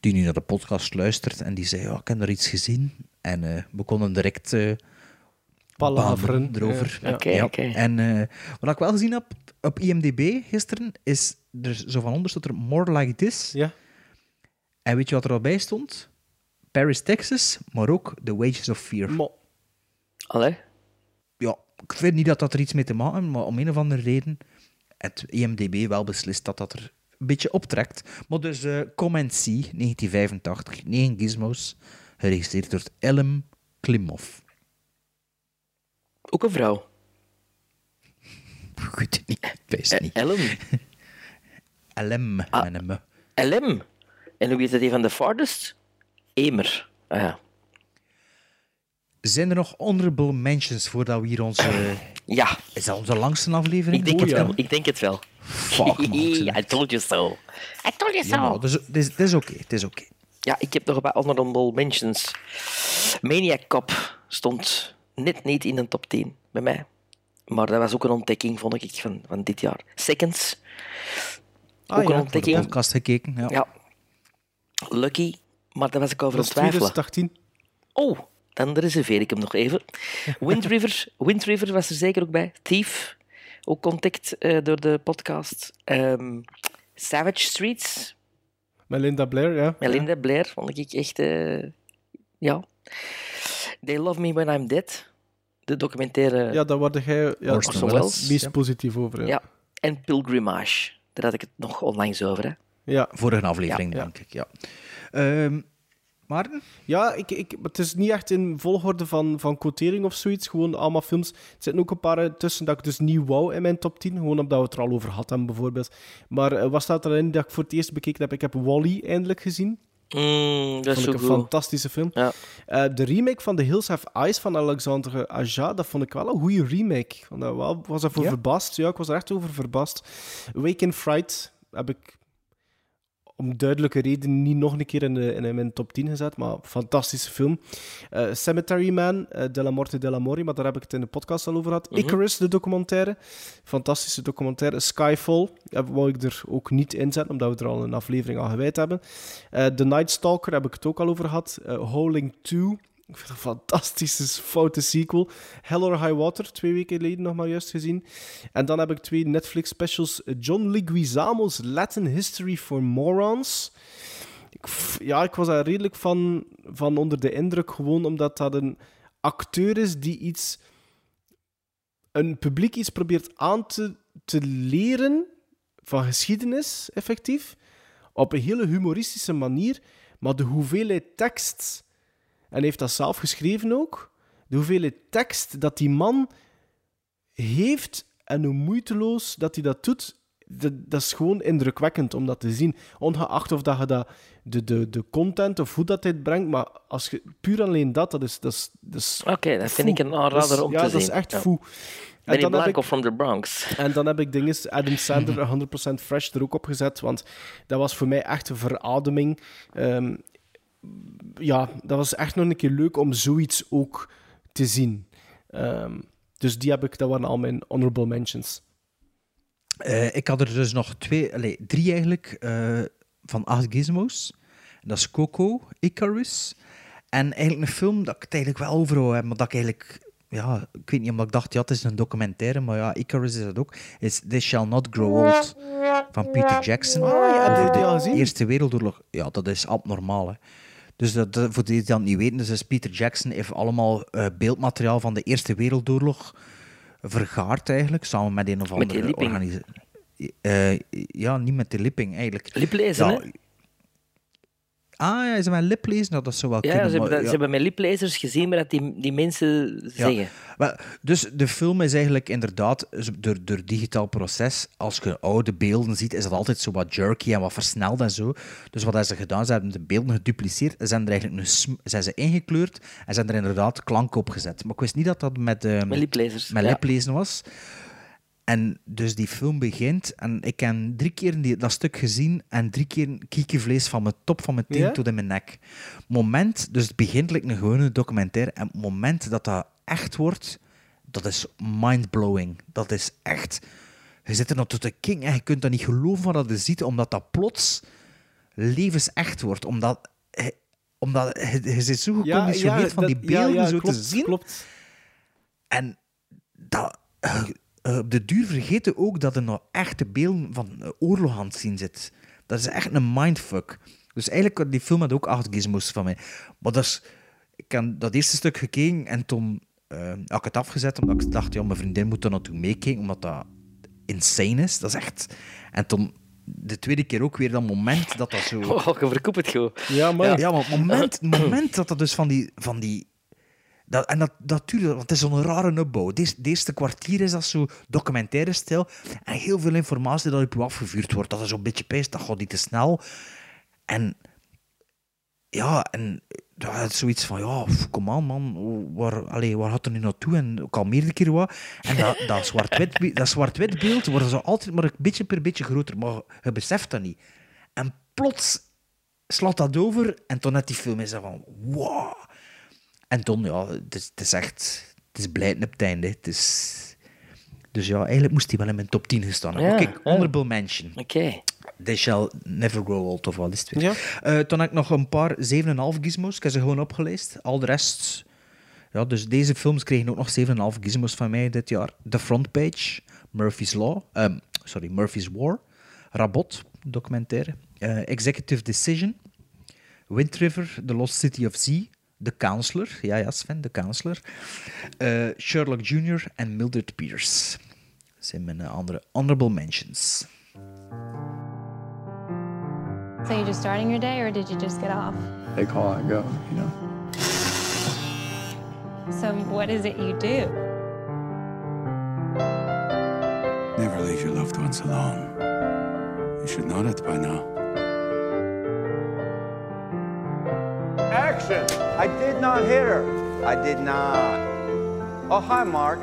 D: Die nu naar de podcast luistert en die zei, ja, ik heb er iets gezien. En eh, we konden direct... eh,
C: Palaveren.
D: babbelen erover.
C: Ja, ja. Oké, oké.
D: En eh, wat ik wel gezien heb op IMDb gisteren, is er zo van onder stond er More Like This.
C: Ja.
D: En weet je wat er al bij stond? Paris, Texas, maar ook The Wages of Fear.
E: Allee?
D: Ja, ik vind niet dat dat er iets mee te maken heeft, maar om een of andere reden het IMDb wel beslist dat dat er een beetje optrekt. Maar dus eh Comment C, 1985, 9 gizmos, geregistreerd door Elm Klimov.
E: Ook een vrouw.
D: Ik weet het niet, ik weet het niet. Ah.
E: Elm.
D: Eh, Elm.
E: LM. En hoe is dat een van de farthest? Emer. Ah, ja.
D: Zijn er nog honorable mentions voordat we hier onze...
E: Ja.
D: Is dat onze langste aflevering?
E: Ik denk het
D: Oh, ja.
E: wel. Ik denk het wel.
D: Fuck, man, ik zeg
E: I told you so. I told you so.
D: Ja, maar dat is- dat is- dat is oké, het is oké.
E: Ja, ik heb nog een paar honorable mentions. Maniac Cop stond net niet in een top 10 bij mij. Maar dat was ook een ontdekking, vond ik, van, van dit jaar. Seconds.
D: Ah, ja,
E: ook een
D: voor de
E: ontdekking.
D: podcast gekeken. Ja.
E: Ja. Lucky, maar daar was ik over
C: Dat
E: aan
C: is
E: het twijfelen.
C: 2018.
E: Oh, dan reserveer ik hem nog even. Wind River, Wind River was er zeker ook bij. Thief, ook contact eh, door de podcast. Ehm, Savage Streets,
C: Melinda Blair, ja.
E: Melinda Blair, vond ik echt... eh, ja. They Love Me When I'm Dead, de documentaire...
C: Ja, daar word jij ja,
E: Orson
C: het
E: Welles,
C: meest
E: ja.
C: positief over. Ja.
E: Ja, en Pilgrimage, daar had ik het nog onlangs over. Hè.
C: Ja.
D: Vorige aflevering,
C: Ja.
D: denk ik, ja. Ehm Maarten?
C: Ja, ik, ik, maar het is niet echt in volgorde van, van quotering of zoiets. Gewoon allemaal films. Er zitten ook een paar eh, tussen dat ik dus niet wou in mijn top 10. Gewoon omdat we het er al over hadden, bijvoorbeeld. Maar eh, wat staat erin dat ik voor het eerst bekeken heb? Ik heb Wally eindelijk gezien.
E: Mm, dat
C: vond
E: is zo
C: ik een
E: goed.
C: fantastische film.
E: Ja.
C: Eh, de remake van The Hills Have Eyes van Alexandre Aja, dat vond ik wel een goede remake. Ik vond dat wel- was dat voor
D: Ja?
C: verbaasd? Ja, ik was er echt over verbaasd. Wake in Fright heb ik om duidelijke redenen niet nog een keer in, de, in mijn top 10 gezet, maar fantastische film. Eh, Cemetery Man, eh, De la Morte de la Mori, maar daar heb ik het in de podcast al over gehad.
R: Mhm.
C: Icarus, de documentaire. Fantastische documentaire. Skyfall, eh, wou ik er ook niet in zetten, omdat we er al een aflevering aan gewijd hebben. Eh, The Night Stalker heb ik het ook al over gehad. Eh, Howling 2, ik vind het een fantastische foute sequel. Hell or High Water, twee weken geleden nog maar juist gezien. En dan heb ik twee Netflix specials. eh, John Leguizamo's Latin History for Morons. Ik, f- ja, ik was daar redelijk van, van onder de indruk. Gewoon omdat dat een acteur is die iets... Een publiek iets probeert aan te, te leren van geschiedenis, effectief. Op een hele humoristische manier. Maar de hoeveelheid tekst... En hij heeft dat zelf geschreven ook. De hoeveelheid tekst dat die man heeft en hoe moeiteloos dat hij dat doet, dat, dat is gewoon indrukwekkend om dat te zien. Ongeacht of dat je dat, de, de, de content of hoe dat hij het brengt, maar als je, puur alleen dat, dat is... Dat is, dat is
E: Oké, dat vind
C: foe.
E: ik een aanrader
C: Dat is-
E: om
C: ja,
E: te zien.
C: dat is echt
E: Ja.
C: foe. En
E: Benny
C: dan heb
E: Blanco
C: ik-
E: from the Bronx.
C: en dan heb ik dinges Adam Sandler 100% fresh er ook op gezet, want dat was voor mij echt een verademing. Ehm, ja, dat was echt nog een keer leuk om zoiets ook te zien. Ehm, dus die heb ik, dat waren al mijn honorable mentions.
D: Eh, ik had er dus nog twee, allee, drie eigenlijk eh, van acht gizmos. Dat is Coco, Icarus. En eigenlijk een film dat ik het eigenlijk wel over wou hebben, maar dat ik eigenlijk... Ja, ik weet niet, omdat ik dacht, ja, het is een documentaire, maar ja, Icarus is dat ook. Is This Shall Not Grow Old van Peter Jackson.
C: Ah, ja, die heb je
D: Over de
C: al gezien?
D: Eerste Wereldoorlog. Ja, dat is abnormaal, hè. Dus dat, dat- voor die die dat niet weten, dus is Peter Jackson heeft allemaal eh, beeldmateriaal van de Eerste Wereldoorlog vergaard eigenlijk, samen met een of
E: Met die
D: andere
E: Lipping.
D: organisatie. Eh, ja, niet met de lipping eigenlijk.
E: Liplezen,
D: Ja.
E: hè?
D: Ah ja, ze hebben liplezen, nou, dat zou wel
E: Ja,
D: kunnen.
E: ze
D: maar
E: hebben, dat-
D: ja.
E: ze hebben met liplezers gezien maar dat die, die mensen
D: Ja.
E: zeggen.
D: Wel, dus de film is eigenlijk inderdaad, is door, door digitaal proces, als je oude beelden ziet, is dat altijd zo wat jerky en wat versneld en zo. Dus wat hebben ze gedaan? Ze hebben de beelden gedupliceerd, en zijn er eigenlijk een sm- zijn ze ingekleurd en zijn er inderdaad klanken op gezet. Maar ik wist niet dat dat met, eh,
E: Met liplezers,
D: met
E: ja.
D: liplezen was. En dus die film begint, en ik heb drie keer die, dat stuk gezien en drie keer kiekevlees van mijn top van mijn teen
R: Ja?
D: tot in mijn nek. Moment, dus het begint like een gewone documentaire, en het moment dat dat echt wordt, dat is mindblowing. Dat is echt... Je zit er nog tot de king en je kunt dat niet geloven wat dat je ziet, omdat dat plots levensecht wordt. Omdat, eh, omdat je, je zit zo geconditioneerd van die
C: dat- ja,
D: beelden
C: ja,
D: zo
C: klopt,
D: te zien.
C: Klopt.
D: En dat, eh, eh, op de duur vergeten ook dat er nog echte beelden van eh, oorlog aan het zien zit. Dat is echt een mindfuck. Dus eigenlijk, had die film had ook acht gizmos van mij. Maar dat is, ik heb dat eerste stuk gekeken en toen eh, had ik het afgezet, omdat ik dacht, ja, mijn vriendin moet er naartoe meekijken, omdat dat insane is. Dat is echt... En toen de tweede keer ook weer dat moment dat dat zo...
E: Oh, je verkoop het gewoon.
C: Ja,
D: Ja, ja, maar het moment, het moment dat dat dus van die... Van die dat, en dat, dat duurde, want het is zo'n rare opbouw. De eerste- de eerste kwartier is dat zo documentaire stijl. En heel veel informatie dat op je afgevuurd wordt. Dat is zo'n beetje pees, dat gaat niet te snel. En ja, en ja, het is zoiets van, ja, pff, kom aan man, waar, allee, waar gaat er nu naartoe? En ik al meerdere keer wat. En dat, dat, zwart-wit, be- dat zwart-wit beeld wordt zo altijd maar een beetje per beetje groter. Maar je beseft dat niet. En plots slaat dat over en toen had die film is dat van, wow. En toen, ja, het is, het is echt, het is blijten op het einde. Het is... Dus ja, eigenlijk moest hij wel in mijn top 10 gestaan hebben.
E: Ja,
D: Maar Kijk,
E: ja.
D: honorable mention.
E: Oké.
D: They shall never grow old, of wat is het weer? Eh, toen had ik nog een paar 7,5 gizmos. Ik heb ze gewoon opgeleest. Al de rest... Ja, dus deze films kregen ook nog 7,5 gizmos van mij dit jaar. The Front Page, Murphy's Law... ehm, sorry, Murphy's War. Rabot, documentaire. eh, Executive Decision. Wind River, The Lost City of Z. The Counselor. Ja, ja, Sven, The Counselor. eh, Sherlock Jr. en Mildred Pierce. Dat zijn mijn eh, andere honorable mentions.
S: So you're just starting your day, or did you just get off?
L: They call and go.
S: So what is it you do?
T: Never leave your loved ones alone. You should know that by now.
U: Action! I did not hit her. I did not. Oh, hi, Mark.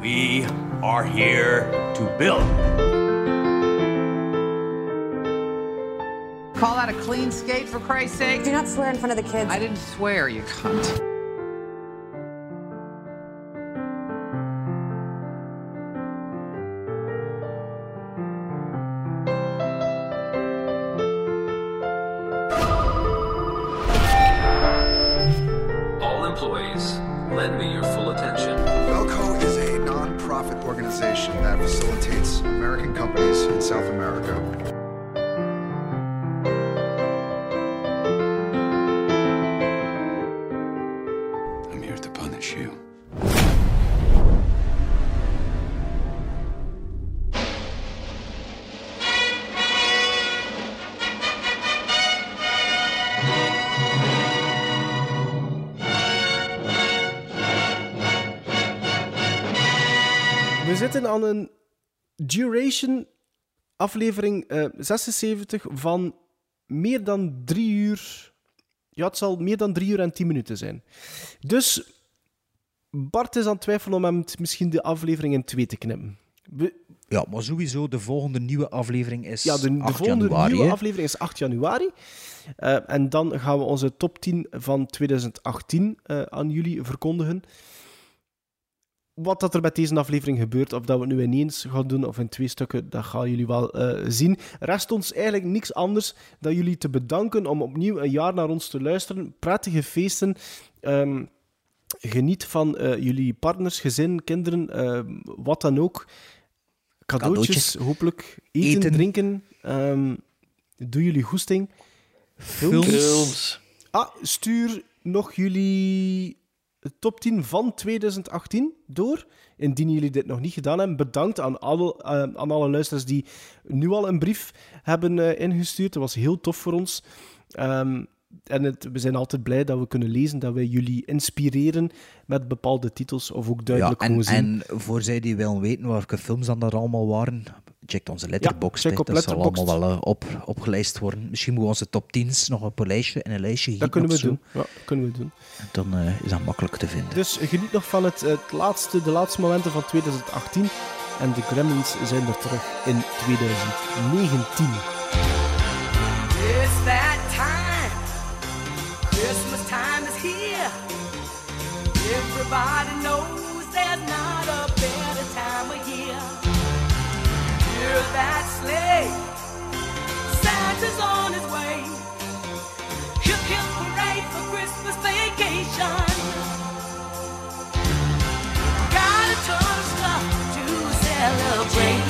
V: We are here to build.
R: Call that a clean skate, for Christ's sake? Do not swear in front of the kids. I didn't swear, you cunt.
V: All employees, lend me your full attention.
W: Belco is a non-profit organization that facilitates American companies in South America
T: I'm here to punish you.
C: We zitten aan een duration aflevering eh, 76 van meer dan drie uur. Ja, het zal meer dan drie uur en tien minuten zijn. Dus Bart is aan het twijfelen om hem t- misschien de aflevering in twee te knippen.
D: Ja, maar sowieso, de volgende nieuwe aflevering is
C: Ja, de, de
D: 8
C: volgende
D: januari.
C: nieuwe
D: hè.
C: aflevering is 8 januari. Eh, en dan gaan we onze top 10 van 2018 eh, aan jullie verkondigen. Wat dat er met deze aflevering gebeurt, of dat we het nu ineens gaan doen of in twee stukken, dat gaan jullie wel eh, zien. Rest ons eigenlijk niks anders dan jullie te bedanken om opnieuw een jaar naar ons te luisteren. Prettige feesten. Ehm, geniet van eh, jullie partners, gezin, kinderen, ehm, wat dan ook. Cadeautjes,
D: Cadeautjes.
C: hopelijk. Eten,
D: Eten.
C: drinken. ehm, doe jullie goesting.
D: Films.
C: Ah, stuur nog jullie top 10 van 2018 door. Indien jullie dit nog niet gedaan hebben, bedankt aan alle, eh, aan alle luisteraars die nu al een brief hebben eh, ingestuurd. Dat was heel tof voor ons. Ehm, en het, we zijn altijd blij dat we kunnen lezen, dat wij jullie inspireren met bepaalde titels of ook
D: Ja,
C: duidelijk
D: en,
C: hoe zien.
D: en voor zij die willen weten welke films dan er allemaal waren, check onze letterbox.
C: check
D: hè.
C: op
D: dat
C: Letterboxd.
D: zal allemaal wel eh, op, opgelijst worden. Misschien moeten we onze top 10's nog op een lijstje, in een lijstje gieten
C: dat kunnen we
D: of zo.
C: doen. Ja, kunnen we doen.
D: Dan eh, is dat makkelijk te vinden.
C: Dus geniet nog van het, het laatste, de laatste momenten van 2018. En de Gremlins zijn er terug in 2019.
X: It's that time. Christmas time is here. Everybody knows there's not a better time of year. Hear that sleigh. Santa's on his way. Hip hip parade for Christmas vacation. Got a ton of stuff to celebrate.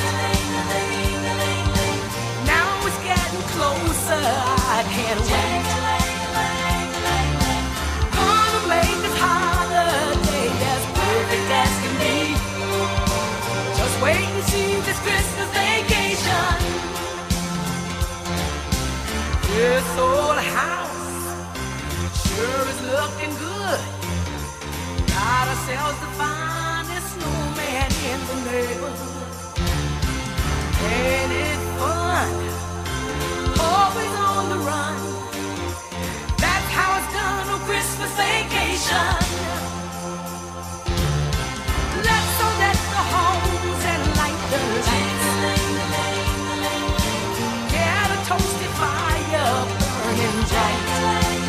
X: Now it's getting closer. I can't wait. Gonna make this holiday as perfect as can be. Just wait and see this Christmas vacation. This old house sure is looking good. Got ourselves the finest snowman in the neighborhood. Ain't it fun? Always on the run. That's how it's done on Christmas vacation. Let's all let the homes and light the lights. Get a toasted fire burning bright.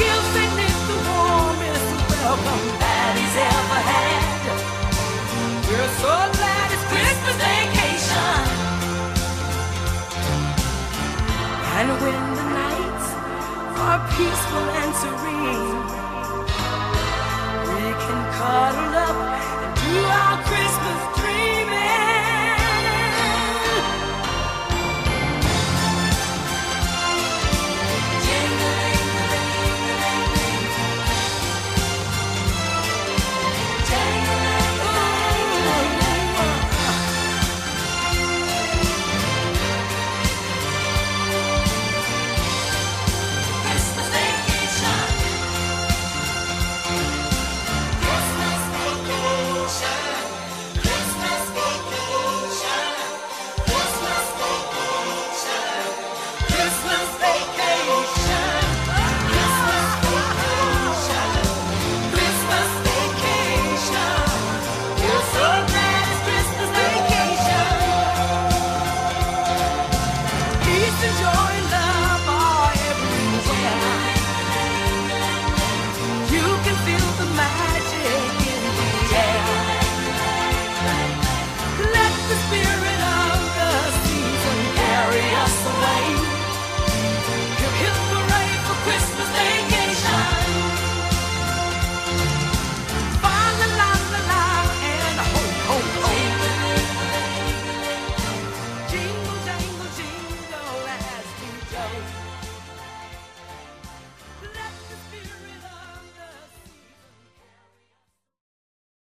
X: Gilson is the warmest welcome that he's ever had. We're so glad it's Christmas vacation. And when the nights are peaceful and serene, we can cuddle up and do our Christmas dreaming. Christmas vacation. Christmas vacation. show.